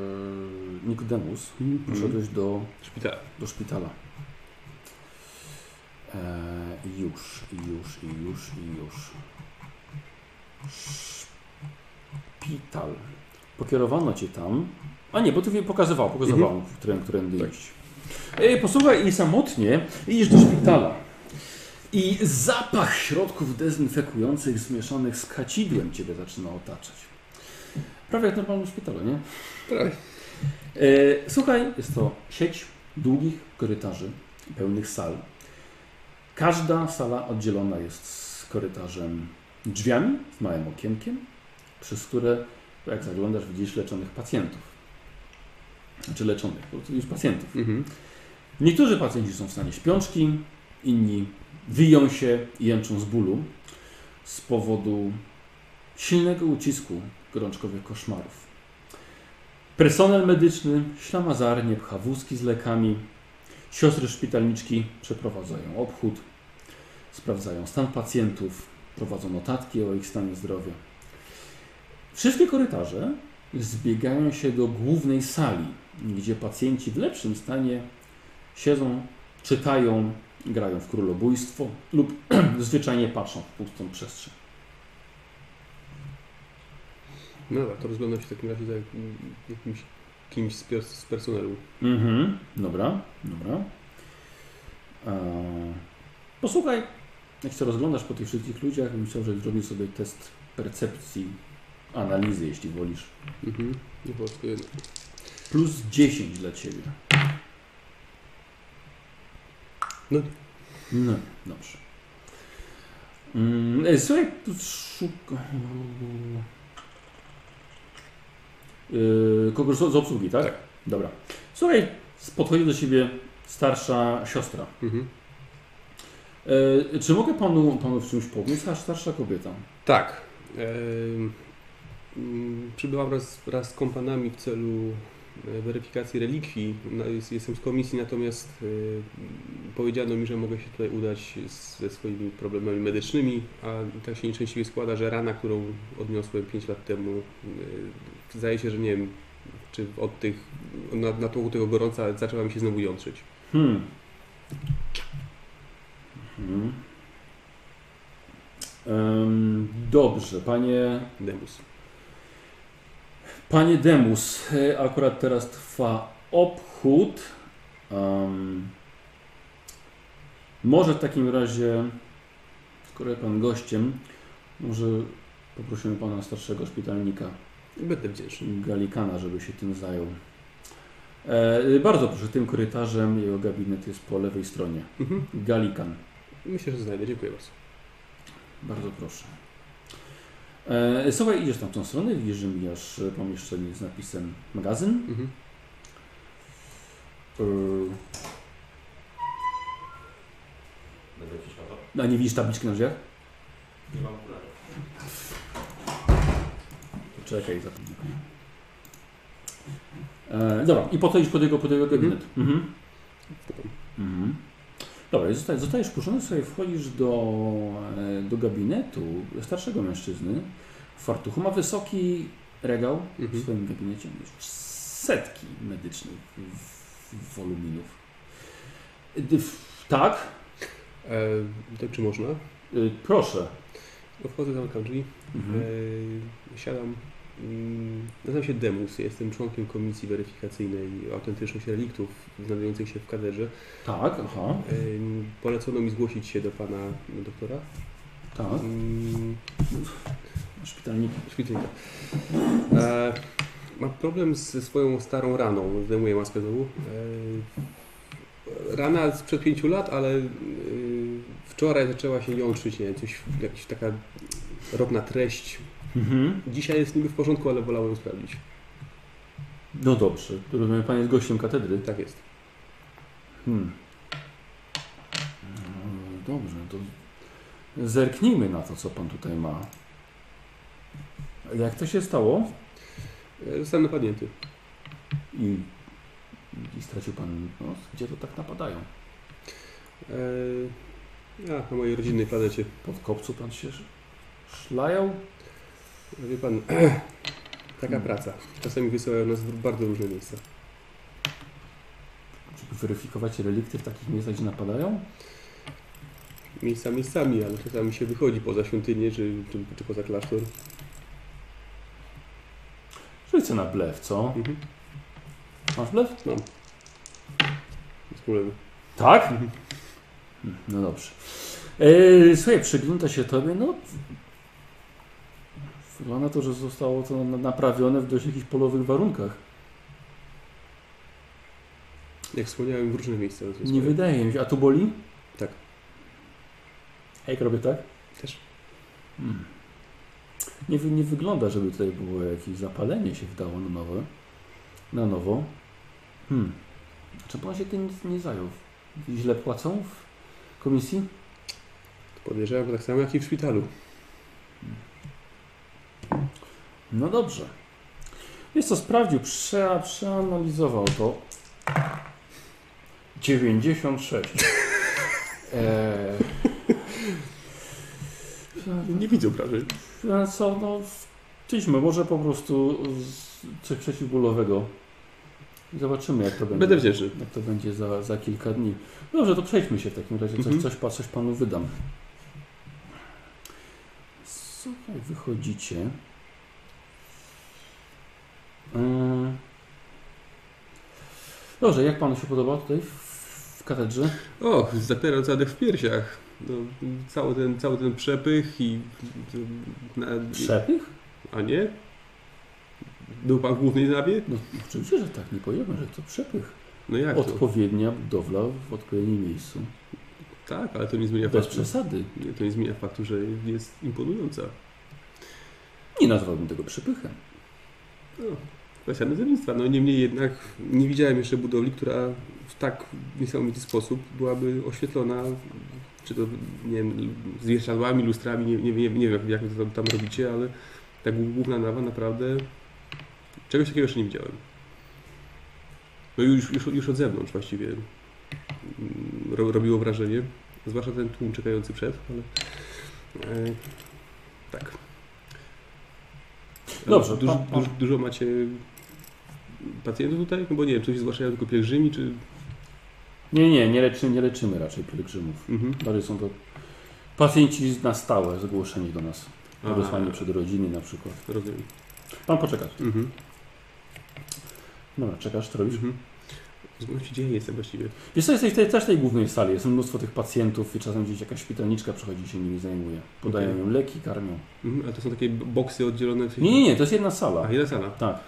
Nikodemus, przyszedłeś do szpitala. Do szpitala. E, już, już, już, już. Szpital. Pokierowano cię tam. A nie, bo tu pokazywał, pokazywał, mhm. którym, którędy iść. E, posłuchaj, i samotnie idziesz do szpitala. I zapach środków dezynfekujących zmieszanych z kacidłem Ciebie zaczyna otaczać. Prawie jak w normalnym szpitalu, nie? Prawie. E, słuchaj, jest to sieć długich korytarzy, pełnych sal. Każda sala oddzielona jest z korytarzem drzwiami, z małym okienkiem, przez które, jak zaglądasz, widzisz leczonych pacjentów. Znaczy leczonych, bo tu widzisz pacjentów. Mhm. Niektórzy pacjenci są w stanie śpiączki, inni wiją się i jęczą z bólu z powodu silnego ucisku gorączkowych koszmarów. Personel medyczny ślamazarnie pcha wózki z lekami, siostry szpitalniczki przeprowadzają obchód, sprawdzają stan pacjentów, prowadzą notatki o ich stanie zdrowia. Wszystkie korytarze zbiegają się do głównej sali, gdzie pacjenci w lepszym stanie siedzą, czytają, grają w królobójstwo lub zwyczajnie patrzą w pustą przestrzeń. No dobra, to rozglądam się w takim razie za jakim- jakimś kimś z, pers- z personelu. Mhm, dobra, dobra. Eee, posłuchaj, jak się rozglądasz po tych wszystkich ludziach, bym chciał, żebyś zrobił sobie test percepcji, analizy, jeśli wolisz. Mhm, nie Plus 10 dla Ciebie. No. No, dobrze. Mm, e, Słuchaj, tu szuka... Yy, kogoś z z obsługi, tak? Dobra. Słuchaj, podchodzi do Ciebie starsza siostra. Mhm. E, czy mogę Panu, panu w czymś pomóc? A starsza kobieta. Tak. Em, mm, Przybyłam wraz, wraz z kompanami w celu e, weryfikacji relikwii. Na- jest- Jestem z komisji, natomiast e, m, powiedziano mi, że mogę się tutaj udać z- ze swoimi problemami medycznymi, a tak się nieszczęśliwie składa, że rana, którą odniosłem 5 lat temu, e, zdaje się, że nie wiem, czy od tych, na, na tłoku tego gorąca zaczęła mi się znowu jątrzyć. Hmm. Mhm. Em, dobrze, panie. Demus. Panie Demus, e, akurat teraz trwa obchód. Em, może w takim razie, skoro jest pan gościem, może poprosimy pana starszego szpitalnika. Będę wdzięczny. Galikana, żeby się tym zajął. E, bardzo proszę, tym korytarzem jego gabinet jest po lewej stronie. Mhm. Galikan. Myślę, że znajdę. Dziękuję bardzo. Bardzo proszę. E, Słuchaj, idziesz tam w tą stronę, widzisz, że mijasz e, pomieszczenie z napisem magazyn. E, No, a nie widzisz tabliczki na drzwiach? Nie mam okularów. Czekaj, zapomnij. E, dobra, i podchodzisz pod jego, pod jego gabinet. Mhm. Mhm. Dobra, i zostajesz, zostajesz wpuszczony sobie, wchodzisz do, e, do gabinetu starszego mężczyzny w fartuchu. Ma wysoki regał w swoim gabinecie. Już Setki medycznych w- w- woluminów. D- w- Tak? E, y, to czy można? proszę. No wchodzę, zamykam drzwi, Mhm. e, siadam. Mm, Nazywam się Demus, jestem członkiem komisji weryfikacyjnej autentyczność reliktów znajdujących się w katedrze. Tak, aha. Em, Polecono mi zgłosić się do pana doktora. Mm, Tak. Szpitalnika. Szpitalnika. E, mam problem ze swoją starą raną, zdejmuję maskę znowu. E, rana sprzed pięciu lat, ale y, wczoraj zaczęła się jątrzyć, nie wiem, coś, jakaś taka ropna treść. Mhm. Dzisiaj jest niby w porządku, ale wolałem ją sprawdzić. No dobrze, rozumiem, pan jest gościem katedry. Tak jest. Hmm. Mm, Dobrze, to zerknijmy na to, co pan tutaj ma. Jak to się stało? E, Zostałem napadnięty. I, i stracił pan nos? Gdzie to tak napadają? E, ja na mojej rodzinnej planecie. Pod kopcu pan się szlają? Wie pan, taka praca. Czasami wysyłają nas w bardzo różne miejsca. Żeby weryfikować relikty w takich miejscach, gdzie napadają? Miejsca miejscami, ale czasami się wychodzi poza świątynię czy, czy, czy poza klasztor. Rzucę na blef, co? Mhm. Masz blef? Mam. Bez problemu. Tak? Mhm. No dobrze. Eee, słuchaj, przygląda się tobie, no... Wygląda to, że zostało to na- naprawione w dość jakichś polowych warunkach. Jak wspomniałem, w różne miejsca. Nie wydaje mi się. A tu boli? Tak. Jak robię tak? Też. Hmm. Nie, wy- nie wygląda, żeby tutaj było jakieś zapalenie się wdało na nowe. Na nowo. Hmm. Czy pan się tym nie zajął? Źle płacą w komisji? Podejrzewam, że tak samo jak i w szpitalu. No dobrze. Jest co, sprawdził, prze, przeanalizował to. 96. Eee, Nie widzę obrażeń. no co, no, czyśmy, może po prostu z- coś przeciwbólowego. Zobaczymy, jak to będzie. Będę wdzięczny. Jak to będzie za, za kilka dni. Dobrze, to przejdźmy się w takim razie. Coś, Mhm. coś, pa- coś panu wydam. Słuchaj, wychodzicie. Eee, Dobrze, jak panu się podoba tutaj w, w katedrze? Och, zapieram zadek w piersiach. No, cały, ten, cały ten przepych i... Na, Przepych? A nie? Był pan w głównej zabie? No, oczywiście, że tak. Nie powiemy, że to przepych. No jak to? Odpowiednia budowla w odpowiednim miejscu. Tak, ale to nie zmienia Bez faktu. przesady. Nie, To nie zmienia faktu, że jest imponująca. Nie nazwałbym tego przepychem. No, kwestia nazewnictwa. No niemniej jednak nie widziałem jeszcze budowli, która w tak niesamowity sposób byłaby oświetlona, czy to, nie wiem, zwierciadłami, lustrami, nie, nie, nie, nie wiem jak wy to tam, tam robicie, ale ta główna nawa naprawdę czegoś takiego jeszcze nie widziałem. No i już, już, już od zewnątrz właściwie mm, ro, robiło wrażenie, zwłaszcza ten tłum czekający przed, ale e, tak. Dobrze, Dużo, pan- pan- dużo, dużo macie pacjentów tutaj? No bo nie wiem, czy się zgłaszają tylko pielgrzymi, czy... Nie, nie, nie, leczy, nie leczymy raczej pielgrzymów. Mhm. Bardziej są to pacjenci na stałe zgłoszeni do nas. A. Wysłani przed rodziny na przykład. no, Rozumiem. Pan poczeka. tu. Mhm. Dobra, czekasz, co robisz? Zgłosić gdzie jestem właściwie. Wiesz co, jesteś w tej, też w tej głównej sali. Jest mnóstwo tych pacjentów i czasem gdzieś jakaś szpitalniczka przychodzi i się nimi zajmuje. Podają Okej. im leki, karmią. Mhm, a to są takie b- boksy oddzielone? w- Nie, nie, nie, to jest jedna sala. A, jedna sala. Tak.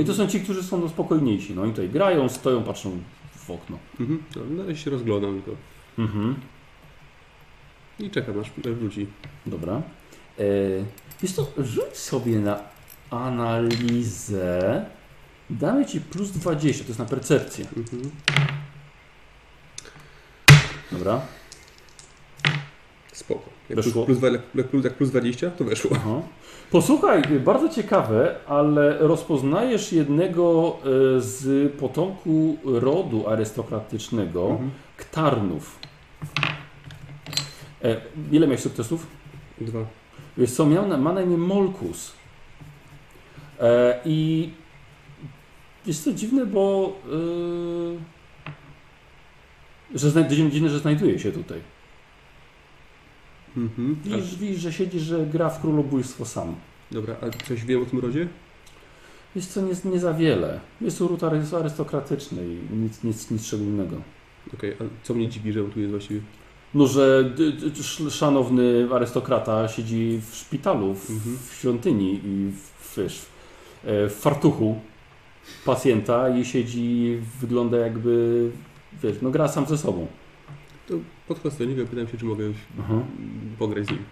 I to są ci, którzy są no, spokojniejsi. No oni tutaj grają, stoją, patrzą w okno. Mhm. No, na razie się rozglądam tylko. Mhm. I czekam aż aż wróci. Dobra. Yy, wiesz co, rzuć sobie na analizę. Damy ci plus 20, to jest na percepcję. Mhm. Dobra. Spoko. Jak plus, Weszło? plus, dwa- jak, plus, jak plus 20, to weszło. Aha. Posłuchaj, bardzo ciekawe, ale rozpoznajesz jednego e, z potomku rodu arystokratycznego, Mhm. Ktarnów. E, Ile miałeś sukcesów? Dwa. Wiesz co, miał na, ma na imię Molkus. E, I jest to dziwne, bo e, że znaj- dziwne, że znajduje się tutaj. Mhm. Widzisz, widzisz, że siedzi, że gra w królobójstwo sam. Dobra, a coś wiem o tym rodzie? Jest co, nie, nie za wiele. Jest to ród arys- arystokratyczny i nic, nic, nic szczególnego. Okej, a co mnie dziwi, że on tu jest właściwie? No, że d- d- sz- szanowny arystokrata siedzi w szpitalu, w, w świątyni i w, wiesz, w- e, w fartuchu pacjenta i siedzi, wygląda jakby, wiesz, no gra sam ze sobą. To podchodzę do niego i pytam się, czy mogę m, pograć z nim.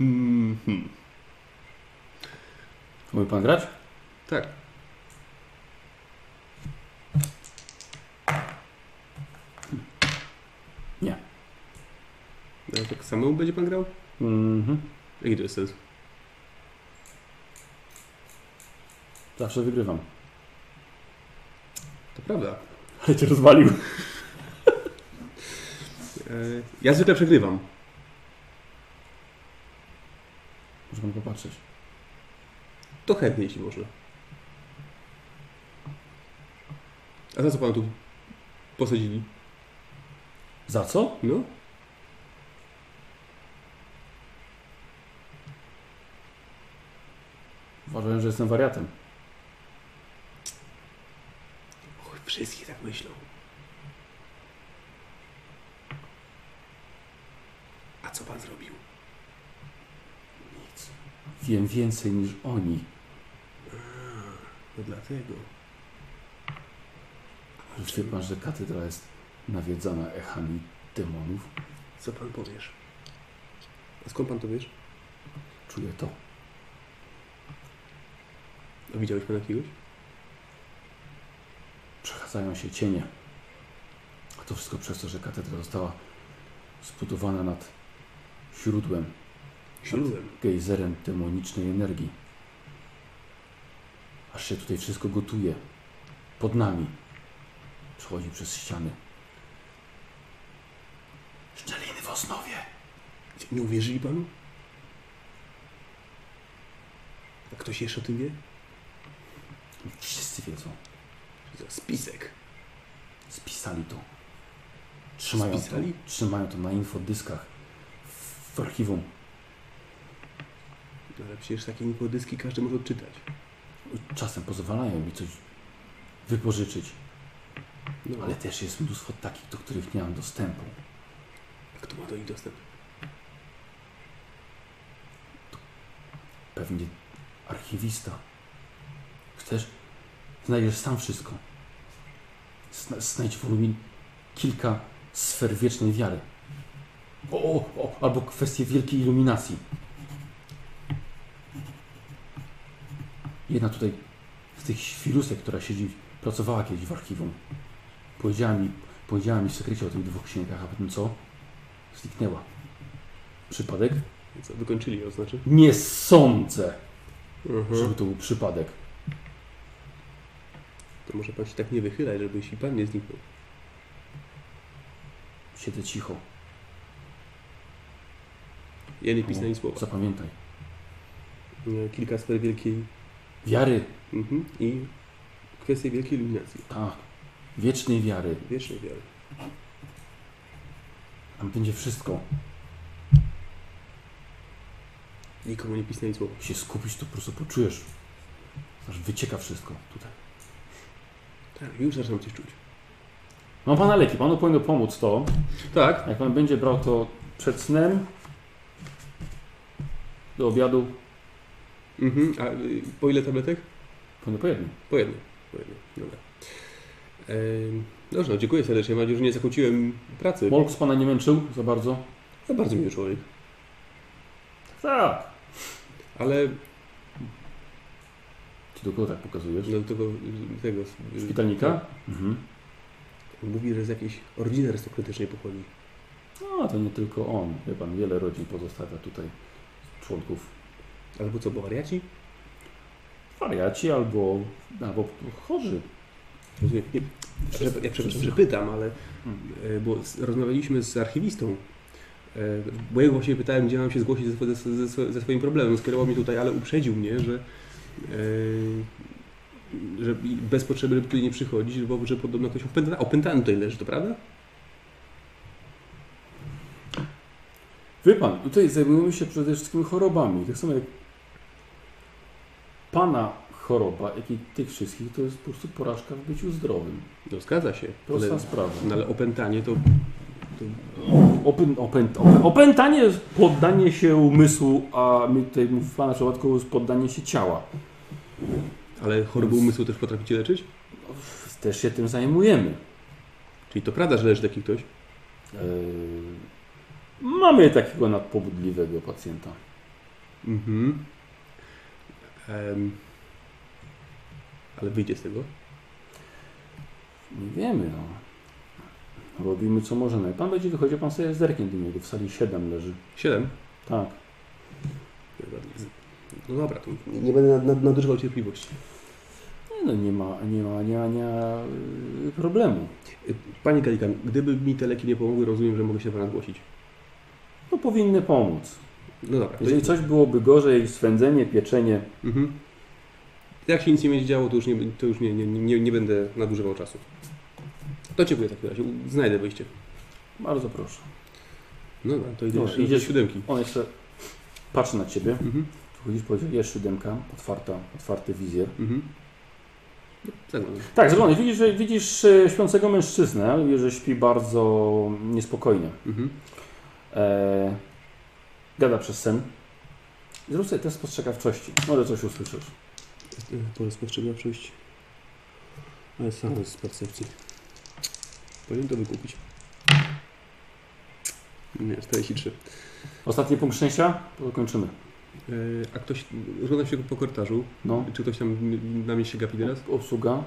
Mhm. Mówi pan grać? Tak. Nie. A tak samo będzie pan grał? Mhm. Jaki to jest sens? Zawsze wygrywam. To prawda. Ale cię rozwalił. E, Ja zwykle przegrywam. Może pan popatrzeć. To chętnie, jeśli można. A za co pana tu posadzili? Za co? No. Uważałem, że jestem wariatem. Wszystkie tak myślą. A co pan zrobił? Nic. Wiem więcej niż oni. No dlatego. Już wie pan, że katedra jest nawiedzana echami demonów. Co pan powiesz? A skąd pan to wiesz? Czuję to. A widziałeś pan jakiegoś? Przechadzają się cienie. A to wszystko przez to, że katedra została zbudowana nad źródłem. Źródłem? Nad gejzerem demonicznej energii. Aż się tutaj wszystko gotuje. Pod nami. Przechodzi przez ściany. Szczeliny w osnowie. Nie uwierzyli panu? A ktoś jeszcze o tym wie? Wszyscy wiedzą. Spisek. Spisali to. Trzymają Spisali? to. Trzymają to na infodyskach. W, w archiwum. No Ale przecież takie infodyski każdy może odczytać. Czasem pozwalają mi coś wypożyczyć. No. Ale też jest mnóstwo takich, do których nie mam dostępu. Kto ma do nich dostęp? Pewnie archiwista. Chcesz? Znajdziesz sam wszystko. Zna, znajdź wolumin kilka sfer wiecznej wiary. O, o, o, albo kwestie wielkiej iluminacji. Jedna tutaj z tych świrusek, która siedzi, pracowała kiedyś w archiwum. Powiedziała mi, powiedziała mi w sekrecie o tych dwóch księgach, a potem co? Zniknęła. Przypadek? Co, wykończyli ją, znaczy? Nie sądzę, Mhm. żeby to był przypadek. To może pan się tak nie wychylać, żebyś i pan nie zniknął. Siedzę cicho. Ja nie pisnę nic słowa. Zapamiętaj. E, Kilka sfer wielkiej... Wiary. Mhm. I kwestie wielkiej iluminacji. Tak. Wiecznej wiary. Wiecznej wiary. Tam będzie wszystko. Nikomu nie pisnę nic słowa. Jak się skupisz, to po prostu poczujesz. Aż wycieka wszystko tutaj. Tak, już zaczynam coś czuć. Mam pana leki. Panu powinno pomóc to. Tak. Jak pan będzie brał to przed snem, do obiadu, Mhm. A y, po ile tabletek? powinno po jednym. Po jednej. Po jednej. Dobra. Em, Dobrze, no dziękuję serdecznie. Mam nadzieję, że nie zakłóciłem pracy. Molk z pana nie męczył za bardzo? No, bardzo miły człowiek. Tak. Ale... Ci do kogo tak pokazujesz? No tego... tego tak. Szpitalnika? Mhm. Mówi, że z jakiejś rodziny arystokratycznej pochodzi. No, to nie tylko on. Wie pan, wiele rodzin pozostawia tutaj członków. Albo co, bo wariaci? Wariaci albo, albo chorzy. Rozumiem. Nie, ja, ja przepraszam, że pytam, ale e, bo z- rozmawialiśmy z archiwistą, e, bo jego właśnie pytałem, gdzie mam się zgłosić ze, swo- ze, ze, ze swoim problemem. Skierował mnie tutaj, ale uprzedził mnie, że, e, że bez potrzeby żeby tutaj nie przychodzić, bo że podobno ktoś opętany, opętany tutaj leży, to prawda? Wie pan, tutaj zajmujemy się przede wszystkim chorobami. Tak samo jak pana choroba, jak i tych wszystkich, to jest po prostu porażka w byciu zdrowym. No zgadza się. Prosta ale, sprawa. No, ale opętanie to... to Opę, opę, opę, opętanie jest poddanie się umysłu, a my tutaj w pana przypadku jest poddanie się ciała. ale choroby umysłu też potraficie leczyć? Też się tym zajmujemy. E, Czyli to prawda, że leży taki ktoś? Mamy takiego nadpobudliwego pacjenta. Mhm. Em, ale wyjdzie z tego? Nie wiemy, no. Robimy co możemy. Jak Pan będzie wychodził, pan sobie zerknie do niego. W sali 7 leży. 7? Tak. No dobra, to nie- nie będę nad- nad- nadużywał cierpliwości. Nie, no nie ma, nie ma, nie ma, nie ma yy, problemu. Panie Kalikan, gdyby mi te leki nie pomogły, rozumiem, że mogę się do Pana zgłosić. No powinny pomóc. No dobra. to Jeżeli jest- coś byłoby gorzej, swędzenie, pieczenie, Mhm. Jak się nic nie będzie działo, to już nie, to już nie, nie, nie, nie będę nadużywał czasu. To dziękuję w takim razie. U- Znajdę wyjście. bardzo proszę. No dobra, to idę Dobra, jeszcze do idziesz- siódemki. On jeszcze patrzy na ciebie. Mhm. Wchodzisz, powiedział, jest siódemka, otwarta, otwarty wizjer. Mhm. Zaglądam. Tak, zaglądasz. Widzisz, że- widzisz e, śpiącego mężczyznę, widzisz, że śpi bardzo niespokojnie. Mhm. E, gada przez sen. Zrób sobie test spostrzegawczości. Może coś usłyszysz. Pole spostrzegawczość. Ale sam z percepcji. Powinien to wykupić. Nie, 43. Ostatni punkt szczęścia? To kończymy. E, A ktoś, rozglądam się po korytarzu. No. Czy ktoś tam n- na mnie się gapi teraz? Obsługa.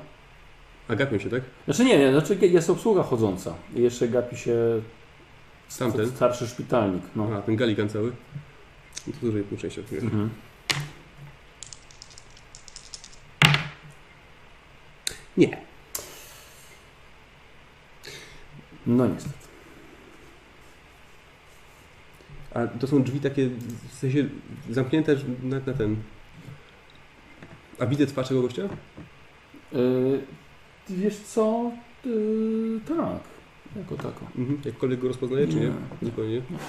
A gapią się, tak? Znaczy nie, nie, znaczy jest obsługa chodząca. I jeszcze gapi się Tamten? Tak. starszy szpitalnik. No. A, ten galikan cały? No To dużej półczęści od niego. Mhm. Nie. No niestety. A to są drzwi takie, w sensie zamknięte na, na ten... A widzę twarz tego gościa? Yy, wiesz co? Yy, tak. Jako tako. Mhm. Jakkolwiek go rozpoznaję, czy nie? Nie. Zupełnie. Mhm.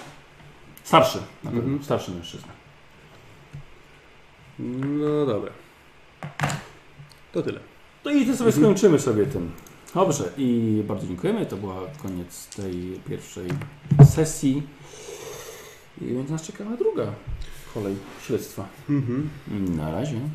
Starszy. Na pewno. Starszy mężczyzna. No dobra. To tyle. Mhm. No i to sobie skończymy sobie tym. Dobrze i bardzo dziękujemy. To była koniec tej pierwszej sesji. I będzie nas czekała druga kolej śledztwa. Mhm. Na razie.